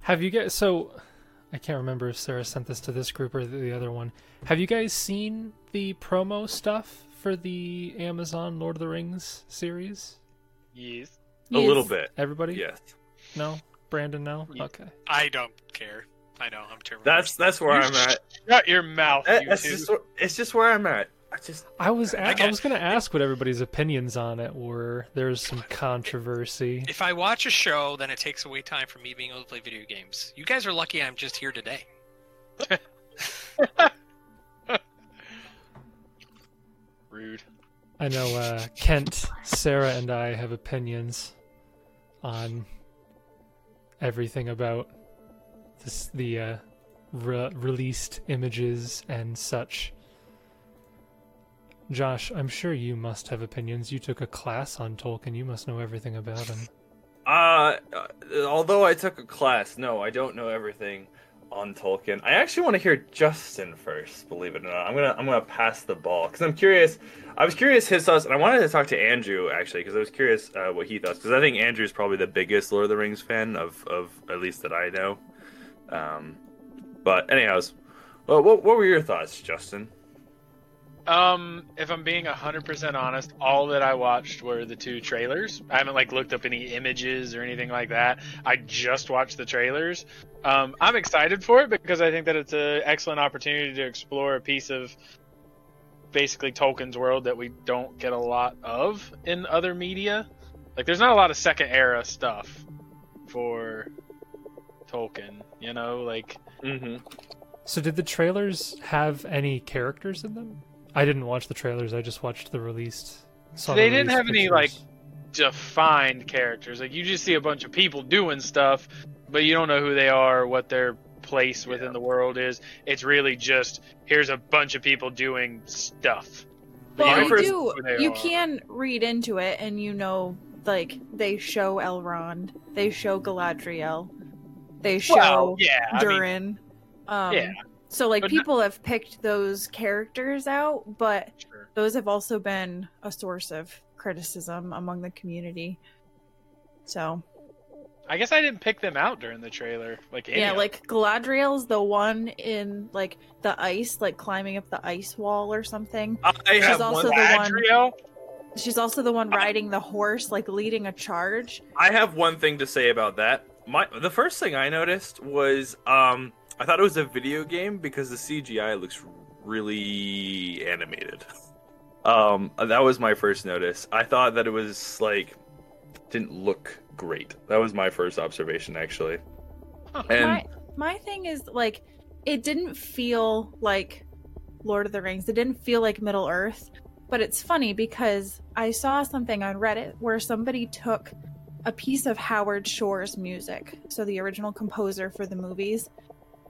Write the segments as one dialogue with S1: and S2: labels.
S1: Have you guys? So, I can't remember if Sarah sent this to this group or the other one. Have you guys seen the promo stuff for the Amazon Lord of the Rings series?
S2: Yes.
S3: A little bit.
S1: Everybody?
S3: Yes.
S1: No. Brandon, no.
S2: Yeah.
S1: Okay.
S4: I don't care. I know I'm terrible.
S3: That's that's where
S2: You
S3: I'm at.
S2: Shut your mouth,
S3: That-
S2: you
S3: that's
S2: two.
S3: just, where- it's just where I'm at. I just
S1: I was a- I,
S4: got-
S1: was gonna ask what everybody's opinions on it were. There's some controversy.
S4: If I watch a show, then it takes away time from me being able to play video games. You guys are lucky I'm just here today.
S2: Rude.
S1: I know uh, Kent, Sarah, and I have opinions on everything about this, the uh, re- released images and such. Josh, I'm sure you must have opinions. You took a class on Tolkien. You must know everything about him.
S3: uh although I took a class, no, I don't know everything on Tolkien. I actually want to hear Justin first, believe it or not. I'm going to I'm going to pass the ball cuz I'm curious. I was curious his thoughts and I wanted to talk to Andrew actually cuz I was curious uh, what he thought cuz I think Andrew's probably the biggest Lord of the Rings fan of of at least that I know. Um but anyhows, well, what what were your thoughts, Justin?
S2: Um, if I'm being 100% honest, all that I watched were the two trailers. I haven't like looked up any images or anything like that. I just watched the trailers. Um, I'm excited for it because I think that it's an excellent opportunity to explore a piece of basically Tolkien's world that we don't get a lot of in other media. Like there's not a lot of second era stuff for Tolkien, you know, like
S3: Mhm.
S1: So, did the trailers have any characters in them? I didn't watch the trailers. I just watched the released. saw the
S2: They didn't
S1: released
S2: have any, like, defined characters. Like you just see a bunch of people doing stuff, but you don't know who they are, what their place within
S3: Yeah.
S2: the world is. It's really just here's a bunch of people doing stuff.
S3: Well,
S2: you
S3: I
S2: don't know
S3: first-
S2: who
S5: you
S2: they
S5: do. You
S2: are.
S5: can read into it, and you know, like they show Elrond, they show Galadriel, they show
S2: Well, yeah, I mean,
S5: Durin. um,
S2: Yeah.
S5: So like
S2: But not-
S5: people have picked those characters out, but
S2: sure.
S5: those have also been a source of criticism among the community. So
S2: I guess I didn't pick them out during the trailer. Like any
S5: yeah,
S2: of them.
S5: like Galadriel's the one in like the ice, like climbing up the ice wall or something.
S3: I
S5: She's
S3: have
S5: also
S3: one
S5: the one-
S2: Galadriel.
S5: She's also the one riding the horse, like leading a charge.
S3: I have one thing to say about that. My the first thing I noticed was um I thought it was a video game because the CGI looks really animated. Um that was my first notice. I thought that it was like didn't look great. That was my first observation actually. And
S5: my my thing is like it didn't feel like Lord of the Rings. It didn't feel like Middle Earth. But it's funny because I saw something on Reddit where somebody took a piece of Howard Shore's music, so the original composer for the movies,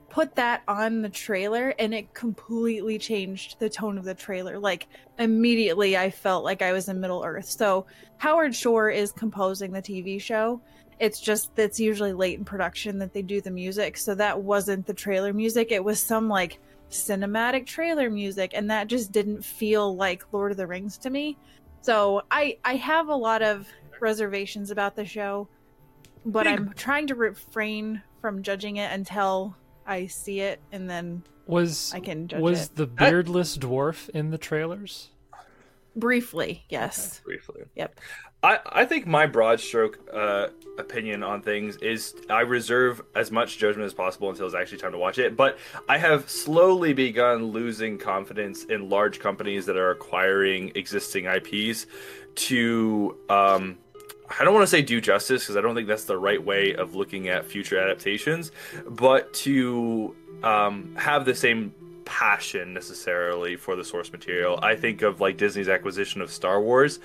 S5: put that on the trailer and it completely changed the tone of the trailer. Like immediately I felt like I was in Middle Earth. So Howard Shore is composing the TV show. It's just that's usually late in production that they do the music. So that wasn't the trailer music. It was some like cinematic trailer music and that just didn't feel like Lord of the Rings to me. So I I have a lot of reservations about the show, but I'm trying to refrain from judging it until I see it and then
S1: was
S5: I can judge
S1: was
S5: it.
S1: the beardless dwarf in the trailers?
S5: Briefly, yes.
S3: briefly.
S5: Yep.
S3: I, I think my broad stroke uh, opinion on things is I reserve as much judgment as possible until it's actually time to watch it. But I have slowly begun losing confidence in large companies that are acquiring existing IPs to, um, I don't want to say do justice because I don't think that's the right way of looking at future adaptations, but to um, have the same passion necessarily for the source material. I think of like Disney's acquisition of Star Wars.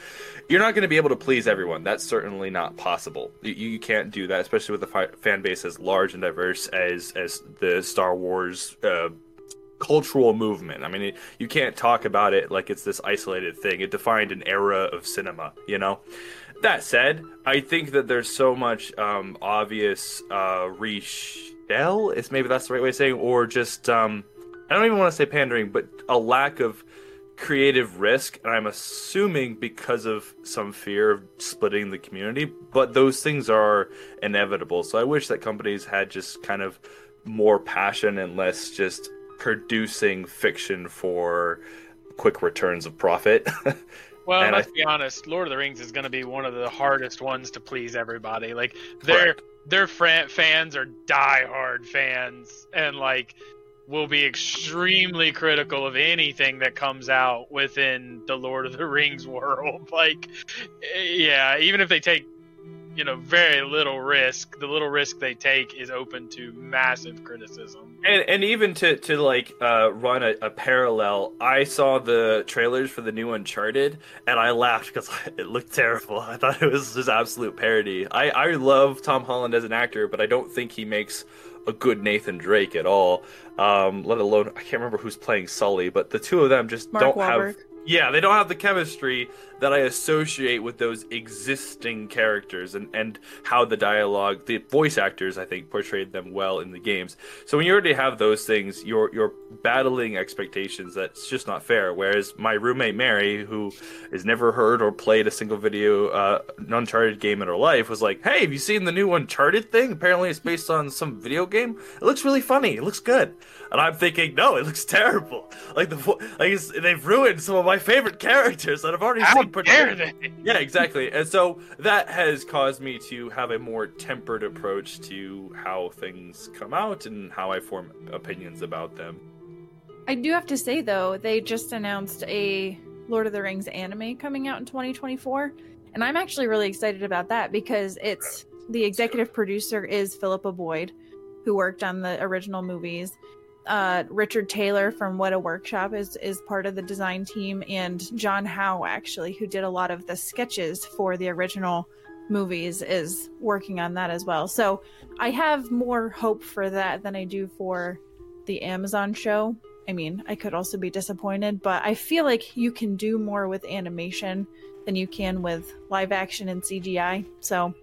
S3: You're not going to be able to please everyone. That's certainly not possible. You, you can't do that, especially with a fi- fan base as large and diverse as as the Star Wars uh, cultural movement. I mean, it, you can't talk about it like it's this isolated thing. It defined an era of cinema, you know. That said, I think that there's so much um, obvious uh, reshell, is maybe that's the right way of saying, or just um, I don't even want to say pandering, but a lack of creative risk, and I'm assuming because of some fear of splitting the community, but those things are inevitable. So I wish that companies had just kind of more passion and less just producing fiction for quick returns of profit.
S2: Well,
S3: And I-
S2: let's be honest. Lord of the Rings is going to be one of the hardest ones to please everybody. Like their their fran- fans are diehard fans, and like will be extremely critical of anything that comes out within the Lord of the Rings world. Like, eh, yeah, even if they take you know very little risk, the little risk they take is open to massive criticism.
S3: and, and even to to like uh, run a, a parallel, I saw the trailers for the new Uncharted, and I laughed because it looked terrible. I thought it was just absolute parody. I I love Tom Holland as an actor, but I don't think he makes a good Nathan Drake at all. Um, let alone I can't remember who's playing Sully, but the two of them just
S5: Mark
S3: don't
S5: Wahlberg.
S3: have. Yeah, they don't have the chemistry that I associate with those existing characters and, and how the dialogue, the voice actors, I think, portrayed them well in the games. So when you already have those things, you're you're battling expectations that's just not fair. Whereas my roommate Mary, who has never heard or played a single video uh, an Uncharted game in her life, was like, "Hey, have you seen the new Uncharted thing? Apparently, it's based on some video game. It looks really funny. It looks good." And I'm thinking, "No, it looks terrible. Like the vo- like it's, they've ruined some of my favorite characters that I've already
S2: How
S3: seen." portrayed."
S2: dare they?
S3: Yeah, exactly. And so that has caused me to have a more tempered approach to how things come out and how I form opinions about them.
S5: I do have to say though, they just announced a Lord of the Rings anime coming out in 2024, and I'm actually really excited about that because it's the executive producer is Philippa Boyd, who worked on the original movies. Uh, Richard Taylor from What a Workshop is is part of the design team, and John Howe actually, who did a lot of the sketches for the original movies, is working on that as well. So I have more hope for that than I do for the Amazon show. I mean, I could also be disappointed, but I feel like you can do more with animation than you can with live action and CGI. So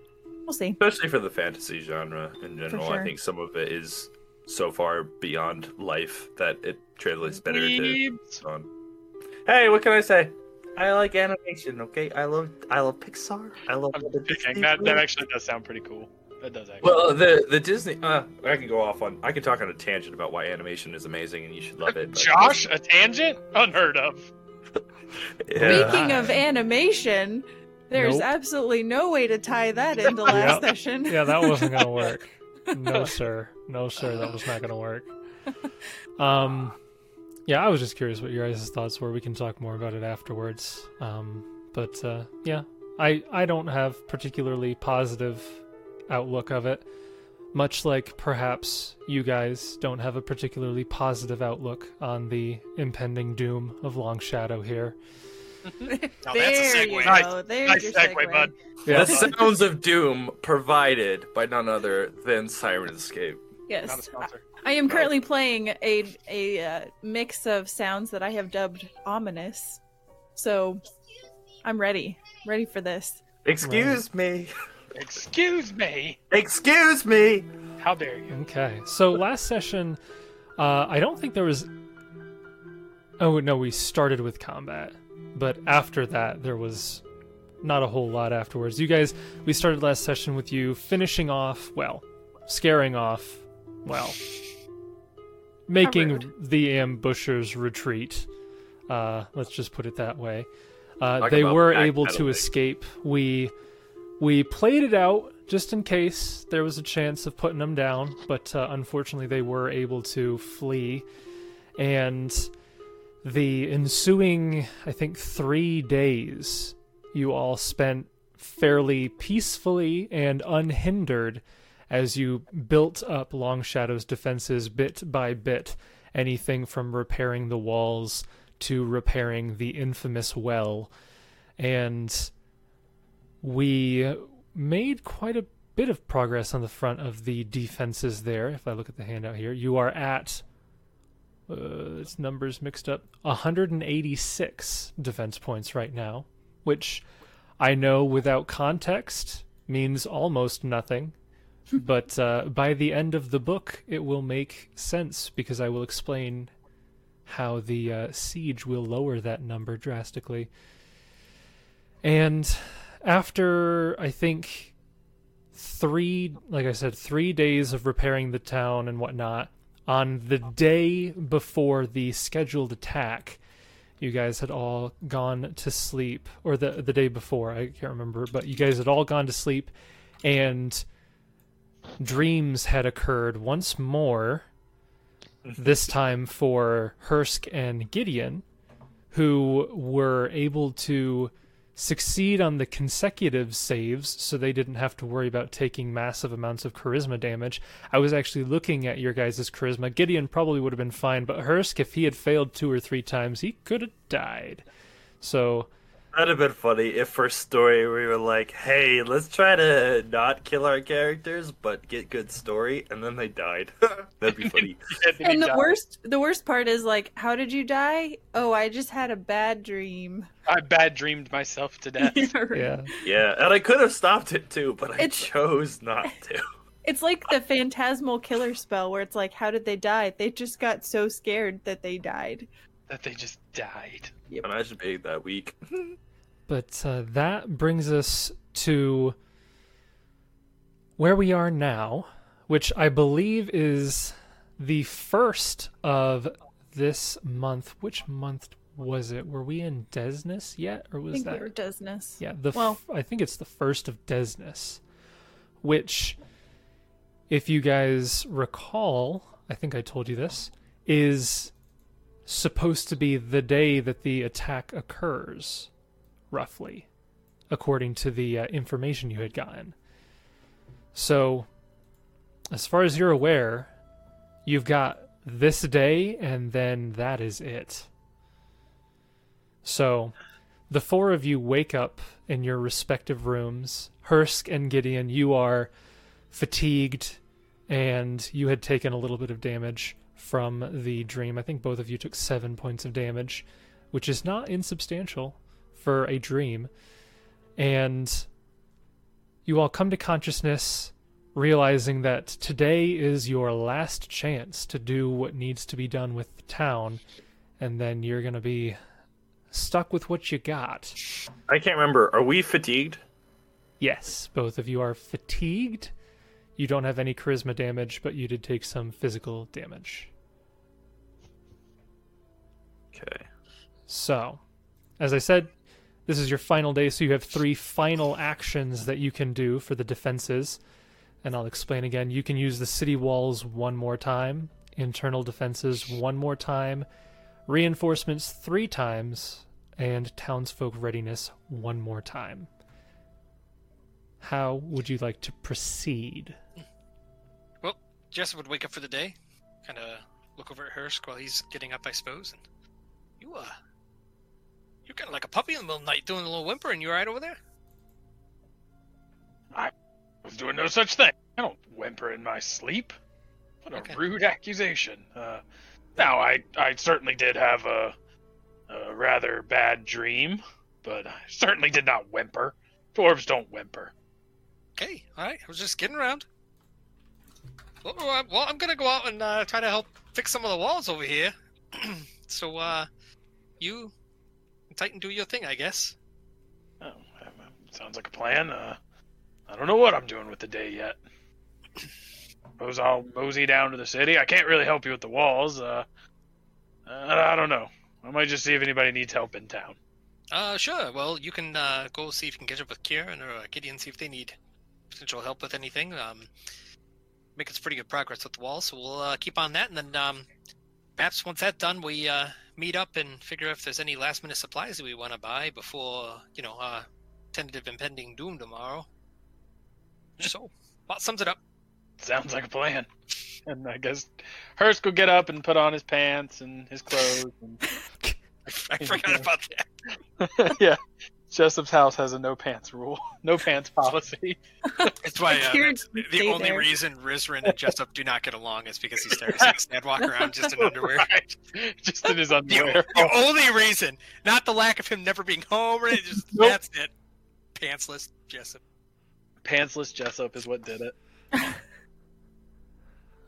S5: we'll see.
S3: Especially for the fantasy genre in general.
S5: sure.
S3: I think some of it is so far beyond life that it translates better to
S2: Weebs.
S3: on. Hey, what can I say? I like animation, okay? I love I love Pixar. I love
S2: I'm
S3: the
S2: thinking
S3: Disney
S2: that that
S3: movies.
S2: actually does sound pretty cool. That does actually.
S3: Well, the the Disney. Uh, I can go off on. I can talk on a tangent about why animation is amazing and you should love it. but-
S2: Josh, a tangent? Unheard of.
S3: Yeah.
S5: Speaking of animation, there's
S1: Nope.
S5: absolutely no way to tie that into
S1: Yeah.
S5: last session.
S1: Yeah, that wasn't gonna work. No sir, no sir, that was not gonna work. Um, yeah, I was just curious what your guys' thoughts were. We can talk more about it afterwards. Um, but uh, yeah, I I don't have particularly positive outlook of it. Much like perhaps you guys don't have a particularly positive outlook on the impending doom of Long Shadow here.
S4: Now that's a
S5: there you
S4: segue.
S2: Nice-
S5: go. There's
S2: nice
S5: your
S2: segue,
S5: segue,
S2: bud.
S1: Yeah.
S3: The sounds of doom provided by none other than Sirenscape.
S2: Not a
S5: Yes,
S2: sponsor.
S5: I am currently playing a a uh, mix of sounds that I have dubbed ominous. So I'm ready, ready for this.
S3: Excuse me.
S2: Excuse me.
S3: Excuse me.
S2: How dare you?
S1: Okay. So last session, uh, I don't think there was. Oh no, we started with combat, but after that there was not a whole lot afterwards. You guys, we started last session with you finishing off, well, scaring off, well, making the ambushers retreat. Uh, let's just put it that way. Uh,
S3: Talk
S1: they
S3: about
S1: were able to
S3: backpedaling.
S1: escape. We we played it out just in case there was a chance of putting them down, but uh, unfortunately they were able to flee, and the ensuing I think three days you all spent fairly peacefully and unhindered as you built up Long Shadow's defenses bit by bit, anything from repairing the walls to repairing the infamous well. And we made quite a bit of progress on the front of the defenses there. If I look at the handout here, you are at. Uh, it's numbers mixed up. 186 defense points right now, which I know without context means almost nothing, but uh, by the end of the book, it will make sense because I will explain how the uh, siege will lower that number drastically. And after I think three, like I said, three days of repairing the town and whatnot, on the day before the scheduled attack, you guys had all gone to sleep, or the the day before, I can't remember, but you guys had all gone to sleep, and dreams had occurred once more. This time for Hursk and Gideon, who were able to succeed on the consecutive saves so they didn't have to worry about taking massive amounts of charisma damage. I was actually looking at your guys' charisma. Gideon probably would have been fine, but Hursk, if he had failed two or three times, he could have died. So,
S3: That'd have been funny if for story we were like, "Hey, let's try to not kill our characters, but get good story," and then they died. That'd be funny.
S5: And the worst, the worst part is like, how did you die? Oh, I just had a bad dream.
S2: I bad dreamed myself to death.
S1: yeah.
S3: yeah, and I could have stopped it too, but I
S5: It's-
S3: chose not to.
S5: It's like the phantasmal killer spell where it's like, how did they die? They just got so scared that they died.
S2: that they just died.
S3: Imagine being that weak.
S1: But uh, that brings us to where we are now, which I believe is the first of this month. Which month was it? Were we in Desnus yet, or
S5: I
S1: was
S5: think
S1: that?
S5: we were Desnus.
S1: Yeah, the
S5: Well-
S1: f- I think it's the first of Desnus, which, if you guys recall, I think I told you this is supposed to be the day that the attack occurs, roughly, according to the uh, information you had gotten. So, as far as you're aware, you've got this day, and then that is it. So, the four of you wake up in your respective rooms. Hursk and Gideon, you are fatigued and you had taken a little bit of damage from the dream. I think both of you took seven points of damage, which is not insubstantial for a dream. And you all come to consciousness realizing that today is your last chance to do what needs to be done with the town, and then you're going to be stuck with what you got.
S3: I can't remember. Are we fatigued?
S1: Yes, both of you are fatigued. You don't have any charisma damage, but you did take some physical damage.
S3: Okay.
S1: So, as I said, this is your final day, so you have three final actions that you can do for the defenses. And I'll explain again. You can use the city walls one more time, internal defenses one more time, reinforcements three times, and townsfolk readiness one more time. How would you like to proceed?
S4: Well, Jessup would wake up for the day, kind of look over at Hursk while he's getting up, I suppose. And you, uh, you're kind of like a puppy in the middle of the night doing a little whimper, and you all right over there?
S2: I was doing no such thing. I don't whimper in my sleep. What a
S4: Okay.
S2: rude accusation. Uh, now, I, I certainly did have a, a rather bad dream, but I certainly did not whimper. Dwarves don't whimper.
S4: Okay, all right. I was just getting around. Well, well, I'm- well, I'm gonna go out and uh, try to help fix some of the walls over here. so, uh, you, and Titan, do your thing, I guess.
S2: Oh, um, um, sounds like a plan. Uh, I don't know what I'm doing with the day yet. Suppose I'll mosey down to the city. I can't really help you with the walls. Uh, I I don't know. I might just see if anybody needs help in town.
S4: Uh, sure. Well, you can uh, go see if you can catch up with Kieran or uh, Gideon, see if they need potential help with anything. Um, making some pretty good progress with the wall, so we'll uh, keep on that, and then um, perhaps once that's done, we uh, meet up and figure out if there's any last minute supplies that we want to buy before you know uh, tentative impending doom tomorrow. So, about sums it up.
S2: Sounds like a plan. And I guess Hurst will get up and put on his pants and his clothes. And...
S4: I, f- I forgot about that.
S2: yeah, Jessup's house has a no pants rule, no pants policy.
S4: It's why uh,
S5: Kieran
S4: that's the
S5: can
S4: the
S5: stay
S4: only
S5: there.
S4: reason Rizrin and Jessup do not get along is because he stares at Snad walk around just in underwear.
S2: Right. Just in his
S4: The,
S2: underwear.
S4: the only reason, not the lack of him never being home, or anything, just
S2: Nope.
S4: that's it. Pantsless Jessup.
S2: Pantsless Jessup is what did it.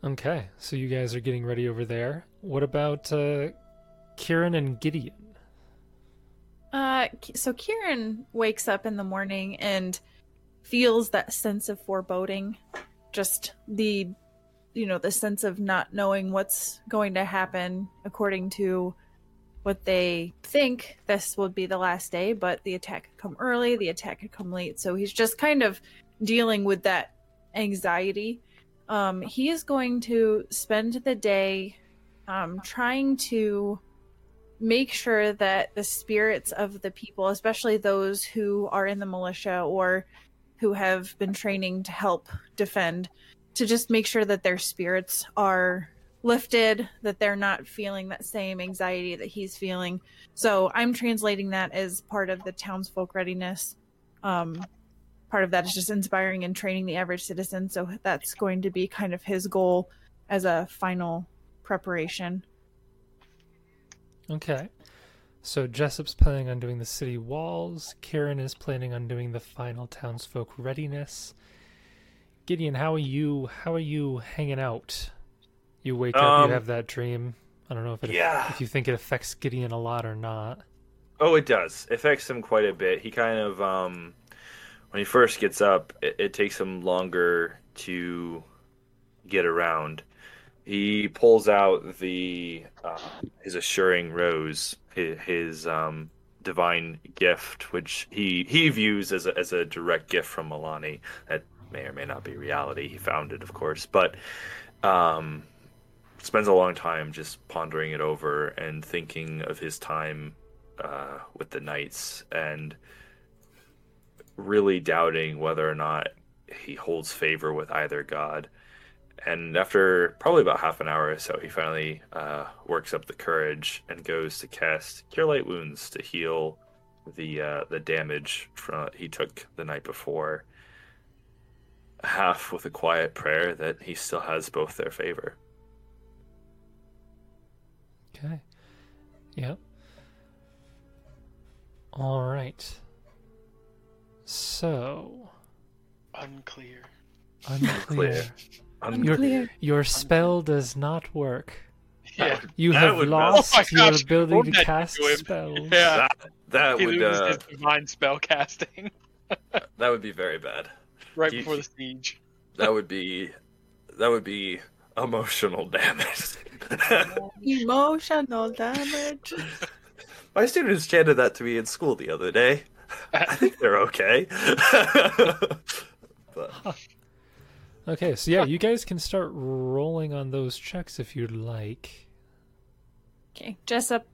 S1: Okay, so you guys are getting ready over there. What about uh, Kieran and Gideon.
S5: Uh, K- so Kieran wakes up in the morning and feels that sense of foreboding, just the, you know, the sense of not knowing what's going to happen according to what they think this would be the last day, but the attack could come early, the attack could come late. So he's just kind of dealing with that anxiety. Um, he is going to spend the day um, trying to make sure that the spirits of the people, especially those who are in the militia or who have been training to help defend, to just make sure that their spirits are lifted, that they're not feeling that same anxiety that he's feeling. So I'm translating that as part of the townsfolk readiness. Um, part of that is just inspiring and training the average citizen. So that's going to be kind of his goal as a final preparation.
S1: Okay. So Jessup's planning on doing the city walls. Kieran is planning on doing the final townsfolk readiness. Gideon, how are you? How are you hanging out? You wake up,
S3: Um,
S1: you have that dream. I don't know if it
S3: yeah.
S1: if you think it affects Gideon a lot or not.
S3: Oh, it does. It affects him quite a bit. He kind of, um, when he first gets up, it, it takes him longer to get around. He pulls out the uh, his assuring rose, his, his um, divine gift, which he he views as a, as a direct gift from Milani. That may or may not be reality. He found it, of course, but um, spends a long time just pondering it over and thinking of his time uh, with the knights and really doubting whether or not he holds favor with either god. And after probably about half an hour or so, he finally uh, works up the courage and goes to cast Cure Light Wounds to heal the uh, the damage from, he took the night before. Half with a quiet prayer that he still has both their favor.
S1: Okay. Yep. All right. So
S2: Unclear.
S1: unclear.
S3: Un-
S1: Your
S5: Clear.
S1: your spell does not work.
S2: Yeah.
S1: You
S3: That
S1: have
S3: would-
S1: lost
S2: Oh my
S1: your
S2: gosh,
S1: ability
S2: wouldn't
S1: to
S2: that
S1: cast
S2: do him?
S1: spells.
S2: Yeah.
S3: that that
S2: He
S3: would
S2: loses
S3: uh,
S2: his divine spell casting
S3: that would be very bad.
S2: right
S3: Do you-
S2: before the siege.
S3: That would be that would be emotional damage.
S5: Emotional damage.
S3: My students chanted that to me in school the other day. I think they're okay. but
S1: Okay, so yeah, you guys can start rolling on those checks if you'd like.
S5: Okay, Jessup.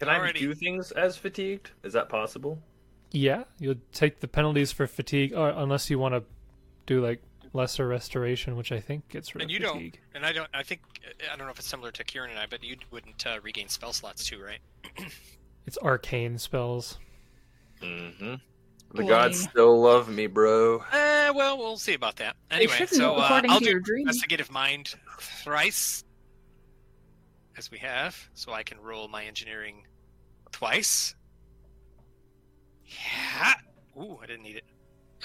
S3: can I
S4: Alrighty.
S3: do things as fatigued? Is that possible?
S1: Yeah, you'll take the penalties for fatigue, or unless you want to do like lesser restoration, which I think gets rid
S4: And
S1: of
S4: you don't.
S1: fatigue.
S4: And I don't. I think I don't know if it's similar to Kieran and I, but you wouldn't uh, regain spell slots too, right?
S1: It's arcane spells.
S3: Mm-hmm. The
S5: Lame.
S3: gods still love me, bro.
S4: Uh, well, we'll see about that.
S5: They
S4: Anyway,
S5: shouldn't,
S4: so uh,
S5: according
S4: I'll
S5: to
S4: do
S5: your dream.
S4: investigative mind thrice, as we have, so I can roll my engineering twice. Yeah. Ooh, I didn't need it.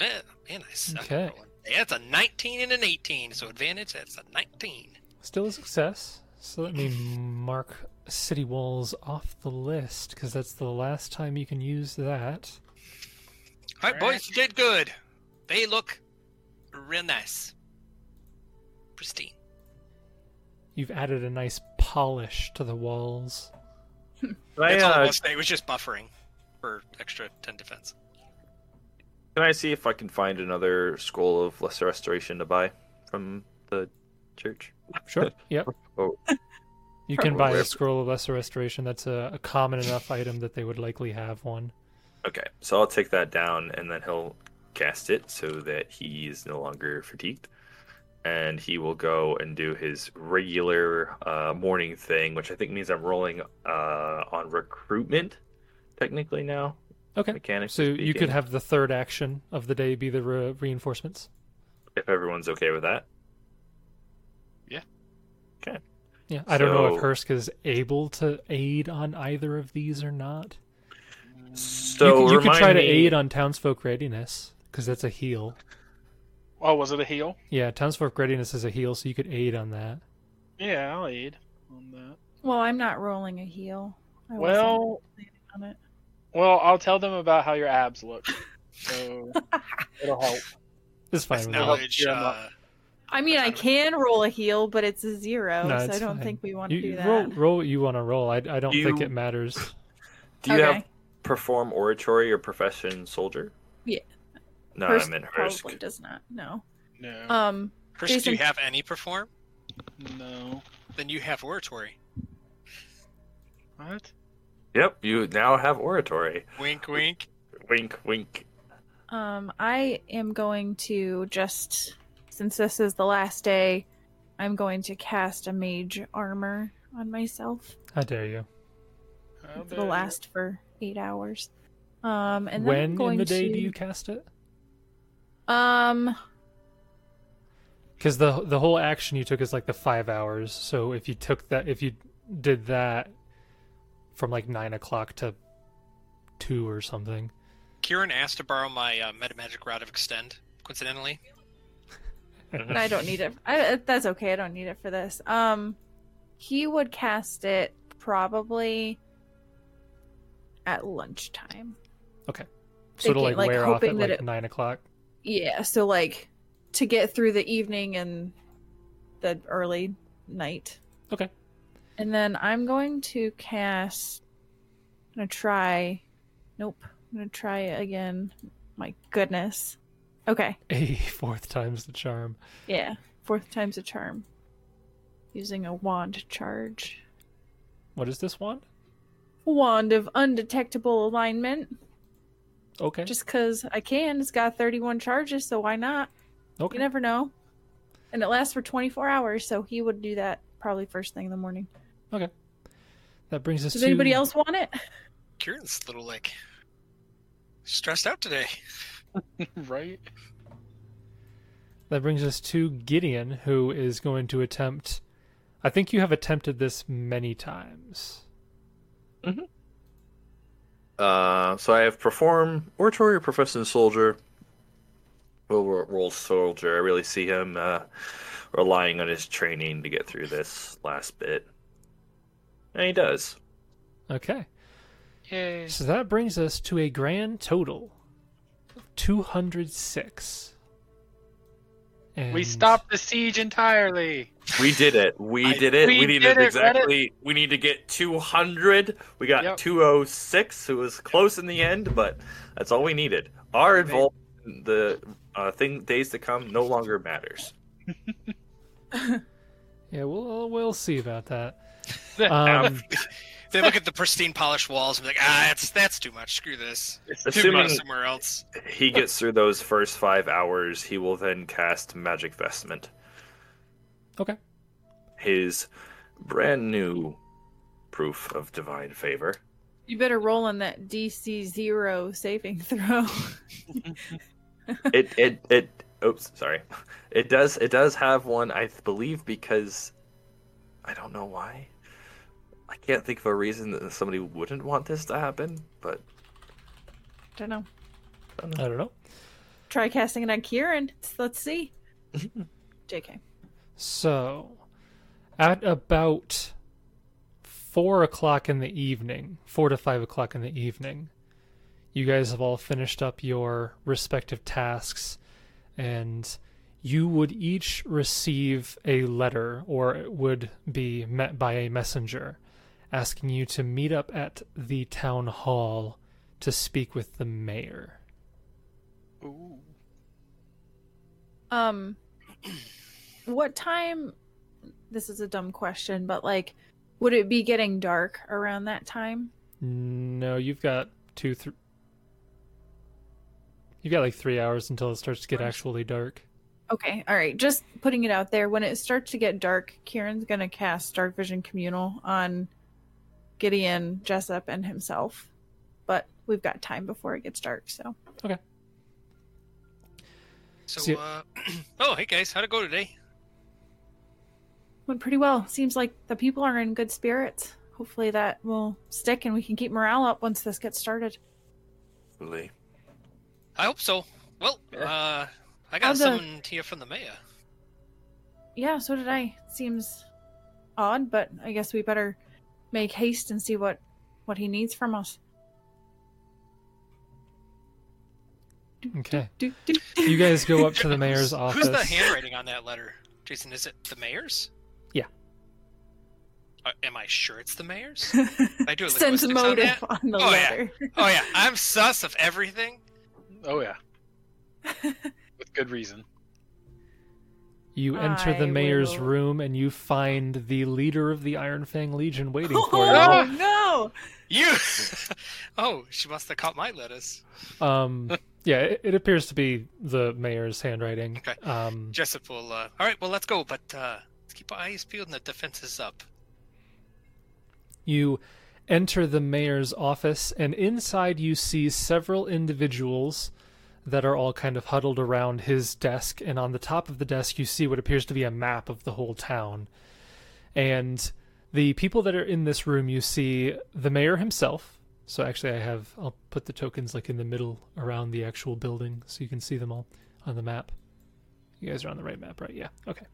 S4: Eh, man, I suck. at
S1: Okay.
S4: rolling. Yeah, that's a 19 and an 18, so advantage. That's a 19.
S1: Still a success. So let me mark city walls off the list because that's the last time you can use that.
S4: All right, boys, you did good. They look real nice, pristine.
S1: You've added a nice polish to the walls.
S3: Can I,
S4: That's all it
S3: uh,
S4: was. It was just buffering for extra 10 defense.
S3: can I see if I can find another scroll of lesser restoration to buy from the church?
S1: Sure. Yep.
S3: Oh.
S1: You can
S3: Or
S1: buy a
S3: where-
S1: scroll of lesser restoration. That's a, a common enough item that they would likely have one.
S3: Okay, so I'll take that down and then he'll cast it so that he is no longer fatigued. And he will go and do his regular uh, morning thing, which I think means I'm rolling uh, on recruitment technically now.
S1: Okay.
S3: Mechanics.
S1: So you could have the third action of the day be the re- reinforcements.
S3: if everyone's okay with that.
S1: Yeah. I don't know if
S3: So-
S1: Hursk is able to aid on either of these or not.
S3: So
S1: you, could- you could
S3: remind
S1: try to
S3: me-
S1: aid on townsfolk readiness because that's a heal.
S2: Oh, was it a heal?
S1: Yeah, townsfolk readiness is a heal, so you could aid on that.
S2: Yeah, I'll aid on that.
S5: Well, I'm not rolling a heel. I wasn't
S2: Well,
S5: on it.
S2: well, I'll tell them about how your abs look. So it'll help.
S1: It's fine.
S4: With
S1: With
S2: now-
S1: that.
S4: knowledge,
S2: Yeah, I'm
S4: uh,
S5: I mean, I can roll a heel, but it's a zero,
S1: No,
S5: so
S1: it's
S5: I don't
S1: fine.
S5: think we want
S1: You,
S5: to do
S1: you
S5: that.
S1: roll, roll what you want to roll. I, I don't think
S3: You-
S1: it matters.
S3: Do you
S5: okay.
S3: have perform oratory or profession soldier?
S5: Yeah.
S3: No,
S5: Hers
S3: I meant Hursk.
S5: probably does not. No.
S2: No,
S5: Um.
S4: Hirsch, do
S5: Jason-
S4: you have any perform?
S2: no.
S4: Then you have oratory.
S2: What?
S3: Yep, you now have oratory.
S4: Wink, wink.
S3: Wink, wink.
S5: Um. I am going to just since this is the last day, I'm going to cast a mage armor on myself.
S1: How dare you?
S2: How
S4: Oh,
S5: It's
S2: dare
S5: It'll
S2: you.
S5: last for eight hours. Um. And then
S1: when
S5: I'm going
S1: in the day
S5: to,
S1: do you cast it?
S5: Um.
S1: Because the the whole action you took is like the five hours. So if you took that, if you did that from like nine o'clock to two or something,
S4: Kieran asked to borrow my uh, metamagic rod of extend. Coincidentally,
S5: I don't need it. I, uh, that's okay. I don't need it for this. Um, he would cast it probably at lunchtime.
S1: so it'll like,
S5: Thinking, like,
S1: wear off at
S5: hoping that
S1: like
S5: it-
S1: nine o'clock.
S5: Yeah. So like to get through the evening and the early night.
S1: Okay.
S5: And then I'm going to cast. I'm gonna try. Nope. I'm gonna try it again. My goodness. Okay.
S1: A fourth time's the charm.
S5: Yeah. Fourth time's a charm. Using a wand charge.
S1: What is this one?
S5: Wand of Undetectable Alignment.
S1: Okay.
S5: Just because I can. It's got 31 charges, so why not?
S1: okay.
S5: You never know. And it lasts for 24 hours, so he would do that probably first thing in the morning.
S1: that brings us
S5: Does
S1: to
S5: anybody else want it?
S4: Kieran's a little like stressed out today.
S2: Right?
S1: That brings us to Gideon, who is going to attempt. I think you have attempted this many times.
S3: Uh, so I have perform oratory or profession soldier. We'll ro- roll soldier. I really see him uh, relying on his training to get through this last bit, and he does.
S1: Okay.
S2: Yay.
S1: So that brings us to a grand total of 206. And
S2: We stopped the siege entirely.
S3: We did it. We
S4: I-
S3: did it. We,
S2: we
S3: needed
S2: did it,
S3: exactly. We need to get 200. We got
S2: Yep.
S3: 206. It was close in the end, but that's all we needed. Our involvement, in the uh, thing, days to come, no longer matters.
S1: Yeah, we'll, we'll see about that.
S3: Um,
S1: Um,
S4: They look at the pristine polished walls and be like, ah, that's that's too much. Screw this.
S2: It's
S4: Too
S3: Assuming-
S2: too
S4: much
S2: much.
S4: somewhere else.
S3: He gets through those first five hours. He will then cast Magic Vestment.
S1: Okay.
S3: His brand new proof of divine favor.
S5: You better roll on that DC zero saving throw.
S3: it it it oops sorry it does it does have one i believe because i don't know why i can't think of a reason that somebody wouldn't want this to happen but
S5: Don't know.
S1: I don't know.
S5: Try casting it on Kieran. Let's see. JK.
S1: So, at about four o'clock in the evening, four to five o'clock in the evening, you guys have all finished up your respective tasks, and you would each receive a letter, or it would be met by a messenger, asking you to meet up at the town hall to speak with the mayor.
S2: Ooh.
S5: Um, what time? This is a dumb question, but like, would it be getting dark around that time?
S1: No, you've got two, three. You've got like three hours until it starts to get actually dark.
S5: Okay, all right. Just putting it out there. When it starts to get dark, Kieran's gonna cast Dark Vision Communal on Gideon, Jessup, and himself. But we've got time before it gets dark, so
S1: See-
S4: So, uh, oh, hey guys, how'd it go today?
S5: went pretty well. Seems like the people are in good spirits. Hopefully that will stick, and we can keep morale up once this gets started.
S3: really
S4: I hope so. Well, uh, I got
S5: How's the-
S4: someone here from the mayor.
S5: Yeah, so did I. Seems odd, but I guess we better make haste and see what what he needs from us.
S1: Okay.
S5: Do, do.
S1: You guys go up to the mayor's
S4: Who's-
S1: office.
S4: Who's the handwriting on that letter, Jason? Is it the mayor's?
S1: Yeah.
S4: Uh, am I sure it's the mayor's? I do a
S5: Sense
S4: linguistics on
S5: motive
S4: that.
S5: on the
S4: Oh, yeah.
S5: letter.
S4: Oh yeah, I'm sus of everything.
S2: Oh yeah, with good reason.
S1: You enter
S5: I
S1: the mayor's
S5: will-
S1: room and you find the leader of the Iron Fang Legion waiting for you.
S5: Oh no!
S4: You. oh, she must have caught my lettuce.
S1: Um, yeah, it, it appears to be the mayor's handwriting.
S4: Okay.
S1: Um,
S4: Jessup will. Uh, all right, well let's go, but uh, let's keep our eyes peeled and the defenses up.
S1: You enter the mayor's office, and inside you see several individuals that are all kind of huddled around his desk. And on the top of the desk, you see what appears to be a map of the whole town. And the people that are in this room, you see the mayor himself. So actually, I have I'll put the tokens like in the middle around the actual building, so you can see them all on the map. You guys are on the right map, right? Yeah. Okay.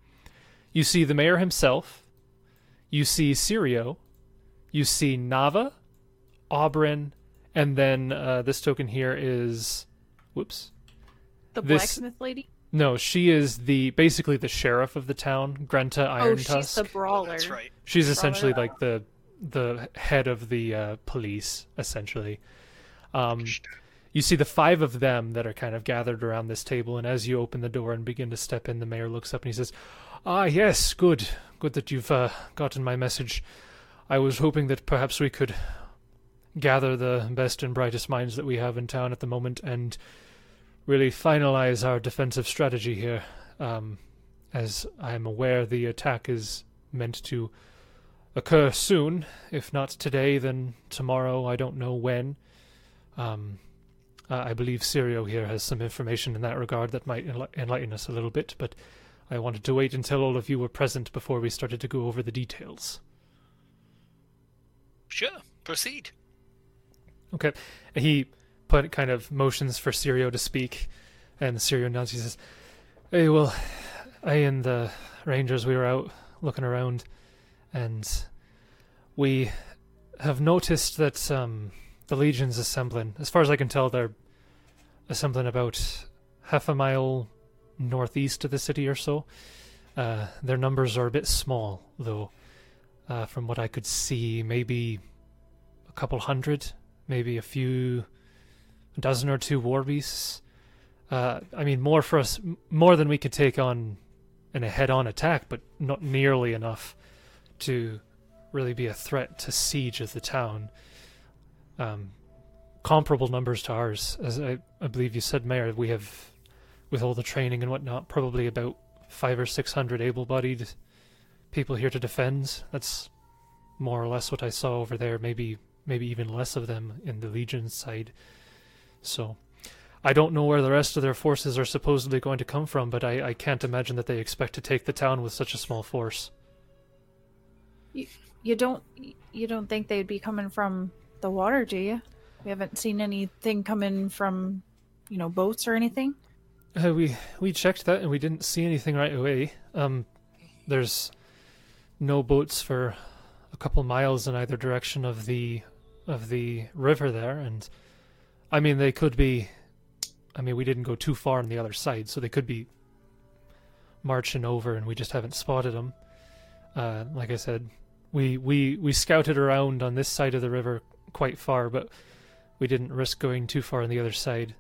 S1: You see the mayor himself. You see Sirio, you see Nava, Auburn, and then uh, this token here is, whoops,
S5: The
S1: This-
S5: blacksmith lady.
S1: no, she is the basically the sheriff of the town, Grenta
S5: Oh,
S1: Iron
S5: she's
S1: Tusk.
S5: the brawler.
S4: That's right.
S1: She's essentially like the the head of the uh, police, essentially. Um, you see the five of them that are kind of gathered around this table, and as you open the door and begin to step in, the mayor looks up and he says, "Ah, yes, good, good that you've uh, gotten my message. I was hoping that perhaps we could gather the best and brightest minds that we have in town at the moment and really finalize our defensive strategy here. Um, as I am aware, the attack is meant to occur soon. If not today, then tomorrow. I don't know when. Um, I I believe Sirio here has some information in that regard that might enli- enlighten us a little bit, but I wanted to wait until all of you were present before we started to go over the details.
S4: Sure, proceed.
S1: Okay. He put kind of motions for Sirio to speak, and Sirio nods. He says, "Hey, well, I and the Rangers we were out looking around, and we have noticed that um, the Legion's assembling. As far as I can tell, they're assembling about half a mile northeast of the city or so. Uh, their numbers are a bit small, though." Uh, from what I could see, maybe a couple hundred, maybe a few a dozen or two war beasts. Uh, I mean, more for us, m- more than we could take on in a head-on attack, but not nearly enough to really be a threat to siege of the town. Um, comparable numbers to ours, as I, I believe you said, Mayor. We have, with all the training and whatnot, probably about five or six hundred able-bodied people here to defend. That's more or less what I saw over there. Maybe maybe even less of them in the Legion side. So I don't know where the rest of their forces are supposedly going to come from, but I, I can't imagine that they expect to take the town with such a small force.
S5: You don't you don't think they'd be coming from the water, do you? We haven't seen anything coming from, you know, boats or anything.
S1: Uh, we we checked that and we didn't see anything right away. Um, there's no boats for a couple miles in either direction of the of the river there, and I mean they could be. I mean we didn't go too far on the other side, so they could be marching over, and we just haven't spotted them. Uh, like I said, we we we scouted around on this side of the river quite far, but we didn't risk going too far on the other side.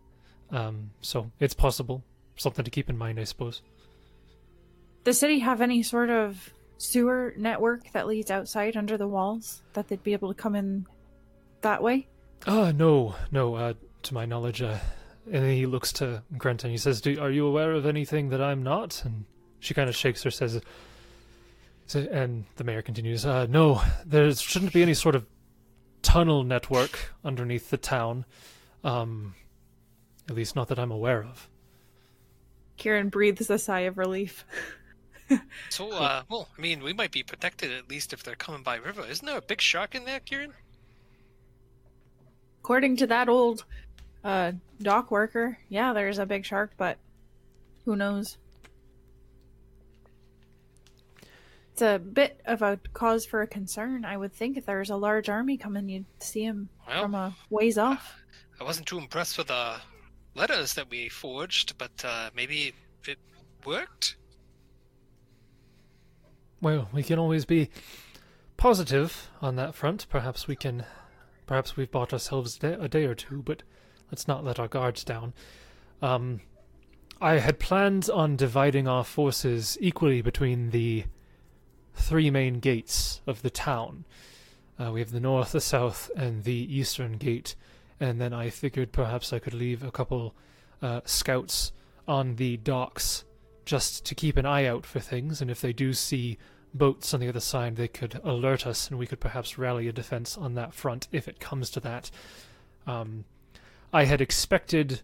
S1: Um, so it's possible. Something to keep in mind, I suppose.
S5: The city have any sort of sewer network that leads outside under the walls that they'd be able to come in that way?
S1: Ah, no, no. Uh, to my knowledge, uh, and he looks to Grant and he says, Do, "Are you aware of anything that I'm not?" And she kind of shakes her, says, so- and the mayor continues, uh, "No, there shouldn't be any sort of tunnel network underneath the town. Um, at least not that I'm aware of."
S5: Kieran breathes a sigh of relief.
S4: So, uh, well, I mean, we might be protected at least if they're coming by river. Isn't there a big shark in there, Kieran?
S5: According to that old uh, dock worker, yeah, there's a big shark, but who knows? it's a bit of a cause for concern. I would think if there's a large army coming, you'd see him
S4: Well,
S5: from a ways off.
S4: I wasn't too impressed with the letters that we forged, but uh, maybe it worked.
S1: Well, we can always be positive on that front. Perhaps we can. Perhaps we've bought ourselves a day, a day or two, but let's not let our guards down. Um, I had planned on dividing our forces equally between the three main gates of the town. Uh, we have the north, the south, and the eastern gate. And then I figured perhaps I could leave a couple uh, scouts on the docks just to keep an eye out for things, and if they do see boats on the other side, they could alert us, and we could perhaps rally a defense on that front if it comes to that. Um, I had expected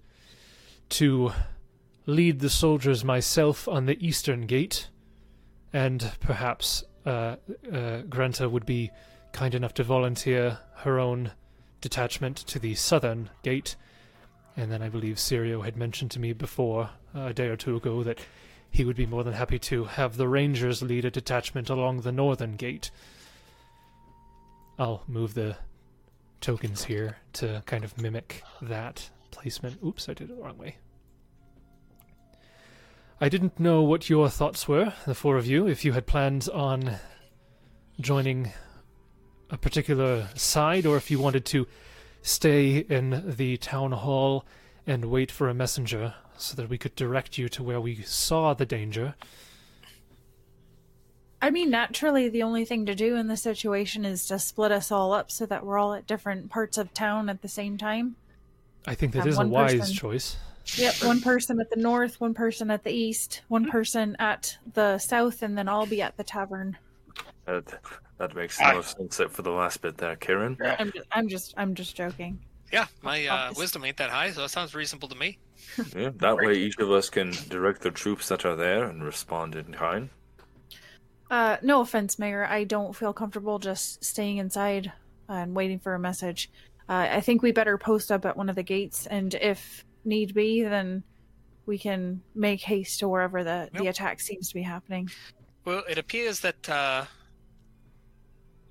S1: to lead the soldiers myself on the eastern gate, and perhaps uh, uh, Granta would be kind enough to volunteer her own detachment to the southern gate. And then I believe Sirio had mentioned to me before, uh, a day or two ago, that he would be more than happy to have the Rangers lead a detachment along the northern gate. I'll move the tokens here to kind of mimic that placement. Oops, I did it the wrong way. I didn't know what your thoughts were, the four of you, if you had planned on joining a particular side or if you wanted to stay in the town hall and wait for a messenger so that we could direct you to where we saw the danger.
S5: I mean, naturally, the only thing to do in this situation is to split us all up so that we're all at different parts of town at the same time.
S1: I think that
S5: Have
S1: is a
S5: one
S1: wise
S5: person.
S1: choice.
S5: Yep, one person at the north, one person at the east, one person at the south, and then I'll be at the tavern.
S6: That, that makes
S2: Ah.
S6: no sense except for the last bit there, Karen.
S5: I'm just, I'm just, I'm just joking.
S4: Yeah, my uh,
S5: Obvious.
S4: wisdom ain't that high, so it sounds reasonable to me.
S6: Yeah, that way each of us can direct the troops that are there and respond in kind.
S5: Uh, no offense, Mayor. I don't feel comfortable just staying inside and waiting for a message. Uh, I think we better post up at one of the gates, and if need be, then we can make haste to wherever the, the
S4: Yep.
S5: attack seems to be happening.
S4: Well, it appears that uh,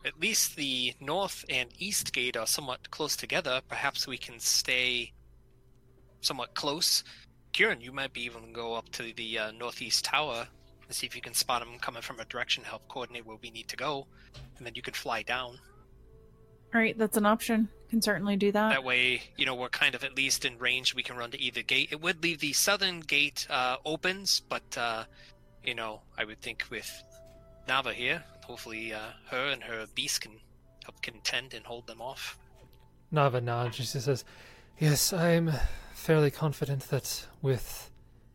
S4: at least the north and east gate are somewhat close together. Perhaps we can stay somewhat close. Kieran, you might be even go up to the uh, northeast tower and see if you can spot them coming from a direction, help coordinate where we need to go, and then you can fly down.
S5: All right, that's an option. Can certainly do that.
S4: That way, you know, we're kind of at least in range. We can run to either gate. It would leave the southern gate uh, opens, but uh, you know, I would think with Nava here, hopefully uh, her and her beast can help contend and hold them off.
S1: Nava nods and she says, Yes, I'm fairly confident that with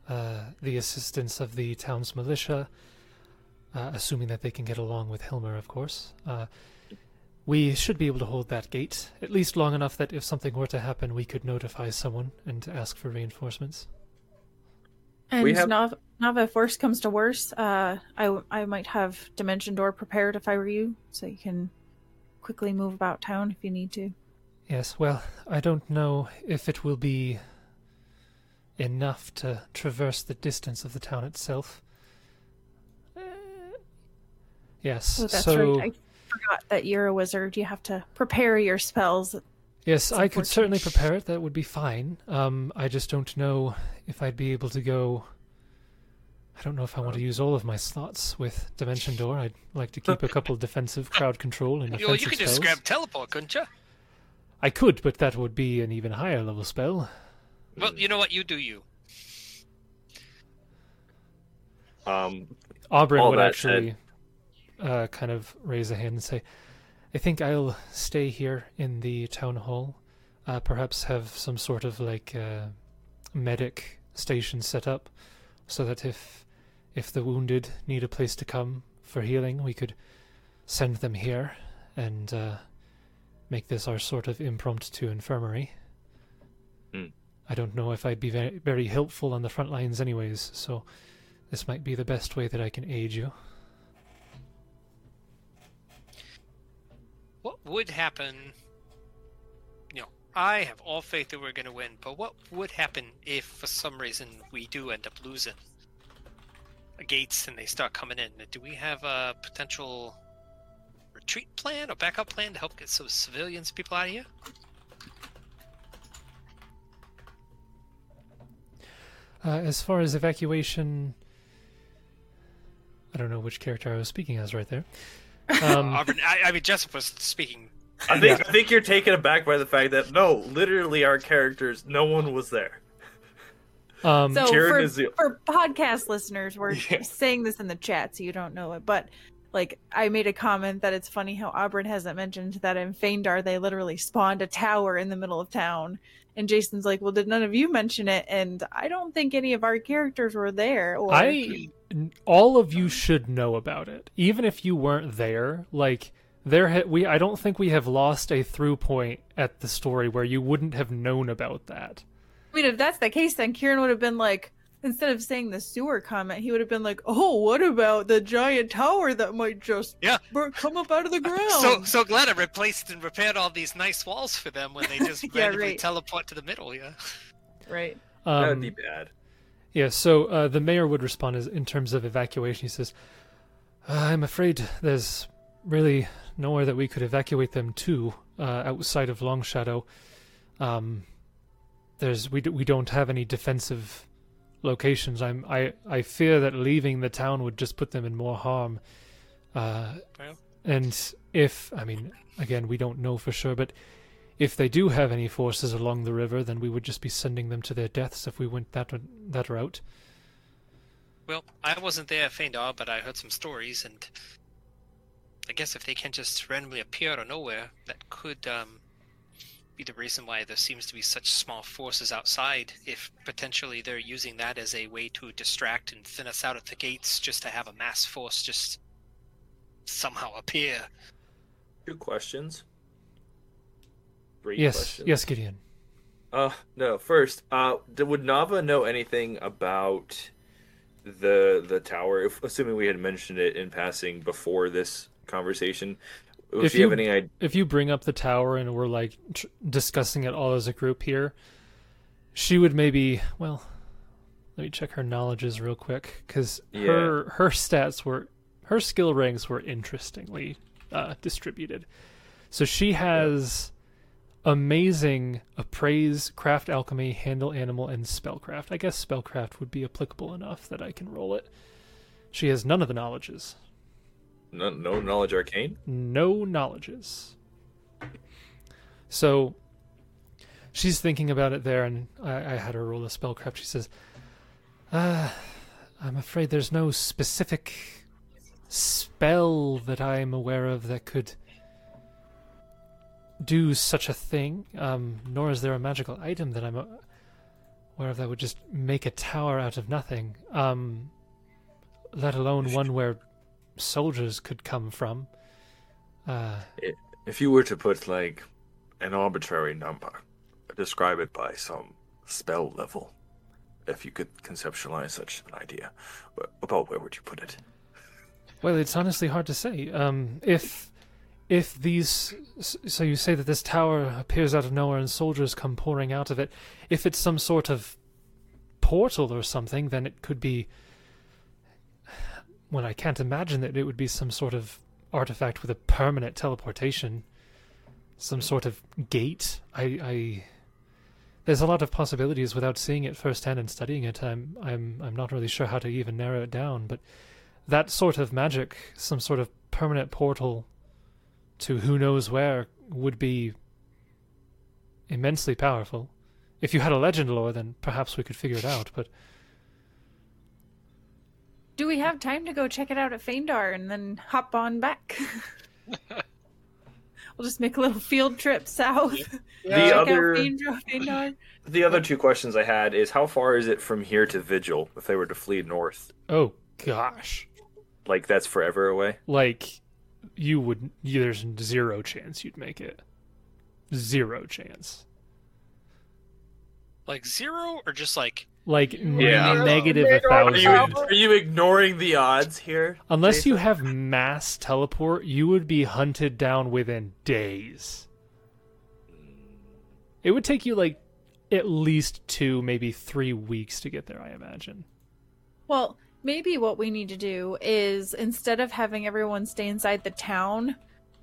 S1: uh, the assistance of the town's militia, uh, assuming that they can get along with Hilmer, of course, uh, we should be able to hold that gate, at least long enough that if something were to happen, we could notify someone and ask for reinforcements.
S5: And
S3: We have-
S5: Nav- Nava, if worse comes to worse, uh, I, w- I might have Dimension Door prepared if I were you, so you can quickly move about town if you need to.
S1: Yes, well, I don't know if it will be enough to traverse the distance of the town itself. Uh, Yes,
S5: Oh, that's
S1: so
S5: right. I forgot that you're a wizard. You have to prepare your spells.
S1: yes, I could
S5: unfortunate.
S1: certainly prepare it. That would be fine. Um, I just don't know if I'd be able to go. I don't know if I want to use all of my slots with Dimension Door. I'd like to keep a couple defensive crowd control and
S4: You,
S1: offensive
S4: know, you could just
S1: spells.
S4: grab teleport, couldn't you?
S1: I could, but that would be an even higher level spell.
S4: Well, you know what? You do you.
S3: Um,
S1: Auburn
S3: All
S1: would
S3: that
S1: actually uh, kind of raise a hand and say, "I think I'll stay here in the town hall. Uh, perhaps have some sort of like uh, medic station set up, so that if if the wounded need a place to come for healing, we could send them here and uh, make this our sort of impromptu infirmary."
S6: Hmm.
S1: I don't know if I'd be very, very helpful on the front lines, anyways. So. This might be the best way that I can aid you.
S4: What would happen? You know, I have all faith that we're going to win, but what would happen if, for some reason, we do end up losing? gates and they start coming in. Do we have a potential retreat plan or backup plan to help get some civilians people out of here?
S1: Uh, as far as evacuation, I don't know which character I was speaking as right there. Um,
S4: Auburn, I, I mean, Jessup was speaking.
S3: I think I think you're taken aback by the fact that no, literally our characters, no one was there.
S1: um,
S5: So
S3: Jared
S5: for,
S3: is the-
S5: for podcast listeners, we're
S3: Yeah.
S5: saying this in the chat, so you don't know it. But like, I made a comment that it's funny how Auburn hasn't mentioned that in Feindar they literally spawned a tower in the middle of town, and Jason's like, "Well, did none of you mention it?" And I don't think any of our characters were there. Or
S1: I all of you should know about it, even if you weren't there. Like there, ha- we I don't think we have lost a through point at the story where you wouldn't have known about that.
S5: I mean, if that's the case, then Kieran would have been like, instead of saying the sewer comment, he would have been like, "Oh, what about the giant tower that might just
S4: Yeah.
S5: bur- come up out of the ground?"
S4: So so glad I replaced and repaired all these nice walls for them when they just
S5: Yeah,
S4: randomly
S5: right.
S4: teleport to the middle. Yeah.
S5: right.
S1: Um,
S3: That'd be bad.
S1: Yeah, so uh, the mayor would respond as, in terms of evacuation. He says, "Uh, I'm afraid there's really nowhere that we could evacuate them to uh, outside of Long Shadow. Um, there's we, d- we don't have any defensive locations. I'm, I, I fear that leaving the town would just put them in more harm. Uh,
S4: Well.
S1: and if, I mean, again, we don't know for sure, but if they do have any forces along the river, then we would just be sending them to their deaths if we went that that route.
S4: Well, I wasn't there at Feindar, but I heard some stories, and I guess if they can just randomly appear out of nowhere, that could um, be the reason why there seems to be such small forces outside. If potentially they're using that as a way to distract and thin us out at the gates, just to have a mass force just somehow appear.
S3: Two questions. Three
S1: yes,
S3: questions.
S1: yes, Gideon.
S3: Uh, no. First, uh, d- would Nava know anything about the the tower? If, assuming we had mentioned it in passing before this conversation, would
S1: If
S3: she have
S1: you-
S3: any idea?
S1: If you bring up the tower and we're like tr- discussing it all as a group here, she would maybe. Well, let me check her knowledges real quick because her her stats were her skill ranks were interestingly uh, distributed. So she has amazing appraise, craft alchemy, handle animal, and spellcraft. I guess spellcraft would be applicable enough that I can roll it. She has none of the knowledges.
S3: No, no knowledge arcane.
S1: no knowledges. So she's thinking about it there, and I, I had her roll a spellcraft. She says, uh, I'm afraid there's no specific spell that I'm aware of that could do such a thing, um, nor is there a magical item that I'm aware of that would just make a tower out of nothing, um, let alone one where soldiers could come from. Uh,
S6: If you were to put like an arbitrary number, describe it by some spell level, if you could conceptualize such an idea, wh- about where would you put it?
S1: well, it's honestly hard to say. Um, if if these, s- so you say that this tower appears out of nowhere and soldiers come pouring out of it. If it's some sort of portal or something, then it could be. Well, I can't imagine that it would be some sort of artifact with a permanent teleportation, some sort of gate. I, I there's a lot of possibilities without seeing it firsthand and studying it. I'm, I'm, I'm not really sure how to even narrow it down, but that sort of magic, some sort of permanent portal to who knows where, would be immensely powerful. If you had a legend lore, then perhaps we could figure it out. But
S5: Do we have time to go check it out at Feindar and then hop on back? we'll just make a little field trip south.
S3: The uh,
S5: check
S3: other-
S5: out Feindar, Feindar.
S3: The other two questions I had is how far is it from here to Vigil if they were to flee north?
S1: oh gosh,
S3: Like that's forever away.
S1: like you would, you, there's zero chance you'd make it. Zero chance.
S4: Like zero, or just like
S1: Like
S3: Yeah.
S1: negative a
S3: Are
S1: thousand.
S3: you, are you ignoring the odds here?
S1: Unless you
S3: Jason?
S1: have mass teleport, you would be hunted down within days. It would take you like at least two, maybe three weeks to get there, I imagine.
S5: Well, Maybe what we need to do is instead of having everyone stay inside the town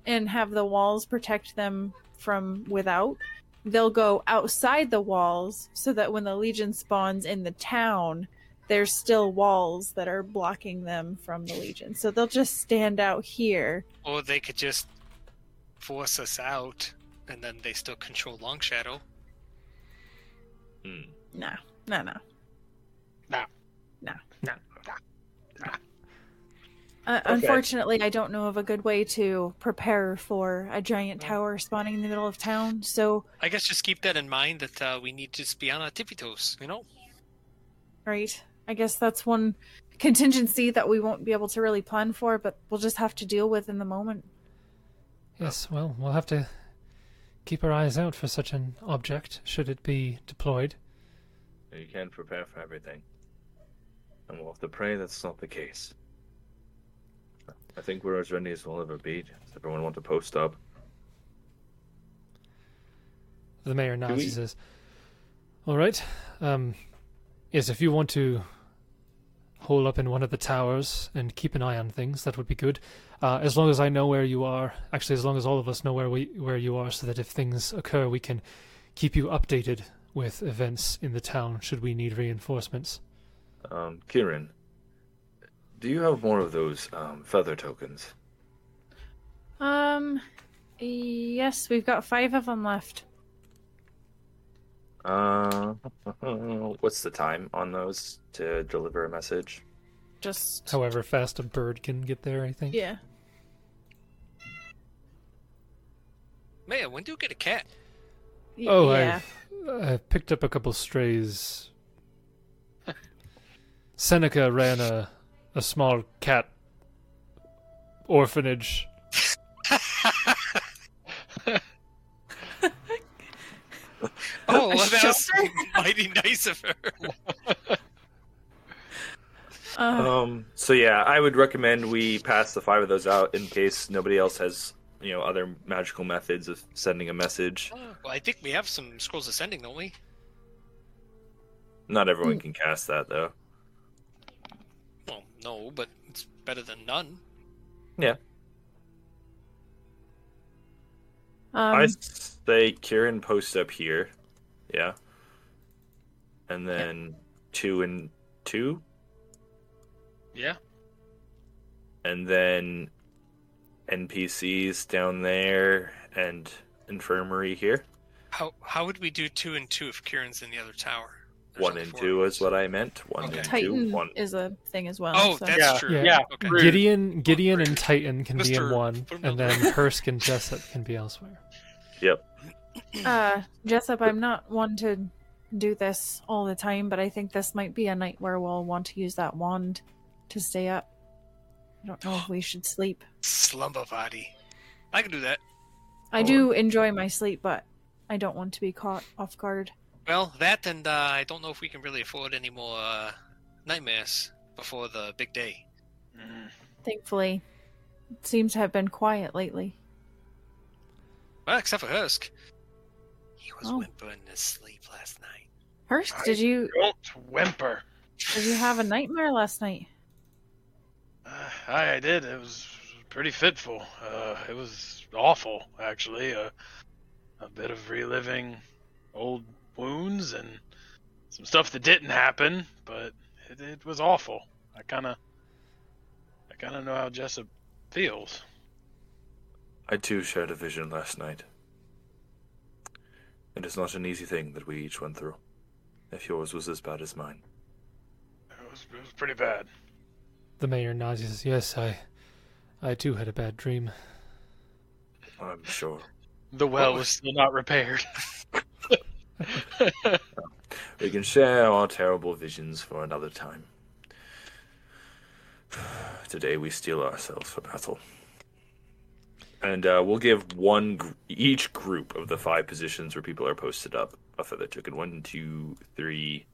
S5: and have the walls protect them from without, they'll go outside the walls so that when the Legion spawns in the town, there's still walls that are blocking them from the Legion. So they'll just stand out here.
S4: Or they could just force us out, and then they still control Long Shadow.
S3: Hmm.
S5: No, no, no. Uh,
S3: Okay.
S5: Unfortunately, I don't know of a good way to prepare for a giant tower spawning in the middle of town. So,
S4: I guess just keep that in mind that uh, we need to just be on our tippy toes, you know?
S5: right, I guess that's one contingency that we won't be able to really plan for, but we'll just have to deal with in the moment.
S1: Yes, well, we'll have to keep our eyes out for such an object should it be deployed.
S6: You can prepare for everything. And we'll have to pray that's not the case. I think we're as ready as we'll ever be. Does everyone want to post up?
S1: The mayor nods
S3: we-
S1: and says, "All right. Um, yes, if you want to hole up in one of the towers and keep an eye on things, that would be good. Uh, as long as I know where you are, actually, as long as all of us know where we where you are, so that if things occur, we can keep you updated with events in the town should we need reinforcements.
S6: Um, Kieran, do you have more of those um, feather tokens?
S5: Um, yes, we've got five of them left.
S6: Uh, what's the time on those to deliver a message?
S5: Just
S1: However fast a bird can get there, I think.
S5: yeah,
S4: Mayor, when do you get a cat?
S5: Y-
S1: Oh,
S5: yeah.
S1: I've, I've picked up a couple strays. Seneca ran a, a small cat orphanage.
S4: Oh, well, that was mighty nice of her.
S5: Uh,
S3: Um. So yeah, I would recommend we pass the five of those out in case nobody else has, you know, other magical methods of sending a message.
S4: Well, I think we have some scrolls ascending, don't we?
S3: Not
S5: Mm.
S3: everyone can cast that though.
S4: Well, no, but it's better than none.
S5: um,
S3: I say Kieran post up here. Yeah. And then two and two,
S2: Yeah.
S3: and then NPCs down there and infirmary here.
S4: How how would we do two and two if Kieran's in the other tower? There's
S3: One
S4: only
S3: and
S4: four.
S3: two is what I meant. One
S4: Okay.
S3: and
S5: Titan
S3: two. One.
S5: is a thing as well.
S4: Oh,
S5: so-
S4: that's
S2: Yeah,
S4: true.
S1: yeah.
S2: Yeah.
S4: Okay.
S2: Rude.
S1: Gideon Gideon and Titan can be in
S4: Mr.
S1: one, and then Hursk and Jessup can be elsewhere.
S5: uh, Jessup, I'm not one to do this all the time, but I think this might be a night where we'll want to use that wand to stay up. I don't know if we should sleep.
S4: Slumber party. I can do that.
S5: I do enjoy my sleep, but I don't want to be caught off guard.
S4: Well, that and uh, I don't know if we can really afford any more uh, nightmares before the big day.
S2: Mm.
S5: Thankfully, it seems to have been quiet lately.
S4: Well, except for Hursk. He was
S5: Oh.
S4: whimpering in his sleep last night.
S5: Hurst, did you
S2: Don't whimper.
S5: did you have a nightmare last night?
S2: Uh, I, I did. It was pretty fitful. Uh, it was awful, actually. Uh, a bit of reliving old wounds and some stuff that didn't happen, but it, it was awful. I kind of, I kind of know how Jessup feels.
S6: I too shared a vision last night. It is not an easy thing that we each went through. If yours was as bad as mine,
S2: It was, it was pretty bad.
S1: The mayor nods and says, Yes, I I too had a bad dream.
S6: I'm sure.
S2: The well was still not repaired.
S6: We can share our terrible visions for another time. Today we steel ourselves for battle.
S3: And uh, we'll give one gr- each group of the five positions where people are posted up a feather token. One, two, three,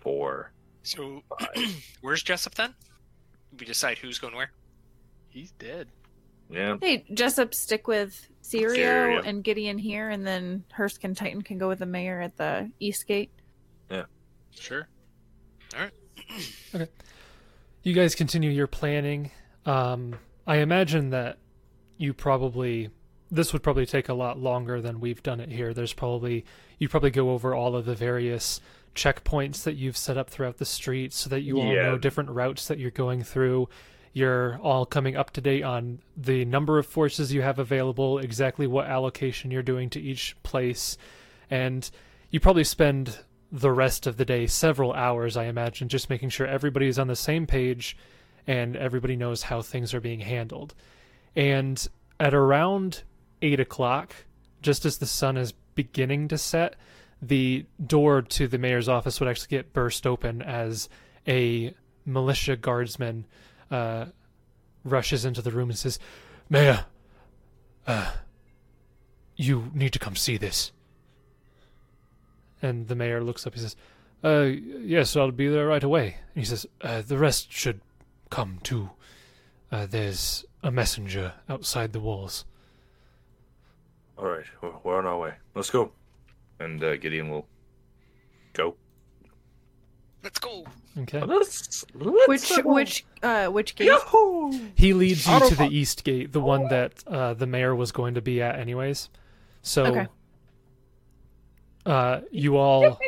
S3: four.
S4: So, where's Jessup then? We decide who's going where.
S2: He's dead.
S3: Yeah.
S5: Hey, Jessup, stick with Cereal
S3: Cereal.
S5: and Gideon here, and then Hurst and Titan can go with the mayor at the East Gate.
S2: Sure.
S1: you guys continue your planning. Um, I imagine that you probably this would probably take a lot longer than we've done it here. There's probably you probably go over all of the various checkpoints that you've set up throughout the street so that you all
S3: Yeah.
S1: know different routes that you're going through. You're all coming up to date on the number of forces you have available, exactly what allocation you're doing to each place, and you probably spend the rest of the day several hours, I imagine, just making sure everybody is on the same page and everybody knows how things are being handled. And at around eight o'clock, just as the sun is beginning to set, the door to the mayor's office would actually get burst open as a militia guardsman uh, rushes into the room and says, "Mayor, uh, you need to come see this." And the mayor looks up. He says, uh, "Yes, I'll be there right away." And he says, uh, "The rest should come too. Uh, there's a messenger outside the walls."
S6: All right, we're- we're on our way. Let's go. And uh, Gideon will go.
S4: Let's go.
S1: Okay.
S6: Let's,
S5: Which which uh which gate?
S1: He leads you to the
S6: Autobot.
S1: east gate, the one that uh, the mayor was going to be at, anyways. So,
S5: Okay.
S1: uh, you all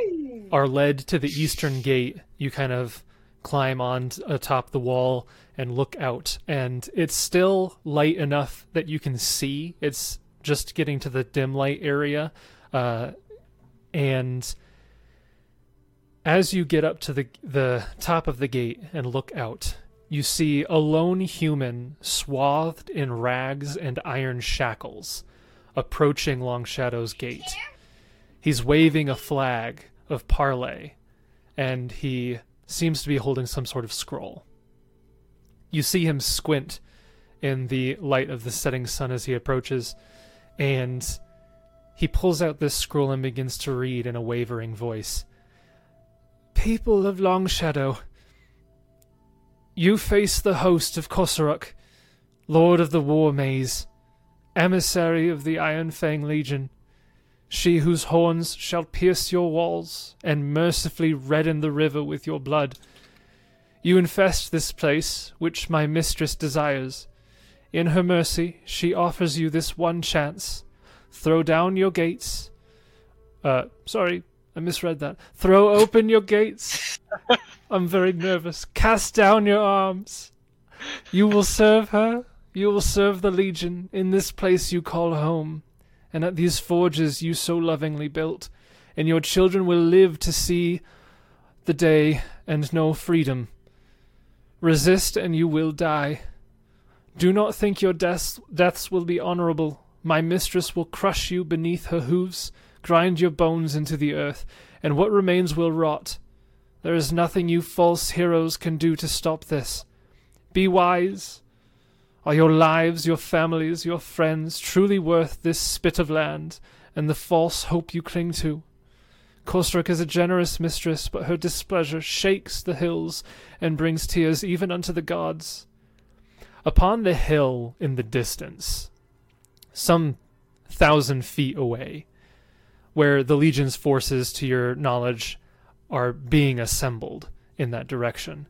S1: are led to the eastern gate. You kind of climb on t- atop the wall and look out, and it's still light enough that you can see. It's just getting to the dim light area, uh, and as you get up to the the top of the gate and look out, you see a lone human swathed in rags and iron shackles approaching Long Shadow's gate. He's waving a flag of parley, and he seems to be holding some sort of scroll. You see him squint in the light of the setting sun as he approaches, and he pulls out this scroll and begins to read in a wavering voice. People of Long Shadow, you face the host of Kosaruk, Lord of the War Maze, emissary of the Iron Fang Legion, she whose horns shall pierce your walls and mercifully redden the river with your blood. You infest this place, which my mistress desires. In her mercy, she offers you this one chance. Throw down your gates. Uh, sorry, I misread that. Throw open your gates. I'm very nervous. Cast down your arms. You will serve her. You will serve the Legion in this place you call home, and at these forges you so lovingly built, and your children will live to see the day and know freedom. Resist and you will die. Do not think your deaths, deaths will be honorable. My mistress will crush you beneath her hooves, grind your bones into the earth, and what remains will rot. There is nothing you false heroes can do to stop this. Be wise. Are your lives, your families, your friends truly worth this spit of land and the false hope you cling to? Korsrick is a generous mistress, but her displeasure shakes the hills and brings tears even unto the gods. Upon the hill in the distance, some thousand feet away, where the Legion's forces, to your knowledge, are being assembled in that direction,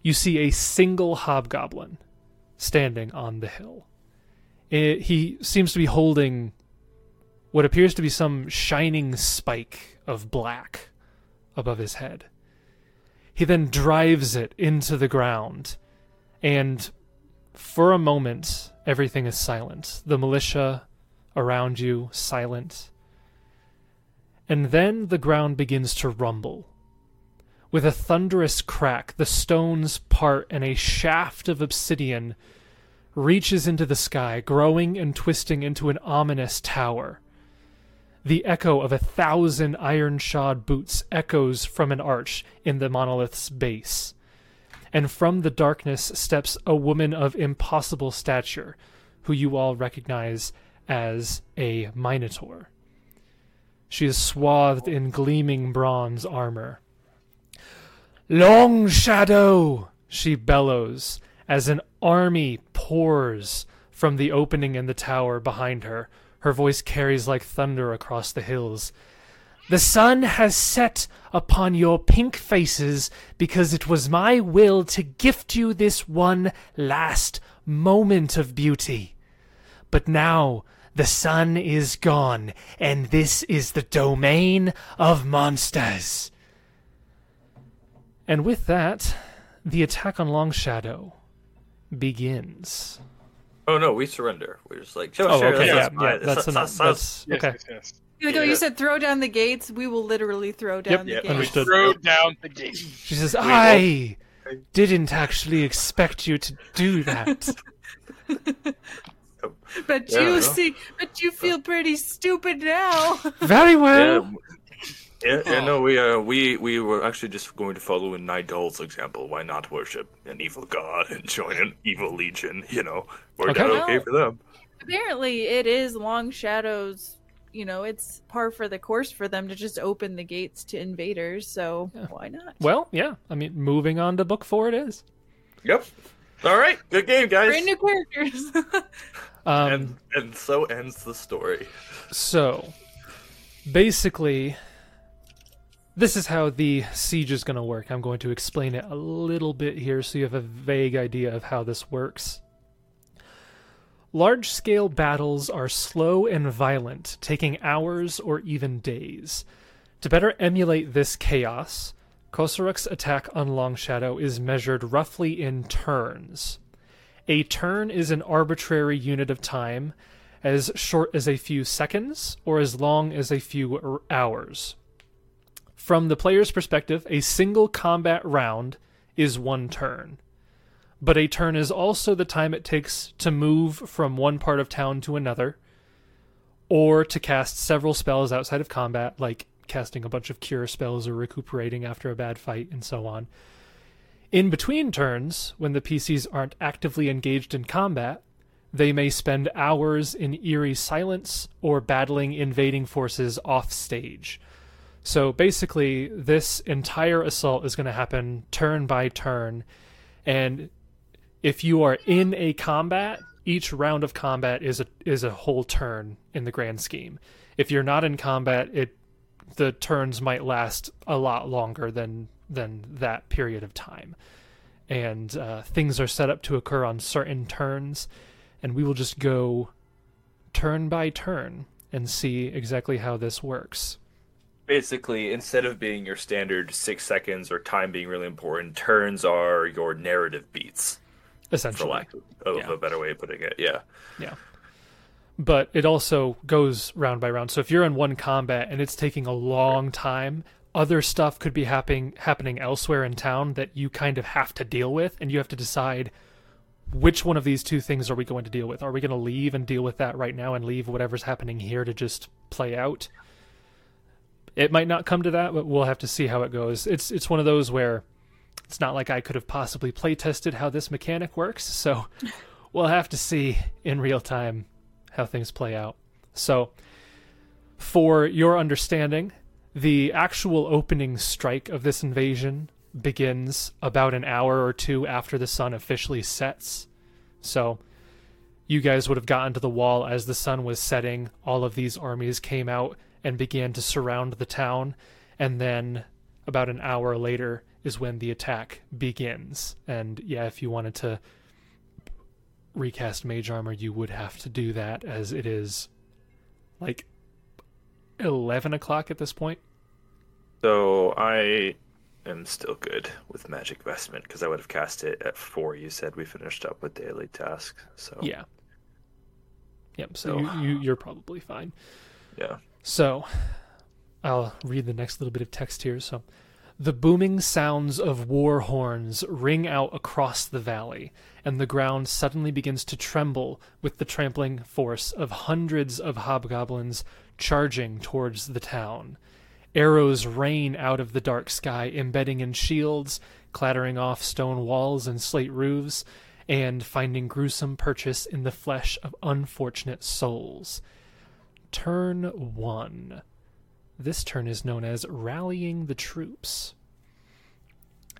S1: you see a single hobgoblin standing on the hill. It, he seems to be holding what appears to be some shining spike of black above his head. He then drives it into the ground, and for a moment, everything is silent. The militia around you, silent. And then the ground begins to rumble. With a thunderous crack, the stones part and a shaft of obsidian reaches into the sky, growing and twisting into an ominous tower. The echo of a thousand iron shod boots echoes from an arch in the monolith's base. And from the darkness steps a woman of impossible stature, who you all recognize as a Minotaur. She is swathed in gleaming bronze armor. Long Shadow! she bellows as an army pours from the opening in the tower behind her. Her voice carries like thunder across the hills. The sun has set upon your pink faces because it was my will to gift you this one last moment of beauty. But now the sun is gone, and this is the domain of monsters. And with that, the attack on Long Shadow begins.
S6: Oh no, we surrender. We're just like,
S1: Oh,
S6: sure,
S1: okay,
S6: that's
S1: yeah,
S6: fine.
S1: yeah,
S6: It's- it's-
S1: that's enough.
S6: it's-
S1: That's
S2: Yes,
S1: okay.
S2: yes, yes.
S5: Even though
S6: Yeah.
S5: you said throw down the gates, we will literally throw down the
S1: yep,
S5: gates.
S1: understood.
S2: Throw down the gate.
S1: She says, "I didn't actually expect you to do that."
S5: But
S6: Yeah, I know.
S5: you see, but you feel pretty stupid now.
S1: Very well.
S6: Yeah. Yeah, yeah, no, we uh, we we were actually just going to follow in Nidal's example. Why not worship an evil god and join an evil legion? You know, worked
S1: Okay.
S6: out okay
S5: No.
S6: for them.
S5: Apparently, it is Long Shadow's. You know, it's par for the course for them to just open the gates to invaders. So why not?
S1: Well, yeah. I mean, moving on to book four, it is.
S6: Yep. All right, good game, guys.
S5: Brand new characters.
S1: Um,
S6: and and so ends the story.
S1: So, basically, this is how the siege is going to work. I'm going to explain it a little bit here so you have a vague idea of how this works. Large scale battles are slow and violent, taking hours or even days. To better emulate this chaos, Kosarek's attack on Long Shadow is measured roughly in turns. A turn is an arbitrary unit of time, as short as a few seconds or as long as a few er- hours. From the player's perspective, a single combat round is one turn. But a turn is also the time it takes to move from one part of town to another, or to cast several spells outside of combat, like casting a bunch of cure spells or recuperating after a bad fight, and so on. In between turns, when the PCs aren't actively engaged in combat, they may spend hours in eerie silence or battling invading forces off stage. So basically, this entire assault is going to happen turn by turn. And if you are in a combat, each round of combat is a is a whole turn in the grand scheme. If you're not in combat, it the turns might last a lot longer than than that period of time. And uh, things are set up to occur on certain turns and we will just go turn by turn and see exactly how this works.
S3: Basically, instead of being your standard six seconds or time being really important, turns are your narrative beats, for
S1: Essentially.
S3: lack of, of
S1: Yeah.
S3: a better way of putting it. Yeah.
S1: Yeah. But it also goes round by round. So if you're in one combat and it's taking a long time, other stuff could be happening happening elsewhere in town that you kind of have to deal with and you have to decide which one of these two things are we going to deal with? Are we going to leave and deal with that right now and leave whatever's happening here to just play out? It might not come to that, but we'll have to see how it goes. It's it's one of those where it's not like I could have possibly play tested how this mechanic works, so we'll have to see in real time how things play out. So, for your understanding, the actual opening strike of this invasion begins about an hour or two after the sun officially sets. So, you guys would have gotten to the wall as the sun was setting. All of these armies came out and began to surround the town. And then, about an hour later, is when the attack begins. And yeah, if you wanted to recast mage armor, you would have to do that as it is like 11 o'clock at this point.
S3: So I am still good with magic vestment because I would have cast it at four. You said we finished up with daily task, so
S1: Yeah. Yep. So
S3: Oh.
S1: you, you, you're probably fine.
S3: Yeah.
S1: So I'll read the next little bit of text here. So the booming sounds of war horns ring out across the valley, and the ground suddenly begins to tremble with the trampling force of hundreds of hobgoblins charging towards the town. Arrows rain out of the dark sky, embedding in shields, clattering off stone walls and slate roofs, and finding gruesome purchase in the flesh of unfortunate souls. Turn 1. This turn is known as Rallying the Troops.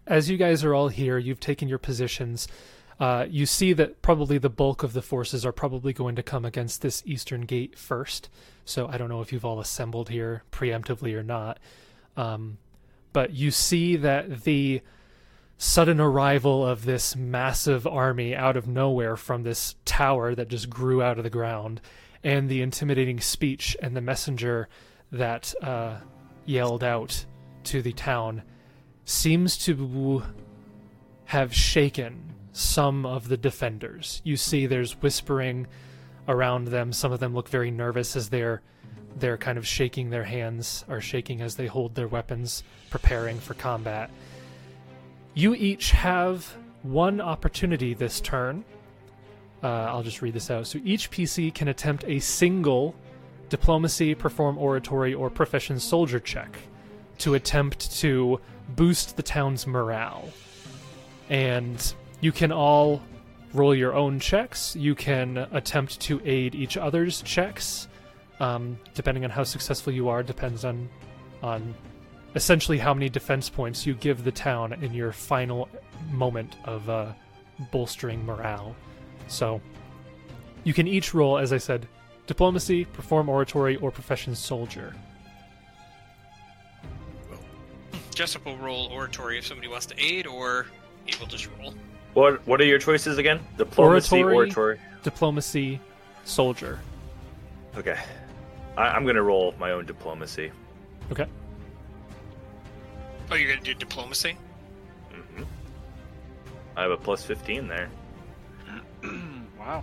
S1: As you guys are all here, you've taken your positions. Uh, you see that probably the bulk of the forces are probably going to come against this eastern gate first. So I don't know if you've all assembled here preemptively or not. Um, but you see that the sudden arrival of this massive army out of nowhere from this tower that just grew out of the ground, and the intimidating speech and the messenger that uh, yelled out to the town seems to have shaken some of the defenders. You see, there's whispering around them. Some of them look very nervous as they're they're kind of shaking their hands or shaking as they hold their weapons, preparing for combat. You each have one opportunity this turn. Uh, I'll just read this out. So each PC can attempt a single diplomacy, perform oratory, or profession soldier check to attempt to boost the town's morale. And you can all roll your own checks. You can attempt to aid each other's checks. Um, depending on how successful you are, depends on on essentially how many defense points you give the town in your final moment of uh, bolstering morale. So you can each roll, as I said, diplomacy, perform oratory, or profession soldier.
S4: Jessup will roll oratory if somebody wants to aid, or he will just roll.
S3: What What are your choices again? Diplomacy,
S1: Oratory.
S3: oratory.
S1: Diplomacy, soldier.
S3: Okay, I, I'm gonna roll my own diplomacy.
S1: Okay.
S4: Oh, you're gonna do diplomacy?
S3: hmm I have a plus 15 there.
S2: wow.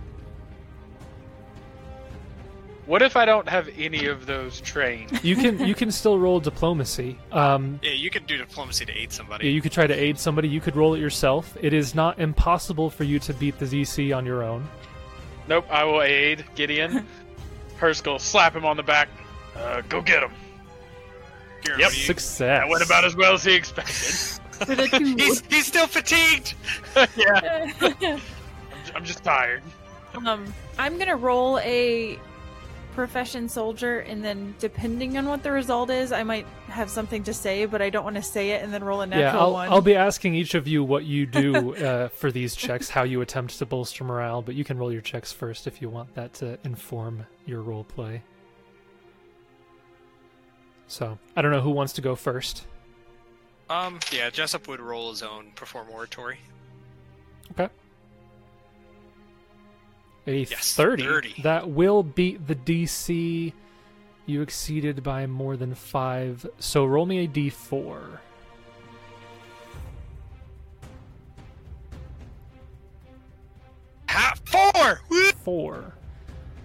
S2: What if I don't have any of those trained?
S1: You can you can still roll diplomacy. Um,
S4: Yeah, you can do diplomacy to aid somebody.
S1: Yeah, you could try to aid somebody. You could roll it yourself. It is not impossible for you to beat the ZC on your own.
S2: nope, I will aid Gideon. Herskell, slap him on the back. Uh, go get him.
S4: Here,
S2: Yep.
S4: what do you-
S1: Success.
S2: That went about as well as he expected.
S5: With a two.
S4: He's, he's still fatigued.
S2: yeah, I'm, j- I'm just tired.
S5: um, I'm gonna roll a profession soldier, and then depending on what the result is, I might have something to say, but I don't want to say it and then roll a natural
S1: Yeah, I'll,
S5: one.
S1: I'll be asking each of you what you do uh, for these checks, how you attempt to bolster morale, but you can roll your checks first if you want that to inform your role play. So, I don't know who wants to go first.
S4: Um, yeah, Jessup would roll his own perform oratory.
S1: Okay. A
S4: Yes,
S1: 30.
S4: 30.
S1: That will beat the DC. You exceeded by more than 5. So roll me a d4.
S4: Ha! Four. Woo!
S1: 4.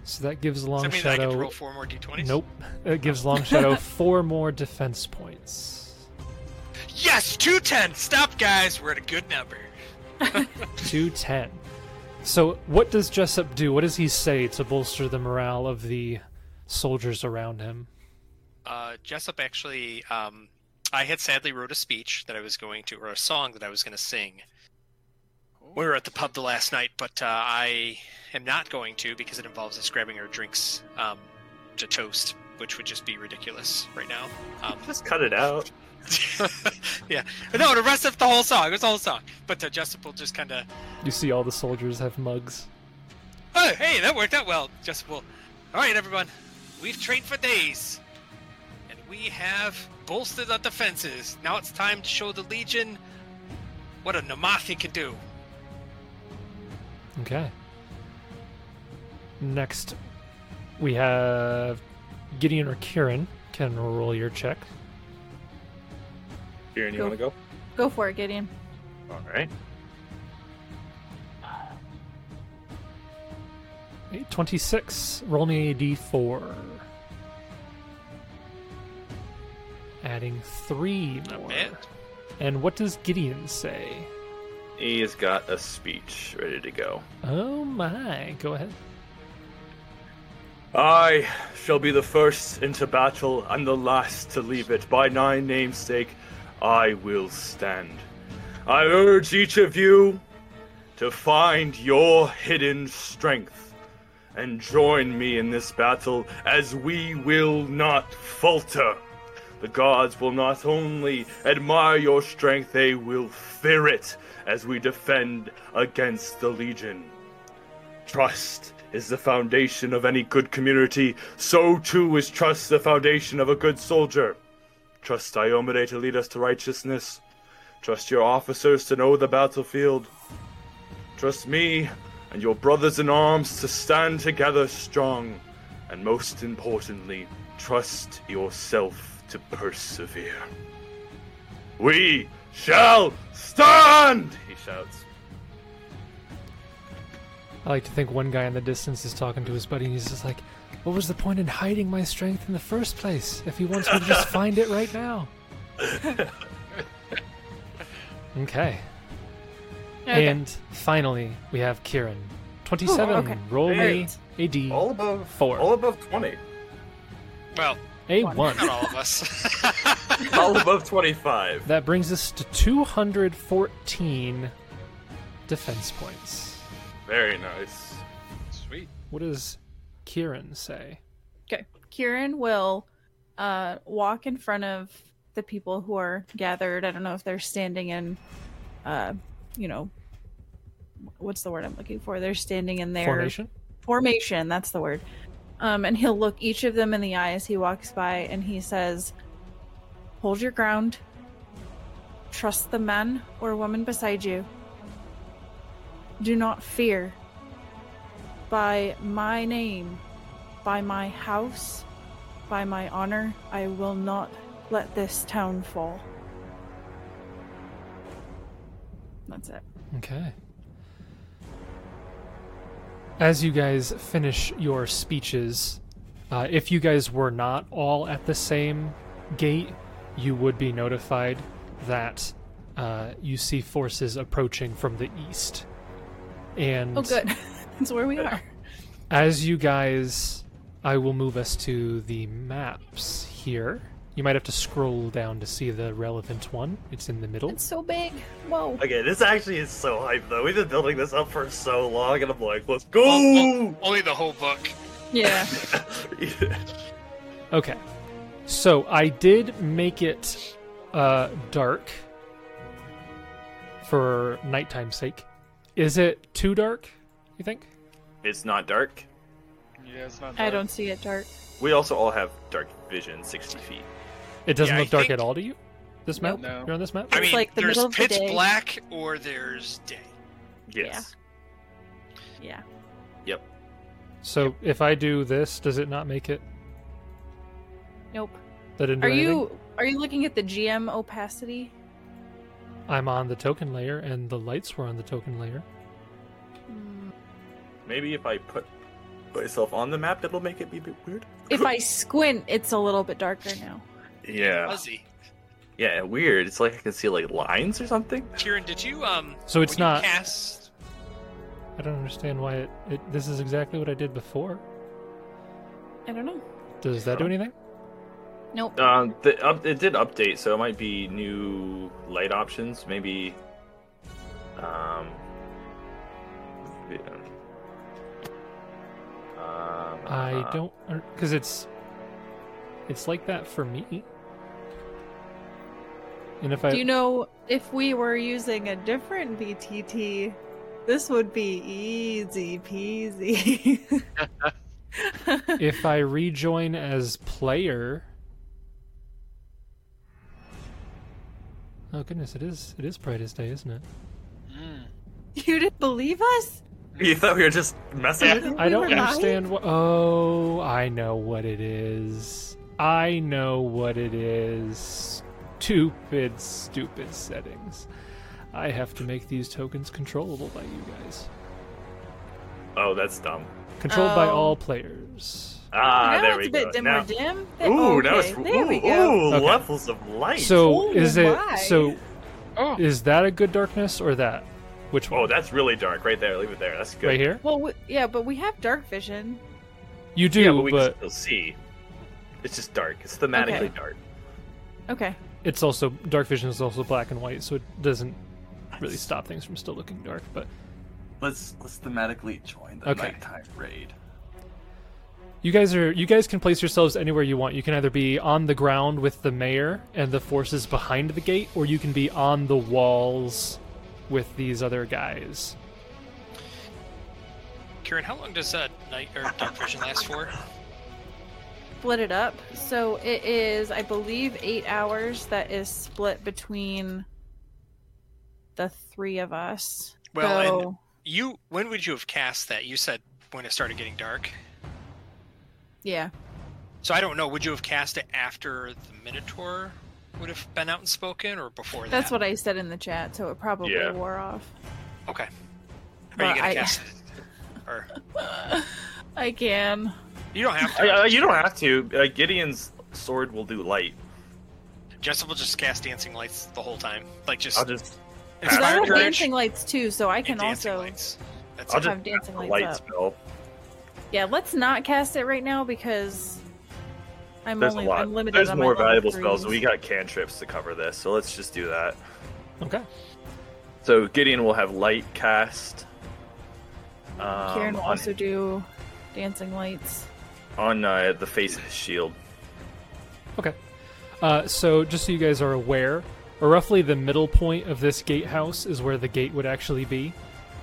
S1: So that gives Long
S4: Does that mean that I
S1: Shadow
S4: get to roll four more d20s?
S1: Nope. It
S4: Oh.
S1: gives Long Shadow 4 more defense points.
S4: Yes, two ten. Stop, guys. We're at a good number.
S1: 210. So what does Jessup do? What does he say to bolster the morale of the soldiers around him?
S4: Uh, Jessup actually, um, I had sadly wrote a speech that I was going to, or a song that I was going to sing. We were at the pub the last night, but uh, I am not going to because it involves us grabbing our drinks um, to toast, which would just be ridiculous right now. Um,
S3: Just cut it out.
S4: yeah, no, the rest of the whole song. It's the whole song, but uh, Jessup will just kind of,
S1: You see all the soldiers have mugs.
S4: oh, hey, that worked out well. Jessup will, all right, everyone, we've trained for days, and we have bolstered our defenses. Now it's time to show the Legion what a Namathi can do.
S1: Okay. Next, we have Gideon or Kieran can roll your check.
S3: Kieran, you
S5: Go.
S3: want to go?
S5: Go for it, Gideon.
S3: All right.
S1: Eight twenty-six. Roll me a d4. Adding three
S4: Not
S1: more.
S4: bad.
S1: And what does Gideon say?
S3: He has got a speech ready to go.
S1: Oh my! Go ahead.
S6: I shall be the first into battle and the last to leave it. By my namesake, I will stand. I urge each of you to find your hidden strength and join me in this battle as we will not falter. The gods will not only admire your strength, they will fear it as we defend against the Legion. Trust is the foundation of any good community, so too is trust the foundation of a good soldier. Trust Diomede to lead us to righteousness. Trust your officers to know the battlefield. Trust me and your brothers in arms to stand together strong. And most importantly, trust yourself to persevere. We shall stand! He shouts.
S1: I like to think one guy in the distance is talking to his buddy, and he's just like, "What was the point in hiding my strength in the first place? If he wants me to just find it right now." okay.
S5: Okay.
S1: And finally, we have Kieran. 27.
S5: okay.
S1: Roll me
S5: Alright.
S1: a D.
S3: All above
S1: Four.
S3: All above twenty.
S4: Well,
S1: a
S5: one.
S1: 1.
S4: not all of us.
S3: all above twenty-five.
S1: That brings us to 214 defense points.
S6: Very nice.
S2: Sweet.
S1: What does Kieran say?
S5: Okay. Kieran will uh, walk in front of the people who are gathered. I don't know if they're standing in, uh, you know, what's the word I'm looking for? They're standing in their
S1: Formation?
S5: formation that's the word um, and he'll look each of them in the eye as he walks by and he says hold your ground trust the man or woman beside you do not fear by my name by my house by my honor i will not let this town fall that's it
S1: Okay. As you guys finish your speeches, uh, if you guys were not all at the same gate, you would be notified that uh, you see forces approaching from the east. And
S5: oh good that's where we are
S1: as you guys, I will move us to the maps here. You might have to scroll down to see the relevant one. It's in the middle.
S5: it's so big whoa
S3: Okay, this actually is so hype though. We've been building this up for so long, and I'm like, let's go.
S4: Well, only the whole book.
S5: yeah
S1: Okay. So I did make it uh, dark for nighttime's sake. Is it too dark, you think?
S3: It's not dark.
S2: Yeah, it's not.
S5: i
S2: bad.
S5: don't see it dark
S3: We also all have dark vision, sixty feet.
S1: It doesn't
S4: Yeah, I
S1: look dark
S4: think-
S1: at all to you? This map?
S2: Nope. No.
S1: You're on this map?
S4: I
S5: It's
S4: mean,
S5: like the
S4: there's
S5: middle of the
S4: pitch
S5: day.
S4: black or there's day.
S3: Yes.
S5: yeah
S3: Yep.
S1: So if I do this, does it not make it?
S5: Nope.
S1: That didn't do
S5: Are
S1: anything?
S5: you are you looking at the GM opacity?
S1: I'm on the token layer and the lights were on the token layer.
S3: Maybe if I put myself on the map, that'll make it be a bit weird.
S5: If I squint, it's a little bit darker now.
S3: Yeah.
S4: Fuzzy.
S3: Yeah, weird. It's like I can see like lines or something.
S4: Kieran, did you um?
S1: So it's
S4: when you
S1: not-
S4: cast.
S1: I don't understand why it, it this is exactly what I did before.
S5: I don't know.
S1: Does that do anything?
S5: Nope.
S3: Um, the, up, it did update, so it might be new light options. Maybe. Um. yeah. Um,
S1: I don't because it's it's like that for me. And if I
S5: Do you know if we were using a different VTT, this would be easy peasy.
S1: if I rejoin as player, oh goodness, it is it is bright as day, isn't it?
S2: Mm.
S5: you didn't believe us?
S3: You thought we were just messing
S2: Yeah.
S3: with you?
S1: I
S5: We
S1: don't
S5: were lying?
S1: understand what. Oh, I know what it is. I know what it is. Stupid, stupid settings. I have to make these tokens controllable by you guys.
S3: Oh, that's dumb.
S1: Controlled by
S5: Oh.
S1: all players.
S3: Ah,
S5: now
S3: there
S5: it's
S3: we
S5: a bit
S3: go.
S5: dimmer
S3: now,
S5: dim. There-
S3: ooh,
S5: okay,
S3: now it's
S5: there
S3: ooh,
S5: we go.
S3: ooh,
S1: Okay.
S3: levels of light.
S1: So
S5: Oh
S1: is it
S5: my.
S1: so
S2: Oh,
S1: is that a good darkness or that? Which one?
S3: oh, that's really dark right there. Leave it there. That's good.
S1: right here?
S5: Well, we- yeah, but we have dark vision.
S1: You do,
S3: Yeah, but we
S1: but
S3: can still see. It's just dark. It's thematically
S5: Okay.
S3: dark.
S5: Okay.
S1: it's also dark vision is also black and white, so it doesn't really stop things from still looking dark. But
S3: Let's let's thematically join
S1: the Okay.
S3: nighttime raid.
S1: You guys are you guys can place yourselves anywhere you want. You can either be on the ground with the mayor and the forces behind the gate, or you can be on the walls with these other guys.
S4: Kieran, how long does uh, night or dark vision last for?
S5: split it up. So it is, I believe, eight hours that is split between the three of us.
S4: Well,
S5: so,
S4: You when would you have cast that? You said when it started getting dark.
S5: yeah.
S4: So I don't know. Would you have cast it after the Minotaur would have been out and spoken, or before
S5: That's
S4: that?
S5: what I said in the chat, so it probably
S3: Yeah.
S5: wore off.
S4: That's what. Okay. Are
S5: Well,
S4: you gonna
S5: I-
S4: cast it? Or
S5: I can.
S4: you don't have to.
S3: Uh, you don't have to. Uh, Gideon's sword will do light.
S4: Jessup will just cast dancing lights the whole time, like just,
S3: I'll just.
S5: Because I
S4: inspire
S5: have
S4: courage
S5: dancing lights too, so I can
S4: and dancing
S5: also
S4: lights. That's
S3: I'll
S4: it.
S3: just
S5: have dancing lights
S3: light
S5: up.
S3: spell.
S5: Yeah, let's not cast it right now because I'm
S3: There's
S5: only
S3: a lot.
S5: I'm limited.
S3: There's
S5: on my
S3: more
S5: level
S3: valuable
S5: threes.
S3: spells, and we got cantrips to cover this, so let's just do that.
S1: Okay.
S3: So Gideon will have light cast. Um,
S5: Kieran will
S3: on,
S5: also do dancing lights.
S3: on uh, the face of his shield.
S1: Okay. Uh, so, just so you guys are aware, roughly the middle point of this gatehouse is where the gate would actually be.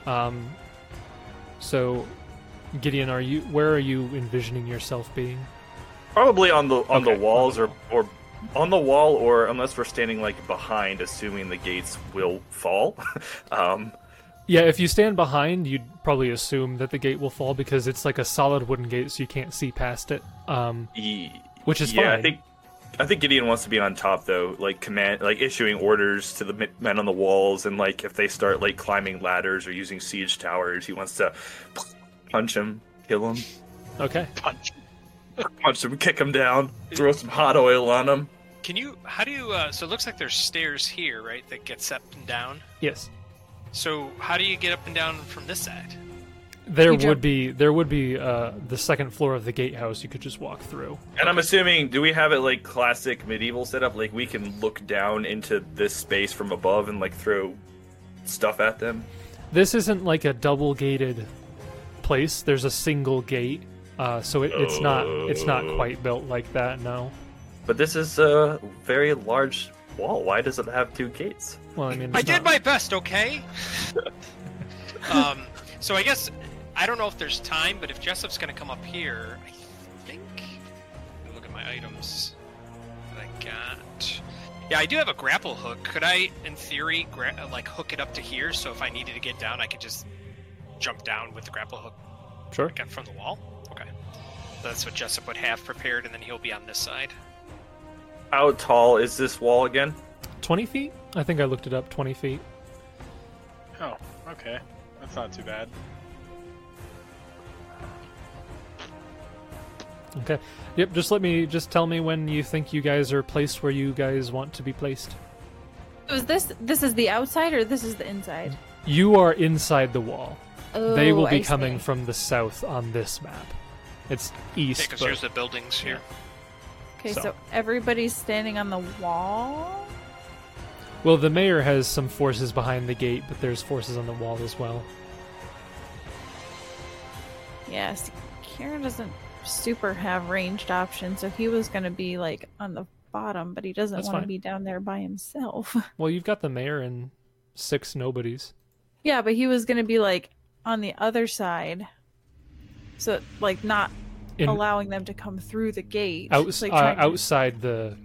S1: Um, so, Gideon, are you? Where are you envisioning yourself being?
S3: Probably on the on
S1: Okay.
S3: the walls or or on the wall or unless we're standing like behind, assuming the gates will fall. um,
S1: Yeah, if you stand behind, you'd probably assume that the gate will fall because it's like a solid wooden gate, so you can't see past it. Um,
S3: ye-
S1: Which is
S3: yeah,
S1: fine.
S3: I think I think Gideon wants to be on top though, like command, like issuing orders to the mi- men on the walls, and like if they start like climbing ladders or using siege towers, he wants to punch him, kill him,
S1: okay.
S2: Punch.
S3: punch him, kick him down, throw some hot oil on him.
S4: Can you? How do you? Uh, so it looks like there's stairs here, right? That gets up and down.
S1: Yes.
S4: So how do you get up and down from this side?
S1: There
S5: You jump-
S1: would be there would be uh, the second floor of the gatehouse. You could just walk through.
S3: And I'm assuming, do we have it like classic medieval setup? Like we can look down into this space from above and like throw stuff at them.
S1: This isn't like a double gated place. There's a single gate, uh, so it, it's not it's not quite built like that. No.
S3: But this is a very large wall. Why does it have two gates?
S1: Well, I mean,
S4: I
S1: it's
S4: did
S1: not-
S4: my best, okay? um, so I guess I don't know if there's time, but if Jessup's gonna come up here, I think. let me Look at my items that I got. Yeah, I do have a grapple hook. Could I, in theory, gra- like hook it up to here? So if I needed to get down, I could just jump down with the grapple hook
S1: sure.
S4: I got from the wall. Okay, that's what Jessup would have prepared, and then he'll be on this side.
S3: How tall is this wall again?
S1: Twenty feet. I think I looked it up. Twenty feet.
S2: Oh, okay. That's not too bad.
S1: Okay. Yep. Just let me just tell me when you think you guys are placed where you guys want to be placed.
S5: So is this this is the outside or this is the inside?
S1: You are inside the wall. they will
S5: Oh,
S1: be
S5: I
S1: coming
S5: see.
S1: from the south on this map. It's east.
S4: Because
S1: but-
S4: here's the buildings here.
S5: Okay,
S1: so.
S5: so everybody's standing on the wall.
S1: Well, the mayor has some forces behind the gate, but there's forces on the wall as well.
S5: Yes, Kieran doesn't super have ranged options, so he was going to be like on the bottom, but he doesn't
S1: That's
S5: want to
S1: fine.
S5: be down there by himself.
S1: Well, you've got the mayor and six nobodies.
S5: yeah, but he was going to be like on the other side, so like not
S1: In,
S5: allowing them to come through the gate.
S1: outs-
S5: like,
S1: uh,
S5: trying to-
S1: outside the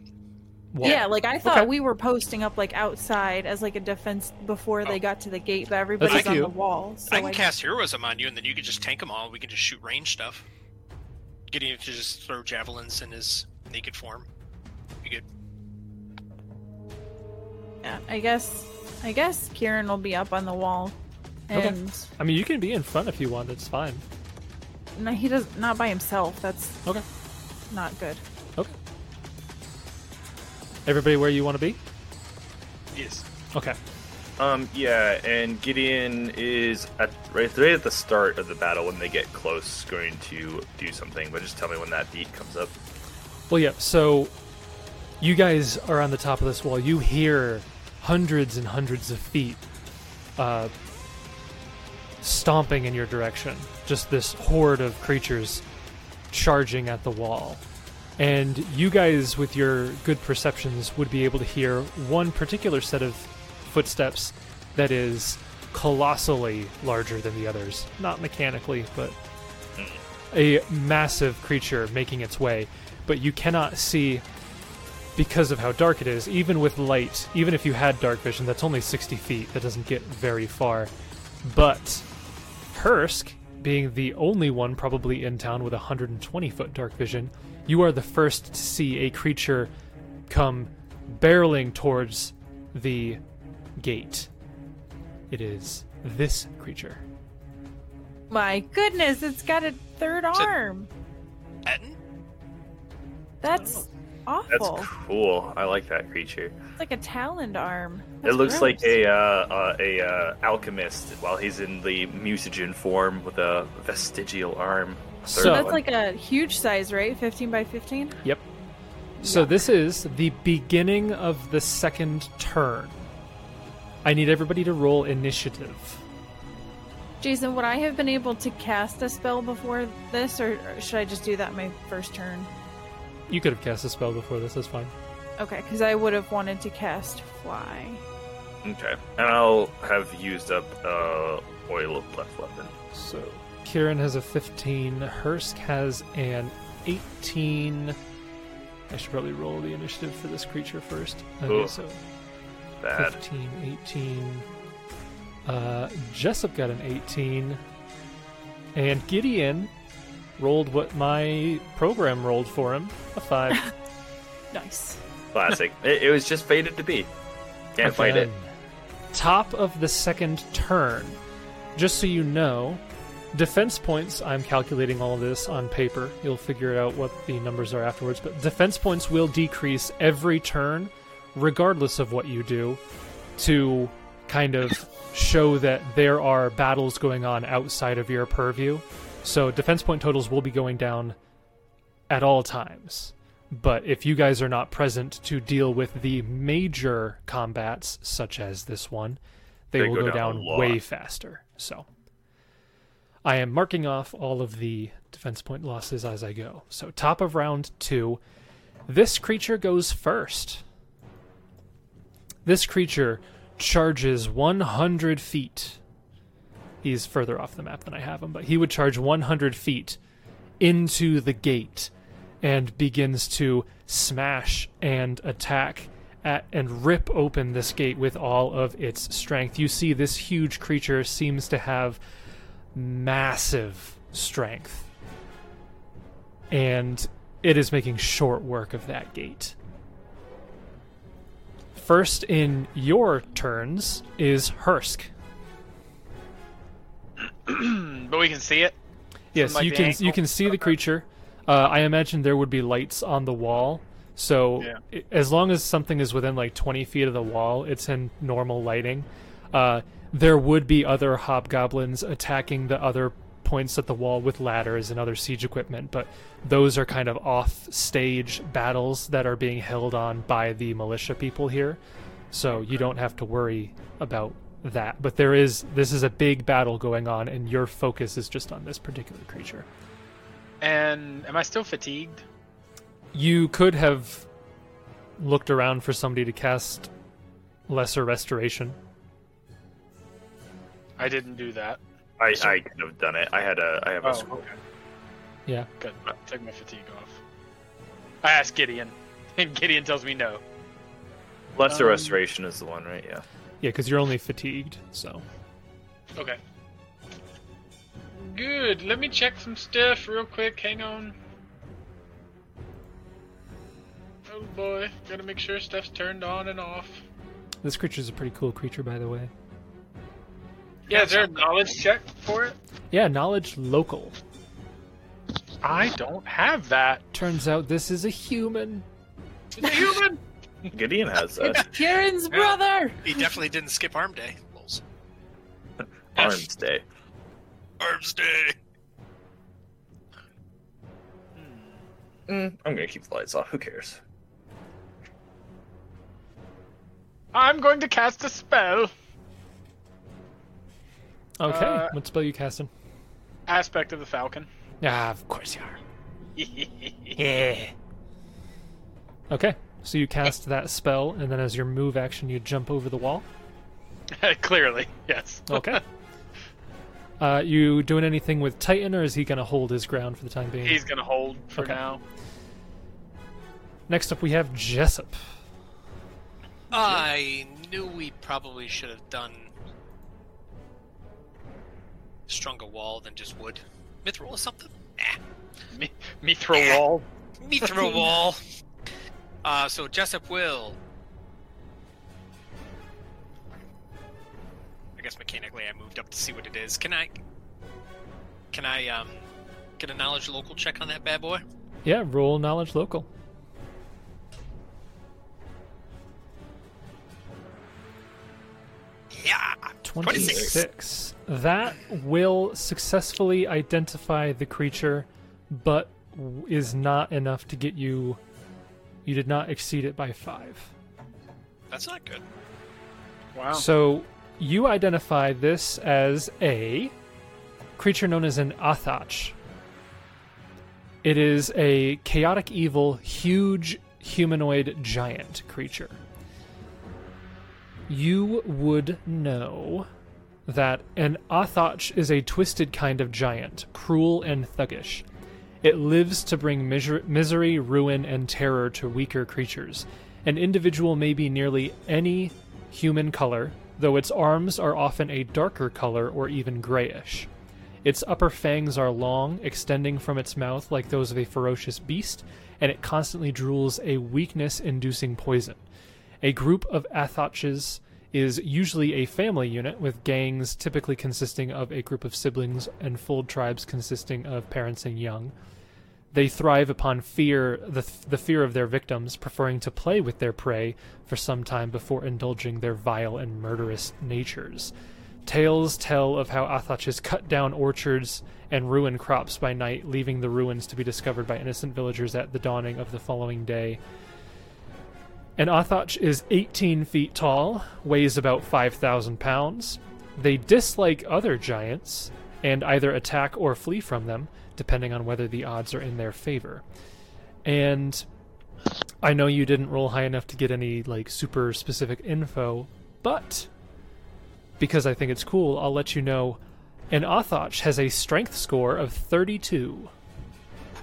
S1: wall.
S5: Yeah, like I thought
S1: Okay.
S5: we were posting up like outside as like a defense before
S4: Oh.
S5: they got to the gate, but everybody's on
S1: cute.
S5: the wall. So
S4: I can cast heroism on you, and then you can just tank them all. We can just shoot range stuff. Gideon to just throw javelins in his naked form. You could.
S5: Yeah, I guess I guess Kieran will be up on the wall,
S1: Okay.
S5: and
S1: I mean, you can be in front if you want. It's fine.
S5: no, he does not by himself. That's
S1: Okay.
S5: not good.
S1: Okay. Everybody, where you want to be?
S2: Yes.
S1: Okay.
S3: Um, yeah, and Gideon is at right, right at the start of the battle when they get close, going to do something. But just tell me when that beat comes up.
S1: Well, yeah, so you guys are on the top of this wall. You hear hundreds and hundreds of feet uh, stomping in your direction. Just this horde of creatures charging at the wall. And you guys, with your good perceptions, would be able to hear one particular set of footsteps that is colossally larger than the others. Not mechanically, but a massive creature making its way. But you cannot see because of how dark it is, even with light, even if you had dark vision, that's only 60 feet. That doesn't get very far. But Hursk, being the only one probably in town with 120 foot dark vision, you are the first to see a creature come barreling towards the gate. It is this creature.
S5: My goodness, it's got a third arm.
S4: Etten?
S5: That's
S3: That's
S5: awful.
S3: cool. I like that creature.
S5: It's like a taloned arm.
S3: It
S5: That's
S3: looks like
S5: gross.
S3: a uh, uh, a uh, alchemist while he's in the mutagen form with a vestigial arm.
S1: So-
S3: Third
S5: That's
S3: one.
S5: like a huge size, right? 15 by 15?
S1: Yep. So this is the beginning of the second turn. I need everybody to roll initiative.
S5: Jason, would I have been able to cast a spell before this, or or should I just do that my first turn?
S1: You could have cast a spell before this, that's fine.
S5: Okay, because I would have wanted to cast Fly.
S3: okay, and I'll have used up uh, oil of left weapon.
S1: So Kieran has a 15, Hursk has an 18. I should probably roll the initiative for this creature first.
S3: Ooh.
S1: Okay, so
S3: Bad.
S1: 15, 18. Uh, Jessup got an 18. And Gideon rolled what my program rolled for him a 5.
S5: Nice.
S3: Classic. it, it was just fated to be. Can't fight it.
S1: Again. Top of the second turn. Just so you know, defense points, I'm calculating all of this on paper. You'll figure out what the numbers are afterwards, but defense points will decrease every turn, regardless of what you do, to kind of show that there are battles going on outside of your purview. So defense point totals will be going down at all times. But if you guys are not present to deal with the major combats, such as this one, they,
S3: They
S1: will
S3: go
S1: go,
S3: down a
S1: down,
S3: lot.
S1: way faster. So I am marking off all of the defense point losses as I go. So, top of round two, this creature goes first. This creature charges 100 feet. He's further off the map than I have him, but he would charge 100 feet into the gate and begins to smash and attack at, and rip open this gate with all of its strength. You see, this huge creature seems to have massive strength, and it is making short work of that gate. First in your turns is Hursk.
S2: Mm, but we can see it.
S1: Yes,
S2: like
S1: you
S2: the
S1: can
S2: ankle?
S1: you can see the creature. Uh, I imagine there would be lights on the wall, so
S2: Yeah.
S1: i- as long as something is within like twenty feet of the wall, it's in normal lighting. Uh, there would be other hobgoblins attacking the other points at the wall with ladders and other siege equipment, but those are kind of off-stage battles that are being held on by the militia people here, so you don't have to worry about that. But there is this is a big battle going on, and your focus is just on this particular creature.
S2: And am I still fatigued?
S1: You could have looked around for somebody to cast lesser restoration.
S2: I didn't do that.
S3: I, I could have done it. I had a I have a
S2: Oh,
S3: scroll.
S2: okay.
S1: Yeah.
S2: Good. Took my fatigue off. I asked Gideon, and Gideon tells me no.
S3: Lesser
S2: Um,
S3: restoration is the one, right? Yeah.
S1: Yeah, because you're only fatigued, so.
S2: Okay. Good. Let me check some stuff real quick. Hang on. Oh boy, gotta make sure stuff's turned on and off.
S1: This creature's a pretty cool creature, by the way.
S2: Yeah, is there a knowledge check for it?
S1: Yeah, knowledge local.
S2: I don't have that.
S1: Turns out this is a human.
S2: It's a human.
S3: Gideon has that.
S5: It's Kieran's brother!
S4: He definitely didn't skip arm day. Lolz.
S3: Arms day.
S4: Arms day.
S3: Mm, I'm gonna keep the lights off. Who cares?
S2: I'm going to cast a spell.
S1: Okay,
S2: Uh,
S1: what spell you casting?
S2: Aspect of the falcon.
S1: Ah, of course you are. Yeah. Okay, so you cast that spell, and then as your move action, you jump over the wall.
S2: Clearly, yes.
S1: Okay. uh, you doing anything with Titan, or is he going to hold his ground for the time being?
S2: He's gonna hold for
S1: Okay.
S2: now.
S1: Next up, we have Jessup.
S4: I knew we probably should have done stronger wall than just wood. Mithril or something? Eh.
S2: Mi- Mithril wall.
S4: Mithril wall. Uh, so Jessup will. I guess mechanically I moved up to see what it is. Can I? Can I um get a knowledge local check on that bad boy?
S1: Yeah, roll knowledge local.
S4: Yeah.
S1: 26. That will successfully identify the creature, but w- is not enough to get you. You did not exceed it by five.
S4: That's not good.
S2: Wow.
S1: So you identify this as a creature known as an Athach. It is a chaotic evil, huge humanoid giant creature. You would know that an Athach is a twisted kind of giant, cruel and thuggish. It lives to bring miser- misery, ruin, and terror to weaker creatures. An individual may be nearly any human color, though its arms are often a darker color or even grayish. Its upper fangs are long, extending from its mouth like those of a ferocious beast, and it constantly drools a weakness inducing poison. A group of Athatches is usually a family unit, with gangs typically consisting of a group of siblings and full tribes consisting of parents and young. They thrive upon fear, the, the fear of their victims, preferring to play with their prey for some time before indulging their vile and murderous natures. Tales tell of how Athatches cut down orchards and ruin crops by night, leaving the ruins to be discovered by innocent villagers at the dawning of the following day. An Othach is 18 feet tall, weighs about 5,000 pounds. They dislike other giants and either attack or flee from them, depending on whether the odds are in their favor. And I know you didn't roll high enough to get any like super specific info, but because I think it's cool, I'll let you know. An Othach has a strength score of 32.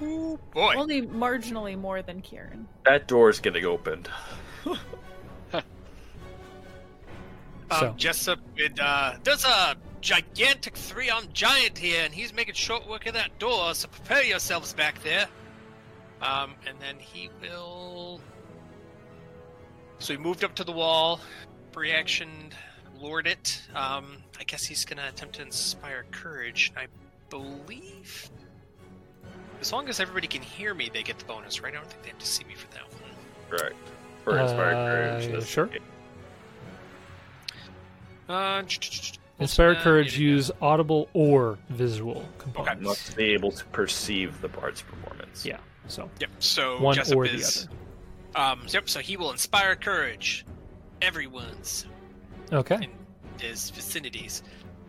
S4: Ooh, boy.
S5: Only marginally more than Kieran.
S3: That door's getting opened.
S1: So.
S4: Um, Jessup, with, uh, there's a gigantic three armed giant here, and he's making short work of that door, so prepare yourselves back there. Um, and then he will. So he moved up to the wall, reactioned, lured it. Um, I guess he's gonna attempt to inspire courage. I believe. As long as everybody can hear me, they get the bonus, right? I don't think they have to see me for that one.
S3: Correct. For inspired
S1: Uh,
S3: courage. that's-
S1: sure.
S4: Uh,
S1: Inspire
S4: uh,
S1: courage,
S4: yeah, yeah.
S1: use audible or visual components.
S3: Must be able to perceive the bard's performance.
S1: Yeah, so
S4: Yep. So
S1: one
S4: Jessup
S1: or
S4: is, Um. Yep. So he will inspire courage, everyone's
S1: the other. Okay.
S4: in his vicinities.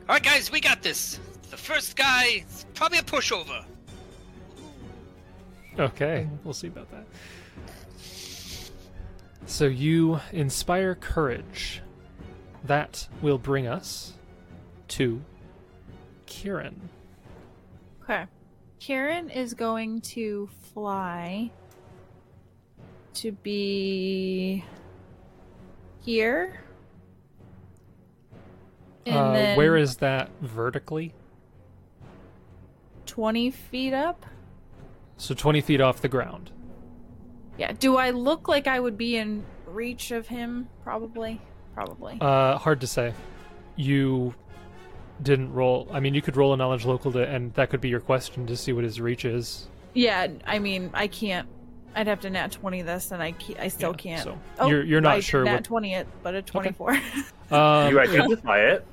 S4: All right, guys, we got this. The first guy is probably a pushover.
S1: Okay, we'll see about that. So you inspire courage. That will bring us to Kieran.
S5: Okay. Kieran is going to fly to be here. And
S1: Uh,
S5: then
S1: Where is that vertically?
S5: 20 feet up?
S1: So 20 feet off the ground.
S5: Yeah. Do I look like I would be in reach of him? Probably. Probably.
S1: Uh, hard to say. You didn't roll. I mean, you could roll a knowledge local, to, and that could be your question to see what his reach is.
S5: yeah. I mean, I can't. I'd have to nat 20 this, and I, ca- I still
S1: Yeah,
S5: can't.
S1: So
S5: Oh,
S1: you're, you're not
S5: I
S1: sure
S5: Nat
S1: what.
S5: 20 it, but a 24.
S1: Um,
S3: You identify it.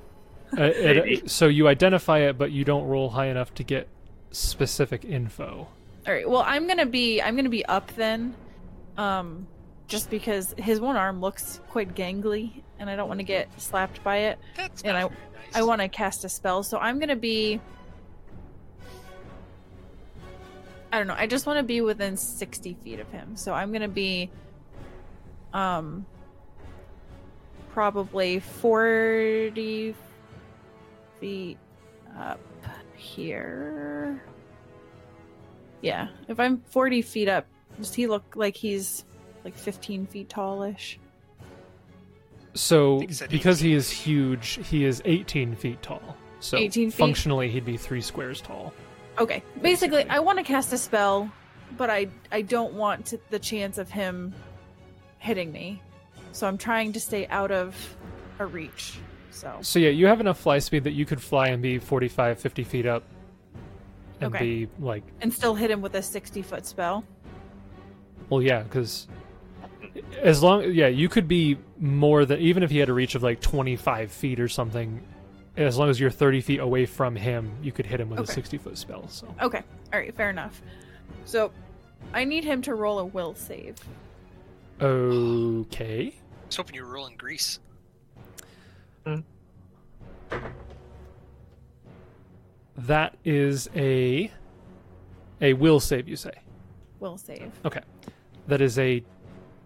S1: Uh, it-
S3: Maybe.
S1: so you identify it, but you don't roll high enough to get specific info.
S5: All right. Well, I'm gonna be I'm gonna be up then, um, just because his one arm looks quite gangly, and I don't want to get slapped by it.
S4: That's
S5: And
S4: not very nice.
S5: I want to cast a spell, so I'm gonna be I don't know. I just want to be within 60 feet of him. So I'm going to be um probably 40 feet up here. Yeah. If I'm 40 feet up, does he look like he's like 15 feet tallish?
S1: So
S4: think he said
S1: because he is huge, he is 18 feet tall. So
S5: 18 feet?
S1: functionally, he'd be three squares tall.
S5: Okay. Basically,
S1: Basically.
S5: I want to cast a spell, but I I don't want to, the chance of him hitting me. So I'm trying to stay out of a reach. So
S1: So yeah, you have enough fly speed that you could fly and be 45, 50 feet up, and
S5: Okay.
S1: be like,
S5: and still hit him with a 60 foot spell.
S1: well, yeah, because as long, yeah, you could be more than even if he had a reach of like 25 feet or something. As long as you're 30 feet away from him, you could hit him with
S5: Okay.
S1: a 60 foot spell. So
S5: Okay. All right, fair enough. So I need him to roll a will save.
S1: okay,
S4: I was hoping you were rolling grease.
S1: that is a a will save. You say
S5: Will save.
S1: that is a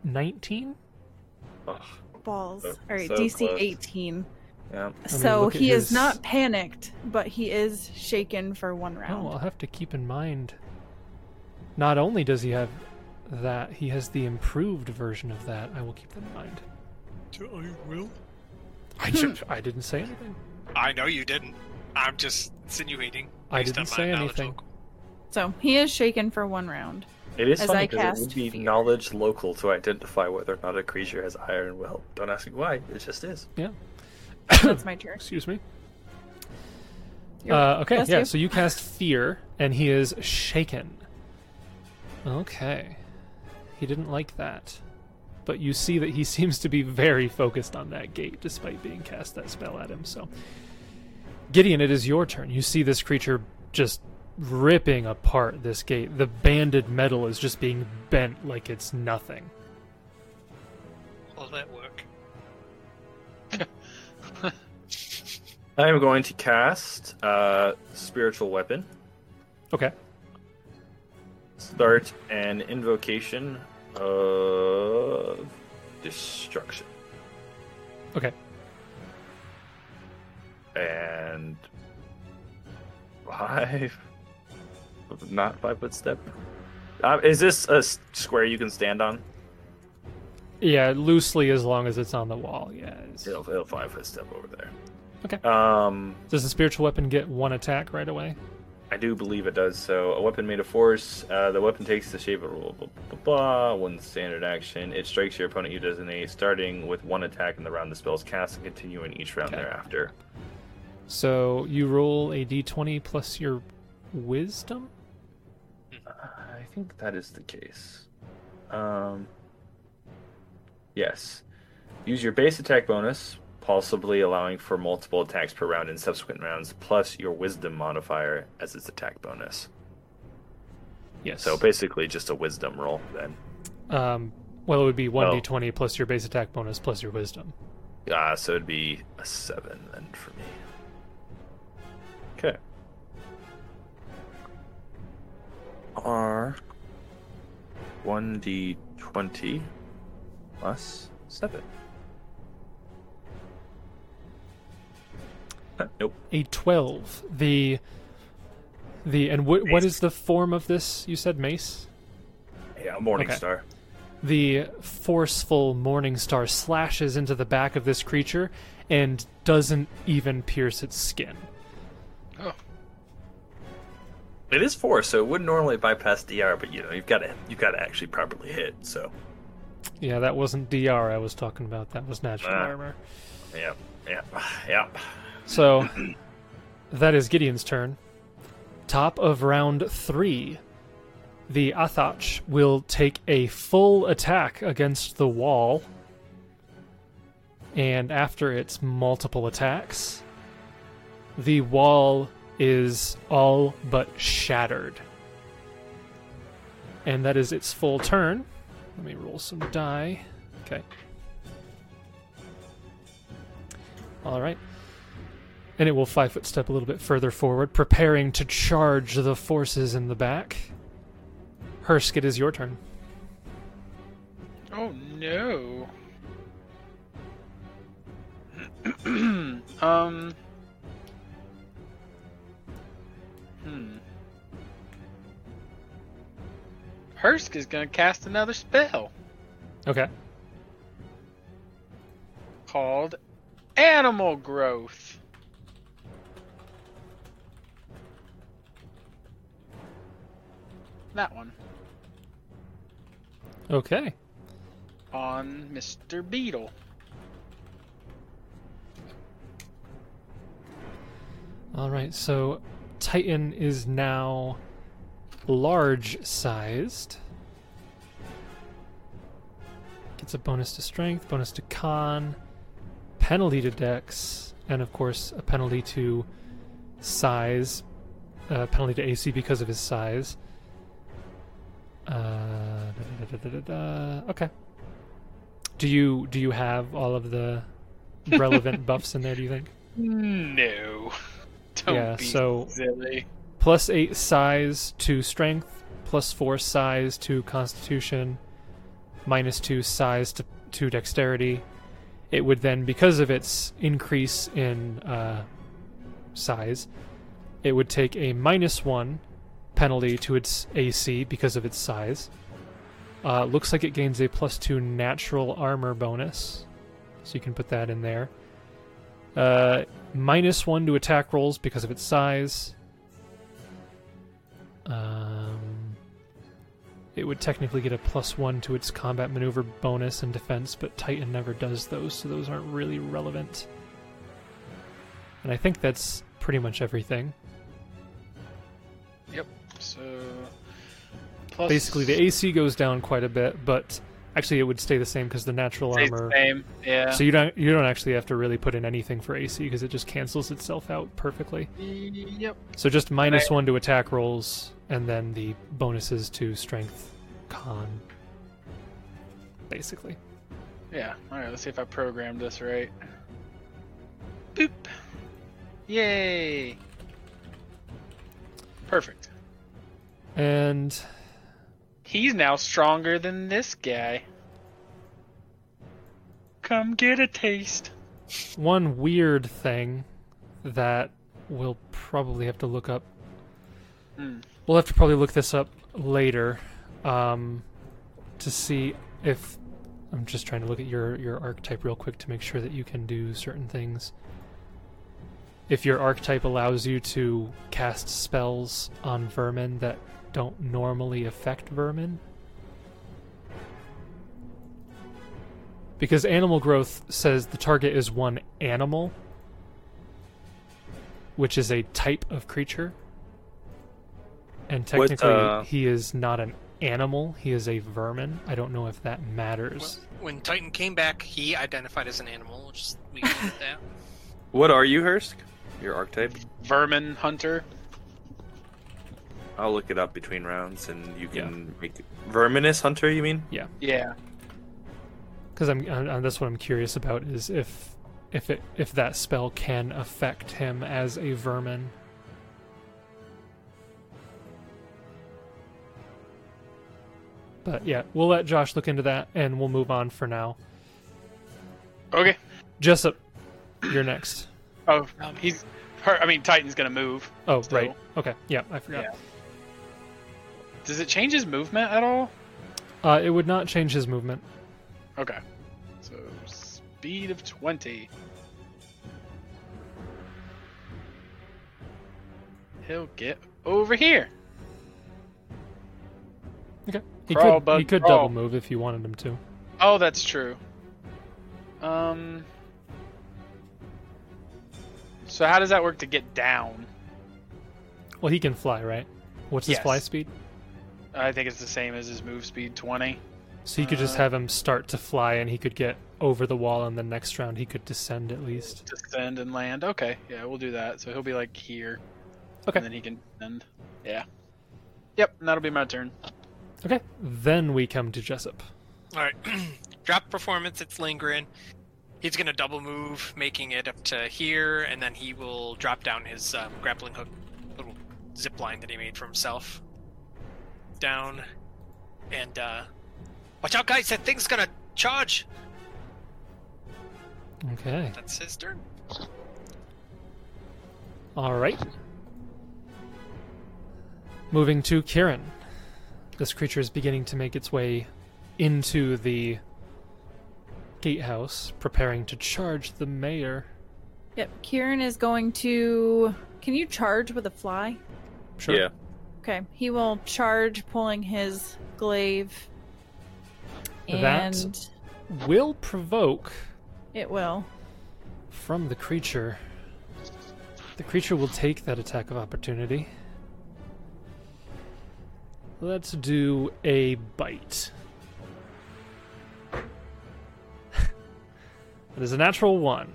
S1: 19.
S5: Balls.
S7: So-
S5: All right,
S7: so
S5: DC
S7: close.
S5: 18.
S7: Yeah.
S5: So
S1: look at
S5: he
S1: his-
S5: is not panicked, but he is shaken for one round.
S1: Oh, I'll have to keep in mind. Not only does he have that, he has the improved version of that. I will keep that in mind.
S4: I will.
S1: I, ju- I didn't say anything.
S4: I know you didn't. I'm just insinuating.
S1: I
S4: based
S1: didn't
S4: on my
S1: say
S4: knowledge
S1: anything.
S4: local.
S5: So he is shaken for one round.
S3: It is
S5: As
S3: funny
S5: I
S3: because it
S5: cast
S3: would be
S5: fear.
S3: knowledge local to identify whether or not a creature has iron will. Don't ask me why. It just is.
S5: That's my turn.
S1: Excuse me.
S5: You're
S1: Uh, okay,
S5: Bless
S1: yeah,
S5: you.
S1: so you cast Fear, and he is shaken. Okay. He didn't like that. But you see that he seems to be very focused on that gate, despite being cast that spell at him, so. Gideon, it is your turn. You see this creature just ripping apart this gate. The banded metal is just being bent like it's nothing.
S4: Will that work?
S3: I am going to cast uh, spiritual weapon.
S1: Okay.
S3: Start an invocation of destruction.
S1: Okay.
S3: And five, not five foot step. Uh, is this a s- square you can stand on?
S1: Yeah, loosely as long as it's on the wall. Yeah. it's-
S3: It'll, it'll five foot step over there.
S1: Okay.
S3: Um,
S1: Does the spiritual weapon get one attack right away?
S3: I do believe it does. So, a weapon made of force. Uh, the weapon takes the shape of blah, blah, blah, blah, one standard action. It strikes your opponent you designate, starting with one attack in the round the spell is cast, and continuing each round
S1: Okay.
S3: thereafter.
S1: So you roll a d20 plus your wisdom.
S3: I think that is the case. Um, yes. Use your base attack bonus, possibly allowing for multiple attacks per round in subsequent rounds, plus your wisdom modifier as its attack bonus.
S1: Yes.
S3: So basically, just a wisdom roll then.
S1: um, well, it would be one d20 plus your base attack bonus plus your wisdom.
S3: Uh, so it'd be a seven then for me. Okay. R. One D twenty plus seven. Uh, Nope.
S1: A 12. The the and what what is the form of this? You said mace.
S3: Yeah, Morning
S1: Okay.
S3: Star.
S1: The forceful morning star slashes into the back of this creature and doesn't even pierce its skin.
S2: Oh,
S3: It is four, so it would normally bypass DR, but you know you've got to you've got to actually properly hit. So
S1: Yeah, that wasn't DR I was talking about. That was natural
S3: Ah.
S1: armor.
S3: yeah, yeah, yeah.
S1: So that is Gideon's turn. Top of round three, the Athach will take a full attack against the wall. And after its multiple attacks, the wall is all but shattered. And that is its full turn. Let me roll some die. Okay. All right and it will five foot step a little bit further forward, preparing to charge the forces in the back. Hursk, it is your turn.
S2: Oh no. um. Hmm. Hursk is gonna cast another spell
S1: Okay.
S2: called Animal Growth. That one
S1: Okay.
S2: on Mr. Beetle.
S1: All right. So Titan is now large sized. Gets a bonus to strength, bonus to con, penalty to dex, and of course a penalty to size, uh, penalty to AC because of his size. Uh, da, da, da, da, da, da. Okay. Do you do you have all of the relevant buffs in there? Do you think?
S2: No. Don't
S1: Hmm. Yeah,
S2: be
S1: so-
S2: silly.
S1: plus eight size to strength, plus four size to constitution, minus two size to, to dexterity. It would then, because of its increase in uh, size, it would take a minus one penalty to its AC because of its size. Uh, looks like it gains a plus two natural armor bonus, so you can put that in there. Uh, minus one to attack rolls because of its size. Um, it would technically get a plus one to its combat maneuver bonus and defense, but Titan never does those, so those aren't really relevant. And I think that's pretty much everything.
S2: Yep. So. Plus
S1: Basically, the AC goes down quite a bit, but actually, it would stay the same because the natural
S2: stays the
S1: armor.
S2: Same. Yeah.
S1: So you don't you don't actually have to really put in anything for AC because it just cancels itself out perfectly.
S2: Yep.
S1: So just minus one to attack rolls, and then the bonuses to strength, con, basically.
S2: Yeah. All right. Let's see if I programmed this right. Boop. Yay. Perfect.
S1: And
S2: He's now stronger than this guy. Come get a taste.
S1: one weird thing that we'll probably have to look up.
S2: Hmm.
S1: We'll have to probably look this up later um, to see if. I'm just trying to look at your, your archetype real quick to make sure that you can do certain things. If your archetype allows you to cast spells on vermin that don't normally affect vermin. Because animal growth says the target is one animal, which is a type of creature. And
S3: What,
S1: technically,
S3: uh,
S1: he is not an animal, he is a vermin. I don't know if that matters.
S4: When Titan came back, he identified as an animal, which is we can get that.
S3: What are you, Hursk? Your archetype?
S2: Vermin hunter.
S3: I'll look it up between rounds, and you can make verminous hunter. You mean?
S2: Yeah.
S1: Because I'm, I'm I'm- that's what I'm curious about is if if it if that spell can affect him as a vermin. But yeah, we'll let Josh look into that, and we'll move on for now.
S2: Okay.
S1: Jessup, you're next.
S2: Oh, he's. Her, I mean, Titan's gonna move.
S1: Oh,
S2: So-
S1: right. Okay. Yeah, I forgot.
S2: Does it change his movement at all?
S1: Uh, it would not change his movement.
S2: Okay. So speed of twenty. He'll get over here.
S1: Okay. He
S2: Crawl,
S1: could he
S2: bud,
S1: could
S2: crawl.
S1: double move if you wanted him to.
S2: Oh, that's true. Um. So how does that work to get down?
S1: Well, he can fly, right? What's his
S2: Yes.
S1: fly speed?
S2: I think it's the same as his move speed, twenty.
S1: So you could just
S2: Uh,
S1: have him start to fly, and he could get over the wall, and the next round he could descend at least.
S2: Descend and land. Okay, yeah, we'll do that. So he'll be like here.
S1: Okay.
S2: And then he can descend. Yeah. Yep, and that'll be my turn.
S1: Okay. Then we come to Jessup.
S4: All right, drop performance. It's lingering. He's gonna double move, making it up to here, and then he will drop down his um, grappling hook, little zip line that he made for himself. Down, And uh, watch out, guys! That thing's gonna charge.
S1: Okay.
S4: That's his turn.
S1: All right. Moving to Kieran. This creature is beginning to make its way into the gatehouse, preparing to charge the mayor.
S5: Yep. Kieran is going to. Can you charge with a fly?
S1: Sure.
S3: Yeah.
S5: Okay. He will charge, pulling his glaive.
S1: That-
S5: And
S1: Will provoke
S5: it will.
S1: from the creature. The creature will take that attack of opportunity. Let's do a bite. that is a natural one.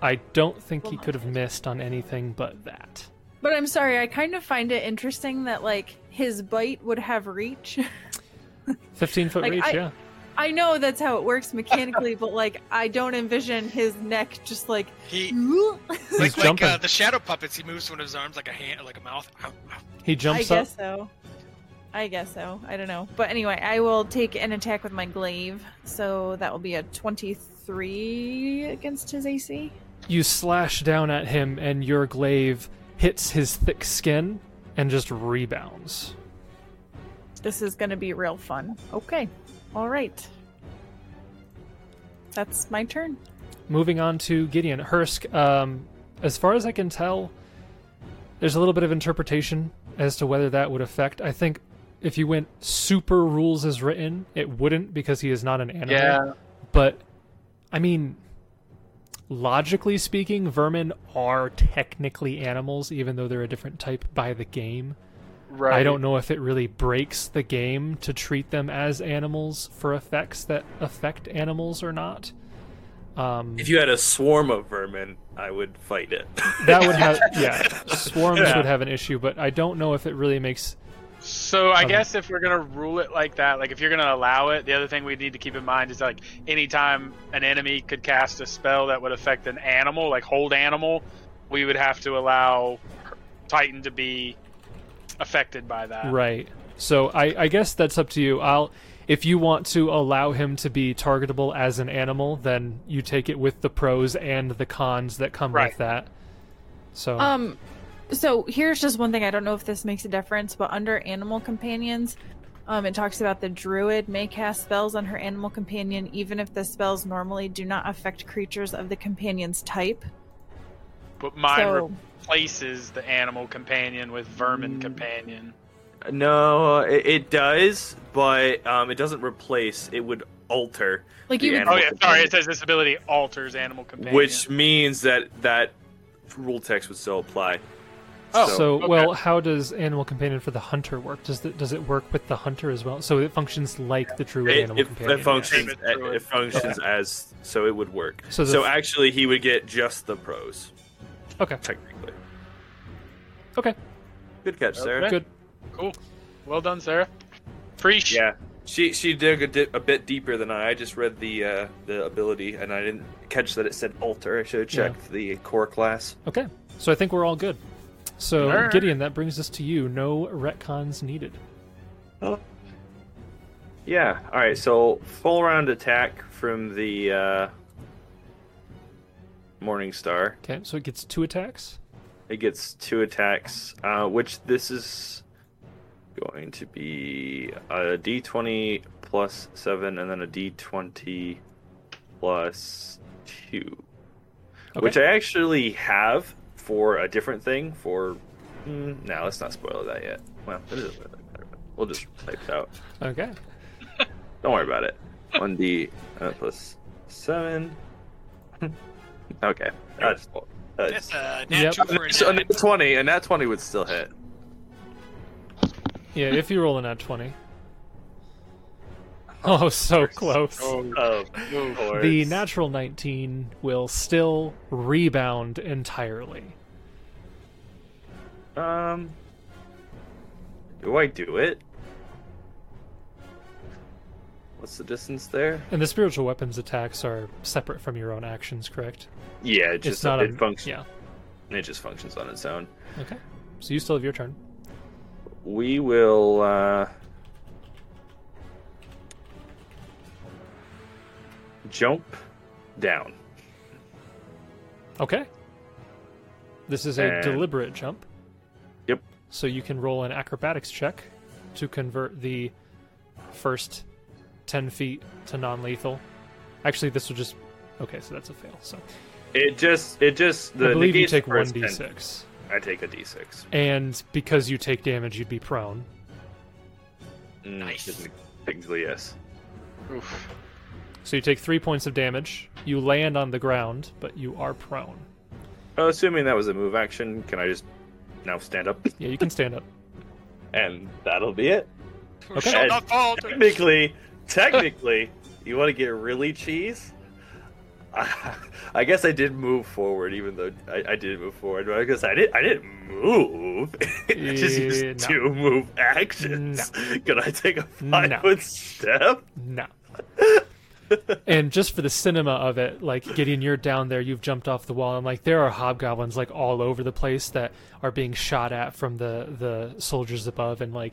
S1: I don't think he could have missed on anything but that.
S5: But I'm sorry, I kind of find it interesting that, like, his bite would have reach.
S1: 15 foot
S5: Like,
S1: reach,
S5: I-
S1: yeah.
S5: I know that's how it works mechanically, but, like, I don't envision his neck just like.
S4: He
S5: I
S4: like like
S1: jumping.
S4: uh, the shadow puppets. He moves one of his arms like a hand, like a mouth. Ow, ow.
S1: He jumps up.
S5: guess so. I guess so. I don't know. But anyway, I will take an attack with my glaive. So that will be a 23 against his AC.
S1: You slash down at him, and your glaive hits his thick skin and just rebounds.
S5: This is going to be real fun. Okay. All right. That's my turn.
S1: moving on to Gideon Hursk. Um, as far as I can tell, there's a little bit of interpretation as to whether that would affect. I think if you went super rules as written, it wouldn't because he is not an animal.
S2: Yeah.
S1: But I mean, logically speaking, vermin are technically animals, even though they're a different type by the game.
S2: Right.
S1: I don't know if it really breaks the game to treat them as animals for effects that affect animals or not. Um,
S6: If you had a swarm of vermin, I would fight it.
S1: that would have yeah swarms
S6: Yeah.
S1: would have an issue but i don't know if it really makes
S2: So I
S1: Um,
S2: guess if we're gonna rule it like that, like if you're gonna allow it, the other thing we need to keep in mind is like anytime an enemy could cast a spell that would affect an animal, like hold animal, we would have to allow Titan to be affected by that.
S1: right so I, I guess that's up to you i'll if you want to allow him to be targetable as an animal then you take it with the pros and the cons that come
S2: Right.
S1: with that so
S5: Um, so here's just one thing. I don't know if this makes a difference, but under animal companions, um, it talks about the druid may cast spells on her animal companion, even if the spells normally do not affect creatures of the companion's type.
S2: But mine
S5: so
S2: replaces the animal companion with vermin
S1: Mm.
S2: companion.
S3: No, it, it does, but um, it doesn't replace. It would alter,
S5: like
S3: the
S5: you would
S2: Oh
S3: Animal
S2: yeah, sorry.
S3: companion.
S2: It says this ability alters animal companion.
S3: which means that that rule text would still apply.
S2: oh,
S1: so
S2: okay.
S1: well how does animal companion for the hunter work does it does it work with the hunter as well so it functions like the druid
S3: It,
S1: animal
S3: it,
S1: companion
S3: it functions.
S2: Same as
S3: It,
S2: Druid.
S3: it functions as so it would work.
S1: So
S3: So,
S1: the-
S3: actually, he would get just the pros
S1: okay
S3: technically.
S1: okay
S3: Good catch, Sarah.
S1: good
S2: cool. Well done, Sarah. Preach.
S3: Yeah, she she dug a, di- a bit deeper than I. I just read the uh, the ability, and I didn't catch that it said alter. I should have
S1: Yeah.
S3: checked the core class.
S1: Okay, so I think we're all good. So
S2: Alright.
S1: Gideon, that brings us to you. No retcons needed.
S3: Oh. Yeah. All right. So full round attack from the uh, Morning Star.
S1: Okay, so it gets two attacks.
S3: It gets two attacks, uh, which this is going to be a D20 plus seven, and then a D20 plus two,
S1: Okay.
S3: which I actually have for a different thing. For mm, no, let's not spoil that yet. Well, it doesn't really matter. We'll just type it out.
S1: Okay,
S3: Don't worry about it. One D uh, plus seven. okay, that's that's.
S4: That's a nat
S1: Yep.
S4: two uh, for a
S3: So a
S4: nat.
S3: nat twenty, and that twenty would still hit.
S1: yeah, if you roll a nat twenty. Oh, so close.
S3: Oh,
S1: The natural 19 will still rebound entirely.
S3: Um, do I do it? What's the distance there?
S1: And the spiritual weapons attacks are separate from your own actions, correct?
S3: Yeah, it just
S1: it's not
S3: it
S1: a
S3: functions.
S1: Yeah.
S3: It just functions on its own.
S1: Okay. So you still have your turn.
S3: We will. uh jump down.
S1: Okay. This is a
S3: And-
S1: deliberate jump.
S3: Yep.
S1: So you can roll an acrobatics check to convert the first 10 feet to non lethal. Actually, this will just. Okay, so that's a fail. So
S3: It just, it just, the
S1: I believe you
S3: negates
S1: take
S3: the first 10.
S1: 1d6.
S3: I take a d6.
S1: And because you take damage, you'd be prone.
S3: Mm,
S4: Nice.
S3: just Technically, yes.
S2: Oof.
S1: So you take three points of damage. You land on the ground, but you are prone.
S3: Oh, assuming that was a move action, can I just now stand up?
S1: Yeah, you can stand up.
S3: And that'll be it.
S4: We shall not fall.
S6: Technically, technically, you want to get really cheese? I, I guess I did move forward, even though I, I didn't move forward. But I guess I didn't. I didn't move. I just
S1: Eh,
S6: used
S1: no.
S6: two move actions. Could I take a
S1: No.
S6: five foot step?
S1: No. and just for the cinema of it, like Gideon, you're down there, you've jumped off the wall, and like there are hobgoblins like all over the place that are being shot at from the the soldiers above, and like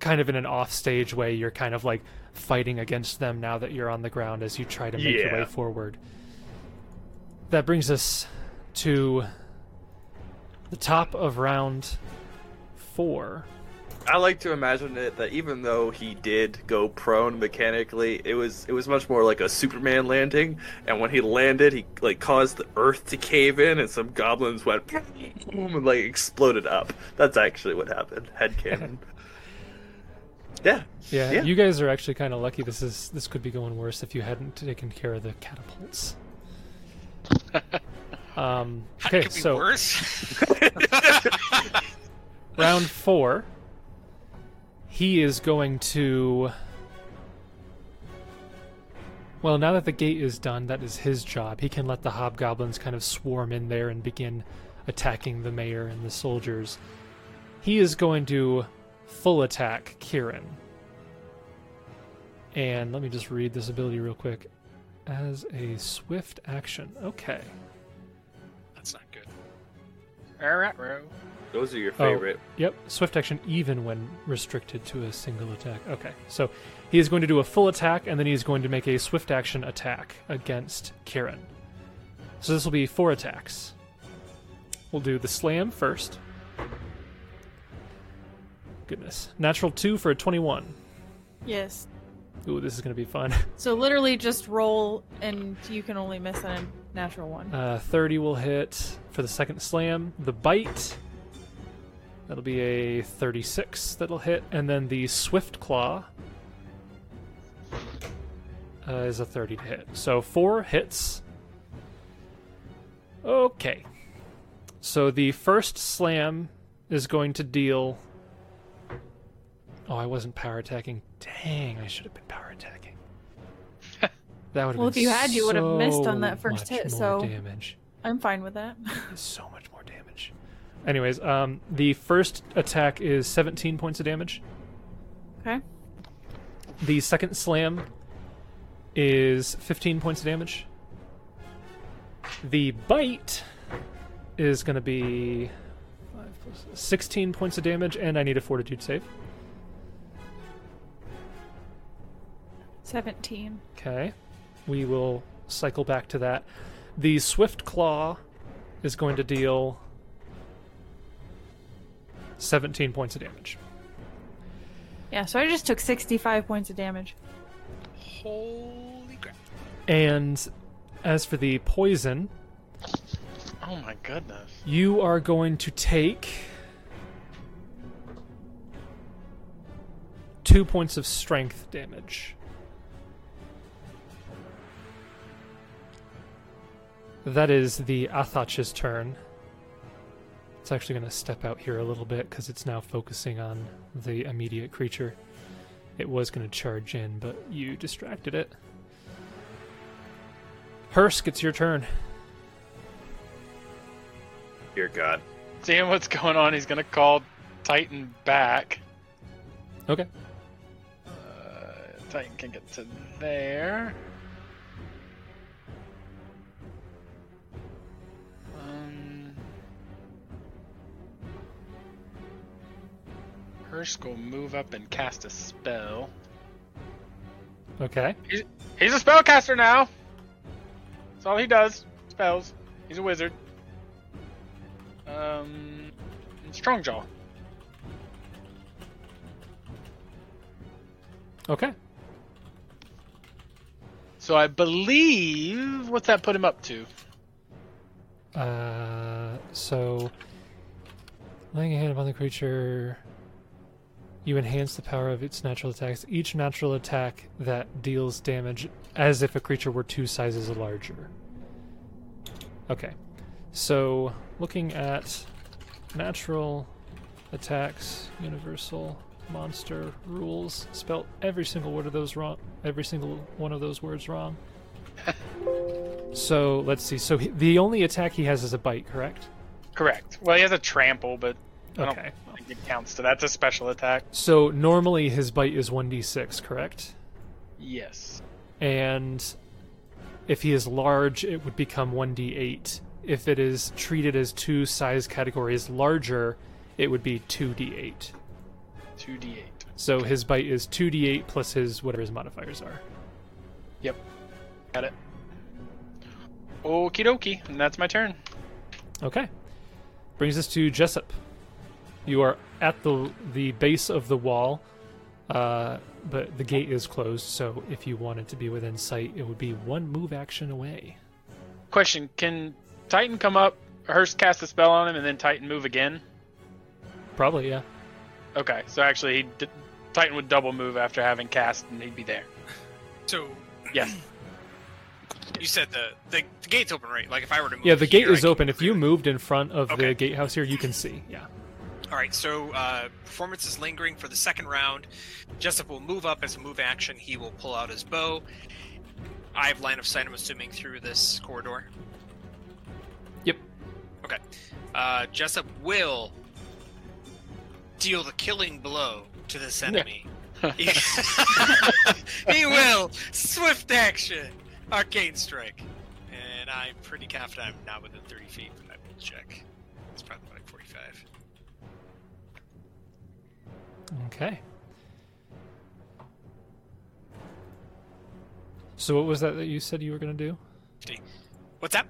S1: kind of in an offstage way, you're kind of like fighting against them now that you're on the ground as you try to make your
S3: Yeah.
S1: way forward. That brings us to the top of round four.
S6: I like to imagine it that even though he did go prone mechanically, it was it was much more like a Superman landing. And when he landed, he like caused the earth to cave in, and some goblins went boom and like exploded up. That's actually what happened. Head cannon. yeah.
S1: Yeah,
S6: Yeah.
S1: you guys are actually kind of lucky. This is this could be going worse if you hadn't taken care of the catapults. um,
S4: How
S1: okay,
S4: could be
S1: so
S4: worse?
S1: round four. He is going to. Well, now that the gate is done, that is his job. He can let the hobgoblins kind of swarm in there and begin attacking the mayor and the soldiers. He is going to full attack Kieran. And let me just read this ability real quick. As a swift action. Okay.
S4: That's not good.
S2: All right, bro.
S3: Those are your
S1: Oh,
S3: favorite.
S1: Yep, swift action even when restricted to a single attack. Okay, so he is going to do a full attack, and then he is going to make a swift action attack against Kieran. So this will be four attacks. We'll do the slam first. Goodness. Natural 2 for a 21.
S5: Yes.
S1: Ooh, this is going to be fun.
S5: So literally just roll and you can only miss on a natural one.
S1: Uh, 30 will hit for the second slam. The bite. That'll be a 36 that'll hit. And then the swift claw uh, is a 30 to hit. So four hits. Okay. So the first slam is going to deal. Oh, I wasn't power attacking. Dang, I should have been power attacking. That would have
S5: Well,
S1: been
S5: if you had, you would have missed on that
S1: so
S5: first
S1: much
S5: hit,
S1: more
S5: so-
S1: damage
S5: I'm fine with that.
S1: is so much more damage. Anyways, um, the first attack is 17 points of damage.
S5: Okay.
S1: The second slam is 15 points of damage. The bite is going to be five plus- 16 points of damage, and I need a fortitude save.
S5: Seventeen.
S1: Okay. We will cycle back to that. The Swift Claw is going to deal 17 points of damage.
S5: Yeah, so I just took sixty-five points of damage.
S4: Holy crap!
S1: And as for the poison,
S2: Oh my goodness.
S1: you are going to take two points of strength damage. That is the Athach's turn. It's actually going to step out here a little bit because it's now focusing on the immediate creature. It was going to charge in, but you distracted it. Hursk, it's your turn.
S3: Dear God.
S2: Seeing what's going on, he's gonna call Titan back.
S1: Okay.
S2: Uh, Titan can get to there. Um, Hirsch will move up and cast a spell.
S1: Okay.
S2: He's a spellcaster now. That's all he does. Spells. He's a wizard. Um, Strongjaw.
S1: Okay.
S2: So I believe what's that put him up to?
S1: Uh, so laying a hand upon the creature, you enhance the power of its natural attacks. Each natural attack that deals damage as if a creature were two sizes larger. Okay, so looking at natural attacks, universal monster rules, spelt every single word of those wrong, every single one of those words wrong. So let's see. So he, the only attack he has is a bite, correct?
S2: Correct. Well, he has a trample, but I
S1: Okay.
S2: don't think it counts. So that's a special attack.
S1: So normally his bite is 1d6, correct?
S2: Yes.
S1: And if he is large, it would become 1d8. If it is treated as two size categories larger, it would be 2d8.
S2: Two d eight.
S1: So his bite is 2d8 plus his whatever his modifiers are.
S2: Yep. Got it. Okie dokie, and that's my turn.
S1: Okay. Brings us to Jessup. You are at the the base of the wall, uh, but the gate is closed. So if you wanted to be within sight, it would be one move action away.
S2: Question: Can Titan come up? Hearst cast a spell on him, and then Titan move again.
S1: Probably, yeah.
S2: Okay, so actually, he d- Titan would double move after having cast, and he'd be there.
S4: So
S2: Yes.
S4: you said the, the the gate's open, right? Like if I were to move
S1: Yeah, the
S4: here,
S1: gate
S4: I
S1: is
S4: can
S1: open. If you
S4: here.
S1: moved in front of the
S4: Okay.
S1: gatehouse here, you can see. Yeah.
S4: All right, so uh, performance is lingering for the second round. Jessup will move up as a move action. He will pull out his bow. I have line of sight, I'm assuming, through this corridor.
S1: Yep.
S4: Okay. Uh, Jessup will deal the killing blow to this enemy. he he will swift action, arcane strike, and I'm pretty confident I'm not within 30 feet, but I will check. It's probably like 45.
S1: Okay. So what was that that you said you were going to do?
S4: What's that?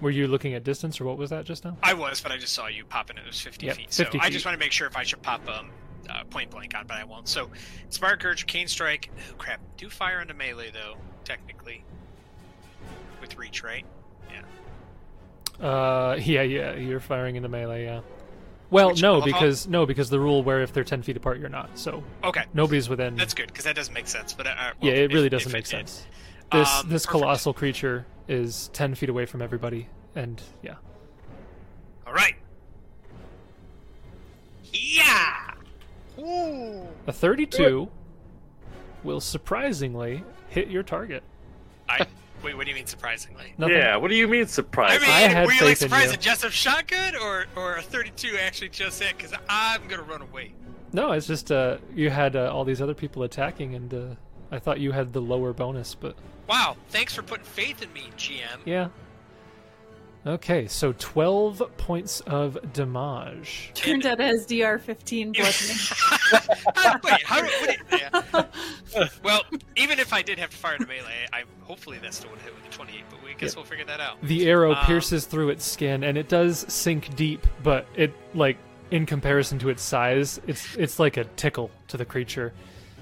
S1: Were you looking at distance, or what was that just now?
S4: I was, but I just saw you pop in. It was 50
S1: Yep,
S4: feet.
S1: 50
S4: so I
S1: feet.
S4: just want to make sure if I should pop um, uh, point blank on, but I won't. So, Spark Urge, Cane Strike. Oh, crap. Do fire into melee, though, technically. With reach, right?
S1: Uh, yeah, yeah. You're firing into melee. Yeah. Well,
S4: Which-
S1: no,
S4: I'll-
S1: because no, because the rule where if they're ten feet apart, you're not. So
S4: Okay.
S1: nobody's within.
S4: That's good, because that doesn't make sense. But uh, well,
S1: yeah, it
S4: if-
S1: really
S4: if
S1: doesn't
S4: it
S1: make
S4: did.
S1: sense. This
S4: Um,
S1: this
S4: perfect.
S1: colossal creature is ten feet away from everybody, and yeah.
S4: All right. Yeah! Ooh!
S1: A 32 will surprisingly hit your target.
S4: I, wait, what do you mean surprisingly?
S1: Nothing.
S6: Yeah, what do you mean
S4: I
S6: surprise?
S4: mean,
S1: had
S4: were you
S1: faith in
S4: like surprised
S1: you.
S4: at Jessup's shot good or, or a 32 actually just hit? Because I'm going to run away.
S1: No, it's just uh, you had uh, all these other people attacking, and uh, I thought you had the lower bonus, but
S4: Wow, thanks for putting faith in me, GM.
S1: yeah. Okay, so 12 points of damage.
S5: Turns out it has DR 15 plus.
S4: Ah, Wait, how did, what did- yeah. Well, even if I did have to fire into melee, I hopefully that still would hit with a 28, but we guess
S1: Yeah.
S4: we'll figure that out.
S1: The arrow
S4: Um,
S1: pierces through its skin, and it does sink deep, but it like in comparison to its size, it's it's like a tickle to the creature.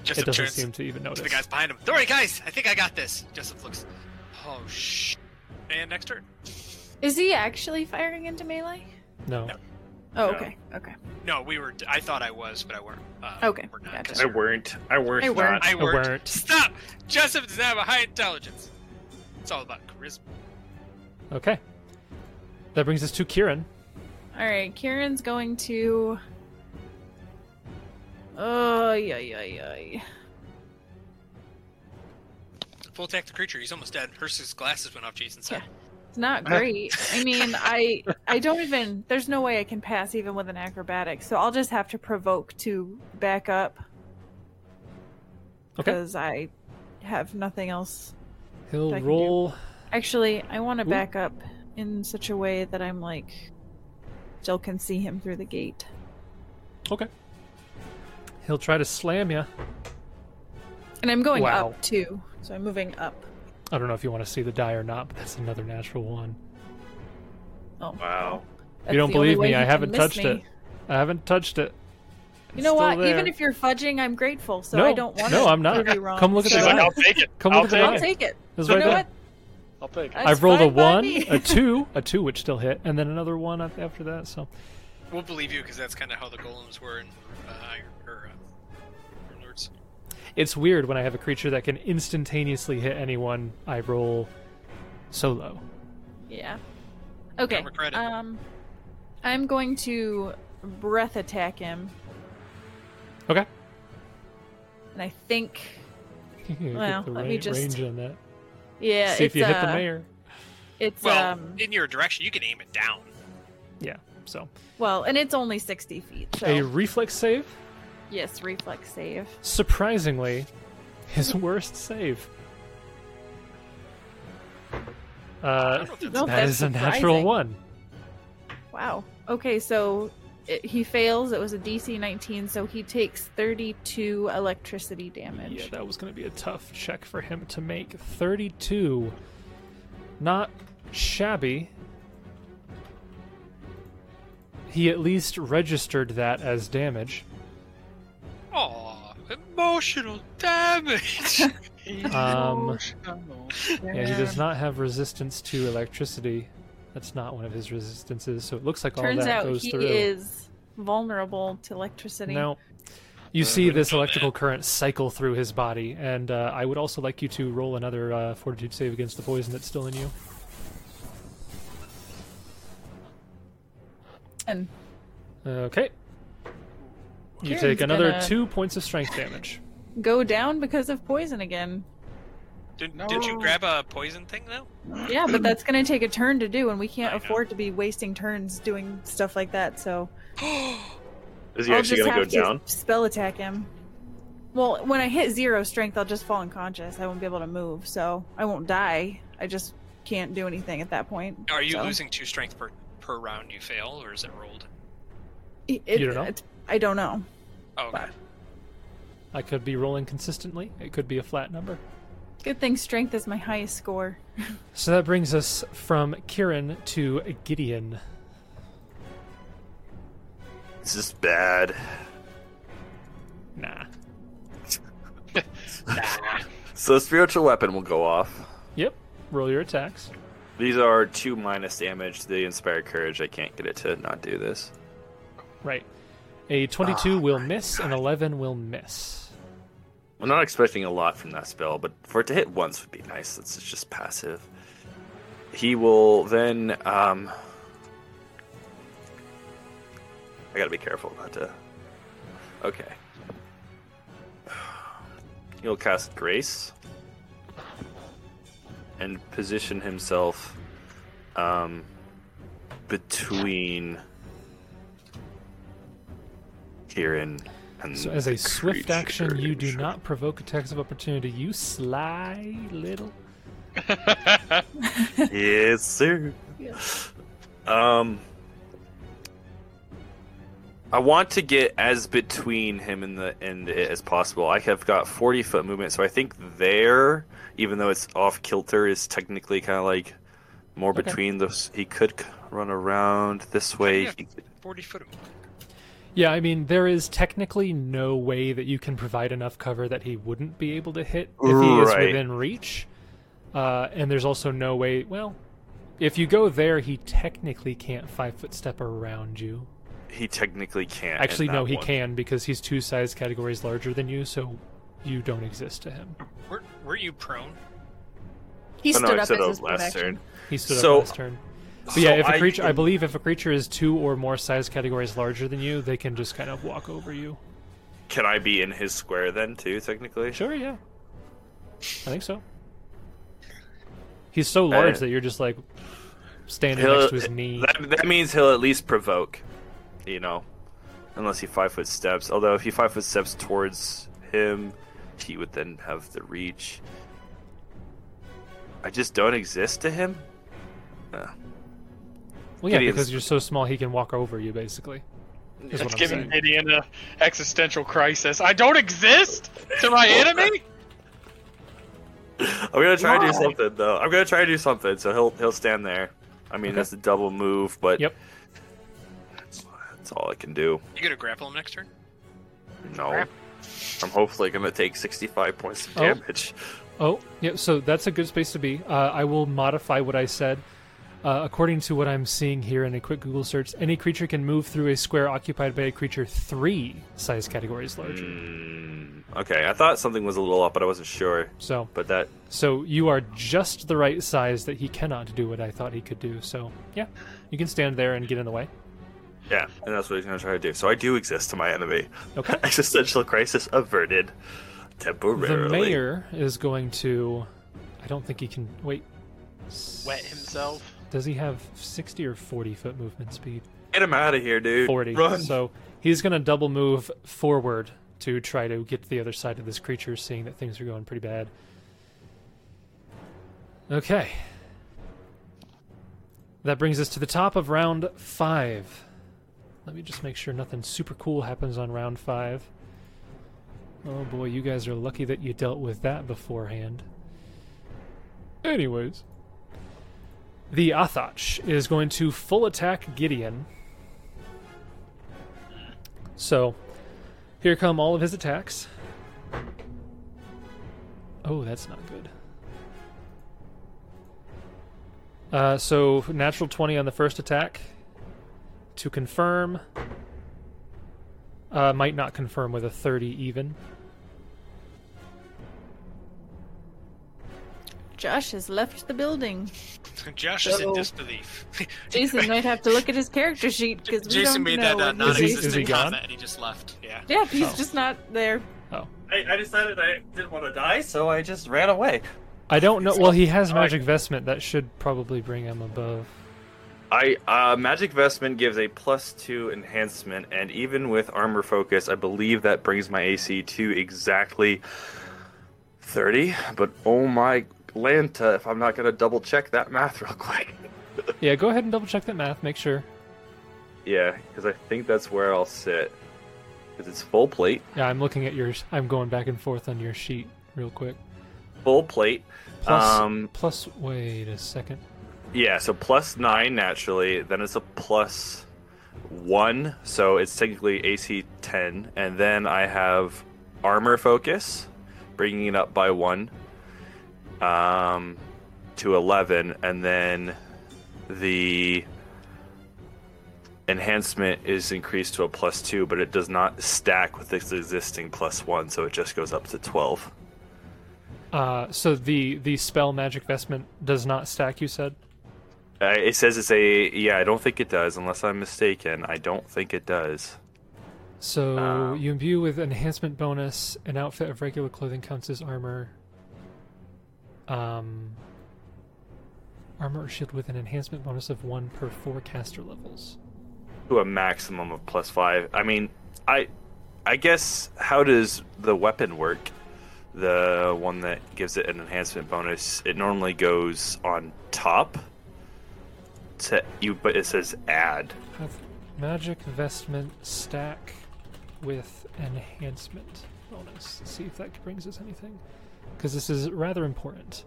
S4: Just
S1: It doesn't
S4: turns
S1: seem to even
S4: to
S1: notice.
S4: the guys behind him. Don't worry, guys. I think I got this. Joseph looks. Oh sh. And next turn.
S5: Is he actually firing into melee?
S1: No.
S4: No.
S5: Oh,
S6: No.
S5: okay. Okay.
S4: No, we were. I thought I was, but I weren't. Uh,
S5: Okay,
S4: We're not,
S5: gotcha.
S4: 'cause
S6: I
S4: you're-
S6: weren't. I weren't.
S5: I weren't.
S6: not.
S4: I weren't.
S1: weren't.
S4: Stop. Joseph does not have a high intelligence. It's all about charisma.
S1: Okay. That brings us to Kieran.
S5: All right, Kieran's going to. Oh, yeah, yeah, yeah.
S4: Full attack the creature. He's almost dead. Hearst's glasses went off. Jason said.
S5: It's not great. I mean, I I don't even. There's no way I can pass even with an acrobatic, so I'll just have to provoke to back up
S1: Okay.
S5: because I have nothing else.
S1: He'll
S5: I can do-
S1: roll.
S5: Actually, I want to
S1: Ooh.
S5: back up in such a way that I'm like, Jill can see him through the gate.
S1: Okay. He'll try to slam you.
S5: And I'm going
S1: Wow.
S5: up too. So I'm moving up.
S1: I don't know if you want to see the die or not, but that's another natural one.
S5: Oh.
S8: Wow.
S5: that's
S1: you don't
S5: the only
S1: believe
S5: way
S1: me?
S5: you
S1: I
S5: can
S1: haven't
S5: miss
S1: touched
S5: me.
S1: it. I haven't touched it.
S5: You know
S1: It's
S5: what?
S1: still there.
S5: Even if you're fudging, I'm grateful. So
S1: no,
S5: I don't want
S1: no,
S5: to
S1: I'm not.
S5: prove you wrong.
S1: Come look at
S2: She's
S5: so-
S2: like, I'll take it.
S1: Come
S2: I'll
S1: look at the
S2: take
S5: I'll
S1: line.
S2: it.
S5: take it.
S1: It's
S5: You
S1: right
S5: know
S1: there.
S5: what?
S2: I'll take it.
S5: That's
S1: I've rolled a
S5: fine by
S1: one,
S5: me.
S1: a two, a two, which still hit, and then another one up after that. So
S4: We'll believe you because that's kind of how the golems were in uh, Iron- or, uh, Iron Lords.
S1: it's weird when I have a creature that can instantaneously hit anyone. I roll solo.
S5: Yeah. Okay.
S4: Don't regret it.
S5: Um, I'm going to breath attack him,
S1: Okay.
S5: and I think,
S1: Get
S5: Well,
S1: the
S5: let me
S1: ra-
S5: just-
S1: range on that.
S5: yeah,
S1: See if
S5: it's
S1: you hit the
S5: uh,
S1: mayor.
S5: It's
S4: Well,
S5: um,
S4: in your direction, you can aim it down.
S1: Yeah. So
S5: well, and it's only sixty feet. So
S1: a reflex save.
S5: yes, reflex save.
S1: surprisingly, his worst save.
S4: I
S1: Uh,
S4: don't know if that's
S5: Nope.
S1: that
S5: that's
S1: is a natural
S5: surprising.
S1: one.
S5: Wow. Okay, so it, he fails. It was a DC 19, so he takes 32 electricity damage.
S1: Yeah, that was going to be a tough check for him to make. 32. Not shabby. He at least registered that as damage.
S4: Aw, emotional damage.
S1: Um, Yeah, he does not have resistance to electricity. That's not one of his resistances, so it looks like all
S5: Turns
S1: that
S5: out
S1: goes
S5: he
S1: through.
S5: is vulnerable to electricity.
S1: No. You see
S4: would've
S1: this
S4: done
S1: electrical current cycle through his body, and uh, I would also like you to roll another uh, fortitude save against the poison that's still in you.
S5: And
S1: Okay. You
S5: Kieran's
S1: take another
S5: gonna-
S1: two points of strength damage.
S5: go down because of poison again.
S4: did, did you
S2: No.
S4: grab a poison thing though?
S5: Yeah, but that's going to take a turn to do, and we can't
S4: I know.
S5: afford to be wasting turns doing stuff like that. So
S3: Is he
S5: I'll just
S3: actually going to go
S5: have to
S3: down?
S5: spell attack him. Well, when I hit zero strength, I'll just fall unconscious. I won't be able to move, so I won't die. I just can't do anything at that point.
S4: Are you
S5: so.
S4: losing two strength per per round you fail, or is it rolled?
S5: It- it-
S1: You don't know?
S5: it- I don't know.
S4: Oh, okay.
S1: I could be rolling consistently, it could be a flat number.
S5: Good thing strength is my highest score.
S1: So that brings us from Kieran to Gideon.
S3: This is bad.
S1: Nah.
S3: So spiritual weapon will go off.
S1: Yep. Roll your attacks.
S3: These are two minus damage to the inspired courage. I can't get it to not do this.
S1: Right. A 22 will miss, an 11 will miss.
S3: I'm not expecting a lot from that spell, but for it to hit once would be nice. It's it's just passive. He will then. Um, I gotta be careful not to. Okay. He'll cast Grace and position himself um, between Kieran and.
S1: So as a
S3: the
S1: swift action, you do
S3: creature.
S1: not provoke attacks of opportunity. You sly little.
S3: yes, sir.
S5: Yeah.
S3: Um, I want to get as between him and the and it as possible. I have got forty foot movement, so I think there, even though it's off kilter, is technically kind of like more
S1: Okay.
S3: between those. He could c- run around this way.
S4: Yeah.
S3: He could-
S4: Forty foot.
S1: Yeah, I mean, there is technically no way that you can provide enough cover that he wouldn't be able to hit if he is
S3: Right.
S1: within reach. Uh, and there's also no way. Well, if you go there, he technically can't five foot step around you.
S3: He technically can't. in
S1: Actually, no,
S3: that
S1: he
S3: one.
S1: can because he's two size categories larger than you, so you don't exist to him.
S4: Were, were you prone?
S5: He
S3: Oh,
S5: stood
S3: no, I
S5: up
S3: said
S5: as
S3: that
S5: his
S3: was last
S5: protection.
S3: turn.
S1: He stood
S3: So-
S1: up last turn. But yeah,
S3: so
S1: if a
S3: I
S1: creature, I
S3: can-
S1: believe, if a creature is two or more size categories larger than you, they can just kind of walk over you.
S3: Can I be in his square then too? Technically,
S1: Sure, yeah. I think so. He's so large
S3: Uh,
S1: that you're just like standing
S3: He'll-
S1: next to his knee.
S3: That, that means he'll at least provoke, you know, unless he five foot steps. Although if he five foot steps towards him, he would then have the reach. I just don't exist to him.
S1: Well, yeah,
S3: Gideon's-
S1: because you're so small, he can walk over you basically. Is what
S2: It's
S1: I'm
S2: giving
S1: saying.
S2: Gideon an existential crisis. I don't exist to my enemy.
S3: I'm gonna try to
S5: Why?
S3: do something though. I'm gonna try to do something. So he'll he'll stand there. I mean
S1: Okay.
S3: that's a double move, but
S1: Yep.
S3: that's, that's all I can do.
S4: You gonna grapple him next turn?
S3: No,
S2: Crap.
S3: I'm hopefully gonna take 65 points of
S1: Oh.
S3: damage.
S1: Oh, yeah. So that's a good space to be. Uh, I will modify what I said. Uh, according to what I'm seeing here in a quick Google search, any creature can move through a square occupied by a creature three size categories larger.
S3: Mm, okay, I thought something was a little off, but I wasn't sure.
S1: So,
S3: But that
S1: so you are just the right size that he cannot do what I thought he could do. So, yeah, you can stand there and get in the way.
S3: yeah, and that's what he's gonna try to do. So I do exist to my enemy.
S1: Okay.
S3: Existential crisis averted
S1: The
S3: temporarily.
S1: mayor is going to. I don't think he can. Wait.
S2: Wet himself.
S1: Does he have 60 or 40 foot movement speed?
S3: Get him out of here, dude.
S1: 40.
S3: Run.
S1: So he's going to double move forward to try to get to the other side of this creature, seeing that things are going pretty bad. Okay. That brings us to the top of round five. Let me just make sure nothing super cool happens on round five. Oh boy, you guys are lucky that you dealt with that beforehand. Anyways, the Athach is going to full attack Gideon. So, here come all of his attacks. Oh, that's not good. Uh, so, natural 20 on the first attack. To confirm. Uh, might not confirm with a 30 even.
S5: Josh has left the building.
S4: Josh is in
S5: Uh-oh.
S4: disbelief.
S5: Jason might have to look at his character sheet because we
S4: Jason
S5: don't
S4: made
S5: know
S4: that uh,
S1: Is he-
S5: what he's-
S1: is
S4: non-existent
S1: he gone?
S4: comment and he just left. Yeah.
S5: Yeah, he's
S1: Oh.
S5: just not there.
S3: I, I decided I didn't want to die, so I just ran away.
S1: I don't know. Well, he has
S3: All right.
S1: magic vestment. That should probably bring him above.
S3: I uh, magic vestment gives a plus two enhancement, and even with armor focus, I believe that brings my AC to exactly thirty. But oh my lanta, if I'm not gonna double check that math real quick.
S1: Yeah, go ahead and double check that math. Make sure.
S3: Yeah, because I think that's where I'll sit. Because it's full plate,
S1: Yeah, I'm looking at yours. I'm going back and forth on your sheet real quick.
S3: full plate.
S1: Plus,
S3: Um,
S1: plus, wait a second.
S3: Yeah, so plus nine naturally, then it's a plus one, so it's technically AC 10, and then I have armor focus, bringing it up by one um, to 11, and then the enhancement is increased to a plus two, but it does not stack with its existing plus one, so it just goes up to 12.
S1: Uh, so the the spell magic vestment does not stack. You said.
S3: Uh, it says it's a yeah. I don't think it does, unless I'm mistaken. I don't think it does.
S1: So
S3: Um,
S1: you imbue with enhancement bonus. An outfit of regular clothing counts as armor. Um, armor or shield with an enhancement bonus of one per four caster levels.
S3: To a maximum of plus five. I mean, I, I guess how does the weapon work? The one that gives it an enhancement bonus. It normally goes on top. To you, but it says add.
S1: Have magic vestment stack with enhancement bonus. Let's see if that brings us anything, because this is rather important.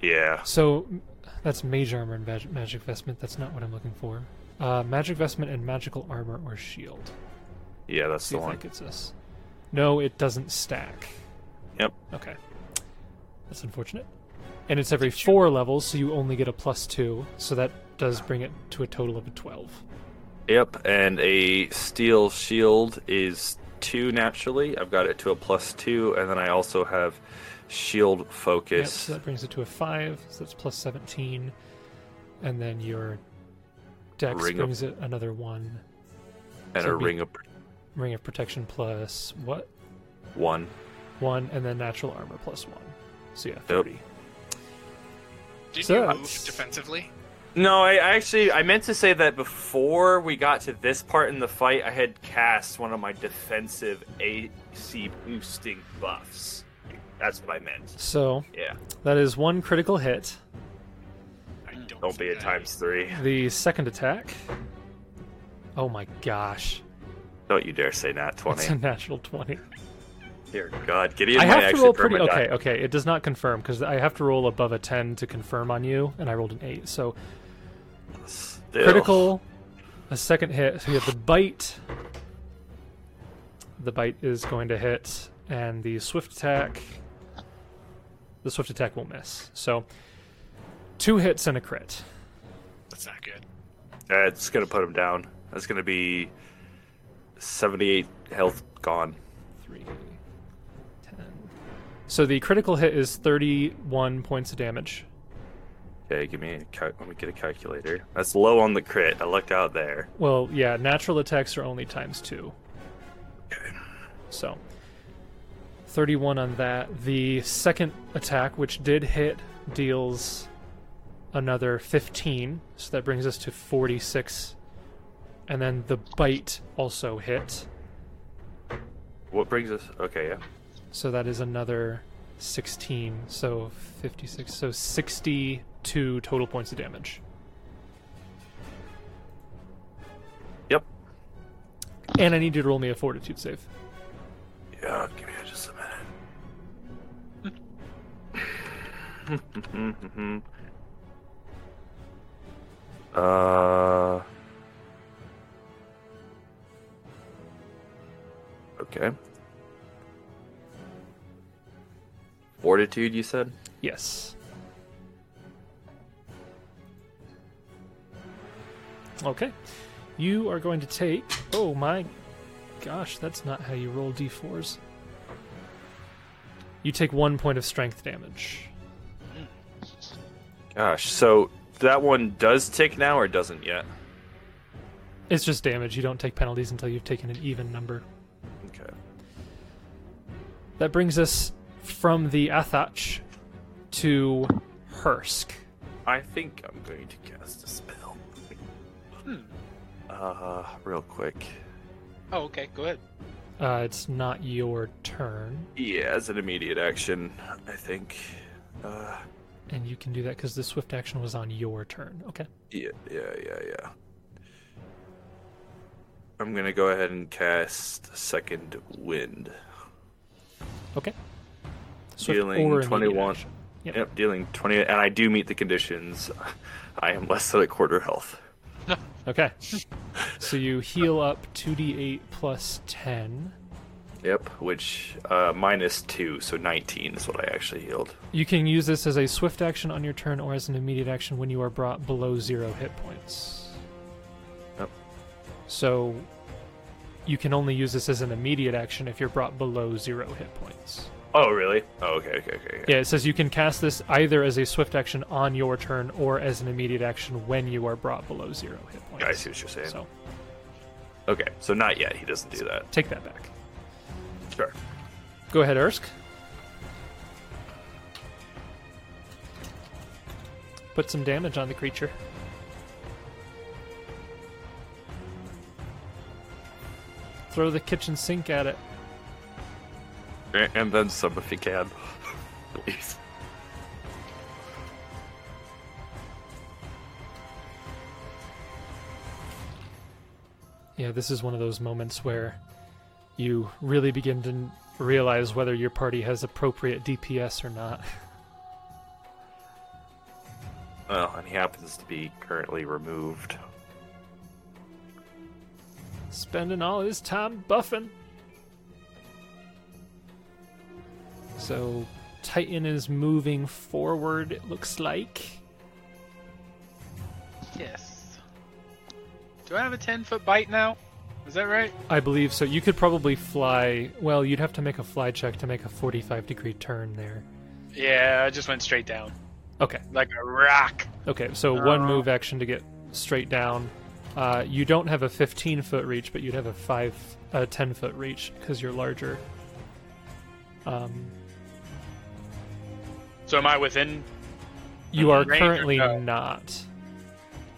S3: Yeah.
S1: So m- that's mage armor and mag- magic vestment. That's not what I'm looking for. Uh, magic vestment and magical armor or shield.
S3: Yeah, that's
S1: See
S3: the
S1: if
S3: one.
S1: that gets us. No, it doesn't stack.
S3: Yep.
S1: Okay. That's unfortunate. And it's every four levels, so you only get a plus two. So that does bring it to a total of a twelve.
S3: Yep, and a steel shield is two naturally. I've got it to a plus two, and then I also have shield
S1: Yep,
S3: focus.
S1: so that brings it to a five. So that's plus seventeen. And then your dex
S3: Ring of-
S1: brings it another one.
S3: and
S1: So
S3: a
S1: we-
S3: ring of
S1: Ring of protection plus what?
S3: one.
S1: One, and then natural armor plus one. So yeah,
S3: Yep.
S1: thirty.
S4: Did
S1: So
S4: you move
S1: that's-
S4: defensively?
S3: No, I I actually I meant to say that before we got to this part in the fight, I had cast one of my defensive AC boosting buffs. That's what I meant.
S1: So
S3: Yeah,
S1: that is one critical hit.
S4: I don't.
S3: don't be
S4: think
S3: at
S4: I-
S3: times three.
S1: The second attack. Oh my gosh.
S3: Don't you dare say nat
S1: It's a
S3: twenty.
S1: natural 20.
S3: Dear God, Gideon
S1: I
S3: might
S1: have to
S3: actually
S1: roll pretty.
S3: perma-die.
S1: Okay, okay. It does not confirm because I have to roll above a ten to confirm on you, and I rolled an eight. So
S3: Still.
S1: critical, a second hit. So you have the bite. The bite is going to hit, and the swift attack. The swift attack will miss. So two hits and a crit.
S4: That's not good.
S3: Uh, it's gonna put him down. That's gonna be seventy-eight health gone.
S1: Three, ten. So the critical hit is thirty-one points of damage.
S3: Okay, give me a cal- let me get a calculator. That's low on the crit. I lucked out there.
S1: Well, yeah, natural attacks are only times two. So, 31 on that. The second attack, which did hit, deals another 15. So that brings us to 46. And then the bite also hit.
S3: What brings us? Okay, yeah.
S1: So that is another 16. So 56. So 62 total points of damage.
S3: Yep.
S1: And I need you to roll me a fortitude save.
S3: Yeah, give me just a minute. uh. Okay. Fortitude, you said?
S1: Yes. Okay. You are going to take. Oh my gosh, that's not how you roll d4s. You take one point of strength damage.
S3: Gosh, so that one does tick now or doesn't yet?
S1: It's just damage. You don't take penalties until you've taken an even number.
S3: Okay.
S1: That brings us from the Athach to Hursk.
S3: I think I'm going to cast a spell. Hmm. Uh, real quick.
S2: Oh, okay. Go ahead.
S1: Uh, it's not your turn,
S3: Yeah, as an immediate action, I think. Uh,
S1: and you can do that because the swift action was on your turn. Okay.
S3: yeah, yeah, yeah, yeah. I'm gonna go ahead and cast Second Wind.
S1: Okay.
S3: Dealing
S1: or immediate
S3: 21.
S1: action. Yep.
S3: Yep, dealing 20, and I do meet the conditions. I am less than a quarter health.
S1: Okay. so you heal up 2d8 plus 10.
S3: Yep, which uh, minus two, so 19 is what I actually healed.
S1: You can use this as a swift action on your turn or as an immediate action when you are brought below zero hit points.
S3: Yep.
S1: So you can only use this as an immediate action if you're brought below zero hit points.
S3: Oh, really? Oh, okay, okay, okay. okay.
S1: Yeah, it says you can cast this either as a swift action on your turn or as an immediate action when you are brought below zero hit points.
S3: I see what you're saying.
S1: So
S3: Okay, so not yet. He doesn't do that.
S1: take that back.
S3: Sure.
S1: Go ahead, Ersk. Put some damage on the creature. Throw the kitchen sink at it.
S3: And then some if you can. Please.
S1: Yeah, this is one of those moments where you really begin to n- realize whether your party has appropriate DPS or not.
S3: Well, and he happens to be currently removed.
S1: Spending all his time buffing. So, Titan is moving forward, it looks like.
S2: Yes. Do I have a ten foot bite now? Is that right?
S1: I believe so. You could probably fly. Well, you'd have to make a fly check to make a 45 degree turn there.
S2: Yeah, I just went straight down
S1: Okay.
S2: like a rock.
S1: Okay. So one move action to get straight down. Uh, you don't have a 15 foot reach, but you'd have a five, a 10 foot reach because you're larger. Um,
S2: So am I within?
S1: you are
S2: Range or
S1: currently
S2: no?
S1: not.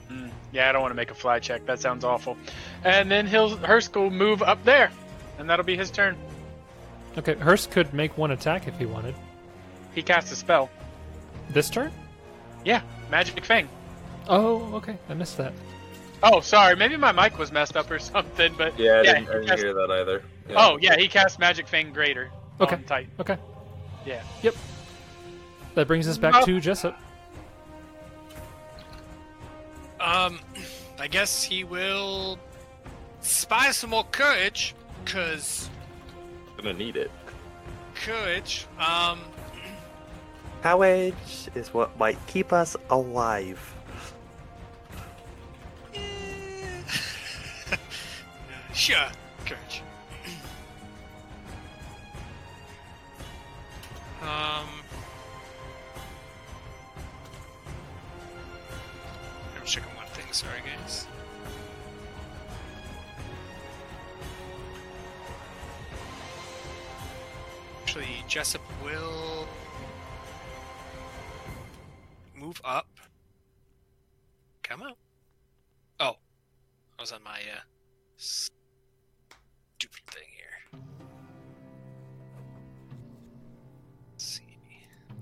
S2: Mm, yeah, I don't want to make a fly check. That sounds awful. And then he'll Hursk will move up there, and that'll be his turn.
S1: Okay. Hearst could make one attack if he wanted.
S2: He casts a spell.
S1: This turn?
S2: Yeah, magic fang.
S1: Oh, okay. I missed that.
S2: Oh, sorry. Maybe my mic was messed up or something. But
S3: Yeah, I
S2: yeah,
S3: didn't, I
S2: he
S3: didn't
S2: cast-
S3: hear that either.
S2: oh yeah, he cast magic fang greater.
S1: Okay.
S2: on Titan.
S1: Okay.
S2: Yeah.
S1: Yep. That brings us back
S2: Oh.
S1: to Jessup.
S4: Um, I guess he will spy some more courage, cause
S3: Gonna need it.
S4: courage. Um,
S9: Courage is what might keep us alive.
S4: eh, sure, courage. um, I'm checking one thing. Sorry, guys. Actually, Jessup will move up. Come out. Oh, I was on my uh, stupid thing here. Let's see.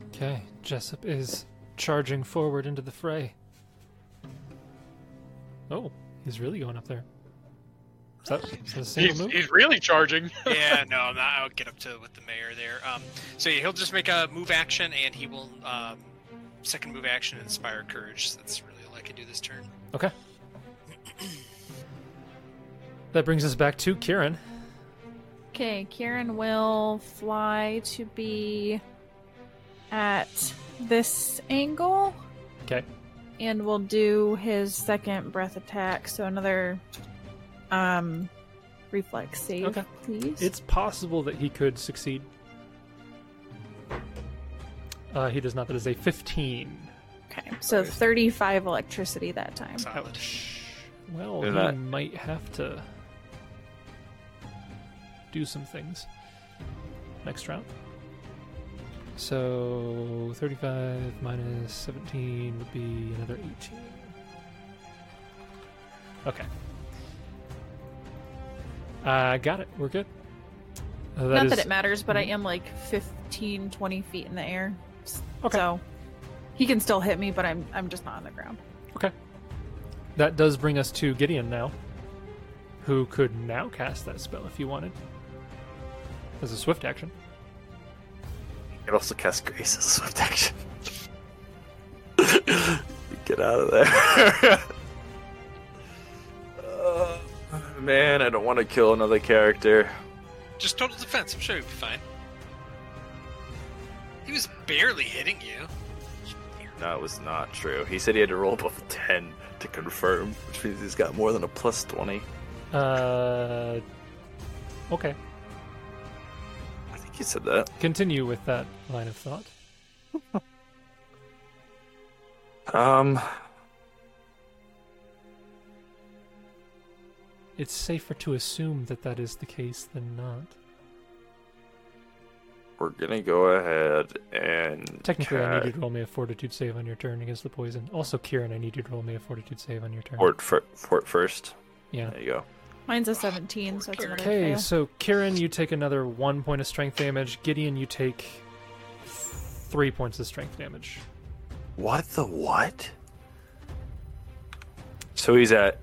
S1: Okay. Jessup is charging forward into the fray. Oh, he's really going up there. Is that, is that a single
S2: He's,
S1: move?
S2: he's really charging.
S4: yeah, no, I'm not. I'll get up to with the mayor there. Um, so yeah, he'll just make a move action, and he will um, second move action inspire courage. That's really all I can do this turn.
S1: Okay. That brings us back to Kieran.
S5: Okay, Kieran will fly to be at this angle
S1: Okay.
S5: and will do his second breath attack. So another um reflex save,
S1: Okay.
S5: please.
S1: It's possible that he could succeed. Uh, he does not. That is a 15.
S5: okay. So 35 electricity that time.
S4: Solid.
S1: Well,
S3: They're
S1: he
S3: not-
S1: might have to do some things next round. So 35 minus 17 would be another 18. Okay. Uh, got it. We're good. Uh,
S5: Not
S1: is-
S5: that it matters, but I am like 15 20 feet in the air. S-
S1: Okay.
S5: So he can still hit me, but I'm I'm just not on the ground.
S1: Okay. That does bring us to Gideon now, who could now cast that spell if you wanted. As a swift action.
S9: It also cast grace as a swift action. Get out of there.
S3: Uh, man, I don't want to kill another character.
S4: Just total defense. I'm sure he'll be fine. He was barely hitting you.
S9: That was not true. He said he had to roll above 10 to confirm, which means he's got more than a plus 20.
S1: Uh Okay.
S9: I think he said that.
S1: Continue with that line of thought.
S9: Um,
S1: It's safer to assume that that is the case than not.
S9: we're gonna go ahead and.
S1: Technically, I
S9: ca-
S1: need you to roll me a fortitude save on your turn against the poison. Also, Kieran, I need you to roll me a fortitude save on your turn.
S9: Fort, fir- fort first.
S1: yeah.
S9: There you go.
S5: Mine's a 17, so it's another
S1: Okay,
S5: fail.
S1: so Kieran, you take another one point of strength damage. Gideon, you take three points of strength damage.
S9: What the what?
S3: So he's at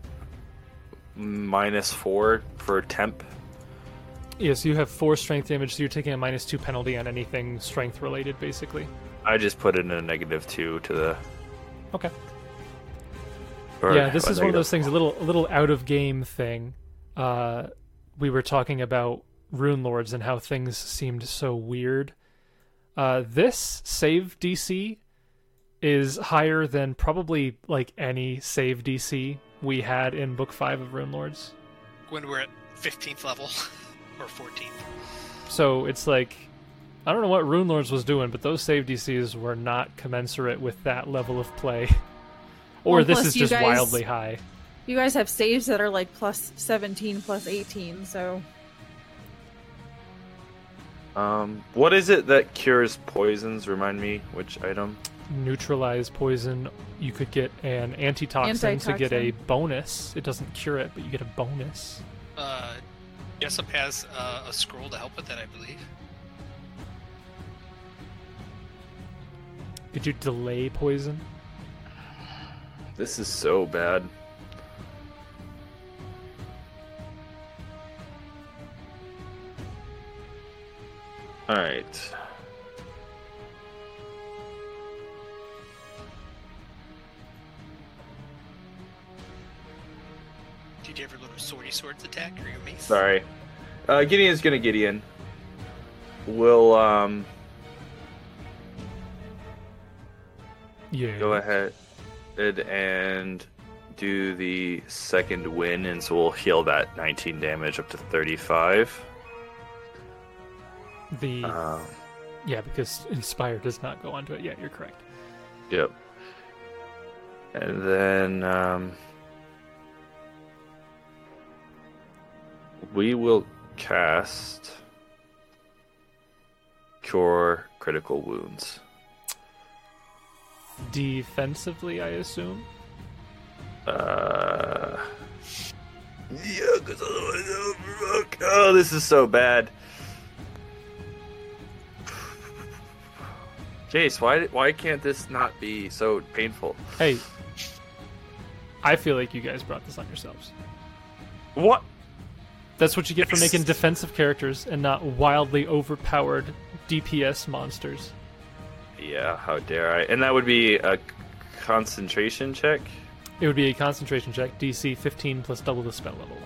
S3: minus four for temp.
S1: Yes, you have four strength damage, so you're taking a minus two penalty on anything strength related, basically.
S3: I just put in a negative two to the.
S1: Okay.
S3: or
S1: yeah, this
S3: a
S1: is one of
S3: negative
S1: those things, a little, a little out of game thing. Uh, we were talking about rune lords and how things seemed so weird. Uh, this save DC is higher than probably like any save DC we had in Book Five of Rune Lords.
S4: When we're at 15th level or 14th.
S1: So it's like I don't know what Rune Lords was doing, but those save DCs were not commensurate with that level of play. or
S5: Well,
S1: this
S5: plus
S1: is
S5: you
S1: just
S5: guys-
S1: wildly high.
S5: You guys have saves that are like plus 17, plus 18, so.
S3: Um, what is it that cures poisons? Remind me which item.
S1: Neutralize poison, you could get an antitoxin, to get a
S5: Antitoxin.
S1: bonus. It doesn't cure it, but you get a bonus.
S4: Uh, Jessup has uh, a scroll to help with that, I believe.
S1: Could you delay poison?
S3: This is so bad.
S9: All right.
S4: Did you ever look at swordy swords attack or your mace?
S3: Sorry. Uh, Gideon's gonna Gideon. We'll um
S1: Yeah.
S3: go ahead and do the second win, and so we'll heal that 19 damage up to 35.
S1: The
S3: Um,
S1: yeah, because inspire does not go onto it. Yeah, you're correct.
S3: Yep. And then um, we will cast Cure Critical Wounds.
S1: Defensively, I assume.
S3: Uh,
S9: Yeah, because otherwise I'll broke. Oh, this is so bad.
S3: Jace, why why can't this not be so painful?
S1: Hey, I feel like you guys brought this on yourselves.
S3: What?
S1: That's what you get for making defensive characters and not wildly overpowered DPS monsters.
S3: Yeah, how dare I? And that would be a concentration check.
S1: It would be a concentration check, DC 15 plus double the spell level.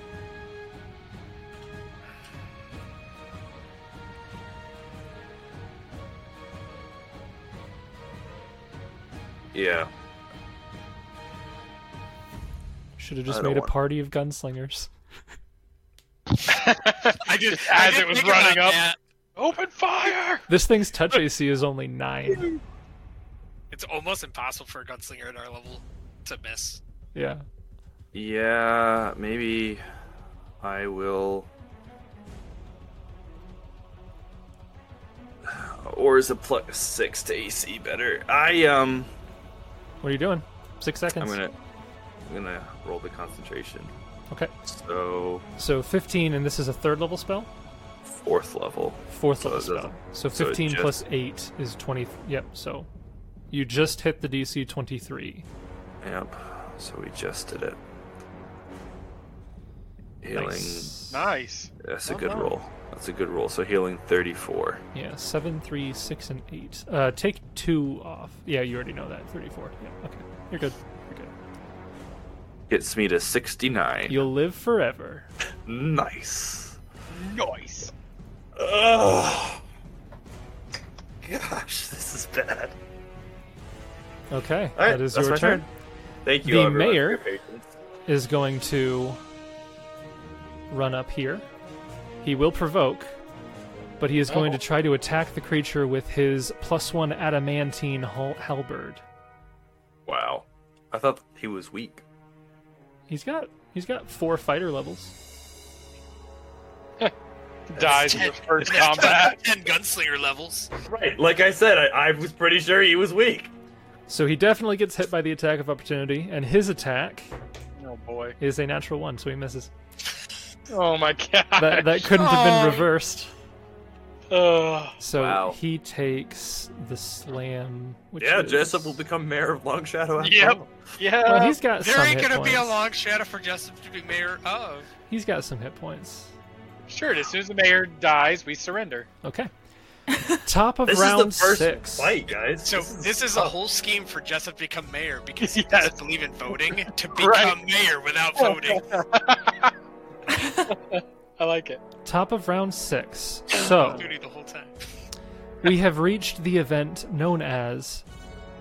S3: Yeah.
S1: Should have just
S3: I don't
S1: made a
S3: want-
S1: party of gunslingers.
S2: I just as
S4: didn't
S2: it was
S4: think about
S2: running up,
S4: that.
S2: open fire.
S1: This thing's touch AC is only 9.
S4: It's almost impossible for a gunslinger at our level to miss.
S1: Yeah.
S3: Yeah, maybe I will.
S9: Or is a plus six to AC better? I um,
S1: What are you doing? Six seconds.
S3: I'm gonna. I'm gonna roll the concentration.
S1: Okay.
S3: So
S1: So 15, and this is a third level spell?
S3: fourth level.
S1: Fourth
S3: So
S1: level
S3: it
S1: spell.
S3: doesn't-
S1: So
S3: so it
S1: 15
S3: just-
S1: plus 8 is 20. Yep, so you just hit the DC 23.
S3: Yep. So we just did it. Healing.
S1: Nice.
S2: Nice.
S3: That's a good
S2: Uh-huh.
S3: roll. That's a good roll. So healing 34.
S1: Yeah, 7, 3, 6, and 8. Uh, take 2 off. Yeah, you already know that. 34. Yeah, okay. You're good. You're good.
S3: Gets me to 69.
S1: You'll live forever.
S3: Nice.
S2: Nice.
S9: oh, gosh, this is bad.
S1: Okay,
S3: All right,
S1: that is
S3: that's
S1: your
S3: my
S1: turn.
S3: turn. Thank you.
S1: The
S3: everyone, for
S1: mayor-
S3: your patience.
S1: Is going to run up here. He will provoke, but he is going to try to attack the creature with his plus one adamantine hal- halberd.
S3: Wow. I thought he was weak.
S1: He's got he's got four fighter levels.
S2: Dies in the first combat.
S4: Ten gunslinger levels.
S6: Right, like I said, I, I was pretty sure he was weak.
S1: So he definitely gets hit by the attack of opportunity, and his attack
S2: Oh boy.
S1: is a natural one, so he misses.
S2: Oh my god.
S1: That that couldn't have
S4: Oh.
S1: been reversed.
S2: Ugh.
S1: So
S3: Wow.
S1: he takes the slam. Which
S9: Yeah,
S1: is...
S9: Jessup will become mayor of Long Shadow. After
S2: Yep.
S9: all.
S2: yeah.
S1: Well, he's got
S4: there
S1: some
S4: ain't
S1: hit
S4: gonna be a
S1: points.
S4: long shadow for Justin to be mayor of.
S1: He's got some hit points.
S2: Sure. As soon as the mayor dies, we surrender.
S1: Okay. Top of
S9: This is
S1: round
S9: the first
S1: six.
S9: fight, guys.
S4: So this is a whole scheme for Jessup to become mayor because he
S2: Yes.
S4: doesn't believe in voting to become
S2: Right.
S4: mayor without voting.
S2: I like it.
S1: Top of round six. So
S4: Duty the whole time.
S1: we have reached the event known as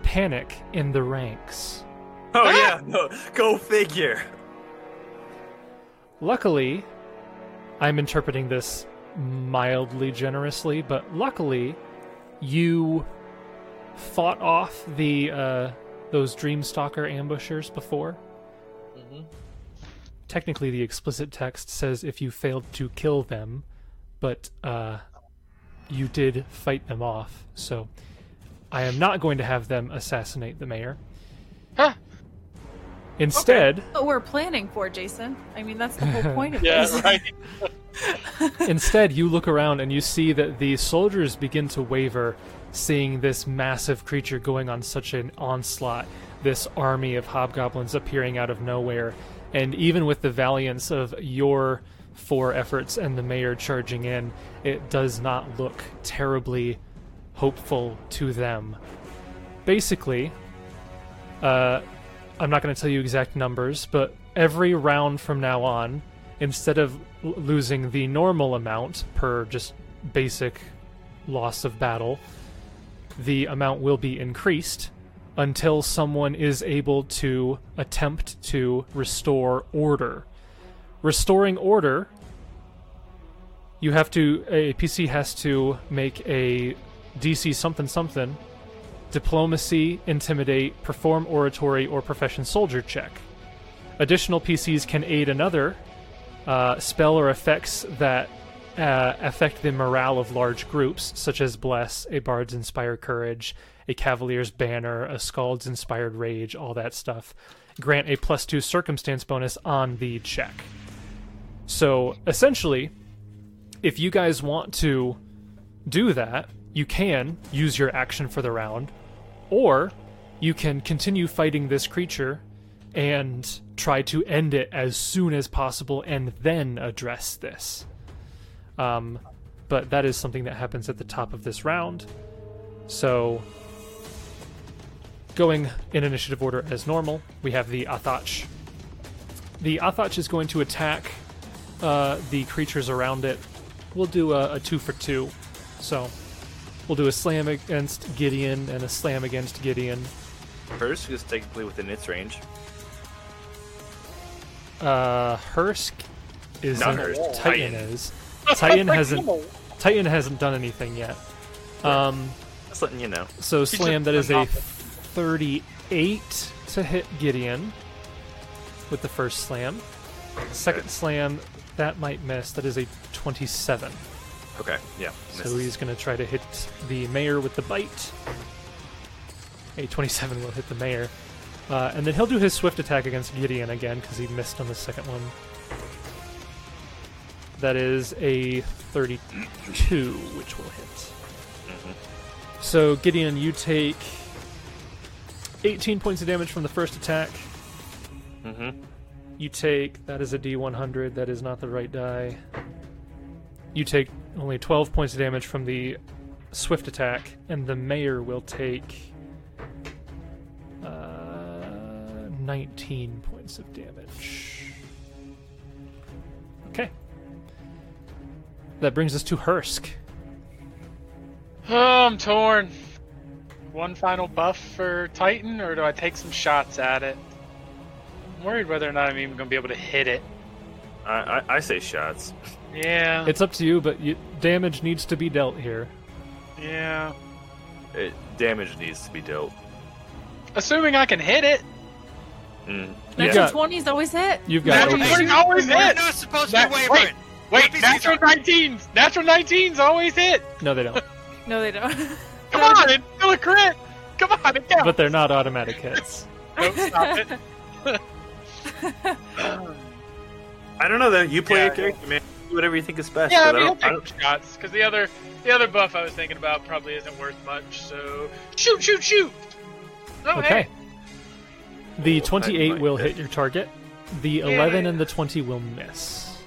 S1: Panic in the Ranks.
S9: Oh yeah, no, go figure.
S1: Luckily, I'm interpreting this mildly generously, but luckily, you fought off the uh, those Dreamstalker ambushers before. Technically, the explicit text says if you failed to kill them, but uh, you did fight them off. So, I am not going to have them assassinate the mayor.
S2: Huh.
S1: Instead,
S5: What we're planning for, Jason. I mean, that's the whole point of
S2: Yeah.
S5: this.
S2: Right.
S1: Instead, you look around and you see that the soldiers begin to waver, seeing this massive creature going on such an onslaught, this army of hobgoblins appearing out of nowhere. And even with the valiance of your four efforts and the mayor charging in, it does not look terribly hopeful to them. Basically, uh, I'm not going to tell you exact numbers, but every round from now on, instead of l- losing the normal amount per just basic loss of battle, the amount will be increased until someone is able to attempt to restore order. Restoring order, you have to, a PC has to make a DC something something diplomacy, intimidate, perform oratory, or profession soldier check. Additional PCs can aid another uh, spell or effects that uh, affect the morale of large groups, such as Bless, a Bard's Inspire Courage, a Cavalier's Banner, a Scald's Inspired Rage, all that stuff. Grant a plus two circumstance bonus on the check. So essentially, if you guys want to do that, you can use your action for the round, or you can continue fighting this creature and try to end it as soon as possible and then address this. Um, but that is something that happens at the top of this round. So, going in initiative order as normal, we have the Athach. The Athach is going to attack uh, the creatures around it. We'll do a, a two for two. So, We'll do a slam against Gideon and a slam against Gideon.
S9: Hers is technically within its range.
S1: Uh, Hursk is
S3: Not
S1: in-
S3: Hursk,
S1: Titan is. Titan hasn't. Titan hasn't done anything yet. Um,
S9: Just letting you know.
S1: so slam that is
S2: a
S1: a
S2: novice.
S1: thirty-eight to hit Gideon with the first slam. Second slam that might miss. That is a twenty-seven.
S9: Okay, yeah.
S1: So he's going to try to hit the mayor with the bite. A 27 will hit the mayor. Uh, and then he'll do his swift attack against Gideon again because he missed on the second one. That is a 32, which will hit. So, Gideon, you take 18 points of damage from the first attack.
S9: Mm-hmm.
S1: You take, that is a D100, that is not the right die. You take only 12 points of damage from the swift attack, and the mayor will take uh, 19 points of damage. Okay. That brings us to Hursk.
S2: Oh, I'm torn. One final buff for Titan, or do I take some shots at it? I'm worried whether or not I'm even gonna be able to hit it.
S9: I, I, I say shots.
S2: Yeah.
S1: It's up to you, but you, damage needs to be dealt here.
S2: yeah.
S9: It, damage needs to be dealt.
S2: Assuming I can hit it.
S9: Mm.
S1: You
S5: Natural
S1: got-
S5: 20s always hit.
S1: You've got
S2: Natural
S1: okay.
S2: twenty always
S4: We're
S2: hit.
S4: not supposed to
S2: That-
S4: be wavering.
S2: wait, wait.
S4: What is
S2: Natural
S4: it?
S2: 19s. Natural 19s always hit.
S1: No, they don't.
S5: No, they don't.
S2: Come on, it's still a crit. Come on, it counts.
S1: But they're not automatic hits.
S2: Don't stop it.
S9: I don't know though. You play
S2: Yeah,
S9: a character, man. Do whatever you think is best.
S2: Yeah, I
S9: but
S2: mean,
S9: I
S2: I'll
S9: don't, I
S2: take some shots because the other the other buff I was thinking about probably isn't worth much. So shoot, shoot, shoot. Oh,
S1: Okay.
S2: hey.
S1: The
S9: Oh, I
S1: 28
S9: might
S1: will
S9: hit.
S1: hit your target. The 11 and the 20 will miss.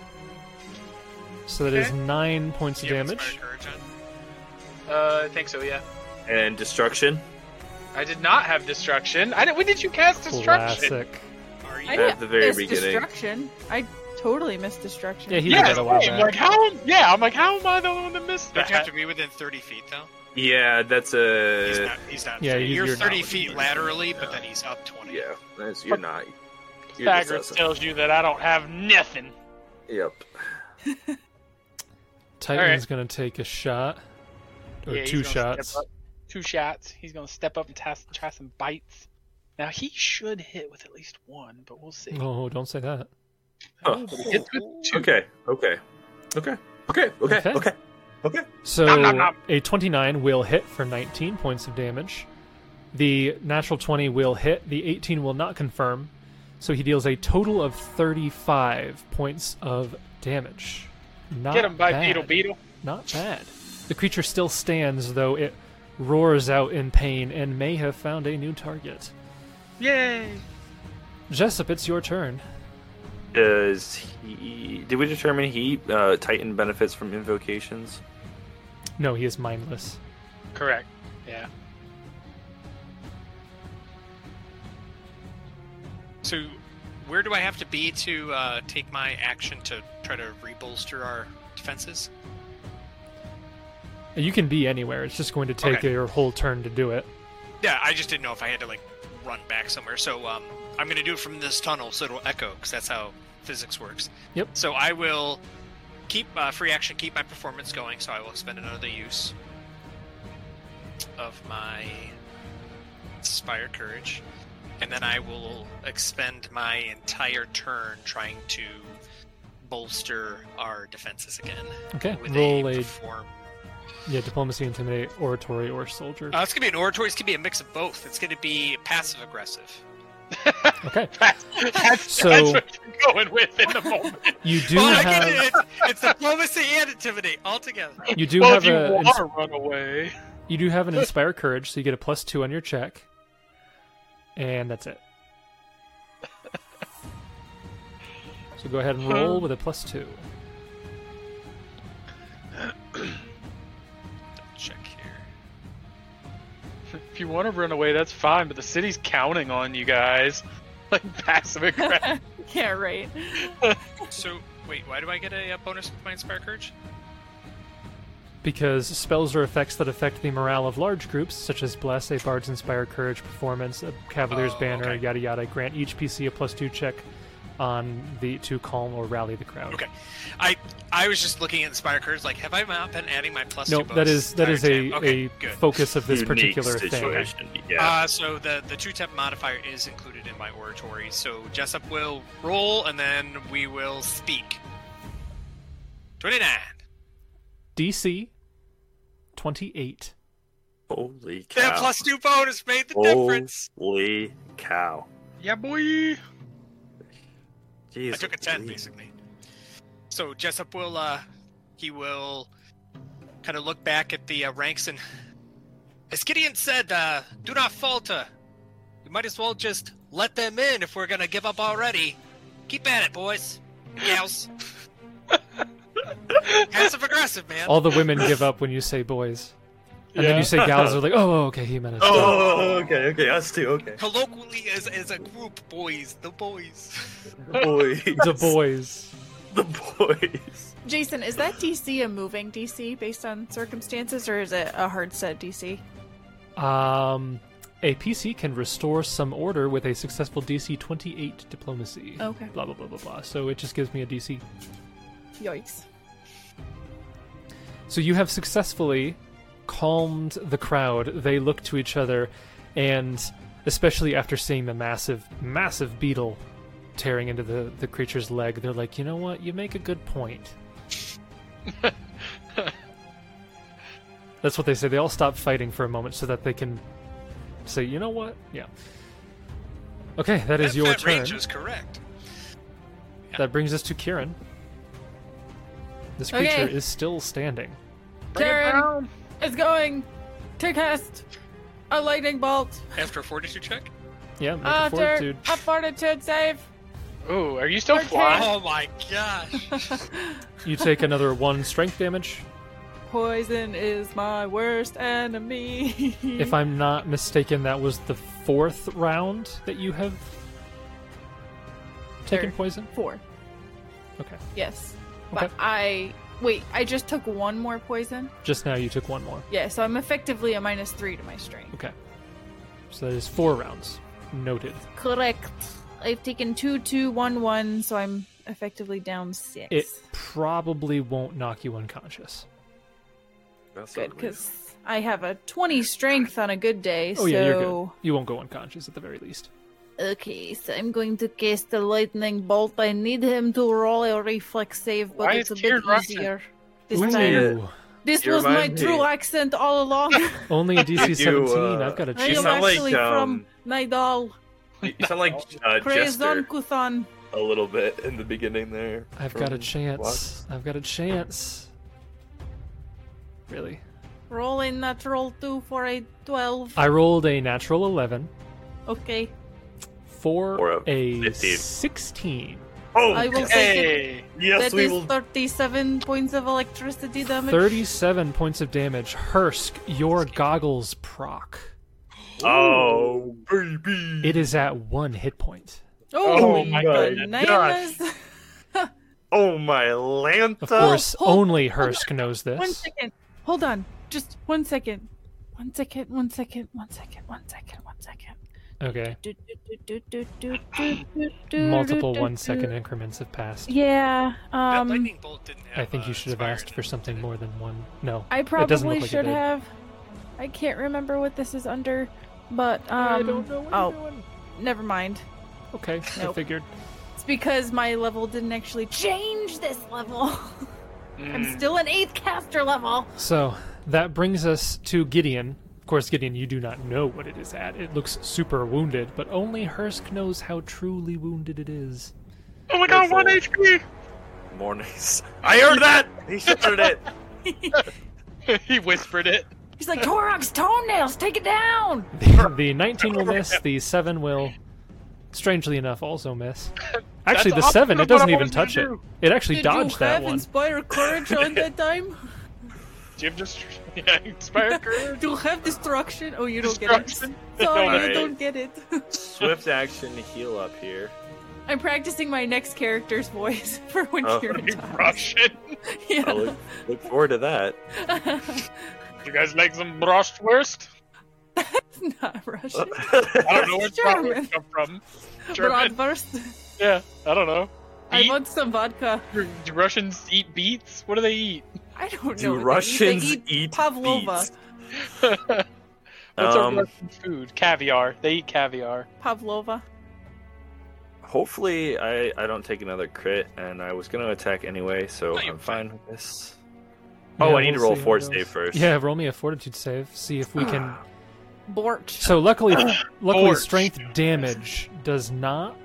S1: So that is
S2: Okay.
S1: 9 points of
S4: You have
S1: damage.
S4: inspired courage, huh?
S2: Uh, I think so. Yeah.
S9: don't- and destruction.
S2: I did not have destruction. I didn't, when did you cast destruction?
S1: Classic.
S4: Are you-
S5: I
S9: At
S5: didn't
S9: the very
S5: miss
S9: beginning.
S5: destruction. I totally missed destruction.
S1: Yeah, he
S2: Yeah,
S1: did a while
S2: same.
S1: back.
S2: like how? Yeah, I'm like, how am I the one that missed
S4: Don't you have
S2: that?
S4: to be within 30 feet, though?
S9: Yeah, that's
S4: He's
S9: a
S2: uh,
S4: not. He's not.
S1: yeah, you-
S4: you're,
S1: you're not
S4: 30
S9: within
S4: feet
S9: 30
S4: laterally,
S9: feet,
S4: but
S9: no.
S4: then he's up 20.
S9: yeah. That's, you're not. You're just
S2: Pythagoras
S9: outside.
S2: tells you that I don't have nothing.
S9: Yep.
S1: Titan's going to take a shot. Or
S2: Yeah, he's
S1: two
S2: gonna step
S1: shots.
S2: up. Two shots. He's gonna step up and tas- try some bites. Now he should hit with at least one, but we'll see.
S1: Oh, don't say that.
S9: Oh.
S2: But he hits with two.
S9: Okay. Okay. Okay. Okay. Okay.
S1: Okay.
S9: Okay.
S1: So
S2: Nom, nom, nom.
S1: a 29 will hit for 19 points of damage. The natural 20 will hit. The 18 will not confirm. So he deals a total of 35 points of damage. Not
S2: Get him by
S1: bad.
S2: Beetle Beetle.
S1: Not bad. The creature still stands, though it roars out in pain and may have found a new target.
S2: Yay!
S1: Jessup, it's your turn.
S9: Does he? Did we determine he uh, Titan benefits from invocations?
S1: No, he is mindless.
S2: Correct. Yeah.
S4: So, where do I have to be to uh, take my action to try to rebolster our defenses?
S1: You can be anywhere. It's just going to take
S4: Okay.
S1: your whole turn to do it.
S4: Yeah, I just didn't know if I had to like run back somewhere. So um, I'm gonna do it from this tunnel, so it'll echo because that's how physics works.
S1: Yep.
S4: So I will keep uh, free action, keep my performance going. So I will expend another use of my inspire courage, and then I will expend my entire turn trying to bolster our defenses again
S1: Okay.
S4: with
S1: Roll
S4: a
S1: a
S4: perform.
S1: yeah, diplomacy, intimidate, oratory, or soldier.
S4: Uh, it's gonna be an oratory. It's gonna be a mix of both. It's gonna be passive aggressive.
S1: okay.
S2: That's, that's,
S1: So-
S2: that's what you're going with in the moment.
S1: You do
S4: Well, I get
S1: have
S4: it. It's diplomacy and intimidate all together.
S1: you do
S2: well,
S1: have
S2: if you
S1: a
S2: want
S1: ins-
S2: to run away,
S1: you do have an inspire courage, so you get a plus two on your check, and that's it. So go ahead and roll with a plus two.
S4: Check here.
S2: if you want to run away, that's fine. But the city's counting on you guys, like passive aggressive.
S5: yeah, right.
S4: So, wait, why do I get a, uh bonus with my Inspire Courage?
S1: Because spells or effects that affect the morale of large groups, such as Bless, a Bard's Inspire Courage performance, a Cavalier's
S4: Oh,
S1: banner,
S4: okay.
S1: yada yada, grant each PC a plus two check on the to calm or rally the crowd.
S4: Okay. I I was just looking at Inspire Courage, like, have I not been adding my plus
S1: No,
S4: two
S1: that is that is a,
S4: okay,
S1: a
S4: good.
S1: focus of this
S9: Unique
S1: particular thing.
S9: situation. Yeah.
S4: Uh, so the the two tap modifier is included in my oratory. So Jessup will roll, and then we will speak. Twenty nine.
S1: DC twenty eight.
S6: Uh,
S9: Holy cow!
S4: That plus two bonus made the difference.
S9: Holy cow!
S2: yeah, boy.
S9: Jeez,
S4: I took a ten
S9: Louise.
S4: basically. So Jessup will uh he will kind of look back at the uh, ranks and as Gideon said, uh, do not falter. You might as well just let them in if we're gonna give up already. Keep at it, boys. and Gals. Passive aggressive, man.
S1: All the women give up when you say boys. And then you say gals are like, oh, okay, he meant us.
S6: Oh, okay, okay, us too. Okay,
S4: Colloquially, as, as a group, boys, the boys.
S6: the boys,
S1: The boys.
S6: the boys.
S5: Jason, is that DC a moving DC based on circumstances, or is it a hard set DC?
S1: Um, a PC can restore some order with a successful DC 28 diplomacy.
S5: Okay.
S1: Blah, blah, blah, blah, blah. So it just gives me a DC.
S5: Yikes.
S1: So you have successfully calmed the crowd. They look to each other, and especially after seeing the massive, massive beetle tearing into the, the creature's leg, they're like, you know what? You make a good point. That's what they say. They all stop fighting for a moment so that they can say, you know what? Yeah. Okay, that is
S4: That-
S1: your
S4: that
S1: turn.
S4: range is correct.
S1: That brings us to Kieran. This
S5: Okay.
S1: creature is still standing.
S5: Karen is going to cast a lightning bolt
S4: After a 42 check?
S1: Yeah, make a
S5: after
S1: fortitude.
S5: a fortitude save.
S2: Ooh, are you still
S5: Okay.
S2: flying?
S4: Oh my gosh.
S1: You take another one strength damage.
S5: Poison is my worst enemy.
S1: If I'm not mistaken, that was the fourth round that you have taken
S5: Third.
S1: poison.
S5: four,
S1: Okay.
S5: yes, but
S1: Okay.
S5: I wait. I just took one more poison.
S1: Just now you took one more.
S5: Yeah, so I'm effectively a minus three to my strength.
S1: Okay. So that is four rounds. Noted.
S5: Correct. I've taken two, two, one, one, so I'm effectively down six.
S1: It probably won't knock you unconscious.
S9: That's
S5: good
S9: ugly.
S5: because I have a 20 strength on a good day.
S1: Oh
S5: so
S1: yeah, you're good. You won't go unconscious at the very least.
S5: okay, so I'm going to cast the lightning bolt. I need him to roll a reflex save, but
S2: Why
S5: it's a
S2: is
S5: bit
S2: Tyrion Russian?
S5: easier this
S1: Ooh.
S5: time.
S9: Tyrion.
S5: This
S6: You
S5: was my
S6: remind me.
S5: true accent all along.
S1: Only a DC
S6: You,
S1: 17.
S6: uh,
S1: I've got a
S5: I
S1: cheat.
S5: am
S6: sound like,
S5: actually
S6: um,
S5: from Nidal,
S9: You you sound like uh,
S5: Krayzon
S9: Jester
S5: Kuthan.
S9: a little bit in the beginning there.
S1: I've got a
S9: from
S1: chance.
S9: Lux.
S1: I've got a chance. Really?
S5: Rolling natural two for a 12.
S1: I rolled a natural 11
S5: Okay.
S1: for
S9: Or a
S1: a
S9: 15.
S1: 16.
S6: Oh,
S5: I will take it.
S2: Hey,
S6: yes,
S5: That
S6: we
S5: is
S6: will.
S5: 37 points of electricity damage.
S1: 37 points of damage. Hursk, your goggles proc.
S6: Oh, baby.
S1: It is at one hit point.
S5: Oh,
S6: Oh my
S5: my
S6: gosh.
S5: goodness.
S6: Oh, my Lanta.
S1: Of course,
S5: hold-
S1: only
S5: hold on.
S1: Hursk knows this.
S5: One second. Hold on. Just one second. One second. One second. One second. One second. One second.
S1: Okay.
S5: Do, do, do, do, do, do, do, do,
S1: Multiple
S5: do,
S1: one
S5: do.
S1: second increments have passed.
S5: Yeah.
S4: That
S5: Um.
S4: lightning bolt didn't
S1: I
S4: have,
S1: think you
S4: uh,
S1: should have
S4: fire
S1: asked
S4: in
S1: for
S4: it,
S1: something
S4: did it?
S1: more than one. No.
S5: I
S1: doesn't look
S5: probably
S1: like it
S5: should
S1: did.
S5: have. I can't remember what this is under, but um. oh,
S1: doing.
S5: never mind.
S1: Okay, I
S5: Nope.
S1: figured.
S5: It's because my level didn't actually change this level. I'm
S1: Hmm.
S2: mm,
S5: still an eighth caster level.
S1: So that brings us to Gideon. Of course, Gideon, you do not know what it is at. It looks super wounded, but only Hursk knows how truly wounded it is.
S2: oh my god, one HP.
S9: Mornings. I earned that. He earned it.
S2: he whispered it.
S5: He's like Torok's toenails. Take it down.
S1: The, the 19 will miss, the 7 will, strangely enough, also miss. Actually, the
S2: opposite
S1: 7,
S2: of
S1: it doesn't
S2: what I
S1: even
S2: was gonna
S1: touch it.
S2: do.
S1: It actually dodged that one.
S5: inspire courage on that time?
S2: Do you have just yeah, inspire courage?
S5: Do you have destruction? Oh, you don't
S2: Destruction?
S5: get it. Sorry,
S9: Alright.
S5: you don't get it.
S9: Swift action heal up here.
S5: I'm practicing my next character's voice for when
S9: Oh,
S5: Kieran talks.
S2: Russian.
S9: I
S5: Yeah.
S9: look, look forward to that.
S2: You guys like some bratwurst?
S5: it's not Russian.
S2: I don't know where
S5: It's German.
S2: bratwurst come from. German.
S5: Bratwurst.
S2: Yeah, I don't know.
S5: I
S2: Beet?
S5: want some vodka.
S2: Do Russians eat beets? What do they eat?
S5: I don't know.
S9: Do
S5: what they eat. They
S9: Russians eat,
S5: eat pavlova.
S9: beets?
S2: What's
S9: Um,
S2: our Russian food? Caviar. They eat caviar.
S5: Pavlova.
S9: Hopefully, I, I don't take another crit, and I was going to attack anyway, so
S4: No, you're
S9: I'm fine with this.
S1: Yeah,
S9: oh, I need to
S1: we'll
S9: roll
S1: see how
S9: fort
S1: it
S9: save
S1: goes.
S9: first.
S1: Yeah, roll me a fortitude save. See if we can.
S5: Borch.
S1: So luckily, luckily,
S2: Forge.
S1: strength damage does not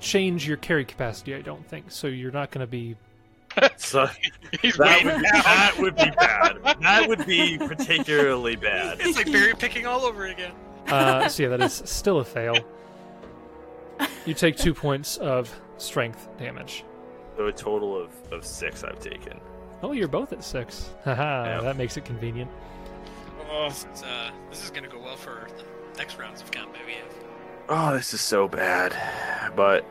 S1: change your carry capacity. I don't think so. You're not going to be.
S9: So,
S2: He's
S9: that,
S2: waiting.
S9: would, that would be bad. That would be particularly bad.
S4: It's like berry picking all over again.
S1: Uh, so yeah, that is still a fail. You take two points of strength damage.
S9: So a total of, of six I've taken.
S1: Oh, you're both at six. Haha,
S9: Yeah.
S1: that makes it convenient.
S4: This is, uh, this is gonna go well for the next rounds of combat we have.
S9: Oh, this is so bad. But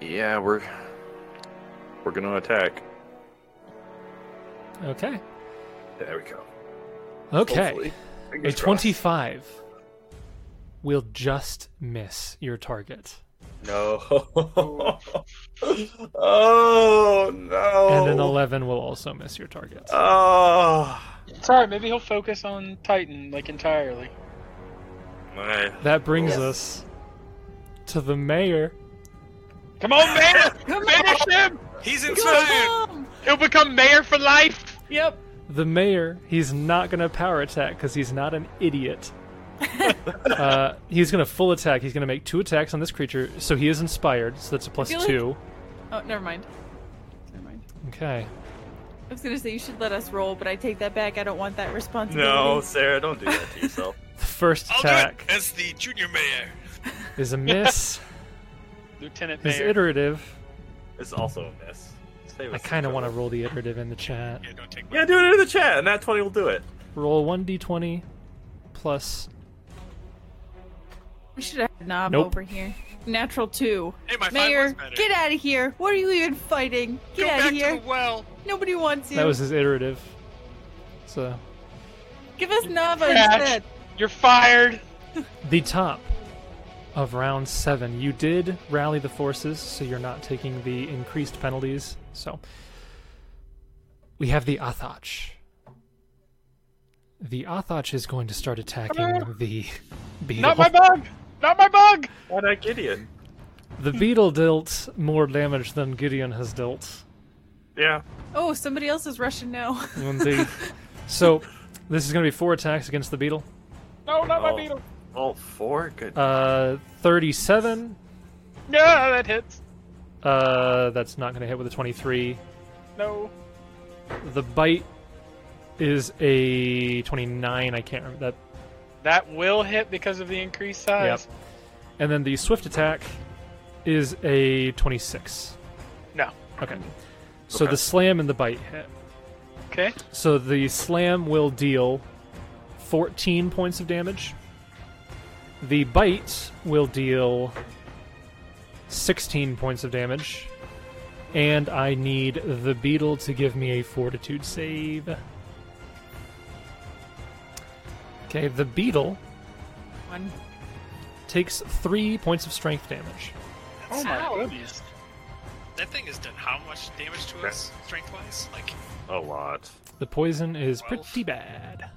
S9: yeah, we're we're gonna attack.
S1: Okay.
S9: There we go.
S1: Okay.
S9: Hopefully.
S1: A
S9: Fingers crossed.
S1: 25 will just miss your target.
S6: No.
S9: Oh
S1: And an
S9: no.
S1: 11 will also miss your target.
S9: Oh
S2: Sorry, maybe he'll focus on Titan like entirely.
S9: my.
S1: That brings us to the mayor.
S2: Come on, man!
S5: Come
S2: Finish him!
S4: He's inspired.
S5: on.
S2: He'll become mayor for life.
S5: Yep.
S1: The mayor, he's not going to power attack because he's not an idiot. uh, he's going to full attack. He's going to make two attacks on this creature. So he is inspired. So that's a plus
S5: feel like-
S1: two.
S5: Oh, never mind. Never mind.
S1: Okay.
S5: I was gonna say you should let us roll, but I take that back. I don't want that responsibility.
S9: No, Sarah, don't do that to yourself.
S1: The first
S4: I'll do
S1: attack
S4: it as the junior mayor.
S1: is a miss.
S2: Lieutenant
S1: is
S2: Mayor.
S1: iterative.
S9: It's also a miss. Stay with
S1: I
S9: us,
S1: kind of want to
S9: brother.
S1: roll the iterative in the chat.
S4: Yeah, don't take my
S9: Yeah, do it in the chat, and that twenty will do it.
S1: Roll 1d20 plus.
S5: We should have a knob
S1: Nope.
S5: over here. Natural two.
S4: Hey, my five was
S5: Mayor,
S4: better.
S5: get out of here. What are you even fighting? Get
S4: Go
S5: out
S4: back
S5: of here.
S4: to the well.
S5: Nobody wants you.
S1: That was his iterative. So
S5: Give us Nava
S2: Trash.
S5: instead.
S2: You're fired.
S1: the top of round seven. You did rally the forces, so you're not taking the increased penalties. So we have the Athach. The Athach is going to start attacking the beetle.
S2: Not my bug. Not my bug.
S9: Why not Gideon?
S1: the beetle dealt more damage than Gideon has dealt.
S9: Yeah.
S5: Oh, somebody else is Russian now.
S1: Indeed. so this is going to be four attacks against the beetle.
S2: No, not my
S9: Oh.
S2: beetle.
S9: Vault four. Good.
S1: Uh, 37.
S2: Yeah, that hits.
S1: Uh, that's not going to hit with a 23.
S2: No.
S1: The bite is a 29. I can't remember that.
S2: That will hit because of the increased size.
S1: Yep. And then the swift attack is a 26.
S2: No.
S1: Okay. So the slam and the bite hit.
S2: Okay.
S1: So the slam will deal 14 points of damage. The bite will deal 16 points of damage. And I need the beetle to give me a fortitude save. Okay, the beetle
S5: One.
S1: takes 3 points of strength damage.
S2: Oh my
S5: Ow.
S2: goodness.
S4: That thing has done how much damage to us, strength wise? Like,
S9: A lot.
S1: The poison is
S4: Twelve.
S1: pretty bad.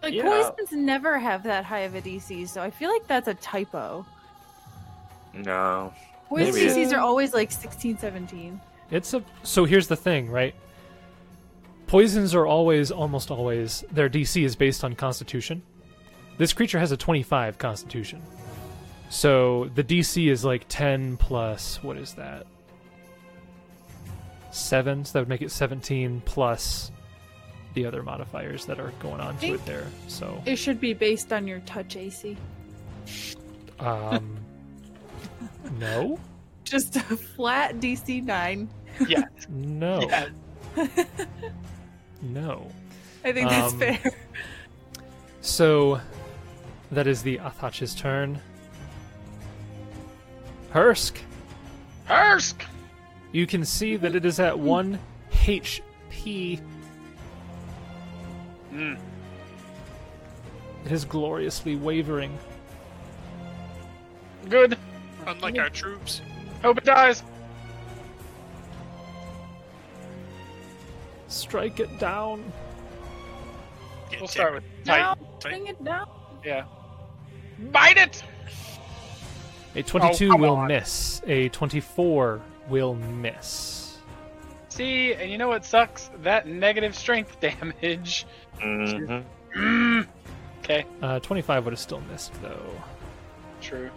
S5: Like
S3: Yeah.
S5: poisons never have that high of a DC, so I feel like that's a typo.
S9: No.
S5: Poison
S9: Maybe it-
S5: DCs are always like 16, 17.
S1: It's a so here's the thing, right? Poisons are always almost always their DC is based on constitution. This creature has a 25 constitution. So the DC is like 10 plus what is that? 7, so that would make it 17 plus the other modifiers that are going on to it there. So
S5: It should be based on your touch AC.
S1: um no?
S5: Just a flat DC 9.
S2: Yeah.
S1: No.
S2: yeah.
S1: No.
S5: I think that's
S1: Um,
S5: fair.
S1: So, that is the Athach's turn. Hursk,
S2: Hursk.
S1: you can see that it is at
S2: Hmm.
S1: 1 HP.
S2: Mm.
S1: It is gloriously wavering.
S2: Good.
S4: unlike our troops.
S2: Hope it dies.
S1: Strike it down.
S4: Get
S2: We'll start with
S5: Now,
S2: tight.
S5: bring it down.
S2: Yeah. Bite it.
S1: A 22
S2: Oh, come
S1: will
S2: on.
S1: miss. A 24 will miss.
S2: See, and you know what sucks? That negative strength damage.
S9: Mhm.
S2: Mm. Okay.
S1: Uh, 25 would have still missed, though.
S2: True.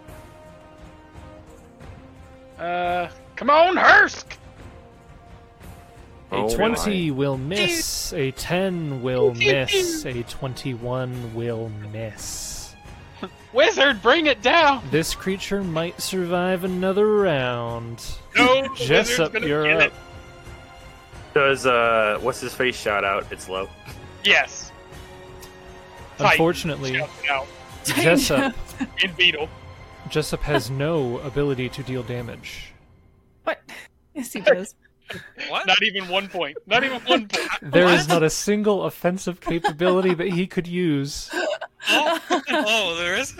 S2: Uh, come on, Hursk.
S1: A
S9: Oh
S1: 20 will miss. A 10 will miss. A 21 will miss.
S2: Wizard, bring it down.
S1: This creature might survive another round.
S2: No,
S1: Jessup, you're up.
S9: Does uh, what's his face shout out? It's low.
S2: Yes. Tight.
S1: Unfortunately,
S2: Shout it out.
S1: Jessup
S2: In beetle.
S1: Jessup has no ability to deal damage.
S5: What? Yes, he does.
S4: What?
S2: Not even one point. Not even one point.
S1: There is not a single offensive capability that he could use.
S4: Oh, oh, there is.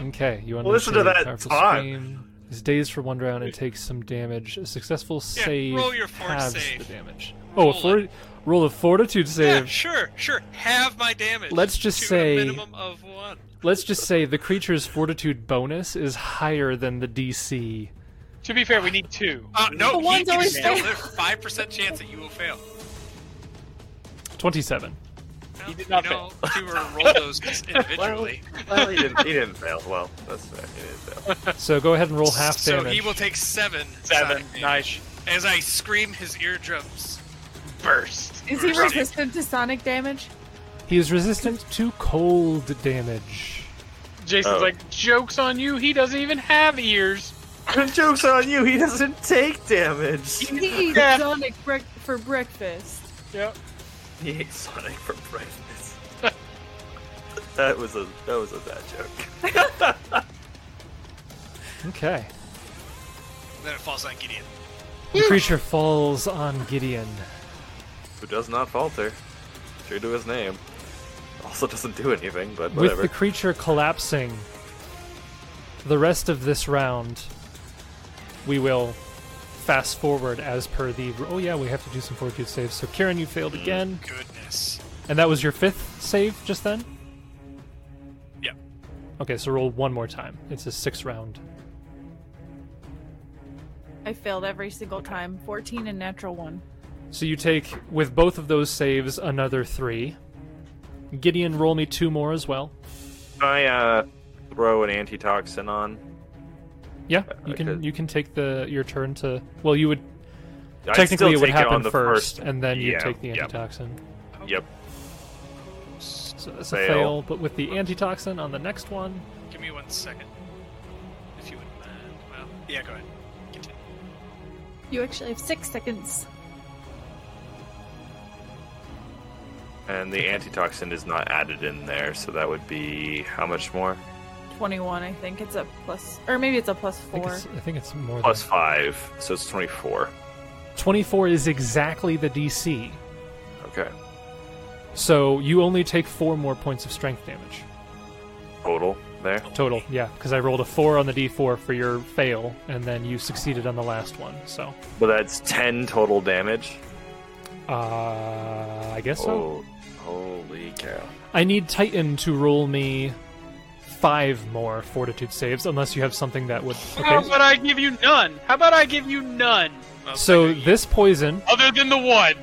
S1: Okay, you
S9: Well, listen to
S1: unleash a
S9: that
S1: powerful
S9: taunt.
S1: scream. He's dazed for one round and takes some damage. A successful
S4: Yeah,
S1: save
S4: roll your fort
S1: halves
S4: save.
S1: the damage.
S4: Roll
S1: oh, a fort-
S4: it.
S1: roll a fortitude
S4: Yeah,
S1: save.
S4: sure, sure. Have my damage.
S1: Let's just
S4: to a
S1: say-
S4: minimum of one.
S1: Let's just say the creature's fortitude bonus is higher than the DC.
S2: To be fair, we need two.
S4: Uh, no,
S5: The
S4: he
S5: one's
S4: can
S5: always
S4: still
S5: fail.
S4: live. Five percent chance that you will fail.
S1: 27.
S4: He
S2: did not
S4: you know, fail. You were roll those individually.
S9: Well, he didn't. He didn't fail. Well, that's fair. He didn't fail.
S1: So go ahead and roll half
S4: so
S1: damage.
S4: he will take seven.
S2: Seven.
S4: sonic damage
S2: Nice.
S4: As I scream his eardrums.
S2: Burst.
S5: Is he resistant to sonic damage?
S1: He is resistant to cold damage.
S2: Jason's
S9: Oh.
S2: like, joke's on you. He doesn't even have ears.
S9: Joke's on you. He doesn't take damage.
S5: He eats
S2: Yeah.
S5: sonic brec- for breakfast.
S2: Yep.
S9: He ate Sonic for breakfast. that was a that was a bad joke.
S1: Okay.
S4: Then it falls on Gideon.
S1: The creature falls on Gideon.
S9: Who does not falter? True to his name. Also doesn't do anything, but
S1: With the
S9: whatever.
S1: creature collapsing, the rest of this round, we will fast forward as per the. Oh, yeah, we have to do some fortitude saves. So, Kieran, you failed again.
S4: Goodness.
S1: And that was your fifth save just then?
S4: Yeah.
S1: Okay, so roll one more time. It's a six round.
S5: I failed every single time. 14 and natural one.
S1: So you take, with both of those saves, another three. Gideon, roll me two more as well.
S9: Can I uh, throw an antitoxin on.
S1: Yeah, you can
S9: Okay.
S1: you can take the your turn to. Well, you would
S9: I'd still
S1: technically it would
S9: take
S1: happen
S9: on the
S1: first, and then you
S9: Yeah,
S1: take the
S9: yep,
S1: antitoxin.
S9: Yep.
S1: So that's a
S9: Fail.
S1: fail. But with the antitoxin on the next one,
S4: Give me one second. If you wouldn't mind. Well, Yeah, go ahead.
S5: You actually have six seconds.
S9: And the antitoxin is not added in there, so that would be how much more?
S5: 21, I think. It's a plus, or maybe it's a plus
S1: I think
S5: four.
S1: it's, I think it's more
S9: Plus
S1: than
S9: five, so it's 24.
S1: 24 is exactly the DC.
S9: Okay.
S1: So you only take four more points of strength damage
S9: Total there.
S1: total. Yeah, because I rolled a four on the D4 for your fail, and then you succeeded on the last one. So,
S9: But that's 10 total damage.
S1: uh, I guess so.
S9: Oh, holy cow.
S1: I need Titan to roll me five more Fortitude saves, unless you have something that would.
S2: How
S1: Okay.
S2: about I give you none? How about I give you none?
S4: Well,
S1: So
S4: Tiger, you-
S1: this poison
S2: Other than the one.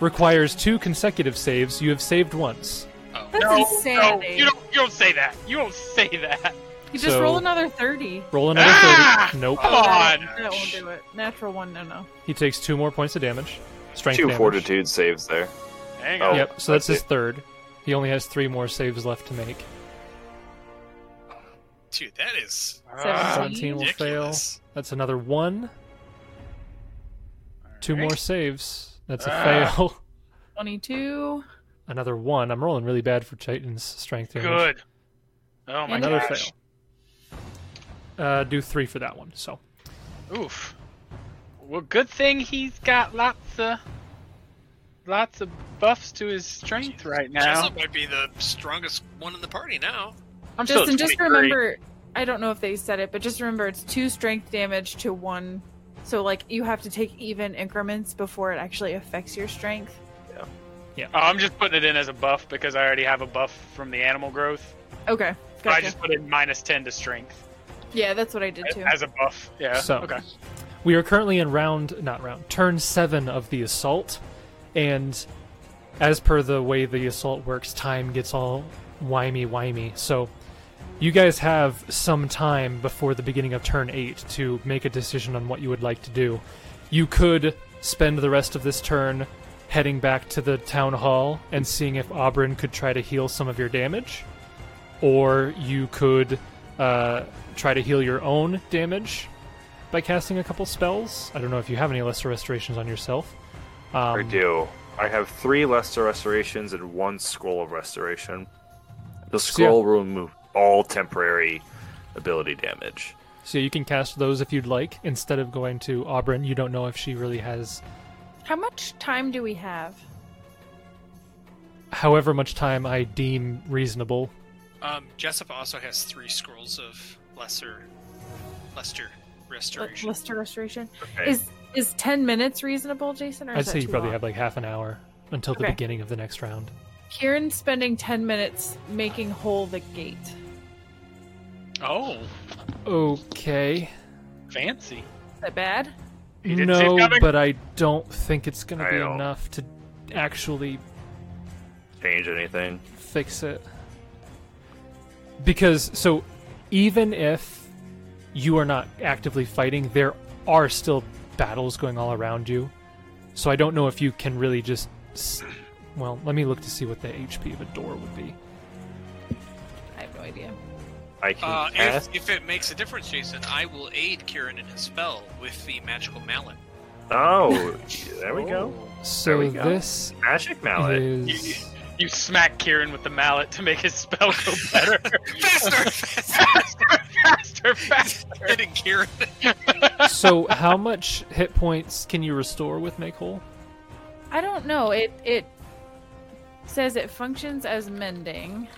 S1: requires two consecutive saves. You have saved once.
S4: oh,
S5: That's
S2: No, no,
S5: insanity.
S2: you don't. You don't say that. You don't say that.
S5: You just
S1: So-
S5: roll another 30.
S1: Roll another
S2: Ah!
S1: 30. Nope.
S2: Come on.
S5: That won't do it. Natural one, no, no.
S1: He takes two more points of damage. Strength
S9: Two
S1: damage.
S9: fortitude saves there.
S2: Hang
S9: Oh.
S2: on.
S1: Yep, so that's
S9: that's
S1: his third. He only has three more saves left to make.
S4: dude, that is
S2: Ah,
S1: 17
S5: Seventeen.
S1: will fail.
S4: ridiculous.
S1: That's another one. Two
S2: Alright.
S1: more saves. That's a
S2: Ah.
S1: fail.
S5: 22.
S1: Another one. I'm rolling really bad for Titan's strength damage.
S2: Good. Oh my
S1: Another
S2: gosh.
S1: fail. Uh, do three for that one. So
S2: Oof. Well, good thing he's got lots of lots of buffs to his strength right now.
S4: Jessup might be the strongest one in the party now.
S2: I'm still
S5: Justin, just
S2: 23.
S5: remember, I don't know if they said it, but just remember it's two strength damage to one. So, like, you have to take even increments before it actually affects your strength.
S2: Oh, I'm just putting it in as a buff because I already have a buff from the animal growth.
S5: Okay.
S2: But I
S5: Gotcha.
S2: just put in minus ten to strength
S5: Yeah, that's what I did too.
S2: as a buff. Yeah.
S1: So.
S2: Okay.
S1: we are currently in round, not round, turn seven of the assault, and as per the way the assault works, time gets all whimy whimy. So you guys have some time before the beginning of turn eight to make a decision on what you would like to do. You could spend the rest of this turn heading back to the town hall and seeing if Auburn could try to heal some of your damage, or you could uh, try to heal your own damage by casting a couple spells. I don't know if you have any lesser restorations on yourself. Um,
S9: I do. I have three lesser restorations and one scroll of restoration. The scroll will remove all temporary ability damage.
S1: So you can cast those if you'd like instead of going to Auburn. You don't know if she really has
S5: How much time do we have?
S1: however much time I deem reasonable.
S4: Um, Jessup also has three scrolls of lesser, lesser
S5: L-
S4: restoration.
S5: Lister restoration
S9: Okay.
S5: is is ten minutes reasonable, Jason? Or is
S1: I'd
S5: that
S1: say you
S5: too
S1: probably
S5: long?
S1: have like half an hour until the
S5: Okay.
S1: beginning of the next round.
S5: Kieran spending ten minutes making hole the gate.
S2: Oh,
S1: Okay.
S2: fancy.
S5: Is that bad?
S2: You didn't see it
S1: no,
S2: coming?
S1: but I don't think it's going
S9: I
S1: to be
S9: don't.
S1: enough to actually
S9: Change anything?
S1: fix it. Because, so, even if you are not actively fighting, there are still battles going all around you. So I don't know if you can really just. s- Well, let me look to see what the HP of a door would be.
S5: I have no idea.
S9: I can
S4: Uh,
S9: cast.
S4: if, if it makes a difference, Jason, I will aid Kieran in his spell with the magical mallet.
S9: Oh, there we go. There
S1: So
S9: we go.
S1: this
S9: Magic mallet.
S1: is.
S2: You smack Kieran with the mallet to make his spell go better.
S4: Faster! faster!
S2: faster, faster.
S4: Hitting Kieran.
S1: so, how much hit points can you restore with Make Whole?
S5: I don't know. It it says it functions as mending,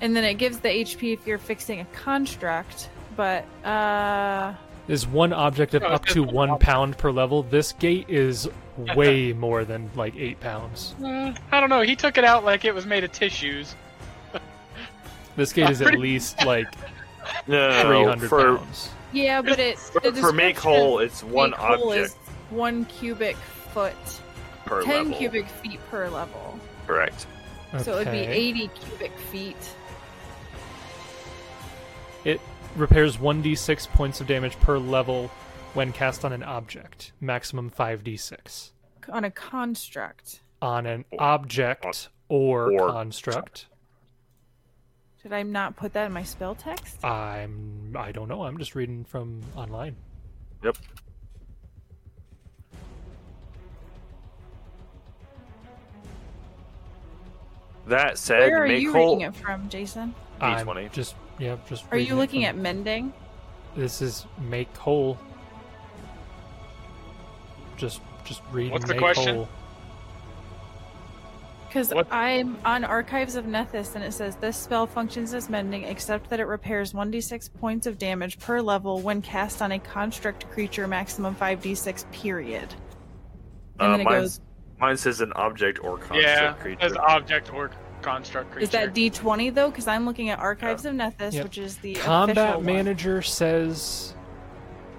S5: and then it gives the HP if you're fixing a construct. But uh,
S1: Is one object of
S2: Oh,
S1: up
S2: it's
S1: to
S2: just
S1: one pound per level. This gate is way more than like eight pounds.
S2: Uh, I don't know. He took it out like it was made of tissues.
S1: This gate is at least like
S9: No, no, no,
S1: 300
S9: for,
S1: pounds.
S5: yeah, but it
S9: for, for make whole, it's one object
S5: one cubic foot,
S9: per
S5: ten
S9: level.
S5: cubic feet per level.
S9: Correct.
S5: So it would be
S1: Okay.
S5: 80 cubic feet.
S1: It repairs 1d6 points of damage per level when cast on an object, maximum 5d6.
S5: on a construct.
S1: On an object or,
S9: or-
S1: construct.
S5: Did I not put that in my spell text?
S1: I'm. I don't know. I'm just reading from online.
S3: Yep. That said,
S5: Where are
S3: make
S5: you
S3: whole Uh,
S5: reading it from, Jason?
S1: I'm
S3: D20.
S1: Just yeah. Just.
S5: Are
S1: reading
S5: you
S1: it
S5: looking at
S1: from-
S5: mending?
S1: This is make whole. Just just read.
S2: What's the
S1: make
S2: question?
S1: Whole.
S5: Because
S2: What-
S5: I'm on Archives of Nethys, and it says this spell functions as mending, except that it repairs 1d6 points of damage per level when cast on a construct creature, maximum 5d6. Period. And
S3: Uh,
S5: then it
S3: mine,
S5: goes.
S3: mine says an object or construct
S2: yeah,
S3: creature.
S2: as object or construct creature.
S5: Is that d20 though? Because I'm looking at Archives of Nethys,
S1: Yep.
S5: which is the official
S1: Combat
S5: one.
S1: manager says,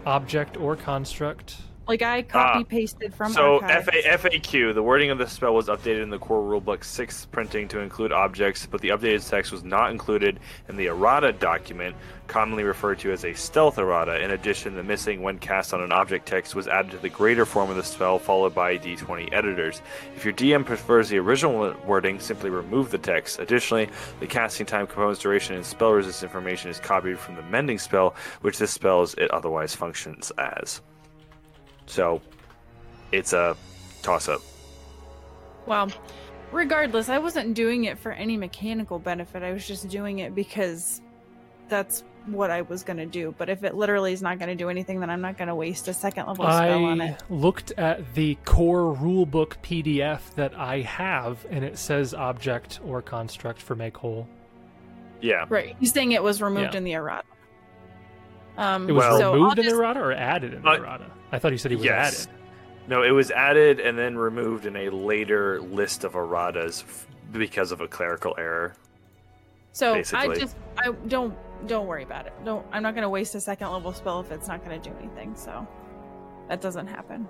S1: object or construct.
S5: Like I copy pasted from
S3: Ah. so
S5: Archives.
S3: FA, FAQ, the wording of the spell was updated in the core rulebook 6 printing to include objects, but the updated text was not included in the errata document, commonly referred to as a stealth errata. In addition, the missing when cast on an object text was added to the greater form of the spell, followed by D20 editors. If your DM prefers the original wording, simply remove the text. Additionally, the casting time, components, duration, and spell resist information is copied from the mending spell, which this spell's it otherwise functions as. So, it's a toss up.
S5: Well, regardless, I wasn't doing it for any mechanical benefit. I was just doing it because that's what I was going to do. But if it literally is not going to do anything, then I'm not going to waste a second level spell on
S1: I
S5: it.
S1: looked at the core rulebook PDF that I have, and it says object or construct for make whole.
S3: Yeah.
S5: Right. He's saying it was removed
S1: Yeah.
S5: in the errata. Um,
S1: It was
S5: so I'll
S1: removed in
S5: just-
S1: the errata or added in the
S3: Uh,
S1: errata? I thought you said he was
S3: yes.
S1: added.
S3: No, it was added and then removed in a later list of erratas f- because of a clerical error.
S5: So I
S3: basically.
S5: just I don't don't worry about it. Don't I'm not going to waste a second level spell if it's not going to do anything. So that doesn't happen.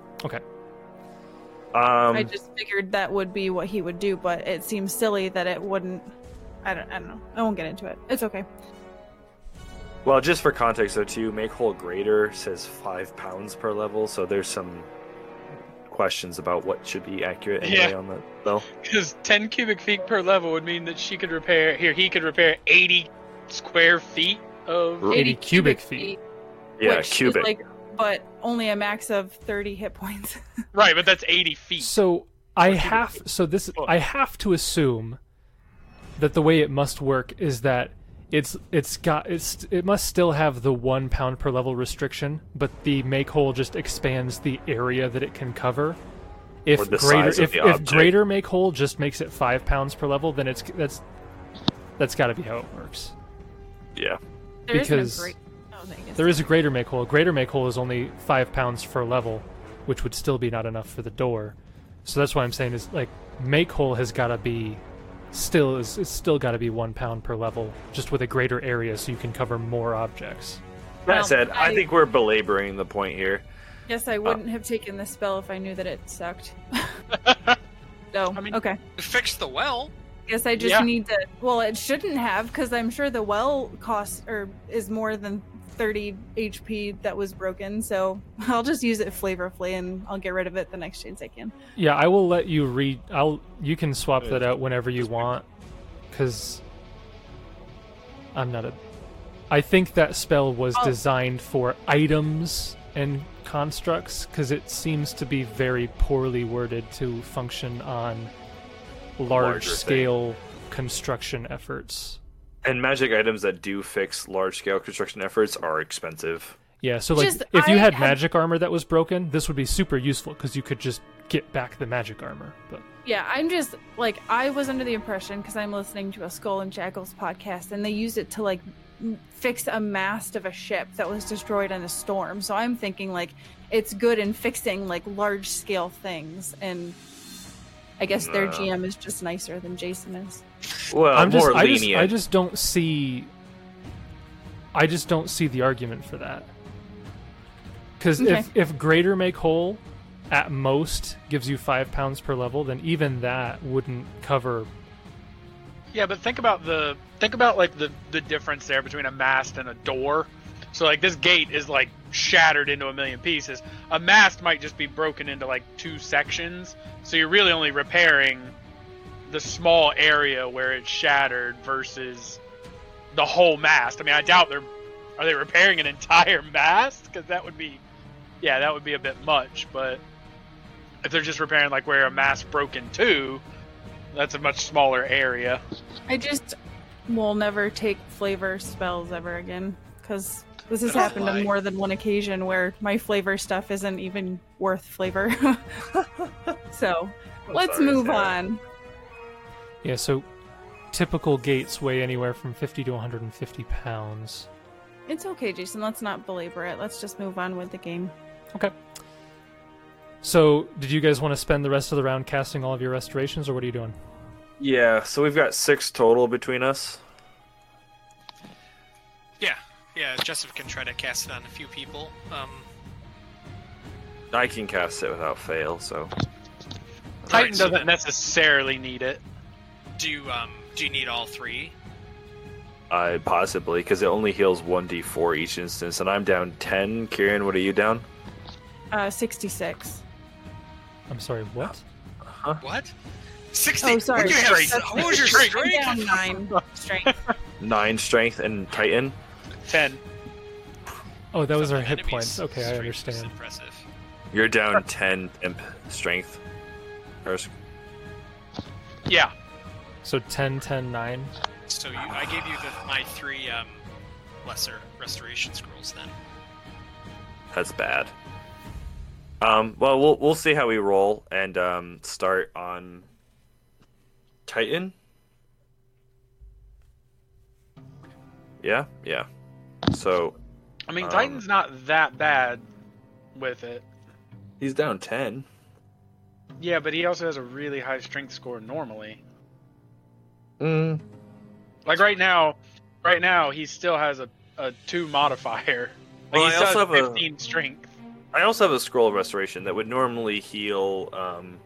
S3: Um,
S5: I just figured that would be what he would do, but it seems silly that it wouldn't. I don't, I don't know. I won't get into it. It's okay.
S3: well, just for context, though, too, make whole greater says five pounds per level, so there's some questions about what should be accurate anyway
S2: Yeah.
S3: on that spell.
S2: Because 10 cubic feet per level would mean that she could repair, here, he could repair 80 square feet of.
S3: Right.
S1: 80 cubic feet.
S3: Yeah,
S5: which is
S3: cubic.
S5: like, but only a max of 30 hit points.
S2: Right, but that's 80 feet.
S1: So I have so this I have to assume that the way it must work is that it's it's got it's it must still have the one pound per level restriction, but the make whole just expands the area that it can cover.
S3: Or
S1: If
S3: the
S1: greater
S3: size of
S1: if,
S3: the
S1: if
S3: object.
S1: greater make whole just makes it five pounds per level, then it's that's that's got to be how it works.
S3: yeah.
S5: There isn't
S1: Because
S5: a great. Oh, I guess
S1: There is a greater make hole. A greater make hole is only five pounds per level, which would still be not enough for the door. So that's why I'm saying is like make hole has got to be still is it's still got to be one pound per level, just with a greater area so you can cover more objects.
S3: That
S5: Well,
S3: said, I
S5: I-
S3: think we're belaboring the point here.
S5: Guess I wouldn't have taken this spell if I knew that it sucked. so
S2: I mean-
S5: okay.
S4: We fixed the well.
S5: Guess I just
S2: Yeah.
S5: need to. Well, it shouldn't have because I'm sure the well cost or is more than 30 HP that was broken. So I'll just use it flavorfully and I'll get rid of it the next chance I can.
S1: Yeah, I will let you read. I'll you can swap that out whenever you want, because I'm not a. I think that spell was
S5: Oh.
S1: designed for items and constructs because it seems to be very poorly worded to function on large
S3: thing.
S1: scale construction efforts.
S3: And magic items that do fix large scale construction efforts are expensive.
S1: Yeah, so like
S5: Just-
S1: if you
S5: I
S1: had
S5: have-
S1: magic armor that was broken, this would be super useful because you could just get back the magic armor. But
S5: Yeah, I'm just like I was under the impression because I'm listening to a Skull and Shackles podcast, and they used it to like m- fix a mast of a ship that was destroyed in a storm. So I'm thinking like it's good in fixing like large scale things, and I guess their
S3: Nah.
S5: GM is just nicer than Jason is.
S3: Well,
S1: I'm just,
S3: Uh, more
S1: I just,
S3: lenient.
S1: I just don't see. I just don't see the argument for that. Because
S5: Okay.
S1: if if greater make whole, at most gives you five pounds per level, then even that wouldn't cover.
S2: Yeah, but think about the, think about like the, the difference there between a mast and a door. So like this gate is like shattered into a million pieces. A mast might just be broken into like two sections. So you're really only repairing the small area where it's shattered versus the whole mast. I mean, I doubt they're are they repairing an entire mast because that would be yeah, that would be a bit much. But if they're just repairing like where a mast broke in two, that's a much smaller area.
S5: I just will never take flavor spells ever again because this has
S4: That's a
S5: happened
S4: lie.
S5: on more than one occasion where my flavor stuff isn't even worth flavor. so let's
S10: sorry,
S5: move
S10: Sarah.
S5: on.
S1: Yeah, so typical gates weigh anywhere from 50 to 150 pounds.
S5: It's okay, Jason. Let's not belabor it. Let's just move on with the game.
S1: Okay. So, did you guys want to spend the rest of the round casting all of your restorations, or what are you doing?
S3: Yeah, so we've got six total between us.
S4: Yeah, yeah. Jessup can try to cast it on a few people. Um,
S3: I can cast it without fail, so
S2: Titan
S4: alright, so
S2: doesn't necessarily need it.
S4: then do you, um, do you need all three?
S3: I possibly because it only heals one d4 each instance, and I'm down ten. Kieran, what are you down?
S5: Uh, 66.
S1: I'm sorry,
S3: Um,
S1: what?
S4: What? Sixty.
S5: Oh, sorry.
S4: What, do you have?
S5: That's-
S4: what was your strength?
S5: I'm down nine strength.
S3: Nine strength and Titan.
S2: Ten.
S1: Oh, that was our
S4: Something
S1: hit
S4: enemies
S1: points. Okay, I
S4: strength is
S1: understand.
S4: Impressive.
S3: You're down ten imp strength. Or s-
S2: Yeah.
S1: So 10, 10, 9.
S4: So you, I gave you the, my three um, lesser restoration scrolls then.
S3: That's bad. Um, well, we'll we'll see how we roll and um, start on Titan. Yeah, yeah. So
S2: I mean,
S3: Um,
S2: Titan's not that bad with it.
S3: he's down ten.
S2: Yeah, but he also has a really high strength score normally.
S3: Mm.
S2: Like right now, right now he still has a, a two modifier. Like
S3: Well,
S2: he
S3: I
S2: still
S3: also
S2: has
S3: have a-
S2: fifteen strength.
S3: I also have a scroll of restoration that would normally heal. Um,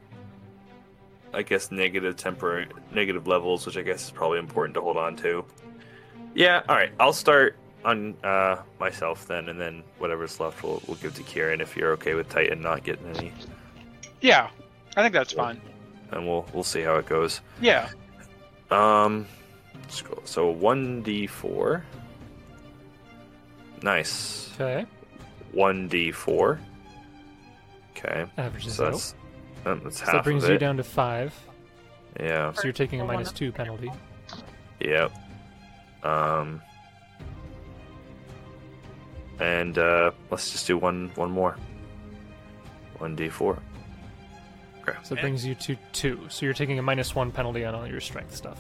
S3: I guess negative temporary negative levels, which I guess is probably important to hold on to. Yeah. All right. I'll start on uh, myself then, and then whatever's left, we'll we'll give to Kieran if you're okay with Titan not getting any.
S2: Yeah, I think that's fine.
S3: and we'll we'll see how it goes.
S2: Yeah,
S3: Um, scroll. So one d four. Nice.
S1: Okay,
S3: One d four. Okay,
S1: averages
S3: so
S1: out.
S3: that's um, that's
S1: So
S3: half
S1: that brings
S3: of it.
S1: you down to 5.
S3: Yeah.
S1: So you're taking a
S5: Or one
S1: minus
S5: up.
S1: 2 penalty.
S3: Yep. Um. And uh, let's just do one one more. One d four.
S1: So that
S3: Eh.
S4: Yeah.
S1: brings you to 2. So you're taking a minus 1 penalty on all your strength stuff.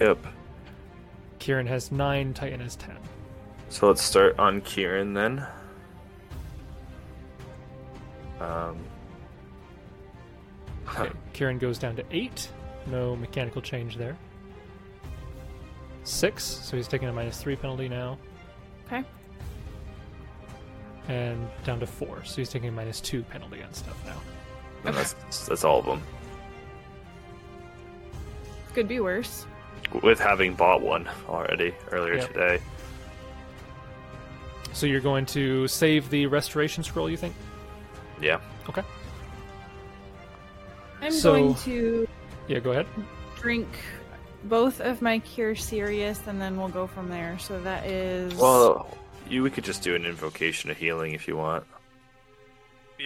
S3: Yep.
S1: Kieran has 9, Titan has 10.
S3: So let's start on Kieran then. Um.
S1: Okay, Kieran goes down to eight. No mechanical change there. Six, so he's taking a minus three penalty now,
S5: Okay.
S1: and down to four, so he's taking a minus two penalty on stuff now.
S3: And that's that's all of them.
S5: Could be worse.
S3: With having bought one already earlier
S1: Yep.
S3: today.
S1: So you're going to save the restoration scroll, you think?
S3: Yeah.
S1: Okay.
S5: I'm
S1: So-
S5: going to
S1: Yeah, go ahead.
S5: drink both of my cure serious and then we'll go from there. So that is
S3: Well, you we could just do an invocation of healing if you want.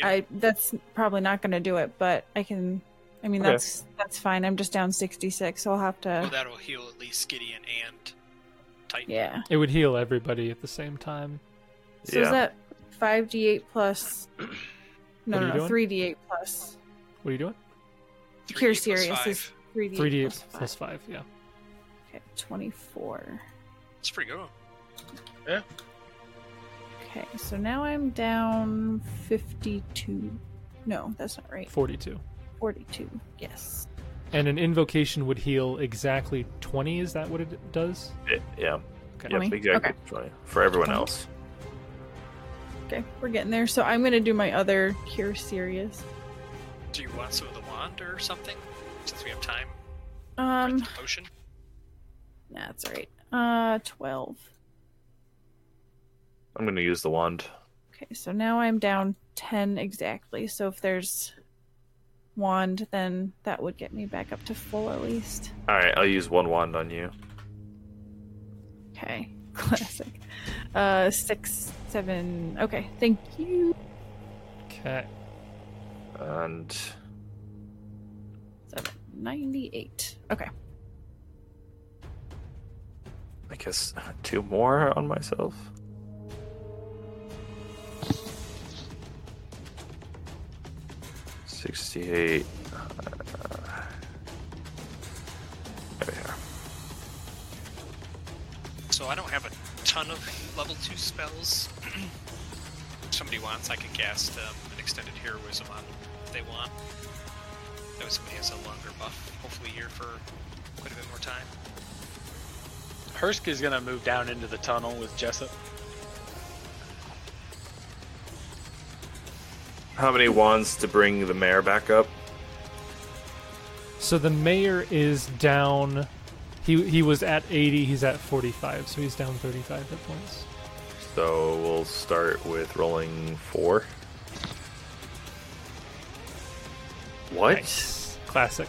S5: I uh, that's probably not going to do it, but I can I mean
S3: Okay.
S5: that's that's fine. I'm just down 66, so I'll have
S4: Well,
S5: to
S4: that'll heal at least Gideon and Titan.
S5: yeah.
S1: It would heal everybody at the same time.
S5: So
S3: Yeah.
S5: is that 5d8 plus No,
S1: What are
S5: no,
S1: you doing?
S5: no, 3d8 plus
S1: What are you doing?
S5: Cure
S4: 3D plus
S5: serious is
S4: five.
S5: 3d8,
S1: Three D
S5: plus five.
S1: plus five. Yeah.
S5: Okay, 24.
S4: It's pretty good.
S5: Okay, so now I'm down 52. No, that's not right.
S1: Forty-two.
S5: 42. Yes.
S1: And an invocation would heal exactly twenty. Is that what it does?
S3: It- yeah.
S1: Okay.
S3: Yep,
S5: 20?
S3: exactly.
S5: Okay.
S3: 20. For everyone else.
S5: Okay, we're getting there. So I'm gonna do my other cure serious.
S4: Do you want some of the wand or something? Since we have time. for
S5: Um,
S4: the potion.
S5: nah, that's alright. Uh, twelve.
S3: I'm gonna use the wand.
S5: Okay, so now I'm down ten exactly. So if there's wand, then that would get me back up to full at least.
S3: Alright, I'll use one wand on you.
S5: Okay, classic. Uh, six, seven. Okay, thank you.
S1: Okay.
S9: And
S5: Seven, 98. Okay.
S9: I guess two more on myself. Sixty-eight. uh, there we are.
S4: So I don't have a ton of level two spells. if somebody wants, I could cast um, an extended heroism on them if they want. Though somebody has a longer buff, hopefully here for quite a bit more time.
S2: Hersk is gonna move down into the tunnel with Jessup.
S9: How many wands to bring the mare back up?
S1: So the mayor is down. He he was at 80. He's at 45. So he's down 35 hit points.
S9: So we'll start with rolling four. What?
S1: Nice. Classic.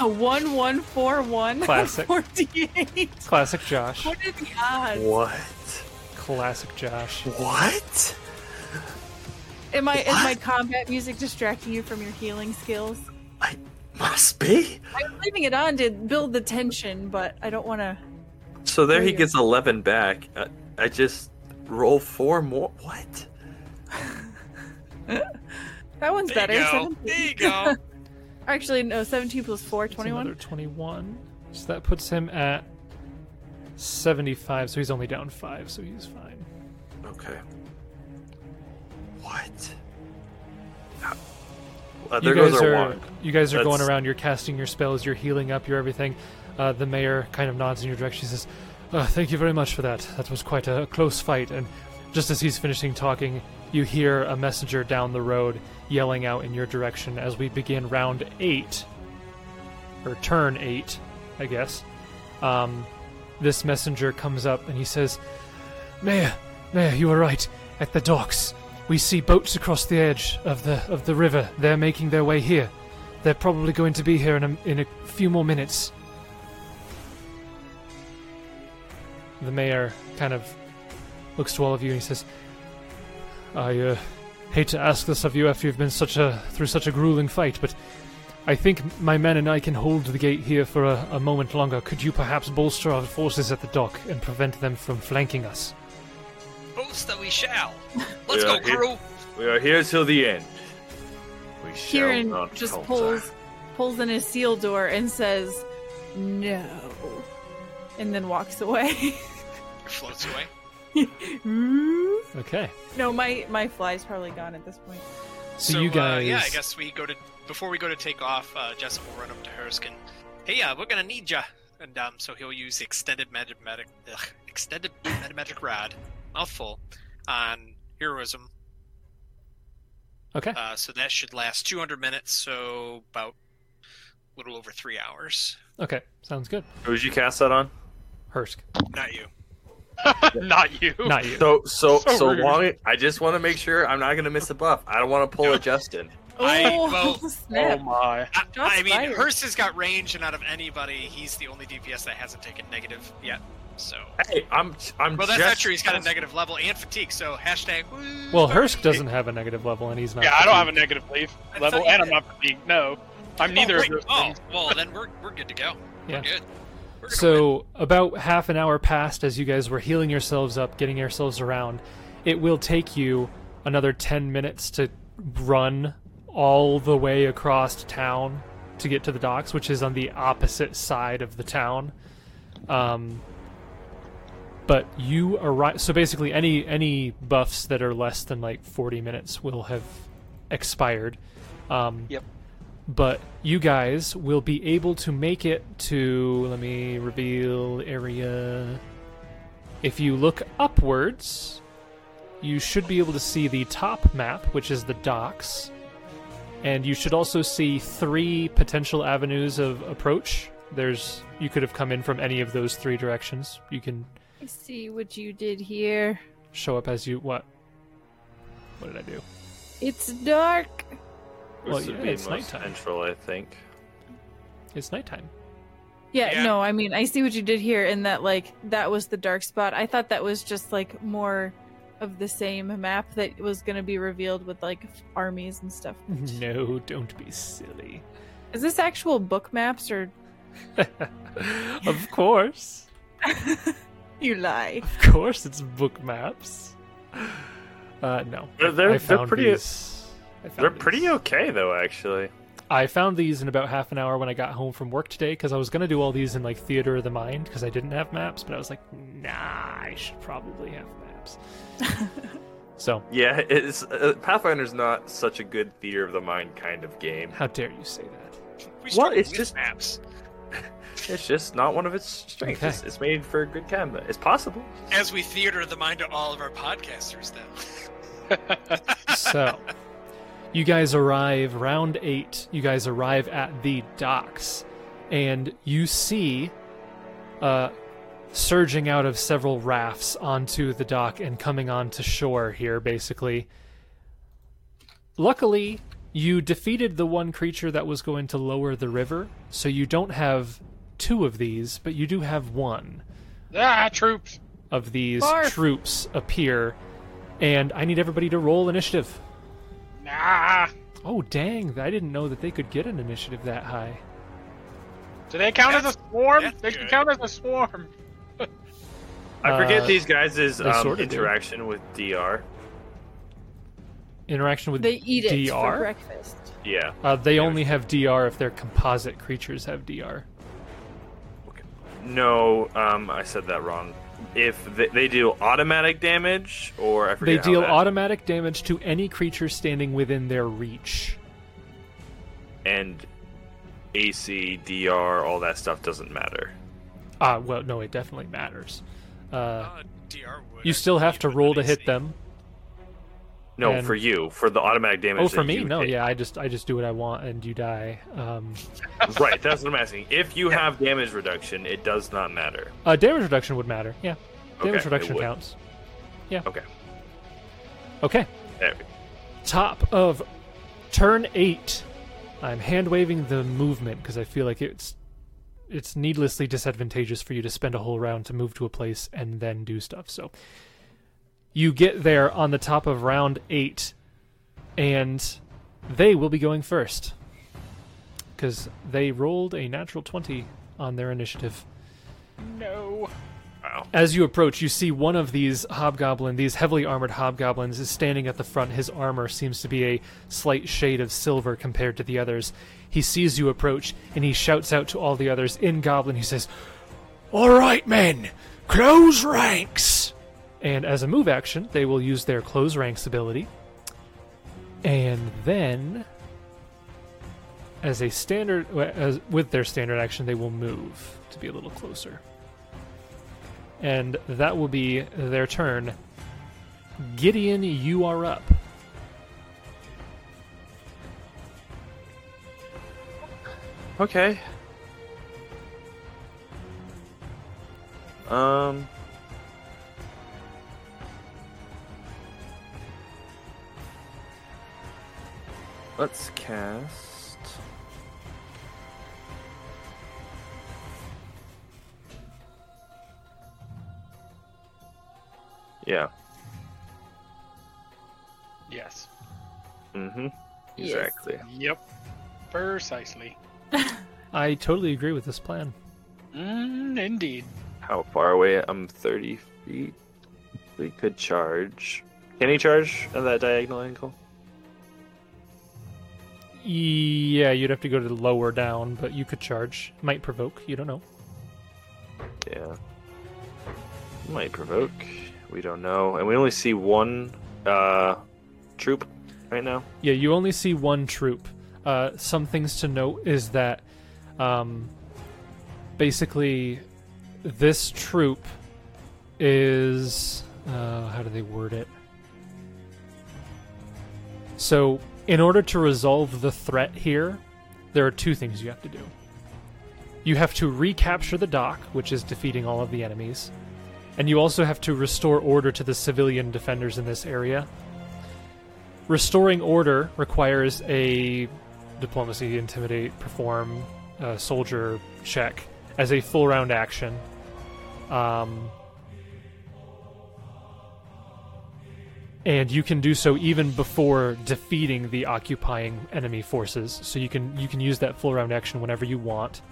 S5: A one, one, four, one.
S1: Classic.
S5: 48.
S1: Classic Josh.
S5: What are the odds?
S9: What?
S1: Classic Josh.
S9: What?
S5: Am I, is my combat music distracting you from your healing skills?
S9: I must be.
S5: I'm leaving it on to build the tension, but I don't want to.
S9: So there he
S5: Brilliant.
S9: gets 11 back. I, I just roll four more. What?
S5: That one's
S4: There
S5: better.
S4: you go.
S5: 17.
S4: There you go.
S5: Actually, no, 17 plus 4,
S1: That's another
S5: 21.
S1: 21. So that puts him at 75. So he's only down five. So he's fine.
S9: Okay. What? How- Uh,
S1: you
S9: there
S1: guys
S9: goes our
S1: are
S9: wand.
S1: you guys are going
S9: That's-
S1: around. You're casting your spells. You're healing up. You're everything. Uh, the mayor kind of nods in your direction. She says, uh, "Thank you very much for that. That was quite a close fight." And just as he's finishing talking, you hear a messenger down the road yelling out in your direction as we begin round eight, or turn eight, I guess. Um, this messenger comes up and he says, Mayor, Mayor, you were right. At the docks, we see boats across the edge of the of the river. They're making their way here. They're probably going to be here in a, in a few more minutes. The mayor kind of looks to all of you and he says, "I uh, hate to ask this of you after you've been such a through such a grueling fight, but I think my men and I can hold the gate here for a, a moment longer. Could you perhaps bolster our forces at the dock and prevent them from flanking us?"
S4: Both that we shall. Let's
S6: Yeah,
S4: go,
S6: he-
S4: crew.
S6: We are here till the end.
S9: We shall
S5: Kieran
S9: not
S5: just
S9: falter.
S5: pulls, pulls in his seal door and says, no. And then walks away.
S4: Floats away.
S1: Okay.
S5: No, my my fly's probably gone at this point.
S1: So, you guys.
S4: uh, yeah, I guess we go to before we go to take off. Uh, Jessup will run up to Herskin. Hey, uh, we're gonna need ya. And um, so he'll use the extended magic, magic ugh, extended magic rod, mouthful, on heroism.
S1: Okay.
S4: Uh, so that should last 200 minutes, so about a little over three hours.
S1: Okay. Sounds good.
S9: Who'd you cast that on?
S1: Hursk.
S4: Not you.
S2: Not you.
S1: Not you.
S9: So so
S2: So
S9: so,
S2: rude.
S9: long. I just want to make sure I'm not gonna miss a buff. I don't want to pull a Justin.
S4: I-
S5: oh,
S4: well,
S2: Oh
S5: snap.
S2: my.
S4: I,
S5: Shots
S4: I mean,
S5: fired.
S4: Hurst has got range, and out of anybody, he's the only DPS that hasn't taken negative yet. So.
S9: Hey, I'm I'm.
S4: Well, that's
S9: just
S4: not true. He's got a negative level and fatigue, so hashtag. woo.
S1: Well, Hursk doesn't have a negative level, and he's not.
S2: Yeah, I don't have a
S1: fatigued.
S2: negative leaf
S4: I
S2: level,
S4: thought you
S2: and I'm
S4: did.
S2: not fatigued. No, I'm neither
S4: Wait,
S2: of those.
S4: oh,
S2: things.
S4: well, then we're, we're good to go.
S1: Yeah.
S4: We're good. We're gonna win.
S1: So about half an hour passed as you guys were healing yourselves up, getting yourselves around. It will take you another ten minutes to run all the way across town to get to the docks, which is on the opposite side of the town. Um, but you arrive. So basically, any any buffs that are less than like forty minutes will have expired. Um,
S2: Yep.
S1: But you guys will be able to make it to. Let me reveal area. If you look upwards, you should be able to see the top map, which is the docks. And you should also see three potential avenues of approach. There's you could have come in from any of those three directions. You can
S5: I see what you did here.
S1: show up as you what? What did I do?
S5: It's dark.
S9: This
S1: Well,
S9: would
S1: yeah,
S9: be
S1: it's
S9: most
S1: nighttime.
S9: Central, I think.
S1: It's nighttime.
S5: Yeah,
S2: Yeah.
S5: no, I mean, I see what you did here in that, like, that was the dark spot. I thought that was just, like, more of the same map that was going to be revealed with, like, armies and stuff.
S1: No, don't be silly.
S5: Is this actual book maps or.
S1: of course.
S5: you lie.
S1: Of course, it's book maps. Uh, no.
S3: They're- they're-
S1: I
S3: they're
S1: found
S3: pretty-
S1: These. I found
S3: They're pretty
S1: these.
S3: okay though, actually.
S1: I found these in about half an hour when I got home from work today because I was gonna do all these in like Theater of the Mind because I didn't have maps, but I was like, nah, I should probably have maps. so
S3: Yeah, it's uh, Pathfinder's not such a good theater of the mind kind of game.
S1: how dare you say that?
S4: We
S3: Well,
S4: struggle
S3: it's
S4: with
S3: just-
S4: maps.
S3: It's just not one of its strengths.
S1: Okay.
S3: It's, it's made for good combat. It's possible.
S4: As we theater of the mind to all of our podcasters, then.
S1: So you guys arrive round eight. You guys arrive at the docks, and you see uh, surging out of several rafts onto the dock and coming onto shore here, basically. Luckily, you defeated the one creature that was going to lower the river, so you don't have two of these, but you do have one
S2: Ah, troops.
S1: of these
S5: Barf.
S1: troops appear, and I need everybody to roll initiative.
S2: Nah.
S1: Oh dang! I didn't know that they could get an initiative that high.
S2: Do they count as a swarm?
S4: that's
S2: They can
S4: good.
S2: count as a swarm.
S3: I forget
S1: Uh,
S3: these guys'
S1: they
S3: um,
S1: sorta do.
S3: interaction with DR.
S1: Interaction with
S5: They eat it for
S1: DR.
S5: breakfast.
S3: Yeah.
S1: Uh, they only have DR if their composite creatures have DR.
S3: No, um, I said that wrong. If they, they deal automatic damage, or I
S1: They
S3: forget how
S1: deal
S3: that-
S1: automatic damage to any creature standing within their reach.
S3: and AC, DR, all that stuff doesn't matter.
S1: Ah, well, no, it definitely matters. Uh,
S4: Uh, DR would.
S1: you still have to roll to hit
S4: AC.
S1: them.
S3: No,
S1: And-
S3: for you, for the automatic damage.
S1: Oh, for
S3: that
S1: me,
S3: you
S1: no,
S3: take.
S1: yeah, I just I just do what I want and you die. Um,
S3: right. That's what I'm asking. If you have damage reduction, it does not matter.
S1: uh, damage reduction would matter. Yeah, damage
S3: Okay, it
S1: reduction
S3: would.
S1: counts. Yeah.
S3: Okay.
S1: Okay.
S3: There we-
S1: top of turn eight. I'm hand waving the movement because I feel like it's it's needlessly disadvantageous for you to spend a whole round to move to a place and then do stuff. So you get there on the top of round eight, and they will be going first because they rolled a natural twenty on their initiative.
S2: No.
S3: Wow.
S1: As you approach, you see one of these hobgoblin, these heavily armored hobgoblins, is standing at the front. His armor seems to be a slight shade of silver compared to the others. He sees you approach and he shouts out to all the others in goblin. He says, "All right, men, close ranks." And as a move action, they will use their close ranks ability. And then, as a standard, as, with their standard action, they will move to be a little closer and that will be their turn. Gideon, you are up.
S3: Okay. Um. Let's cast. Yeah.
S2: Yes.
S3: Mm-hmm.
S5: Yes.
S3: Exactly.
S2: Yep. Precisely.
S1: I totally agree with this plan.
S2: Mm, indeed.
S3: How far away? I'm 30 feet. We could charge. Can he charge at that diagonal angle?
S1: Yeah, you'd have to go to the lower down, but you could charge. Might provoke. You don't know.
S3: Yeah. Might provoke. We don't know. And we only see one uh, troop right now.
S1: Yeah, you only see one troop. Uh, some things to note is that um, basically this troop is. Uh, how do they word it? So, in order to resolve the threat here, there are two things you have to do. You have to recapture the dock, which is defeating all of the enemies, and you also have to restore order to the civilian defenders in this area, restoring order requires a diplomacy, intimidate, perform, uh, soldier check, as a full round action. Um, and you can do so even before defeating the occupying enemy forces. So you can you can use that full round action whenever you want.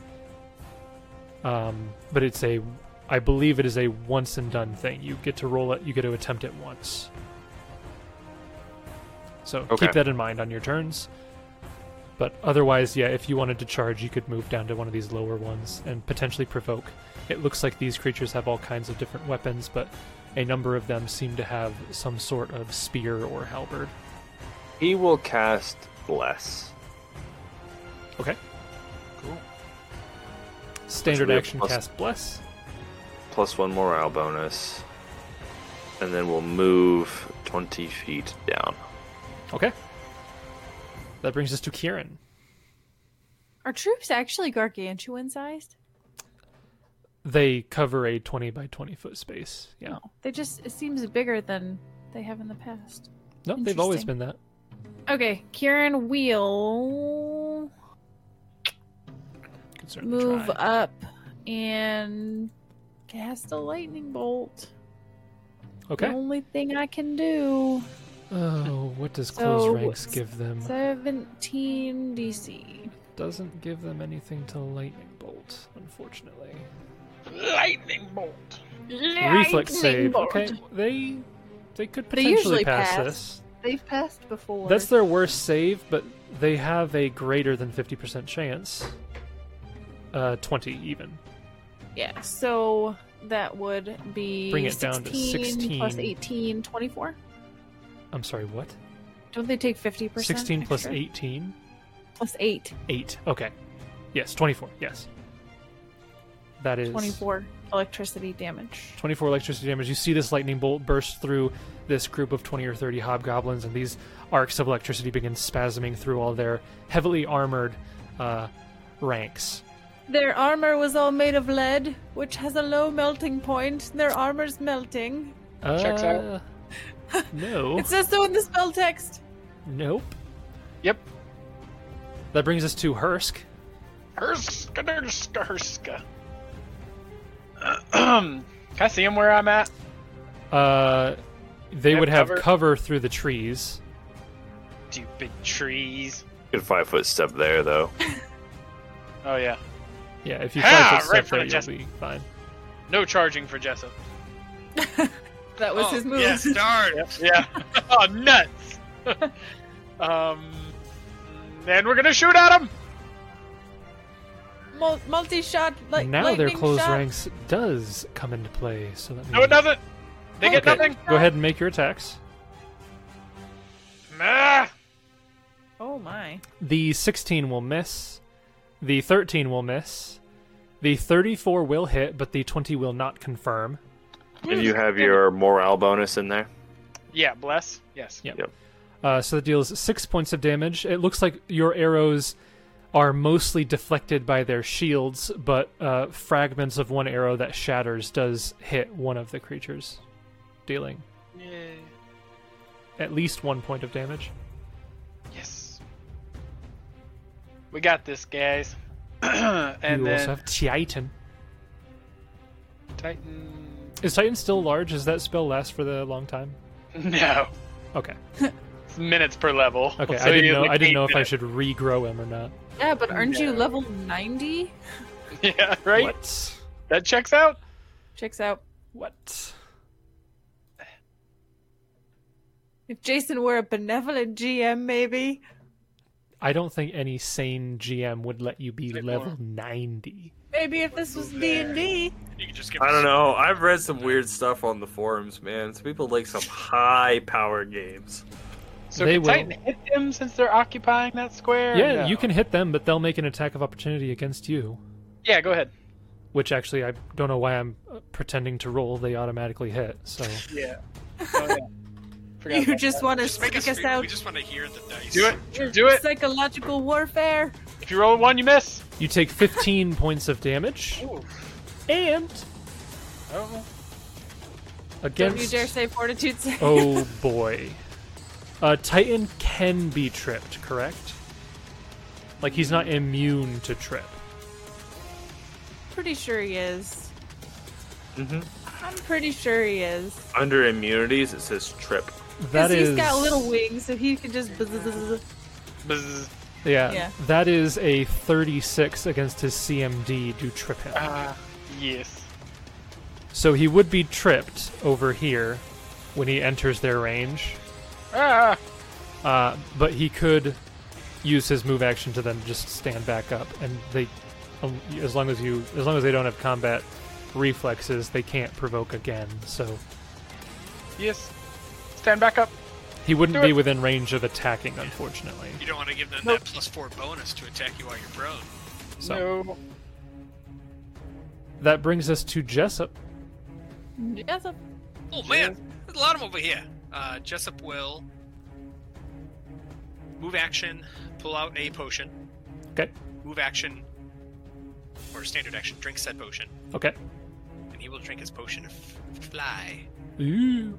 S1: Um, but it's a, I believe it is a once and done thing. You get to roll it. You get to attempt it once. So
S9: Okay.
S1: keep that in mind on your turns. But otherwise, yeah, if you wanted to charge, you could move down to one of these lower ones and potentially provoke. It looks like these creatures have all kinds of different weapons, but a number of them seem to have some sort of spear or halberd.
S9: He will cast Bless.
S1: Okay.
S9: Cool.
S1: Standard
S9: That's a
S1: action
S9: plus-
S1: cast bless.
S9: Plus one morale bonus. And then we'll move 20 feet down.
S1: Okay. That brings us to Kieran.
S5: Are troops actually gargantuan sized?
S1: They cover a 20 by 20 foot space. Yeah.
S5: They just it seems bigger than they have in the past.
S1: No, they've always
S5: Interesting.
S1: been that.
S5: Okay, Kieran will
S1: Could certainly
S5: move
S1: try.
S5: up and cast a lightning bolt. The
S1: Okay.
S5: only thing I can do.
S1: Oh, what does
S5: So,
S1: close ranks
S5: s-
S1: give them?
S5: Seventeen DC.
S1: Doesn't give them anything to lightning bolt, unfortunately.
S2: Lightning bolt.
S1: Reflex save. Okay. They they could
S5: They
S1: potentially
S5: usually
S1: pass,
S5: pass.
S1: this.
S5: They've passed before.
S1: That's their worst save, but they have a greater than 50% chance. Uh, 20 even.
S5: yeah. So that would be
S1: Bring it down to
S5: 16 plus
S1: 16.
S5: 18, 24.
S1: I'm sorry, what?
S5: Don't they take 50%?
S1: 16 plus
S5: extra?
S1: 18?
S5: Plus 8,
S1: 8. Okay. Yes, 24. Yes. That is
S5: 24 electricity damage.
S1: 24 electricity damage. You see this lightning bolt burst through this group of 20 or 30 hobgoblins, and these arcs of electricity begin spasming through all their heavily armored uh, ranks.
S5: Their armor was all made of lead, which has a low melting point. Their armor's melting.
S2: Checks out.
S1: Uh, No.
S5: It says so in the spell text.
S1: Nope.
S2: Yep.
S1: That brings us to Hursk.
S2: Herska, herska, herska. Can I see him where I'm at?
S1: Uh, they
S2: Have
S1: would have
S2: cover.
S1: cover. through the trees.
S2: Stupid trees.
S9: Good five foot step there, though.
S2: Oh yeah.
S1: Yeah, if you
S2: Ha!
S1: fight it
S2: Right
S1: right
S2: for
S1: there, you'll
S2: the chest.
S1: be fine.
S2: No charging for Jessup.
S5: That was
S4: oh,
S5: his move.
S4: Yes, darn.
S2: Yeah. oh nuts. um. And we're gonna shoot at him.
S5: Mul- multi-shot, like
S1: now
S5: lightning
S1: their close
S5: shot.
S1: ranks does come into play. So let me.
S2: No, it doesn't. They get
S5: Okay.
S2: nothing.
S1: Go ahead and make your attacks.
S2: Ah!
S5: Oh my!
S1: The 16 will miss. The 13 will miss. The 34 will hit, but the 20 will not confirm.
S9: And you have your morale bonus in there.
S2: Yeah. Bless. Yes.
S1: Yep. Uh, so that deals six points of damage. It looks like your arrows are mostly deflected by their shields, but uh, fragments of one arrow that shatters does hit one of the creatures, dealing
S2: Yay.
S1: at least one point of damage.
S2: Yes. We got this, guys. and
S1: you
S2: then
S1: also have Titan.
S2: Titan.
S1: Is Titan still large? Does that spell last for the long time?
S2: No.
S1: Okay.
S2: It's minutes per level.
S1: Okay.
S2: So
S1: I
S2: you
S1: didn't know.
S2: have, like,
S1: I didn't
S2: eight
S1: know if I
S2: minutes.
S1: should regrow him or not.
S5: Yeah, but aren't you
S2: No.
S5: level ninety?
S2: Yeah. Right.
S1: What?
S2: That checks out.
S5: Checks out.
S1: What?
S5: If Jason were a benevolent GM, maybe.
S1: I don't think any sane GM would let you be
S2: Bit
S1: level
S2: more.
S1: ninety.
S5: Maybe if this was D and D.
S4: You can just give
S6: I
S4: us-
S6: don't know. I've read some weird stuff on the forums, man. Some people like some high powered games.
S2: So
S1: They
S2: can
S1: will.
S2: Titan hit them since they're occupying that square?
S1: Yeah,
S2: No.
S1: you can hit them, but they'll make an attack of opportunity against you.
S2: Yeah. Go ahead.
S1: Which actually, I don't know why I'm uh, pretending to roll. They automatically hit. So
S2: Yeah. Oh, yeah. Forgot
S5: You
S2: about
S5: just want to
S4: Just make
S5: stick
S4: us
S5: us,
S4: feel-
S5: out.
S4: We just want to hear the dice.
S2: that. do it. Do it.
S5: Psychological warfare.
S2: If you roll a one, you miss.
S1: you take 15 points of damage,
S2: Ooh.
S1: and
S2: I don't know.
S1: against.
S5: Don't you dare say fortitude save.
S1: oh boy, uh, Titan can be tripped. Correct. Like he's not immune to trip.
S5: Pretty sure he is.
S9: Mm-hmm.
S5: I'm pretty sure he is.
S9: Under immunities, it says trip.
S1: That
S5: he's
S1: is
S5: got little wings, so he can just. buzz- buzz- buzz- buzz.
S2: Bzz.
S1: yeah,
S5: yeah.
S1: That is a 36 against his CMD to trip him.
S2: Ah, yes.
S1: So he would be tripped over here when he enters their range.
S2: Ah,
S1: Uh, but he could use his move action to then just stand back up, and they, um, as long as you, as long as they don't have combat reflexes, they can't provoke again. So
S2: yes. Stand back up.
S1: he wouldn't
S2: Do
S1: be
S2: it.
S1: within range of attacking, unfortunately.
S4: You don't want to give them that plus four bonus to attack you while you're prone.
S1: So
S2: No.
S1: that brings us to Jessup.
S5: Yes, uh,
S4: Oh man, there's a lot of them over here. Uh, Jessup will move action, pull out a potion.
S1: Okay.
S4: Move action, or standard action, drink said potion,
S1: Okay.
S4: and he will drink his potion and f- fly.
S1: Ooh,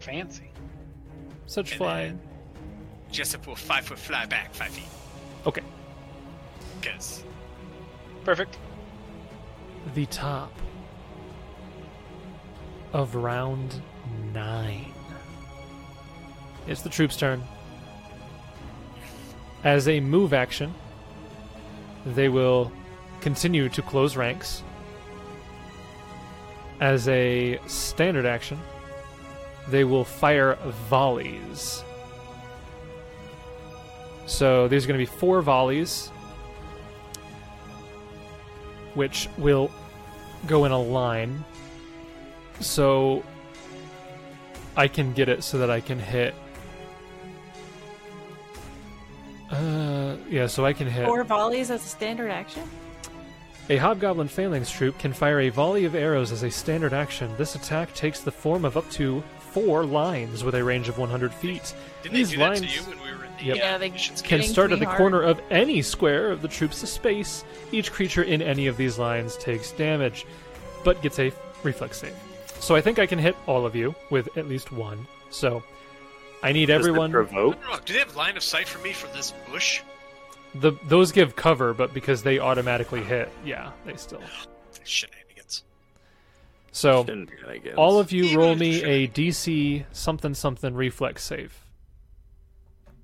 S2: Fancy.
S1: such
S4: And
S1: flying.
S4: Jessup will five foot fly back five feet
S1: Okay.
S4: because
S2: Perfect.
S1: The top of round nine. It's the troops' turn. As a move action, they will continue to close ranks. As a standard action, they will fire volleys. So these are going to be four volleys, which will go in a line. So I can get it so that I can hit. Uh, yeah, so I can hit.
S5: four volleys as a standard action.
S1: A Hobgoblin Phalanx troop can fire a volley of arrows as a standard action. This attack takes the form of up to four lines with a range of 100 feet.
S4: didn't
S1: These
S4: they do
S1: lines
S4: that to you when we were in the
S1: Yep.
S5: Yeah,
S4: uh,
S5: they
S4: missions
S5: can-
S1: can
S5: Hitting
S1: start at
S5: three
S1: the
S5: hard.
S1: corner of any square of the troops' space. Each creature in any of these lines takes damage, but gets a reflex save. So I think I can hit all of you with at least one. So I need
S9: Does it
S1: everyone.
S9: provoke.
S4: I don't know, do they have line of sight for me for this bush?
S1: the, those give cover, but because they automatically hit, yeah, they still.
S4: Shenanigans.
S1: So
S9: Shenanigans.
S1: All of you
S4: Even
S1: roll
S4: if
S1: me
S4: it's
S1: a DC something something reflex save.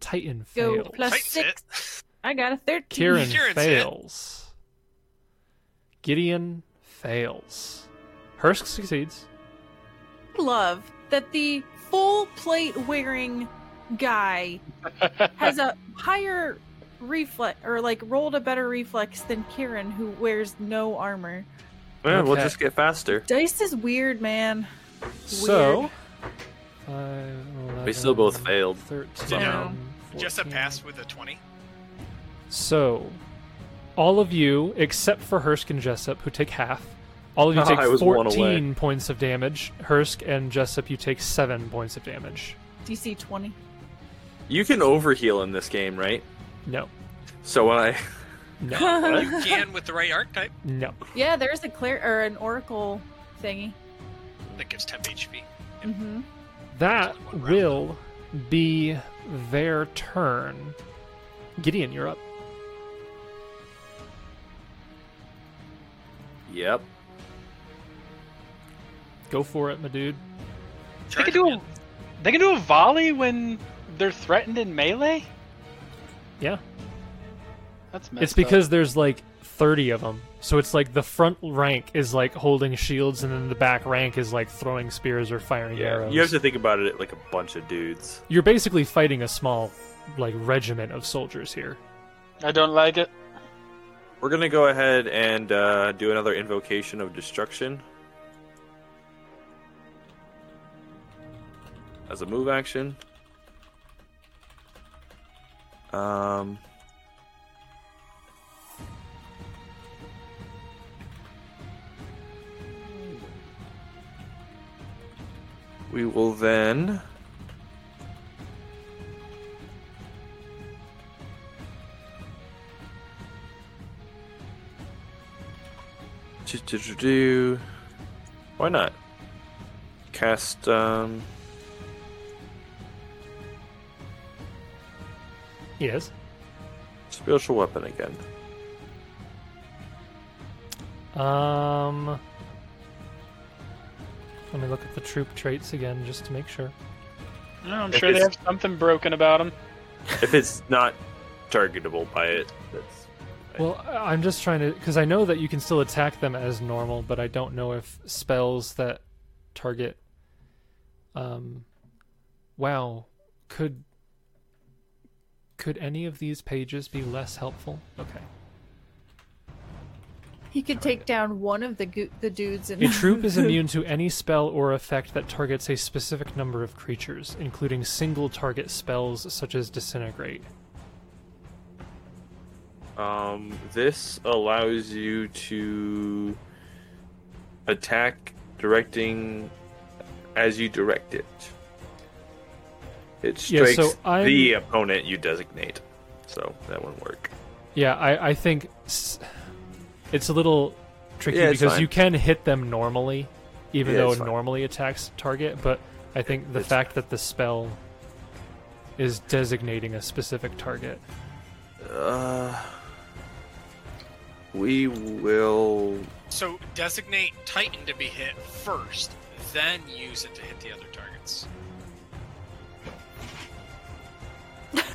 S1: Titan
S5: Go
S1: fails.
S5: plus
S4: Titan's
S5: six. I got a thirteen.
S1: Kieran
S4: Kieran's
S1: fails. Gideon fails. Hursk succeeds.
S5: love that the full plate wearing guy has a higher reflex or like rolled a better reflex than Kieran who wears no armor.
S9: Yeah, We'll
S1: Okay.
S9: just get faster.
S5: Dice is weird, man.
S1: So, five,
S9: We still
S1: 11,
S9: both failed.
S1: 13,
S5: Somehow.
S4: Jessup
S1: 14.
S4: passed with a twenty.
S1: So, all of you except for Hursk and Jessup, who take half, all of you
S9: I
S1: take
S9: was one away.
S1: 14 points of damage. Hursk and Jessup, you take seven points of damage.
S5: DC twenty.
S9: You can overheal in this game, right?
S1: No,
S9: So when I
S1: no,
S4: You can with the right archetype
S1: no.
S5: yeah, there's a clear or an oracle thingy.
S4: that gives temp HP.
S5: hmm
S1: That
S4: Only one round.
S1: will be their turn. Gideon, you're up.
S9: Yep.
S1: Go for it, my dude.
S2: They
S4: Charge
S2: can do
S4: him.
S2: a, they can do a volley when they're threatened in melee.
S1: Yeah.
S2: That's messed
S1: It's
S2: up.
S1: because there's like 30 of them. So it's like the front rank is like holding shields, and then the back rank is like throwing spears or firing
S9: Yeah.
S1: arrows.
S9: You have to think about it like a bunch of dudes.
S1: You're basically fighting a small, like, regiment of soldiers here.
S2: I don't like it.
S9: We're gonna go ahead and uh, do another invocation of destruction as a move action. Um, we will then. Do-do-do-do. Why not? Cast um
S1: Yes.
S9: spiritual weapon again.
S1: Um, let me look at the troop traits again just to make sure.
S2: No, I'm
S3: If
S2: sure they
S3: it's-
S2: have something broken about them.
S9: If it's not targetable by it, that's
S1: Well, I- I'm just trying to because I know that you can still attack them as normal, but I don't know if spells that target. Um, wow, could could any of these pages be less helpful? Okay,
S5: He could take down one of the go- the dudes and
S1: a troop is immune to any spell or effect that targets a specific number of creatures, including single target spells such as disintegrate.
S9: Um, this allows you to attack directing as you direct it. It
S1: Yeah,
S9: strikes
S1: so I'm-
S9: the opponent you designate. So that wouldn't work.
S1: Yeah, I, I think s- it's a little tricky
S9: Yeah, it's
S1: because
S9: fine.
S1: you can hit them normally, even
S9: Yeah,
S1: though
S9: it's
S1: it
S9: fine.
S1: normally attacks target. But I think the
S9: It's-
S1: fact that the spell is designating a specific target.
S9: Uh, we will.
S4: So designate Titan to be hit first, then use it to hit the other targets.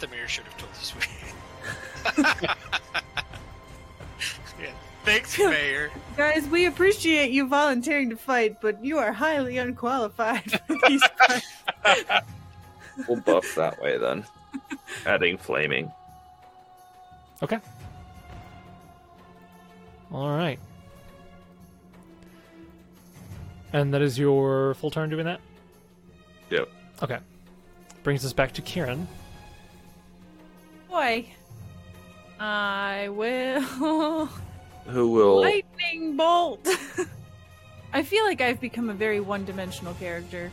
S4: the mirror should have told us. we- yeah. Thanks, Mayor.
S5: guys, we appreciate you volunteering to fight, but you are highly unqualified for these parts.
S9: We'll buff that way then. Adding flaming.
S1: Okay. All right. And that is your full turn doing that?
S9: Yep.
S1: Okay. Brings us back to Kieran.
S5: Boy, I will
S9: Who will?
S5: lightning bolt. I feel like I've become a very one-dimensional character.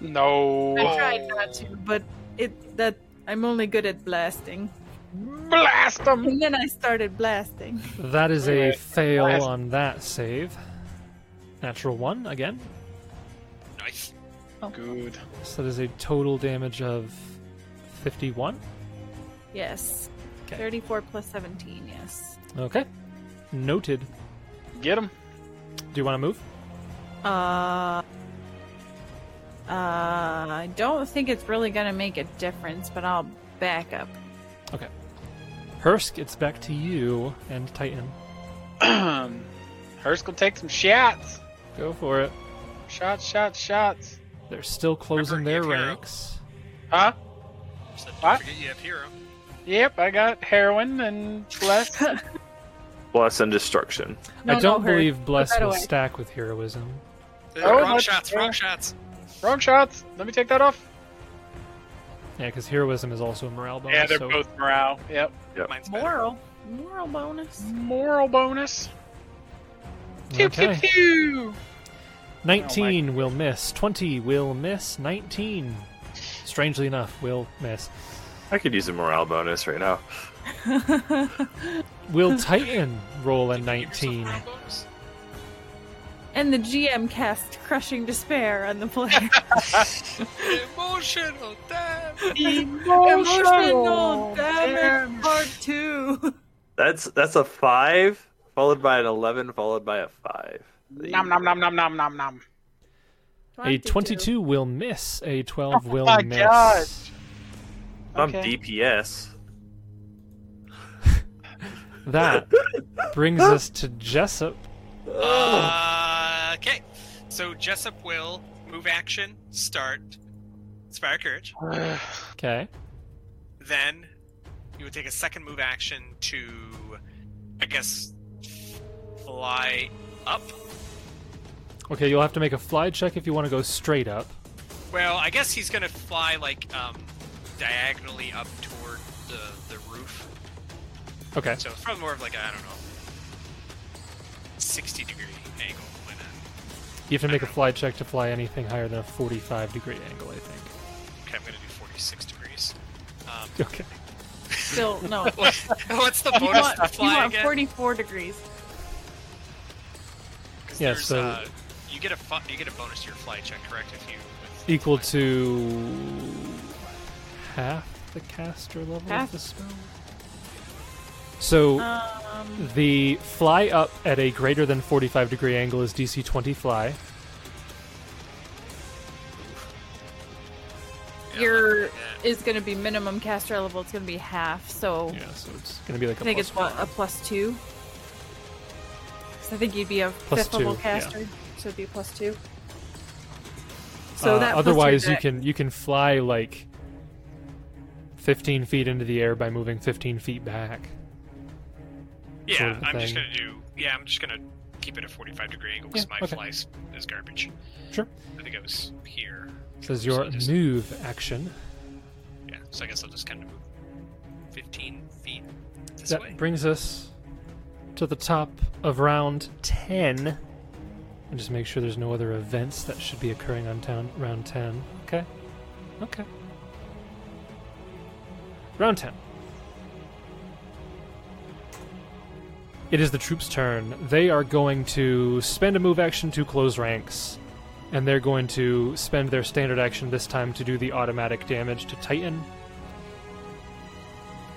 S2: No.
S5: I tried not to, but it that I'm only good at blasting.
S2: Blast them.
S5: And then I started blasting.
S1: That is a
S2: Alright,
S1: fail
S2: last-
S1: on that save. Natural one again.
S4: Nice.
S2: Good.
S1: So that is a total damage of 51.
S5: Yes.
S1: Okay.
S5: 34 plus 17, yes.
S1: Okay. Noted. Do
S2: Get them.
S1: you want to move?
S5: Uh uh I don't think it's really going to make a difference, but I'll back up.
S1: Okay. Hursk, it's back to you and Titan.
S2: Hurst Um, will take some shots.
S1: Go for it.
S2: Shots, shots, shots.
S1: They're still closing
S4: Remember,
S1: their
S4: you have hero.
S1: ranks.
S2: Huh?
S4: So don't
S2: What? Oh,
S4: forget you have hero.
S2: Yep, I got heroin and bless.
S9: Bless and destruction.
S5: No,
S1: I don't
S5: no, Hursk.
S1: believe Bless
S5: that
S1: will
S5: away.
S1: stack with heroism.
S2: Oh,
S4: wrong
S2: that's
S4: shots,
S2: fair.
S4: wrong shots.
S2: Wrong shots. Let me take that off.
S1: Yeah, because heroism is also a morale bonus.
S2: yeah, they're
S1: so
S2: both morale. Yep.
S4: Mine's better.
S5: moral moral bonus.
S2: Moral bonus. Pew,
S1: Okay.
S2: pew, pew.
S1: 19 will miss. 20 will miss. 19, strangely enough, will miss.
S9: I could use a morale bonus right now.
S1: Will Titan roll a
S4: Did you give yourself
S1: 19?
S4: morale bonus?
S5: And the GM cast crushing despair on the player.
S4: Emotional, damn. Oh,
S5: Emotional damage part 2.
S9: That's that's a five, followed by an eleven, followed by a five.
S2: Nom nom nom nom nom nom nom.
S1: A 22 will miss. A 12 will
S2: Oh my
S1: miss.
S2: God.
S9: I'm
S2: Okay.
S9: DPS.
S1: That brings us to Jessup.
S4: Uh, okay. So Jessup will move action, start, inspire courage.
S1: Okay.
S4: Then you would take a second move action to, I guess, fly up.
S1: Okay, you'll have to make a fly check if you want to go straight up.
S4: Well, I guess he's gonna fly like um, diagonally up toward the the roof.
S1: Okay.
S4: So it's probably more of like a, I don't know, sixty degree angle. Why not?
S1: You have to make a fly check to fly anything higher than a 45 degree angle, I think.
S4: Okay, I'm gonna do forty six degrees. Um,
S1: Okay.
S5: Still no.
S4: what- what's the
S5: You
S4: bonus
S5: want,
S4: to
S5: you
S4: fly
S5: want
S4: again?
S5: 44 degrees.
S4: 'Cause
S1: Yeah,
S4: there's,
S1: so-
S4: uh, you get a fu- you get a bonus to your fly check, correct? If you with
S1: Equal to half the caster level of
S5: Half?
S1: the spell? So
S5: Um,
S1: the fly up at a greater than 45 degree angle is DC 20 fly.
S11: Yeah,
S5: your
S11: yeah.
S5: is going to be minimum caster level. It's going to be half. So
S3: Yeah, so it's
S1: Gonna be like
S5: I
S1: a
S5: think
S1: plus
S5: it's what a plus two. 'Cause I think you'd be a
S1: Plus
S5: fifth level
S1: two, yeah.
S5: caster, so it'd be a plus two. So
S1: Uh,
S5: that plus two
S1: otherwise you
S5: deck-
S1: can you can fly like 15 feet into the air by moving 15 feet back.
S4: Yeah,
S1: sort of a
S4: I'm just
S1: thing.
S4: gonna do. Yeah, I'm just gonna keep it at 45 degree angle because
S1: Yeah,
S4: my
S1: okay.
S4: fly is, is garbage.
S1: Sure.
S4: I think I was here.
S1: Says
S4: So
S1: your
S4: I just-
S1: move action.
S4: Yeah, so I guess I'll just kind of move 15 feet this
S1: that
S4: way.
S1: brings us to the top of round 10. And just make sure there's no other events that should be occurring on town round 10. Okay. Okay. Round 10. It is the troops' turn. They are going to spend a move action to close ranks. And they're going to spend their standard action this time to do the automatic damage to Titan.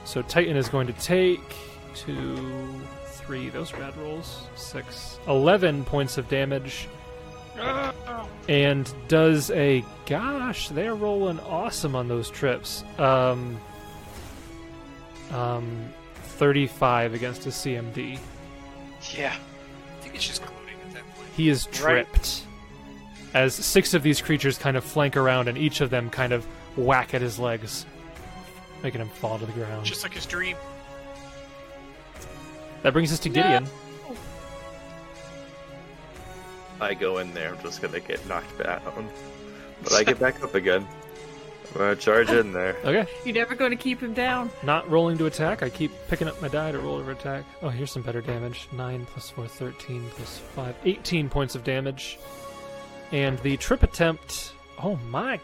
S1: So Titan is going to take two, three, those are bad rolls, six, 11 points of damage. And does a gosh, they're rolling awesome on those trips. Um, um, 35 against a CMD.
S2: Yeah.
S11: I think it's just gloating at that point.
S1: He is
S2: Right.
S1: tripped. As six of these creatures kind of flank around and each of them kind of whack at his legs, making him fall to the ground.
S4: Just like his dream.
S1: That brings us to
S5: No.
S1: Gideon.
S3: I go in there. I'm just gonna get knocked down, but I get back up again. I'm gonna charge in there.
S1: Okay.
S5: You're never going to keep him down.
S1: Not rolling to attack. I keep picking up my die to roll over attack. Oh, here's some better damage. 9 plus 4, 13 plus 5, 18 points of damage. And the trip attempt. Oh my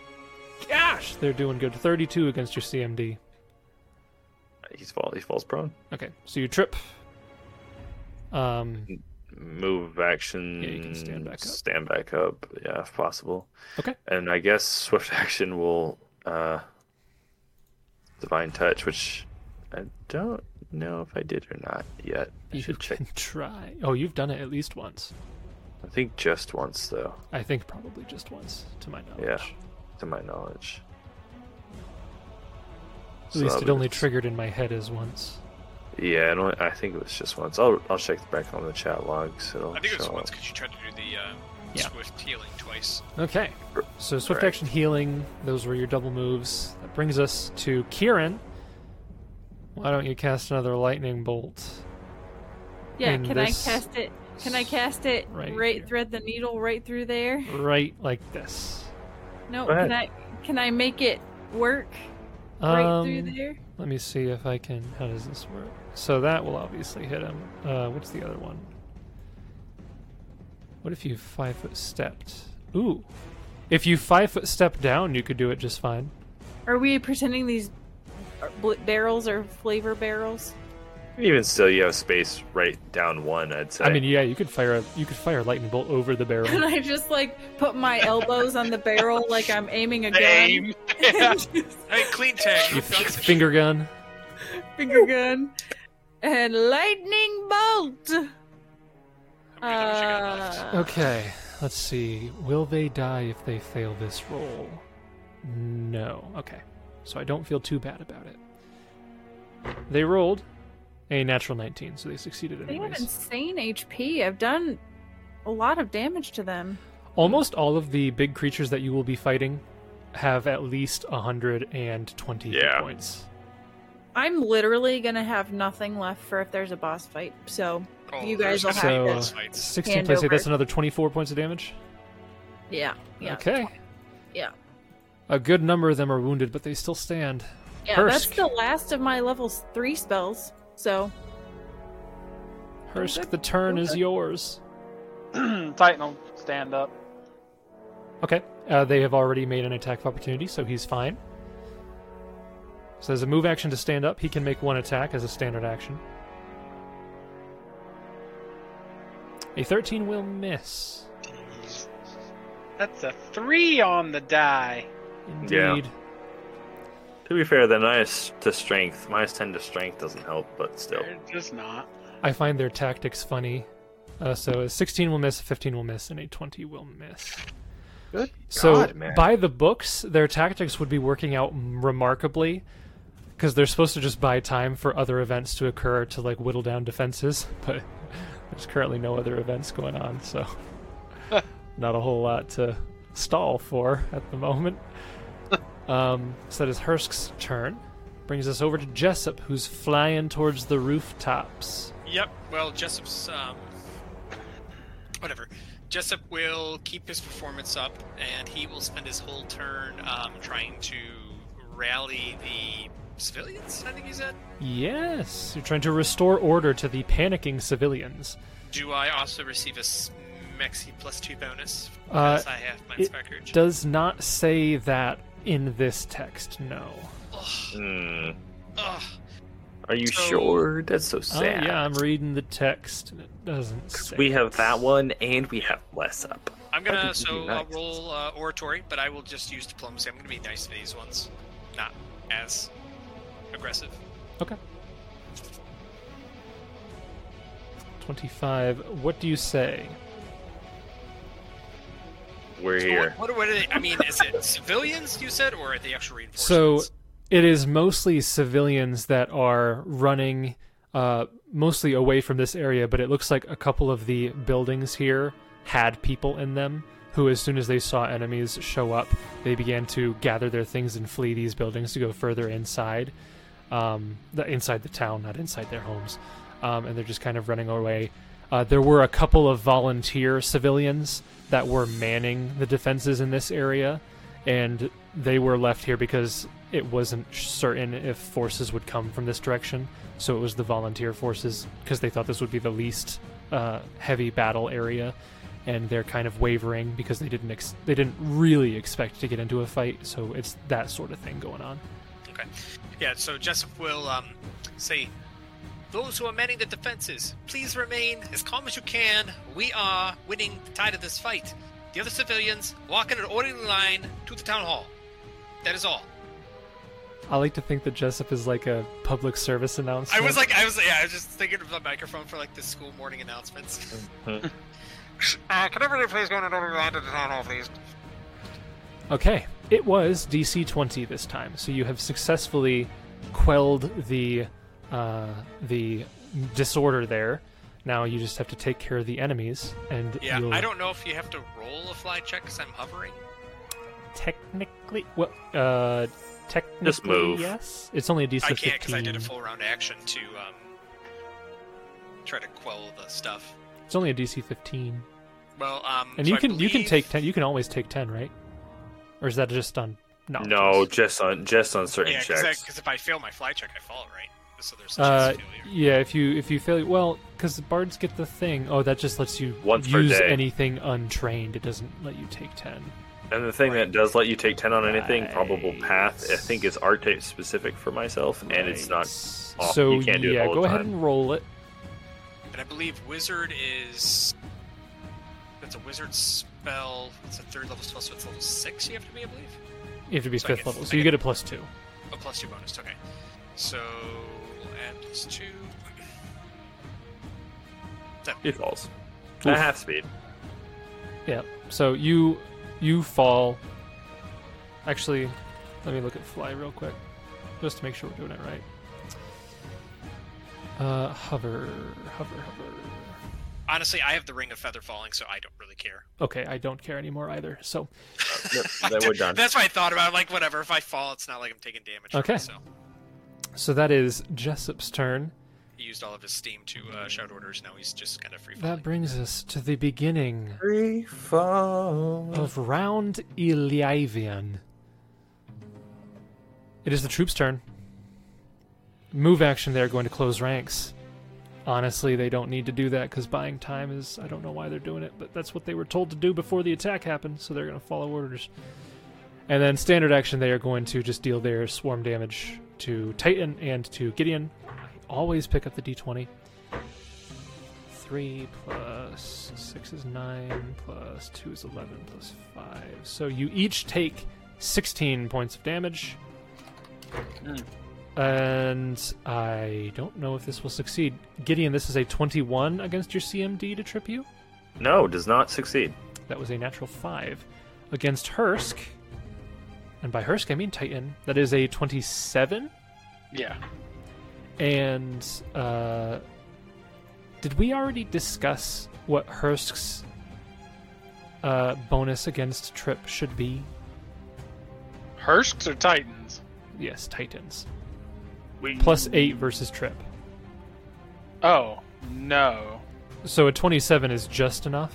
S1: gosh, they're doing good. 32 against your CMD.
S3: He's fall. He falls prone.
S1: Okay, so you trip. Um,
S3: Move action.
S1: Yeah, you can stand back up.
S3: Stand back up. Yeah, if possible.
S1: Okay.
S3: And I guess swift action will uh, divine touch, which I don't know if I did or not yet. I
S1: you
S3: should check.
S1: can try. Oh, you've done it at least once.
S3: I think just once though,
S1: I think probably just once, to my knowledge.
S3: Yeah. to my knowledge.
S1: At
S3: So
S1: least
S3: that'll
S1: it
S3: be-
S1: only triggered in my head as once.
S3: Yeah, I, don't, I think it was just once. I'll I'll check back on the chat logs. It'll
S4: I think it was
S3: show
S4: once
S3: up.
S4: because you tried to do the uh,
S1: Yeah.
S4: swift healing twice.
S1: Okay. So swift
S3: Right.
S1: action healing, those were your double moves. That brings us to Kieran. Why don't you cast another lightning bolt?
S5: Yeah,
S1: And
S5: can
S1: this-
S5: I cast it? Can I cast it
S1: Right
S5: right,
S1: here.
S5: thread the needle right through there?
S1: Right like this.
S5: No,
S3: Go
S5: can I can I make it work right through
S1: Um,
S5: there?
S1: Let me see if I can how does this work? So that will obviously hit him. Uh what's the other one? What if you five foot stepped? Ooh. If you five foot step down, you could do it just fine.
S5: Are we pretending these are bl- barrels are flavor barrels?
S3: Even still, you have space right down one. I'd say.
S1: I mean, yeah, you could fire a you could fire a lightning bolt over the barrel.
S5: Can I just like put my elbows on the barrel like I'm aiming a gun?
S2: Aim. Yeah.
S4: Hey, clean tag.
S1: you f- finger gun.
S5: finger gun and lightning bolt.
S4: How many damage you got left?
S5: Uh,
S1: Okay, let's see. Will they die if they fail this roll? No. Okay. So I don't feel too bad about it. They rolled a natural 19, so they succeeded
S5: They have
S1: anyways.
S5: insane HP. I've done a lot of damage to them.
S1: Almost all of the big creatures that you will be fighting have at least 120 hit
S3: Yeah.
S1: points.
S5: I'm literally gonna have nothing left for if there's a boss fight. So
S4: Oh,
S5: You
S4: there's
S5: guys will
S4: gonna be
S1: have
S4: boss
S1: that.
S4: fights.
S1: 16
S5: Hand
S1: plus 8,
S5: over.
S1: that's another 24 points of damage.
S5: yeah, yeah,
S1: Okay.
S5: yeah.
S1: A good number of them are wounded, but they still stand.
S5: Yeah, that's
S1: Hursk.
S5: the last of my level three spells. So
S1: Hursk, the turn is yours.
S2: Titan will stand up.
S1: Okay. Uh, they have already made an attack of opportunity, so he's fine. So there's a move action to stand up. He can make one attack as a standard action. A 13 will miss.
S2: That's a three on the die.
S1: Indeed.
S3: Yeah. To be fair, the minus to strength, minus ten to strength doesn't help, but still.
S2: They're just not.
S1: I find their tactics funny. Uh, so a 16 will miss, a 15 will miss, and a 20 will miss.
S3: Good
S1: So
S3: God, man.
S1: by the books, their tactics would be working out remarkably because they're supposed to just buy time for other events to occur to like whittle down defenses, but there's currently no other events going on, so not a whole lot to stall for at the moment. Um, so that is Hursk's turn. Brings us over to Jessup, who's flying towards the rooftops.
S4: Yep. Well, Jessup's um, whatever. Jessup will keep his performance up, and he will spend his whole turn um, trying to rally the civilians. I think he said.
S1: Yes, you're trying to restore order to the panicking civilians.
S4: Do I also receive a s- Mexi plus two bonus?
S1: Uh,
S4: Because I have my
S1: it
S4: spark urge.
S1: Does not say that in this text, no.
S3: Hmm.
S4: Ugh.
S3: Are you
S4: So-
S3: sure? That's so
S1: Oh,
S3: sad.
S1: yeah, I'm reading the text and it doesn't say.
S3: We have that one, and we have bless up.
S4: I'm gonna
S3: That'd be
S4: so
S3: nice.
S4: I'll roll uh, oratory, but I will just use diplomacy. I'm gonna be nice to these ones, not as aggressive.
S1: 25. What do you say?
S3: We're
S4: So
S3: here.
S4: What, what, are they? I mean, is it civilians you said, or are they actual
S1: So
S4: reinforcements?
S1: it is mostly civilians that are running uh, mostly away from this area, but it looks like a couple of the buildings here had people in them who, as soon as they saw enemies show up, they began to gather their things and flee these buildings to go further inside. Um, the, inside the town, not inside their homes. Um, and they're just kind of running away. Uh, there were a couple of volunteer civilians that were manning the defenses in this area and they were left here because it wasn't certain if forces would come from this direction. So it was the volunteer forces because they thought this would be the least uh, heavy battle area, and they're kind of wavering because they didn't ex- they didn't really expect to get into a fight. So it's that sort of thing going on.
S4: okay, yeah. So Jessup will um, say, "Those who are manning the defenses, please remain as calm as you can. We are winning the tide of this fight. The other civilians walk in an orderly line to the town hall. That is all."
S1: I like to think that Jessup is like a public service
S4: I
S1: announcement.
S4: was like, I was, yeah, I was just thinking of the microphone for like the school morning announcements.
S3: Hmm.
S4: uh, can everybody please go in an orderly line to the town hall, please?
S1: Okay, it was DC 20 this time, so you have successfully quelled the uh, the disorder there. Now you just have to take care of the enemies, and
S4: Yeah,
S1: you'll
S4: I don't know if you have to roll a fly check because I'm hovering.
S1: technically well, uh, technically
S3: move.
S1: yes. It's only a DC
S4: I can't because
S1: 15.
S4: I did a full round action to um, try to quell the stuff.
S1: It's only a DC 15,
S4: Well, um,
S1: and
S4: so
S1: you
S4: I
S1: can you can
S4: believe-
S1: take 10. You can always take 10, right? Or is that just on? No,
S3: No, just on just on certain
S4: Yeah,
S3: checks.
S4: because if I fail my fly check, I fall right. So there's a
S1: Uh,
S4: chance of failure.
S1: yeah, if you if you fail, well, because bards get the thing. Oh, that just lets you
S3: Once per
S1: use
S3: day.
S1: anything untrained. It doesn't let you take ten.
S3: And the thing that does let you take ten on anything, probable
S1: Right.
S3: path, I think is art type specific for myself, and it's not. off-
S1: So
S3: you can't do it
S1: yeah,
S3: all the
S1: go ahead
S3: time.
S1: and roll it.
S4: And I believe wizard is that's a wizard spell. It's a third level spell, so it's level six. You have to be, I believe.
S1: You have to be
S4: So I
S1: fifth
S4: get-
S1: level,
S4: I
S1: so you
S4: get-
S1: get a plus two.
S4: Oh, plus two bonus. Okay. So we'll add plus two.
S3: He falls at half speed.
S1: Yeah. So you you fall. Actually, let me look at fly real quick, just to make sure we're doing it right. Uh, hover, hover, hover.
S4: Honestly, I have the ring of feather falling, so I don't really care.
S1: Okay, I don't care anymore either. So
S3: Then we're done.
S4: That's what I thought about. I'm like, whatever. If I fall, it's not like I'm taking damage. from
S1: Okay.
S4: it, so
S1: so that is Jessup's turn.
S4: he used all of his steam to uh, shout orders. Now he's just kind of free falling.
S1: That brings us to the beginning
S12: Free fall.
S1: of round Ilyavian. It is the troops' turn. Move action, they're going to close ranks. Honestly, they don't need to do that because buying time is. I don't know why they're doing it, but that's what they were told to do before the attack happened, so they're going to follow orders. And then standard action, they are going to just deal their swarm damage to Titan and to Gideon. I always pick up the d20. 3 plus 6 is 9, plus 2 is 11, plus 5. So you each take 16 points of damage. And I don't know if this will succeed. Gideon, this is a 21 against your CMD to trip you.
S3: No, does not succeed.
S1: That was a natural 5. Against Hursk, and by Hursk I mean Titan, that is a 27.
S2: Yeah.
S1: And uh, did we already discuss what Hursk's uh, bonus against Trip should be?
S2: Hursts or Titans?
S1: Yes, Titans.
S2: We...
S1: Plus 8 versus Trip.
S2: Oh no.
S1: So a 27 is just enough?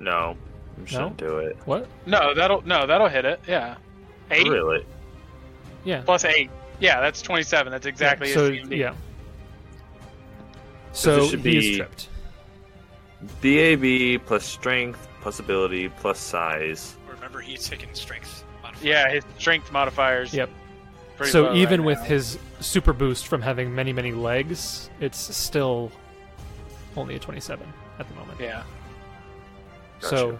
S3: No, you shouldn't do it.
S1: What?
S2: No, that'll no, that'll hit it. Yeah. Eight
S3: Really?
S1: Yeah.
S2: plus eight. Yeah, that's twenty-seven. That's exactly his
S1: So,
S2: CMD.
S1: yeah. So
S3: So this should
S1: he is
S3: be-
S1: tripped.
S3: BAB plus strength plus ability plus size.
S13: Remember, he's taking strength. modifier.
S2: Yeah, his strength modifiers.
S1: Yep.
S2: pretty
S1: So
S2: low right
S1: even with
S2: now.
S1: his super boost from having many many legs, it's still only a 27 at the moment.
S2: yeah,
S1: So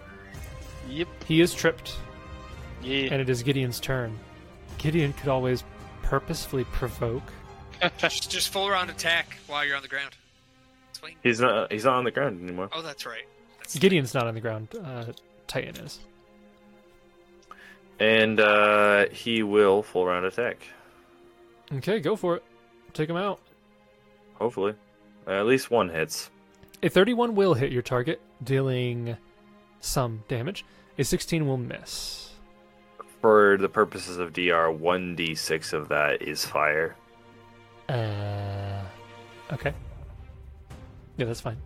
S2: yep,
S1: he is tripped,
S2: yeah.
S1: and it is Gideon's turn. Gideon could always purposefully provoke.
S13: Just-
S4: Just, just full round attack while you're on the ground. Swing.
S3: He's not. He's not on the ground anymore.
S4: Oh, that's right. That's
S1: Gideon's not on the ground. Uh, Titan is.
S3: And uh, he will full round attack.
S1: Okay, go for it. Take him out.
S3: Hopefully, Uh, at least one hits.
S1: A 31 will hit your target, dealing some damage. A 16 will miss.
S3: For the purposes of DR, one d6 of that is fire.
S1: Uh, okay. Yeah, that's fine.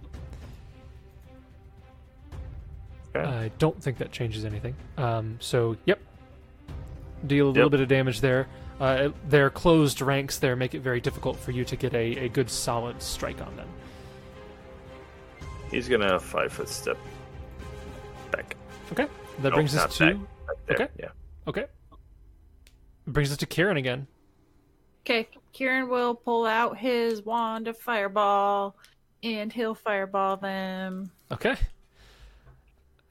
S3: Okay.
S1: I don't think that changes anything. Um, so, yep. Deal a little
S3: Yep.
S1: bit of damage there. Uh, their closed ranks there make it very difficult for you to get a, a good solid strike on them.
S3: He's gonna five foot step back.
S1: Okay. That
S3: No,
S1: brings
S3: not
S1: us to.
S3: back, back there.
S1: okay.
S3: Yeah.
S1: Okay. Brings us to Kieran again.
S5: Okay, Kieran will pull out his wand of fireball and he'll fireball them.
S1: Okay.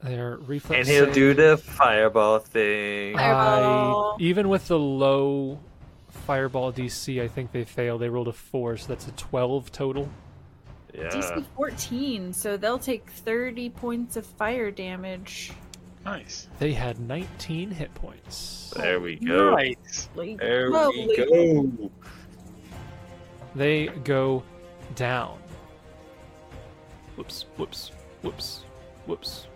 S1: Their reflex.
S3: And he'll
S1: save-
S3: do the fireball thing.
S5: Uh, Fireball.
S1: I, even with the low fireball DC, I think they fail. They rolled a four, so that's a twelve total.
S3: yeah.
S5: DC 14, so they'll take 30 points of fire damage.
S2: Nice,
S1: They had nineteen hit points.
S3: There we go.
S2: nice.
S5: Like,
S3: There
S5: Lovely.
S3: we go.
S1: They go down. Whoops! Whoops! Whoops! Whoops!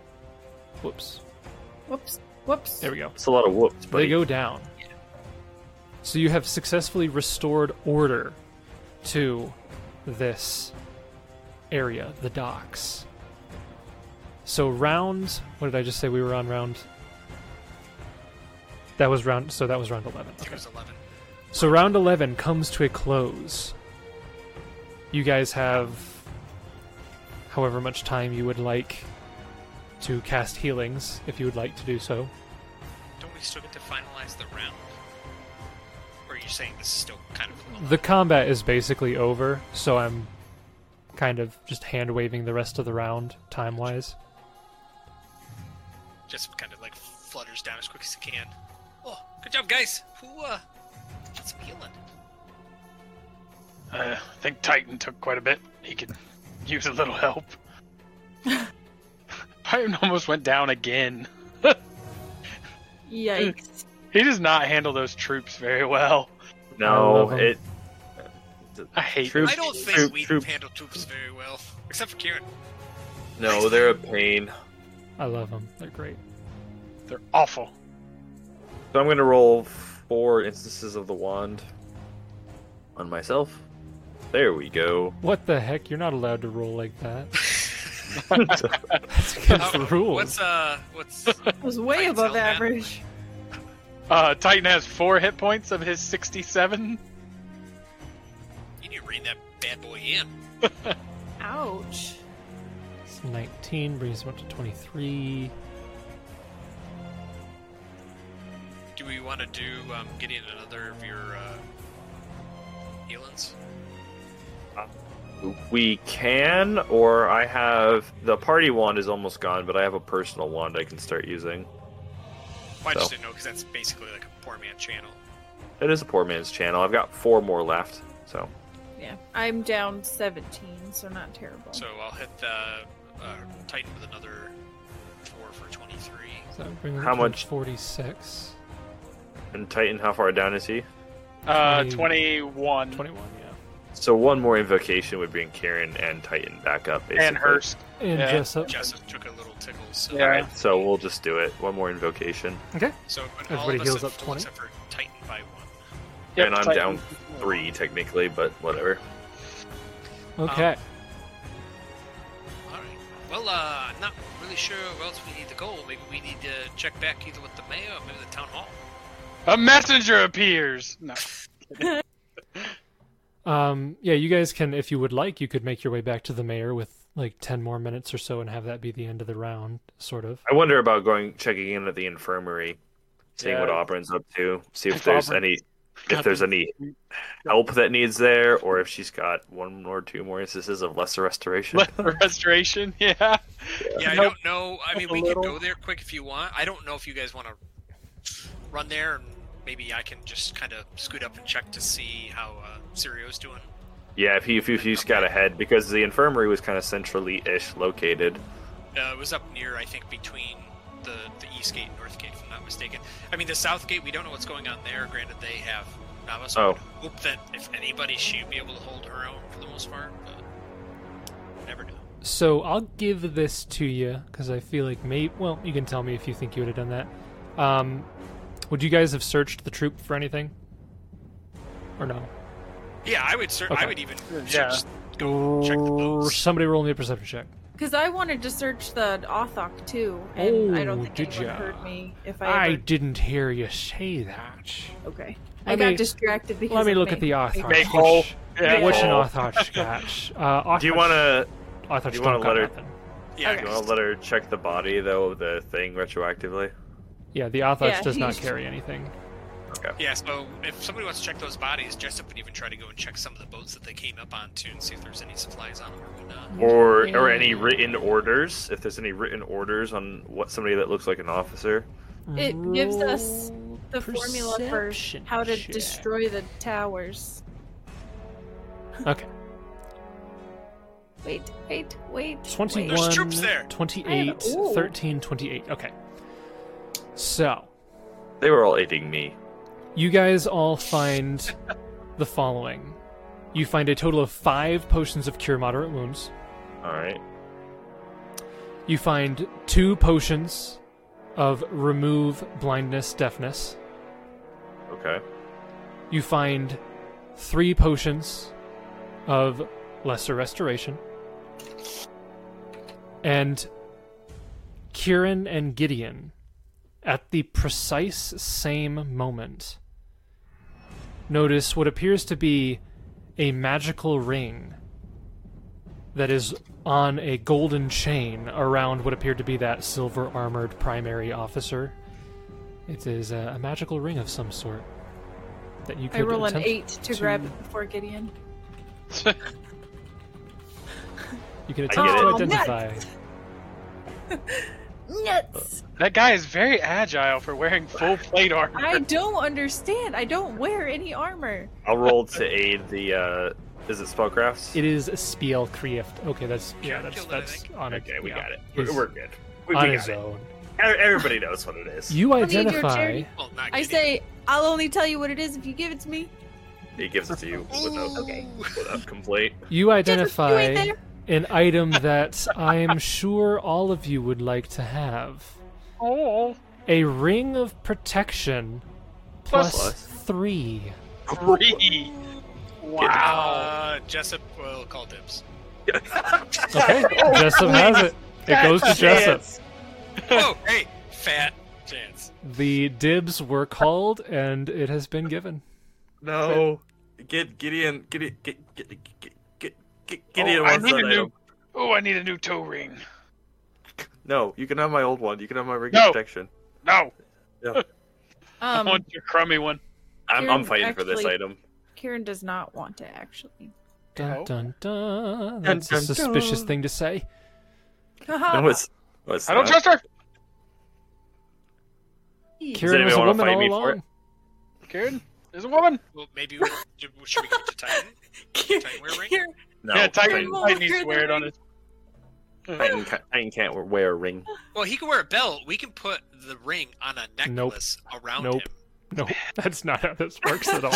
S1: Whoops!
S5: Whoops. Whoops.
S1: There we go.
S3: It's a lot of whoops,
S1: They
S3: buddy.
S1: go down. So you have successfully restored order to this area, the docks. So round, what did I just say we were on round? That was round. So that was round 11.
S4: I think it was 11.
S1: So round 11 comes to a close. You guys have however much time you would like to cast healings if you would like to do so.
S4: Don't we still get to finalize the round? Or are you saying this is still kind of
S1: The combat is basically over, so I'm kind of just hand waving the rest of the round time wise.
S4: just kind of like flutters down as quick as he can? Oh, good job, guys. Who uh, did some healing?
S2: Uh, I think Titan took quite a bit. He could use a little help. Titan almost went down again.
S5: Yikes.
S2: He does not handle those troops very well.
S1: I
S3: No,
S1: love 'em.
S3: it.
S2: I hate.
S3: Troop-
S4: I don't think
S3: troop-
S4: we
S3: troop-
S4: handle troops very well, except for Kieran.
S3: No, they're a pain.
S1: I love them. They're great.
S2: They're awful.
S3: So I'm gonna roll four instances of the wand on myself. There we go.
S1: What the heck? You're not allowed to roll like that. That's against the
S4: Uh,
S1: rules.
S4: What's uh, what's
S5: It was way
S4: Titan's
S5: above
S4: held down.
S5: average.
S2: Uh, Titan has four hit points of his sixty-seven.
S4: you need to read that bad boy in?
S5: Ouch.
S1: It's 19 brings him up to 23.
S4: Do we want to do um, getting another of your uh, healings?
S3: We can, or I have the party wand is almost gone, but I have a personal wand I can start using.
S4: Well, I
S3: So.
S4: just didn't know because that's basically like a poor man channel.
S3: It is a poor man's channel. I've got four more left, so
S5: Yeah, I'm down 17, so not terrible.
S4: So I'll hit the uh, Titan with another four for 23.
S1: So that brings it
S3: How
S1: to
S3: much-
S1: 46.
S3: and Titan, how far down is he?
S2: Uh,
S1: Twenty-
S2: 21.
S1: 21, yeah.
S3: So one more invocation would bring Karen and Titan back up, basically.
S2: and Hurst.
S1: And
S2: Yeah.
S1: Jessup.
S4: Jessup took a little tickle, so,
S2: Yeah.
S3: So we'll just do it. One more invocation,
S4: so when all
S1: Everybody
S4: of us
S1: heals
S4: have
S1: up
S4: full
S1: 20?
S4: except for Titan by one.
S2: Yep,
S3: and I'm
S2: Titan.
S3: down three technically, but whatever. um,
S1: Okay.
S4: All right. Well, uh, I'm not really sure where else we need to go. Maybe we need to check back either with the mayor or maybe the town hall.
S2: A messenger appears. No.
S1: Um, yeah, you guys can, if you would like, you could make your way back to the mayor with like 10 more minutes or so and have that be the end of the round, sort of.
S3: I wonder about going checking in at the infirmary, seeing what
S2: Yeah.
S3: Auburn's up to, see if
S2: If
S3: there's
S2: Auburn-
S3: any if there's any help that needs there, or if she's got one or two more instances of lesser restoration.
S2: Restoration. Yeah.
S4: Yeah, I
S2: Nope.
S4: don't know. I mean,
S2: A
S4: we can
S2: little.
S4: go there quick if you want. I don't know if you guys want to run there, and maybe I can just kind of scoot up and check to see how uh, Sirio's doing.
S3: yeah, if you if you if you scout ahead, because the infirmary was kind of centrally ish located.
S4: Uh, it was up near, I think, between the, the east gate and north gate, if I'm not mistaken. I mean, the south gate, we don't know what's going on there. Granted, they have Navas.
S3: Oh.
S4: Hope that if anybody, she'd be able to hold her own for the most part, but never know.
S1: So I'll give this to you because I feel like may well you can tell me if you think you would have done that. Um, would you guys have searched the troop for anything, or no?
S4: Yeah, I would cer-
S1: Okay.
S4: I would even
S2: Yeah.
S4: just go check the boats.
S1: Somebody roll me a perception check.
S5: Because I wanted to search the Authok too, and I
S1: Oh,
S5: don't think
S1: did
S5: anyone
S1: ya?
S5: heard me if I,
S1: I
S5: ever...
S1: didn't hear you say that.
S5: Okay.
S1: Let
S5: I got
S1: me-
S5: distracted because
S1: Let me
S5: of
S1: look at the
S5: me.
S1: Arthur.
S2: Make hole. Yeah.
S1: What's an
S3: hole.
S1: Arthur got? Uh, Arthur,
S3: Do you want to
S1: Arthur
S3: do you wanna
S1: don't got
S3: let her-
S1: nothing.
S4: Yeah,
S5: Okay.
S3: you want to let her check the body though of the thing retroactively?
S1: Yeah, the Arthur
S5: Yeah,
S1: does not
S5: he's-
S1: carry anything.
S4: Yeah, so if somebody wants to check those bodies, Jessup would even try to go and check some of the boats that they came up on too, and see if there's any supplies on them or whatnot.
S3: Or or any written orders? If there's any written orders on what somebody that looks like an officer.
S5: It gives us
S1: Roll
S5: the formula for
S1: perception
S5: how to
S1: check.
S5: destroy the towers.
S1: Okay.
S5: Wait, wait, wait.
S1: 21,
S4: There's troops there.
S1: 28,
S5: I have- ooh.
S1: 13, 28. Okay. So,
S3: They were all aiding me.
S1: you guys all find the following. You find a total of five potions of cure moderate wounds.
S3: All right.
S1: You find two potions of remove blindness, deafness.
S3: Okay.
S1: You find three potions of lesser restoration. And Kieran and Gideon, at the precise same moment, notice what appears to be a magical ring that is on a golden chain around what appeared to be that silver armored primary officer. It is a, a magical ring of some sort that you could
S5: I roll an
S1: attempt
S5: eight to, grab it before Gideon.
S1: You can
S3: I
S1: attempt to
S3: get it.
S1: identify.
S5: Nuts!
S2: That guy is very agile for wearing full plate armor.
S5: I don't understand. I don't wear any armor.
S3: I'll roll to aid the. Uh, is it spellcrafts?
S1: It is a Spielkrieft. Okay, that's yeah, that's
S4: Calculate, I
S1: that's
S4: think.
S1: on a,
S3: Okay, we
S1: yeah,
S3: got it.
S1: He's
S3: We're, we're good. We, we
S1: on
S3: got
S1: his
S3: it.
S1: own.
S3: Ev- Everybody knows what it is.
S1: You
S5: need your
S1: identify
S5: charity.
S4: Well, not
S5: I
S4: Gideon.
S5: say, I'll only tell you what it is if you give it to me.
S3: He gives it to you without,
S5: Okay.
S3: without complaint.
S1: you
S5: You ain't
S1: identify
S5: there.
S1: an item that I'm sure all of you would like to have.
S2: Oh.
S1: A ring of protection
S2: Plus-
S1: plus three.
S2: Three. Wow.
S4: Uh, Jessup will call dibs.
S1: Okay,
S3: Oh,
S1: Jessup has it. It goes to Jessup.
S4: oh, hey, fat chance.
S1: The dibs were called and it has been given.
S3: No. Get Gideon. Gideon. Get, get, get, get, get, Gideon
S2: Oh, I
S3: wants
S2: need
S3: that
S2: a
S3: item.
S2: new. Oh, I need a new toe ring.
S3: No, you can have my old one. You can have my ring
S2: No.
S3: of protection.
S2: No, I
S5: Um,
S4: Oh,
S2: want your crummy one.
S3: I'm,
S5: Kieran
S3: I'm fighting for this
S5: actually-
S3: item.
S5: Kieran does not want it, actually.
S1: Dun
S2: Oh.
S1: dun dun. That's a
S3: dun, dun.
S1: suspicious thing to say.
S3: No, it's, no, it's
S2: I don't
S3: not.
S2: trust her.
S1: Kieran was
S3: anyone
S1: a
S3: wanna
S1: woman
S3: fight
S1: all
S3: me for
S1: along.
S3: it?
S2: Karen. There's a woman.
S4: Well, maybe we, should we give it to Titan? Titan wear a ring?
S5: Here,
S3: No,
S2: yeah,
S3: Titan,
S2: Titan,
S5: Titan-
S2: Titan needs to wear it on his.
S3: Titan, ca- Titan can't wear a ring.
S4: Well, he can wear a belt. We can put the ring on a necklace around
S1: Nope.
S4: him.
S1: No, that's not how this works at all.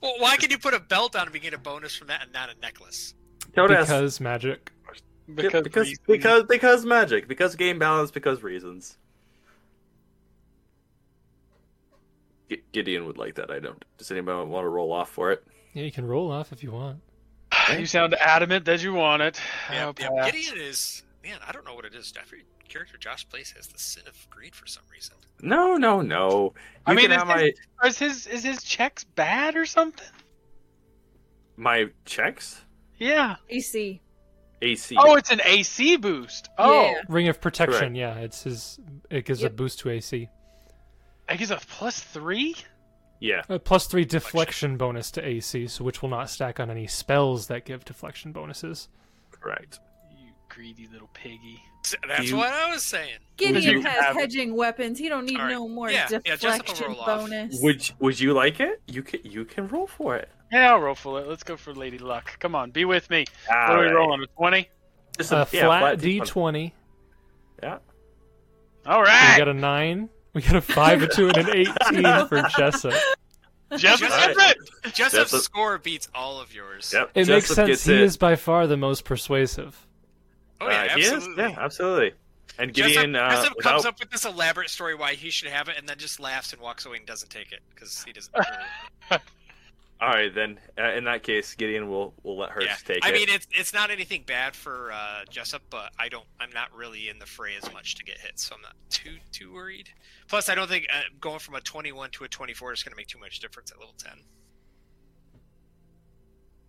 S4: Well, why can you put a belt on him and get a bonus from that and not a necklace?
S3: Don't ask.
S1: because magic.
S2: Because,
S14: because
S2: reason.
S14: because because magic, because game balance, because reasons. G- Gideon would like that. I don't. Does anybody want to roll off for it?
S1: Yeah, you can roll off if you want.
S2: you sound adamant that you want it. Oh,
S4: Yeah,
S2: I'll
S4: yeah.
S2: pass.
S4: Gideon is man. I don't know what it is. Every character Josh plays has the sin of greed for some reason.
S3: No, no, no.
S2: I
S3: You
S2: mean,
S3: can
S2: it's
S3: have my
S2: Is his is his checks bad or something?
S3: my checks.
S2: Yeah.
S5: AC.
S3: AC.
S2: Oh, it's an AC boost. Oh,
S5: Yeah.
S1: Ring of protection.
S3: Correct.
S1: Yeah, it's his. It gives
S5: Yep.
S1: a boost to AC.
S2: I guess a plus three.
S3: yeah.
S1: A Uh, plus three deflection bonus to AC, so which will not stack on any spells that give deflection bonuses.
S3: Correct.
S2: You greedy little piggy.
S4: So That's
S3: you-
S4: what I was saying.
S5: Gideon
S2: you
S5: has
S2: have-
S5: hedging weapons. He don't need
S4: All right.
S5: no more
S4: Yeah, yeah, just have a
S5: deflection
S4: roll off.
S5: bonus.
S3: Would Would you like it? You can You can roll for it.
S2: Yeah, I'll roll for it. Let's go for Lady Luck. Come on, be with me.
S3: All
S2: what are we
S3: right.
S2: rolling? A twenty.
S3: Just
S1: A
S3: yeah,
S1: Uh, flat D
S3: D20.
S1: twenty.
S2: All
S1: We
S2: right,
S1: got a nine. We got a five, a two, and an eighteen for Jessa.
S2: Jeff is
S4: All
S2: different.
S4: Joseph's
S3: Joseph-
S4: score beats all of yours.
S3: Yep.
S1: It makes
S3: Jessup
S1: sense.
S3: gets
S1: He
S3: it.
S1: is by far the most persuasive.
S4: Oh yeah,
S3: Uh, he is?
S4: absolutely.
S3: Yeah, absolutely. And
S4: Jessup,
S3: Gideon uh,
S4: Jessup
S3: without-
S4: comes up with this elaborate story why he should have it, and then just laughs and walks away and doesn't take it because he doesn't. Really...
S3: All right, then. Uh, in that case, Gideon will will let her
S4: yeah,
S3: take
S4: I
S3: it.
S4: mean it's it's not anything bad for uh, Jessup, but I don't I'm not really in the fray as much to get hit, so I'm not too too worried. Plus, I don't think uh, going from a 21 to a 24 is going to make too much difference at level 10.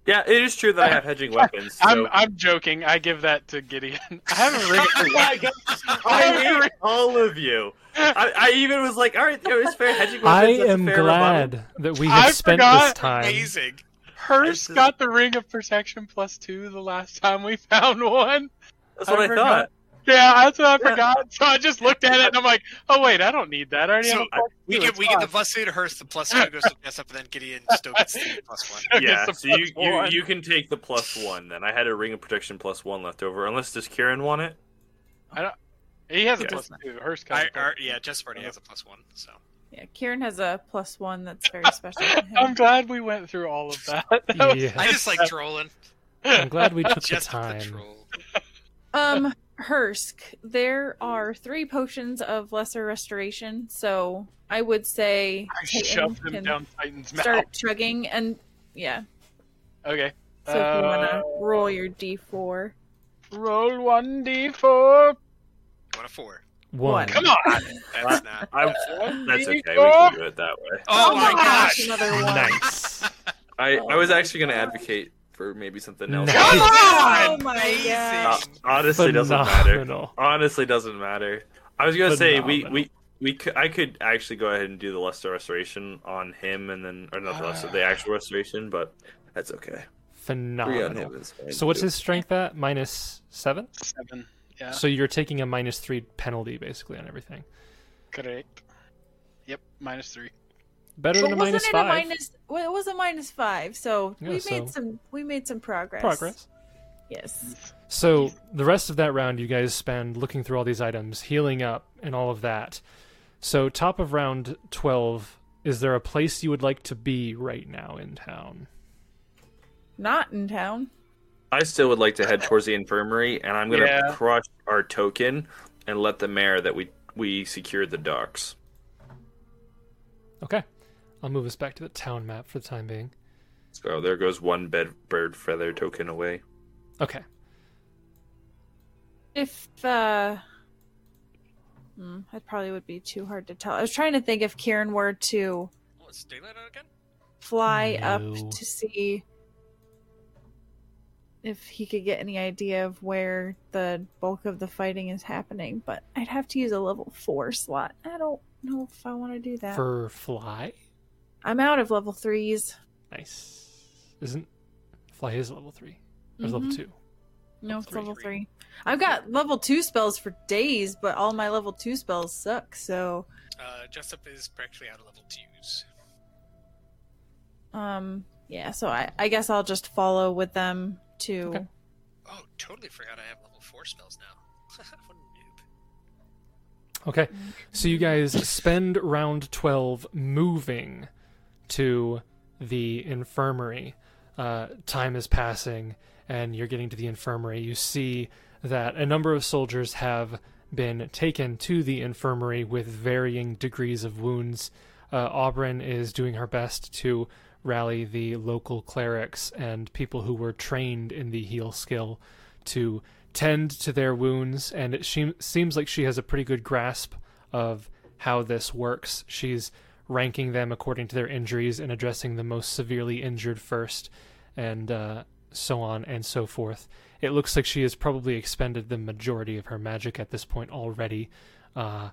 S3: yeah, it is true that I have hedging weapons. So
S2: I'm I'm joking. I give that to Gideon. I haven't ring.
S3: Oh my God, I hate all of you. I, I even was like, all right, it was fair. Hedging weapons.
S1: I
S3: that's a
S1: am
S3: fair
S1: glad
S3: rebuttal.
S1: that we
S2: I
S1: have spent this
S2: forgot.
S1: time.
S4: Amazing.
S2: Hers
S3: This is-
S2: got the ring of protection plus two the last time we found one.
S3: That's what
S2: I
S3: I, thought.
S2: Yeah, that's what I
S3: Yeah.
S2: forgot. So I just looked at it and I'm like, oh wait, I don't need that. I already
S4: So,
S2: have a plus
S4: We
S2: two.
S4: get
S2: It's
S4: we get the
S2: fine.
S4: plus two to Hearst, the plus two goes to Jessup, and then Gideon still gets the plus one.
S2: I guess
S3: Yeah,
S2: the
S3: so you,
S2: plus
S3: you
S2: one.
S3: you can take the plus one. Then I had a ring of protection plus one left over. Unless does Kieran want it?
S2: He has a
S3: Yeah.
S2: plus two. Hers got.
S4: I,
S2: a plus
S4: or,
S2: two.
S4: yeah, Jessup already has a plus one, so.
S5: Yeah, Kieran has a plus one that's very special. to him.
S2: I'm glad we went through all of that. That was-
S1: Yeah.
S4: I just like trolling.
S1: I'm glad we took the
S4: Just the
S1: time.
S4: troll.
S5: Um, Hursk, there are three potions of lesser restoration, so I would say
S2: I
S5: Titan
S2: shoved them
S5: can
S2: down Titan's mouth.
S5: Start chugging, and yeah.
S2: Okay.
S5: So if you wanna
S2: Uh,
S5: roll your D4,
S2: roll one d four.
S4: One of four.
S1: One.
S2: Come on.
S4: That's not.
S3: I,
S2: One
S3: that's okay. We
S2: D4.
S3: can do it that way.
S4: Oh, my gosh!
S5: another one.
S1: Nice.
S3: I, I was actually going to advocate for maybe something else.
S1: Nice.
S2: Come on.
S5: Oh my
S3: Uh,
S5: gosh!
S3: honestly, doesn't matter.
S1: Phenomenal.
S3: honestly doesn't matter. I was gonna say we
S1: Phenomenal.
S3: we we could, I could actually go ahead and do the lesser restoration on him and then or not the lesser the actual restoration, but that's okay. Three on him
S1: Phenomenal.
S3: is fine,
S1: So what's
S3: too.
S1: his strength at? Minus seven?
S2: Seven. Yeah.
S1: So you're taking a minus three penalty basically on everything.
S2: Correct. Yep. Minus three.
S1: Better
S5: But
S1: than a
S5: wasn't
S1: minus
S5: it
S1: five.
S5: a minus? Well, it was a minus five, so
S1: Yeah,
S5: we made
S1: so-
S5: some we made some progress.
S1: Progress.
S5: Yes.
S1: So the rest of that round, you guys spend looking through all these items, healing up, and all of that. So top of round twelve, is there a place you would like to be right now in town?
S5: Not in town.
S3: I still would like to head towards the infirmary, and I'm gonna
S2: Yeah.
S3: crush our token and let the mayor that we we secured the docks.
S1: Okay, I'll move us back to the town map for the time being.
S3: So there goes one bed bird feather token away.
S1: Okay,
S5: If uh, hmm, that probably would be too hard to tell. I was trying to think if Kieran were to
S4: What's daylight out again?
S5: fly
S1: No.
S5: up to see if he could get any idea of where the bulk of the fighting is happening, but I'd have to use a level four slot. I don't know if I want to do that.
S1: for fly,
S5: I'm out of level threes.
S1: nice. Isn't fly is level three or is level
S5: Mhm.
S1: two?
S5: No, it's
S1: Three.
S5: level three. I've got level two spells for days, but all my level two spells suck, so
S4: Uh, Jessup is practically out of level twos.
S5: Um, yeah, so I, I guess I'll just follow with them to.
S1: Okay.
S4: Oh, totally forgot I have level four spells now. what a
S1: Okay. So you guys spend round 12 moving to the infirmary. Uh, time is passing, and you're getting to the infirmary. You see that a number of soldiers have been taken to the infirmary with varying degrees of wounds. Uh, Auburn is doing her best to rally the local clerics and people who were trained in the heal skill to tend to their wounds, and it she- seems like she has a pretty good grasp of how this works. She's ranking them according to their injuries and addressing the most severely injured first, and uh, so on and so forth. It looks like she has probably expended the majority of her magic at this point already. Uh,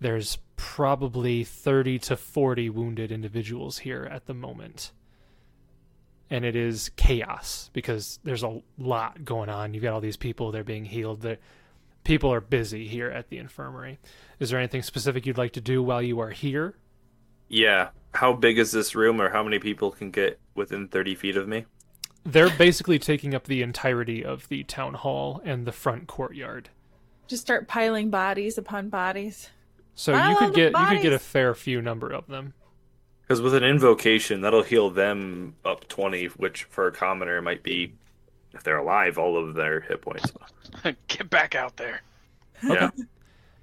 S1: there's probably 30 to 40 wounded individuals here at the moment and it is chaos because there's a lot going on. You've got all these people, they're being healed. The people are busy here at the infirmary. Is there anything specific you'd like to do while you are here?
S3: Yeah. How big is this room, or how many people can get within 30 feet of me?
S1: They're basically taking up the entirety of the town hall and the front courtyard.
S5: Just start piling bodies upon bodies.
S1: So
S5: I
S1: you
S5: love
S1: could
S5: the
S1: get you could get a
S5: bodies.
S1: fair few number of them.
S3: Because with an invocation, that'll heal them up 20, which for a commoner might be, if they're alive, all of their hit points.
S2: Get back out there.
S3: Yeah.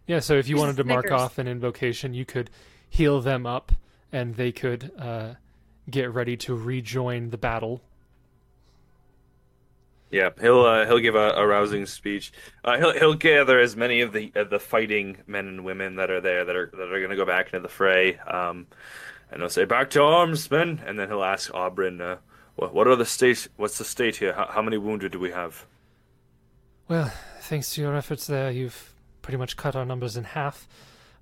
S1: Yeah, so if you
S5: Here's
S1: wanted to mark
S5: Snickers.
S1: off an invocation, you could heal them up and they could uh, get ready to rejoin the battle.
S3: Yeah, he'll uh, he'll give a, a rousing speech. Uh, he'll he'll gather as many of the of the fighting men and women that are there that are that are going to go back into the fray. Um, and he'll say, "Back to arms, men!" And then he'll ask Aubryn, uh, "What what are the state? What's the state here? How, how many wounded do we have?"
S1: Well, thanks to your efforts there, you've pretty much cut our numbers in half.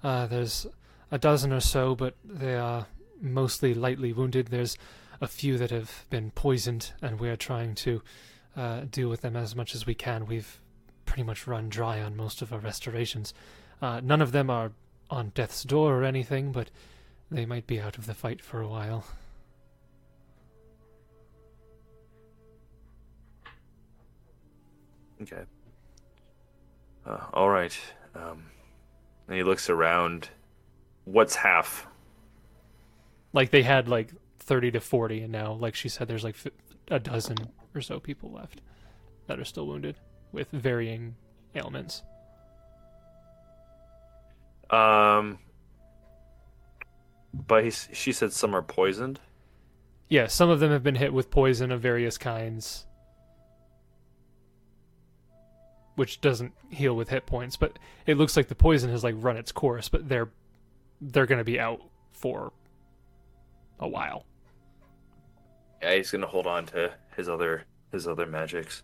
S1: Uh, there's a dozen or so, but they are mostly lightly wounded. There's a few that have been poisoned, and we are trying to uh, deal with them as much as we can. We've pretty much run dry on most of our restorations. Uh, none of them are on death's door or anything, but they might be out of the fight for a while.
S3: Okay. Uh, all right. Um, and he looks around. What's half?
S1: Like they had like 30 to 40, and now, like she said, there's like fi- a dozen or so people left that are still wounded with varying ailments.
S3: Um, but he's, she said some are poisoned.
S1: Yeah, some of them have been hit with poison of various kinds, which doesn't heal with hit points. But it looks like the poison has like run its course. But they're they're gonna be out for a while.
S3: Yeah, he's gonna hold on to his other his other magics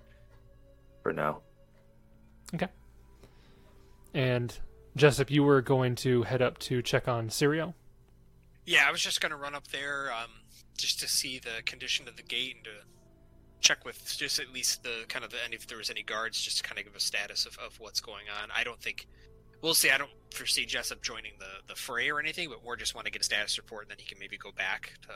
S3: for now.
S1: And Jessup, you were going to head up to check on Sirio.
S4: Yeah, I was just gonna run up there, um, just to see the condition of the gate and to check with just at least the kind of the, and if there was any guards, just to kind of give a status of, of what's going on. I don't think we'll see. I don't foresee Jessup joining the the fray or anything, but we're just want to get a status report, and then he can maybe go back to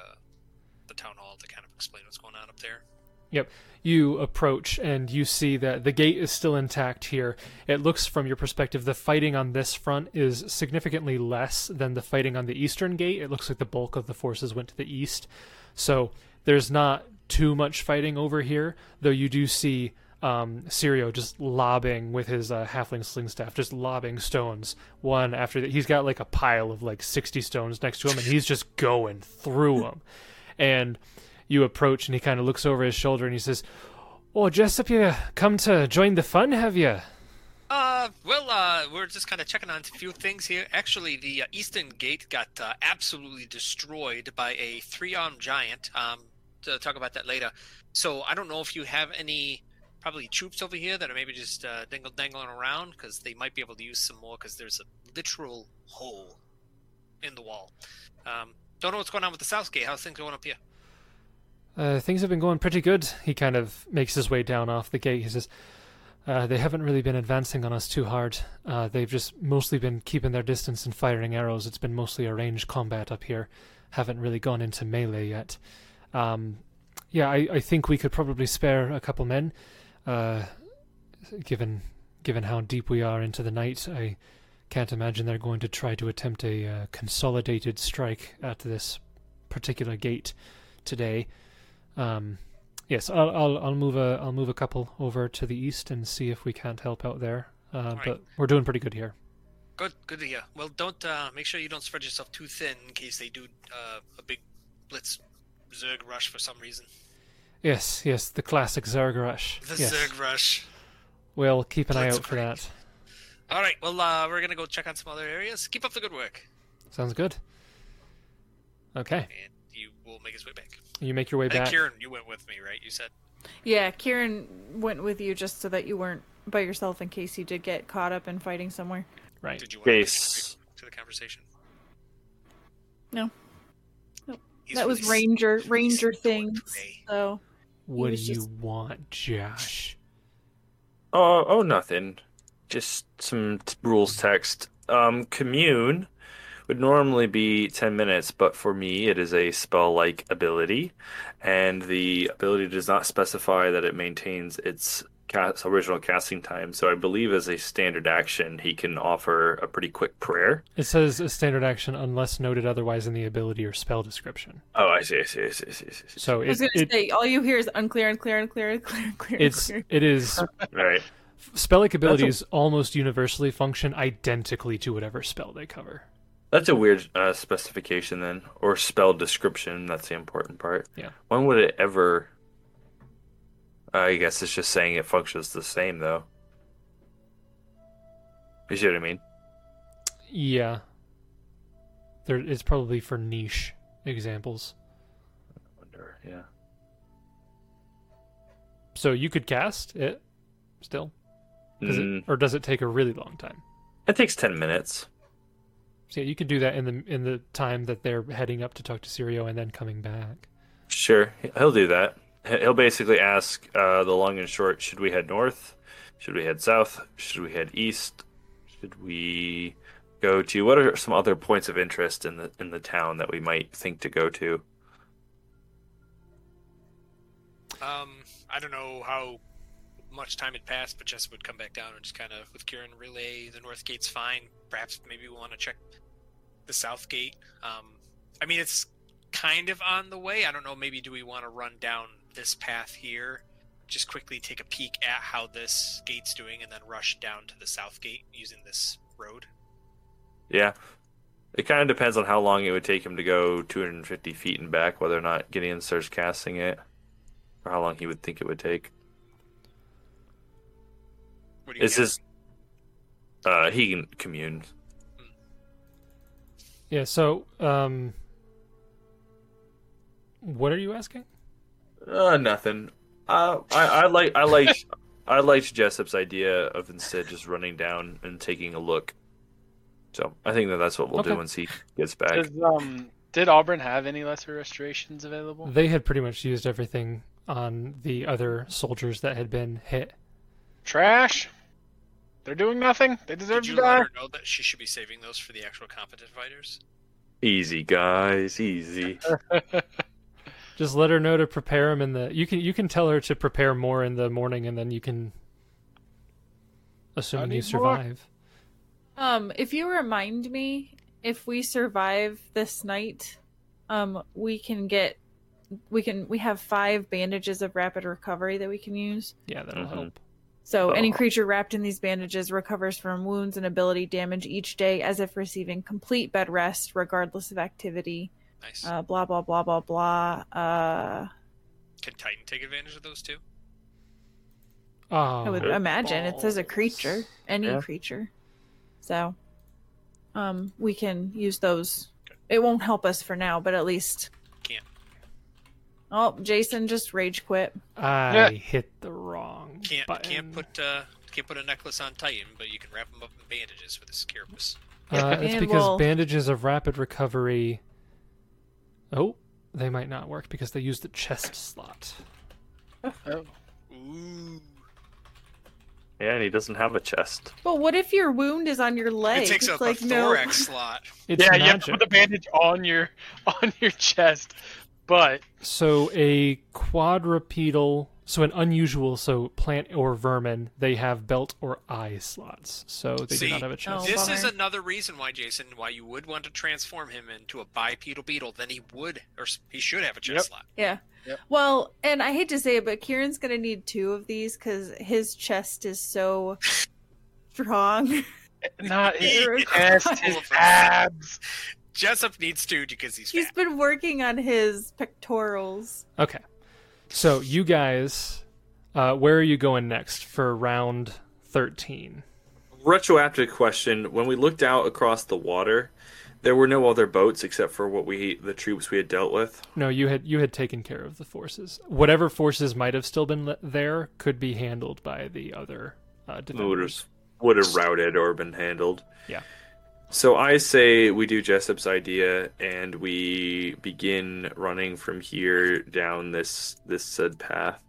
S4: the town hall to kind of explain what's going on up there.
S1: Yep. You approach and you see that the gate is still intact here. It looks from your perspective the fighting on this front is significantly less than the fighting on the eastern gate. It looks like the bulk of the forces went to the east. So there's not too much fighting over here, though you do see um, Sirio just lobbing with his uh, halfling sling staff, just lobbing stones one after the He's got like a pile of like 60 stones next to him and he's just going through them. And you approach and he kind of looks over his shoulder and he says, Oh, Jessup, you come to join the fun, have you?
S4: Uh, well, uh, we're just kind of checking on a few things here. Actually, the uh, eastern gate got uh, absolutely destroyed by a three-armed giant. Um, to talk about that later. So I don't know if you have any probably troops over here that are maybe just uh, dingle dangling around because they might be able to use some more because there's a literal hole in the wall. Um, don't know what's going on with the south gate. How's things going up here?
S1: Uh, things have been going pretty good. He kind of makes his way down off the gate. He says, uh, They haven't really been advancing on us too hard. Uh, they've just mostly been keeping their distance and firing arrows. It's been mostly a range combat up here. Haven't really gone into melee yet. Um, yeah, I, I think we could probably spare a couple men, uh, given given how deep we are into the night. I can't imagine they're going to try to attempt a uh, consolidated strike at this particular gate today. Um, yes, I'll, I'll I'll move a I'll move a couple over to the east and see if we can't help out there. Uh,
S4: right.
S1: But we're doing pretty good here.
S4: Good, good to hear. Well, don't uh, make sure you don't spread yourself too thin in case they do uh, a big blitz zerg rush for some reason.
S1: Yes, yes, the classic Zerg rush.
S4: The
S1: yes,
S4: zerg rush.
S1: we'll keep an eye
S4: Blitz
S1: out for
S4: break.
S1: that.
S4: All right. Well, uh, we're gonna go check on some other areas. Keep up the good work,
S1: Sounds good. Okay,
S4: and you will make his way back.
S1: you make your way
S4: I think
S1: back.
S4: Kieran, you went with me, right? You said.
S5: Yeah, Kieran went with you just so that you weren't by yourself in case you did get caught up in fighting somewhere.
S1: Right.
S4: Did you want
S3: Case.
S4: to, to the conversation?
S5: No. Nope.
S4: He's
S5: that was
S4: really
S5: ranger
S4: he's
S5: ranger
S4: really
S5: things.
S4: today.
S5: So
S1: What do
S5: was
S1: you
S5: just-
S1: want, Josh?
S3: Oh, oh, nothing. Just some t- rules text. Um, commune would normally be 10 minutes, but for me, it is a spell like ability, and the ability does not specify that it maintains its cast, original casting time. So I believe as a standard action, he can offer a pretty quick prayer.
S1: It says a standard action unless noted otherwise in the ability or spell description.
S3: Oh, I see, I see, I see, I see, I see. I see.
S1: So
S5: I was
S1: it,
S5: gonna
S1: it
S5: say all you hear is unclear, unclear, unclear, unclear, unclear,
S1: it's
S5: unclear.
S1: it is
S5: Uh,
S3: Right.
S1: spellic abilities almost universally function identically to whatever spell they cover.
S3: That's a weird uh, specification then, or spell description. That's the important part.
S1: Yeah.
S3: When would it ever? I guess it's just saying it functions the same though. You see what I mean?
S1: Yeah. There it's probably for niche examples.
S3: Wonder. Yeah.
S1: So you could cast it still? Does
S3: Mm,
S1: it, or does it take a really long time?
S3: It takes ten minutes.
S1: So yeah, you could do that in the in the time that they're heading up to talk to Sirio and then coming back.
S3: Sure, he'll do that. He- He'll basically ask uh, the long and short: Should we head north? Should we head south? Should we head east? Should we go to what are some other points of interest in the in the town that we might think to go to?
S4: Um, I don't know how much time had passed, but Jess would come back down and just kind of, with Kieran, relay the north gate's fine. Perhaps maybe we want to check the south gate. Um, I mean, it's kind of on the way. I don't know. Maybe do we want to run down this path here, just quickly take a peek at how this gate's doing, and then rush down to the south gate using this road?
S3: Yeah. It kind of depends on how long it would take him to go 250 feet and back, whether or not Gideon starts casting it, or how long he would think it would take.
S4: What do you
S3: It's
S4: guys-
S3: just, uh, he can commune.
S1: Yeah, so um what are you asking?
S3: Uh, nothing. Uh, I, I like, I like, I liked Jessup's idea of instead just running down and taking a look. So I think that that's what we'll do
S1: Okay.
S3: once he gets back.
S2: Does, um, did Auburn have any lesser restorations available?
S1: They had pretty much used everything on the other soldiers that had been hit.
S2: Trash. They're doing nothing. They deserve to
S4: Did you let
S2: die.
S4: her know that she should be saving those for the actual competent fighters?
S3: Easy, guys, easy.
S1: Just let her know to prepare them in the. You can you can tell her to prepare more in the morning, and then you can. Assuming you
S2: need more.
S1: survive,
S5: Um, if you remind me, if we survive this night, um, we can get, we can, we have five bandages of rapid recovery that we can use.
S1: yeah, that'll
S3: Mhm.
S2: Mm-hmm.
S1: help.
S5: So any
S3: Oh.
S5: creature wrapped in these bandages recovers from wounds and ability damage each day, as if receiving complete bed rest, regardless of activity.
S4: Nice.
S5: Uh, blah blah blah blah blah. Uh,
S4: Can Titan take advantage of those too?
S1: Oh,
S5: I would imagine it says a creature, any
S3: Yeah.
S5: creature. So, um, we can use those. It won't help us for now, but at least
S4: Can't.
S5: Oh, Jason just rage quit.
S1: I
S2: Yeah.
S1: hit the wrong
S4: Can't
S1: button.
S4: can't put uh, can't put a necklace on Titan, but you can wrap him up in bandages with a scarabus.
S1: Uh, it's
S5: And
S1: because
S5: we'll-
S1: bandages of rapid recovery. Oh, they might not work because they use the chest slot.
S4: Ooh,
S3: Yeah, and he doesn't have a chest.
S5: But what if your wound is on your leg?
S4: it takes
S5: It's
S4: up
S5: like
S4: a
S5: no.
S4: thorax slot.
S1: It's
S2: Yeah, you have to
S1: magic.
S2: put the bandage on your on your chest. But
S1: So a quadrupedal, so an unusual, so plant or vermin, they have belt or eye slots, so they
S4: See,
S1: do not have a chest.
S5: Oh,
S4: this is
S5: bummer.
S4: another reason why Jason, why you would want to transform him into a bipedal beetle. Then he would, or s- he should have a chest
S2: Yep.
S4: slot.
S5: Yeah.
S2: Yep.
S5: Well, and I hate to say it, but Kieran's gonna need two of these because his chest is so strong.
S2: not his
S5: You're
S2: chest, his abs.
S4: Jessup needs two because he's,
S5: He's
S4: fat.
S5: been working on his pectorals.
S1: Okay, so you guys, uh, where are you going next for round thirteen?
S3: Retroactive question: When we looked out across the water, there were no other boats except for what we the troops we had dealt with.
S1: No, you had you had taken care of the forces. Whatever forces might have still been le- there could be handled by the other uh,
S3: Would have,
S1: defenders.
S3: would have routed or been handled.
S1: Yeah.
S3: So I say we do Jessup's idea and we begin running from here down this this said path.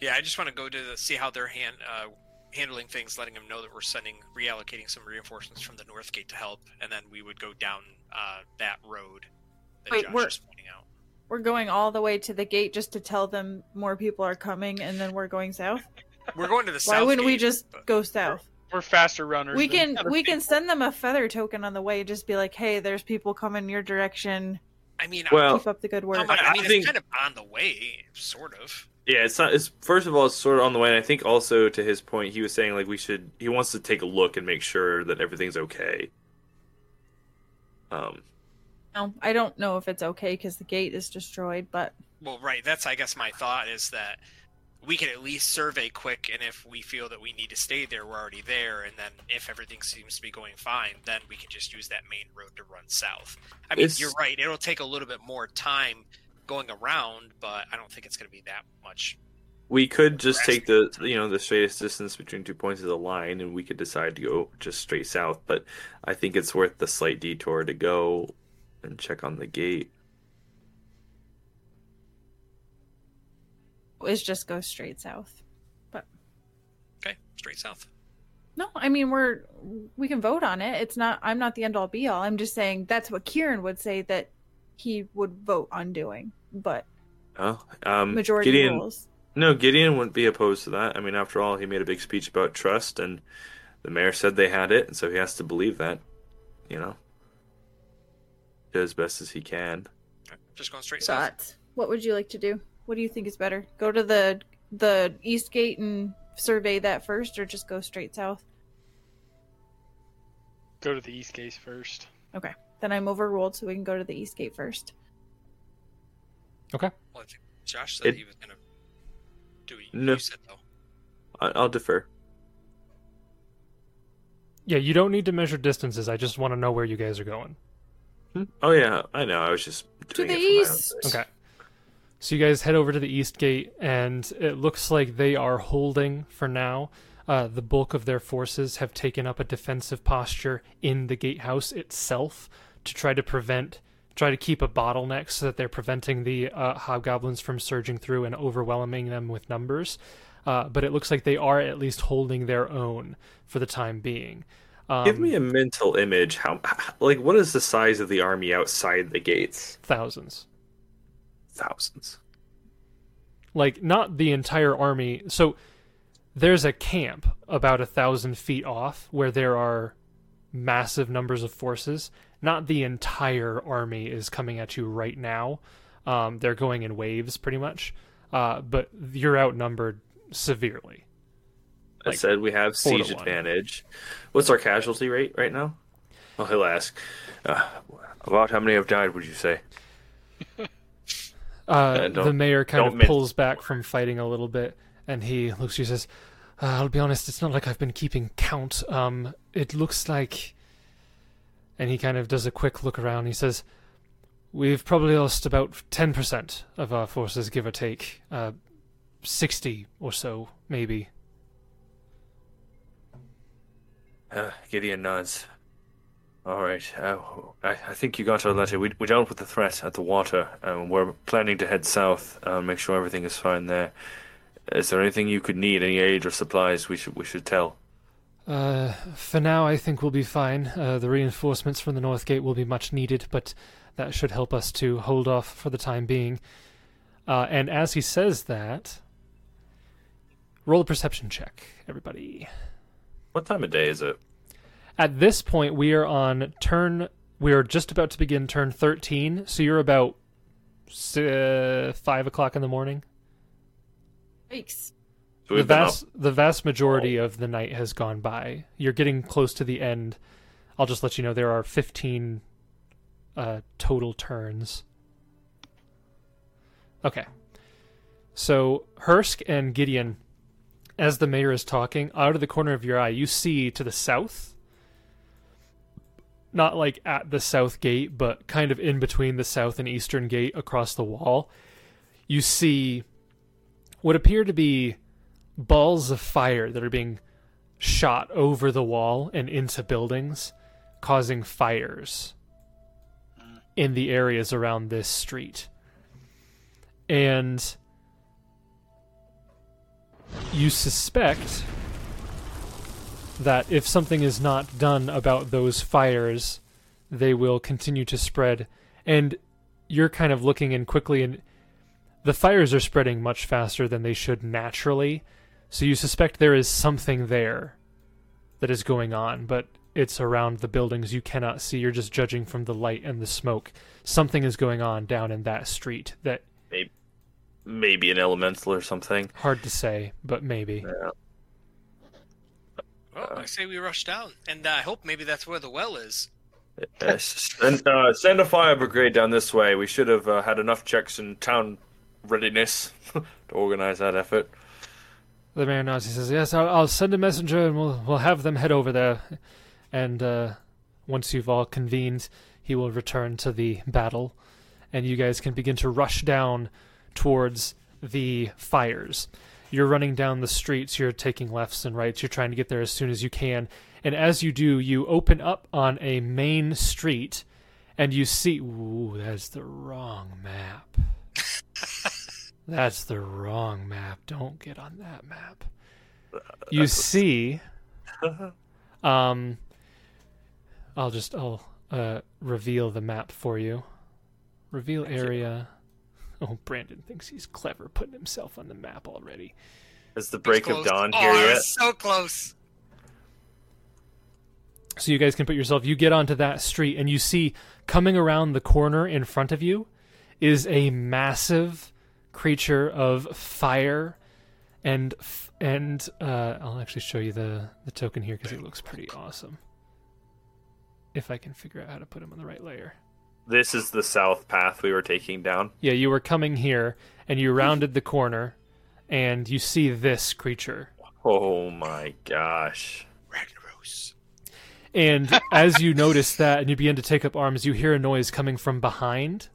S4: yeah. I just want to go to the, see how they're hand uh, handling things, letting him know that we're sending reallocating some reinforcements from the north gate to help, and then we would go down uh, that road that
S5: Wait,
S4: Josh
S5: we're-
S4: was pointing out.
S5: We're going all the way to the gate just to tell them more people are coming, and then we're going south.
S4: We're going to the south.
S5: Why wouldn't we
S4: gate,
S5: just
S4: but-
S5: go south?
S2: We're faster runners.
S5: We
S2: than
S5: can
S2: other
S5: we can
S2: people.
S5: send them a feather token on the way and just be like, "Hey, there's people coming your direction.
S4: I mean,
S2: Oh.
S3: Well,
S5: Keep up the good
S4: I,
S5: work."
S4: I'm like,
S3: I-
S4: I mean,
S3: I
S4: it's
S3: think-
S4: kind of on the way, sort of.
S3: Yeah, it's not. It's first of all, it's sort of on the way. And I think also to his point, he was saying like we should. He wants to take a look and make sure that everything's okay. Um,
S5: No, I don't know if it's okay because the gate is destroyed, but
S4: Well, right. That's I guess my thought is that we could at least survey quick, and if we feel that we need to stay there, we're already there. And then if everything seems to be going fine, then we can just use that main road to run south. I mean,
S3: It's-
S4: you're right. It'll take a little bit more time going around, but I don't think it's going to be that much.
S3: we could just take the you know the straightest distance between two points of the line, and we could decide to go just straight south. But I think it's worth the slight detour to go and check on the gate.
S5: is just go straight south.
S4: Okay, straight south.
S5: No, I mean we're we can vote on it. It's not I'm not the end all be all. I'm just saying that's what Kieran would say that he would vote on doing. But
S3: Oh, um,
S5: majority
S3: Gideon,
S5: rules.
S3: No, Gideon wouldn't be opposed to that. I mean, after all, he made a big speech about trust, and the mayor said they had it, and so he has to believe that, you know, do as best as he can.
S4: Okay, Just going straight south.
S5: Thoughts. What would you like to do? What do you think is better? Go to the the east gate and survey that first or just go straight south?
S2: go to the east gate first.
S5: Then I'm overruled so we can go to the east gate first.
S4: Well, I think Josh said
S3: It-
S4: he was going to do what you
S3: No.
S4: said though.
S3: I- I'll defer.
S1: Yeah, you don't need to measure distances. I just want to know where you guys are going.
S3: Hmm? Oh yeah, I know. I was just
S5: To
S3: doing
S5: the
S3: it for my own
S5: east.
S3: sake.
S1: Okay. So you guys head over to the east gate, and it looks like they are holding for now. Uh, the bulk of their forces have taken up a defensive posture in the gatehouse itself to try to prevent, try to keep a bottleneck so that they're preventing the uh, hobgoblins from surging through and overwhelming them with numbers. Uh, but it looks like they are at least holding their own for the time being. Um,
S3: Give me a mental image. How, like, what is the size of the army outside the gates?
S1: thousands.
S3: Thousands.
S1: like not the entire army so there's a camp about a thousand feet off where there are massive numbers of forces not the entire army is coming at you right now um, they're going in waves pretty much uh, but you're outnumbered severely
S3: I
S1: Like,
S3: said we have
S1: four to
S3: siege
S1: one.
S3: advantage. What's our casualty rate right now? Well, he'll ask. Uh, about how many have died? Would you say?
S1: uh,
S3: don't-
S1: the mayor kind
S3: don't
S1: of
S3: mince.
S1: pulls back from fighting a little bit and he looks at you and says uh, i'll be honest it's not like i've been keeping count um, it looks like and he kind of does a quick look around he says we've probably lost about 10% of our forces give or take uh, 60 or so maybe
S3: Uh, Gideon nods. All right. Uh, I, I think you got our letter. We, we dealt with the threat at the water, and we're planning to head south and make sure everything is fine there. Is there anything you could need? Any aid or supplies? We should we should tell.
S1: Uh, for now, I think we'll be fine. Uh, the reinforcements from the North Gate will be much needed, but that should help us to hold off for the time being. Uh, and as he says that, roll a perception check, everybody.
S9: What time of day is it?
S1: At this point, we are on turn. We are just about to begin turn 13, so you're about s- uh, 5 o'clock in the morning.
S5: Yikes.
S9: So
S1: the
S9: we've been up
S1: vast the vast majority of the night has gone by. You're getting close to the end. I'll just let you know there are 15 uh, total turns. Okay. So Hursk and Gideon, as the mayor is talking, out of the corner of your eye, you see to the south. Not like at the south gate, but kind of in between the south and eastern gate across the wall. You see what appear to be balls of fire that are being shot over the wall and into buildings, causing fires in the areas around this street. And you suspect that if something is not done about those fires, they will continue to spread. And you're kind of looking in quickly and the fires are spreading much faster than they should naturally, so you suspect there is something there that is going on, but it's around the buildings you cannot see. You're just judging from the light and the smoke. Something is going on down in that street that
S9: maybe an elemental or something.
S1: hard to say, but maybe.
S4: Well,
S9: Uh,
S4: I say we rush down, and I hope maybe that's where the well is.
S9: Yes. and uh, send a fire brigade down this way. We should have uh, had enough checks and town readiness to organize that effort.
S1: The mayor nods. He says, "Yes, I'll, I'll send a messenger, and we'll we'll have them head over there. And uh, once you've all convened, he will return to the battle, and you guys can begin to rush down towards the fires. You're running down the streets. You're taking lefts and rights. You're trying to get there as soon as you can. And as you do, you open up on a main street, and you see, ooh, that's the wrong map." That's the wrong map. Don't get on that map. You see, um, I'll just I'll uh, reveal the map for you. Reveal area. Oh, Brandon thinks he's clever putting himself on the map already.
S9: Is the break
S4: It's
S9: of
S4: close.
S9: dawn
S4: oh,
S9: here
S4: I
S9: yet?
S4: was so close.
S1: so you guys can put yourself you get onto that street and you see coming around the corner in front of you is a massive creature of fire and f- and uh, I'll actually show you the the token here because it looks pretty awesome if I can figure out how to put him on the right layer
S9: This is the south path we were taking down.
S1: yeah you were coming here and you rounded the corner and you see this creature
S9: Oh my gosh.
S4: Ragnaros.
S1: And as you notice that and you begin to take up arms, you hear a noise coming from behind.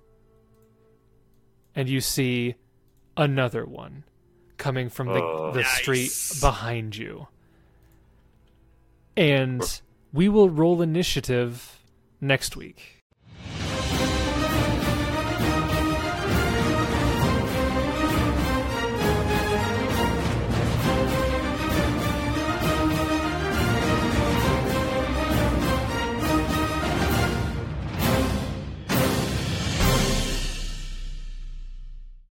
S1: And you see another one coming from the,
S9: Oh.
S1: the street
S4: Nice.
S1: behind you. And we will roll initiative next week.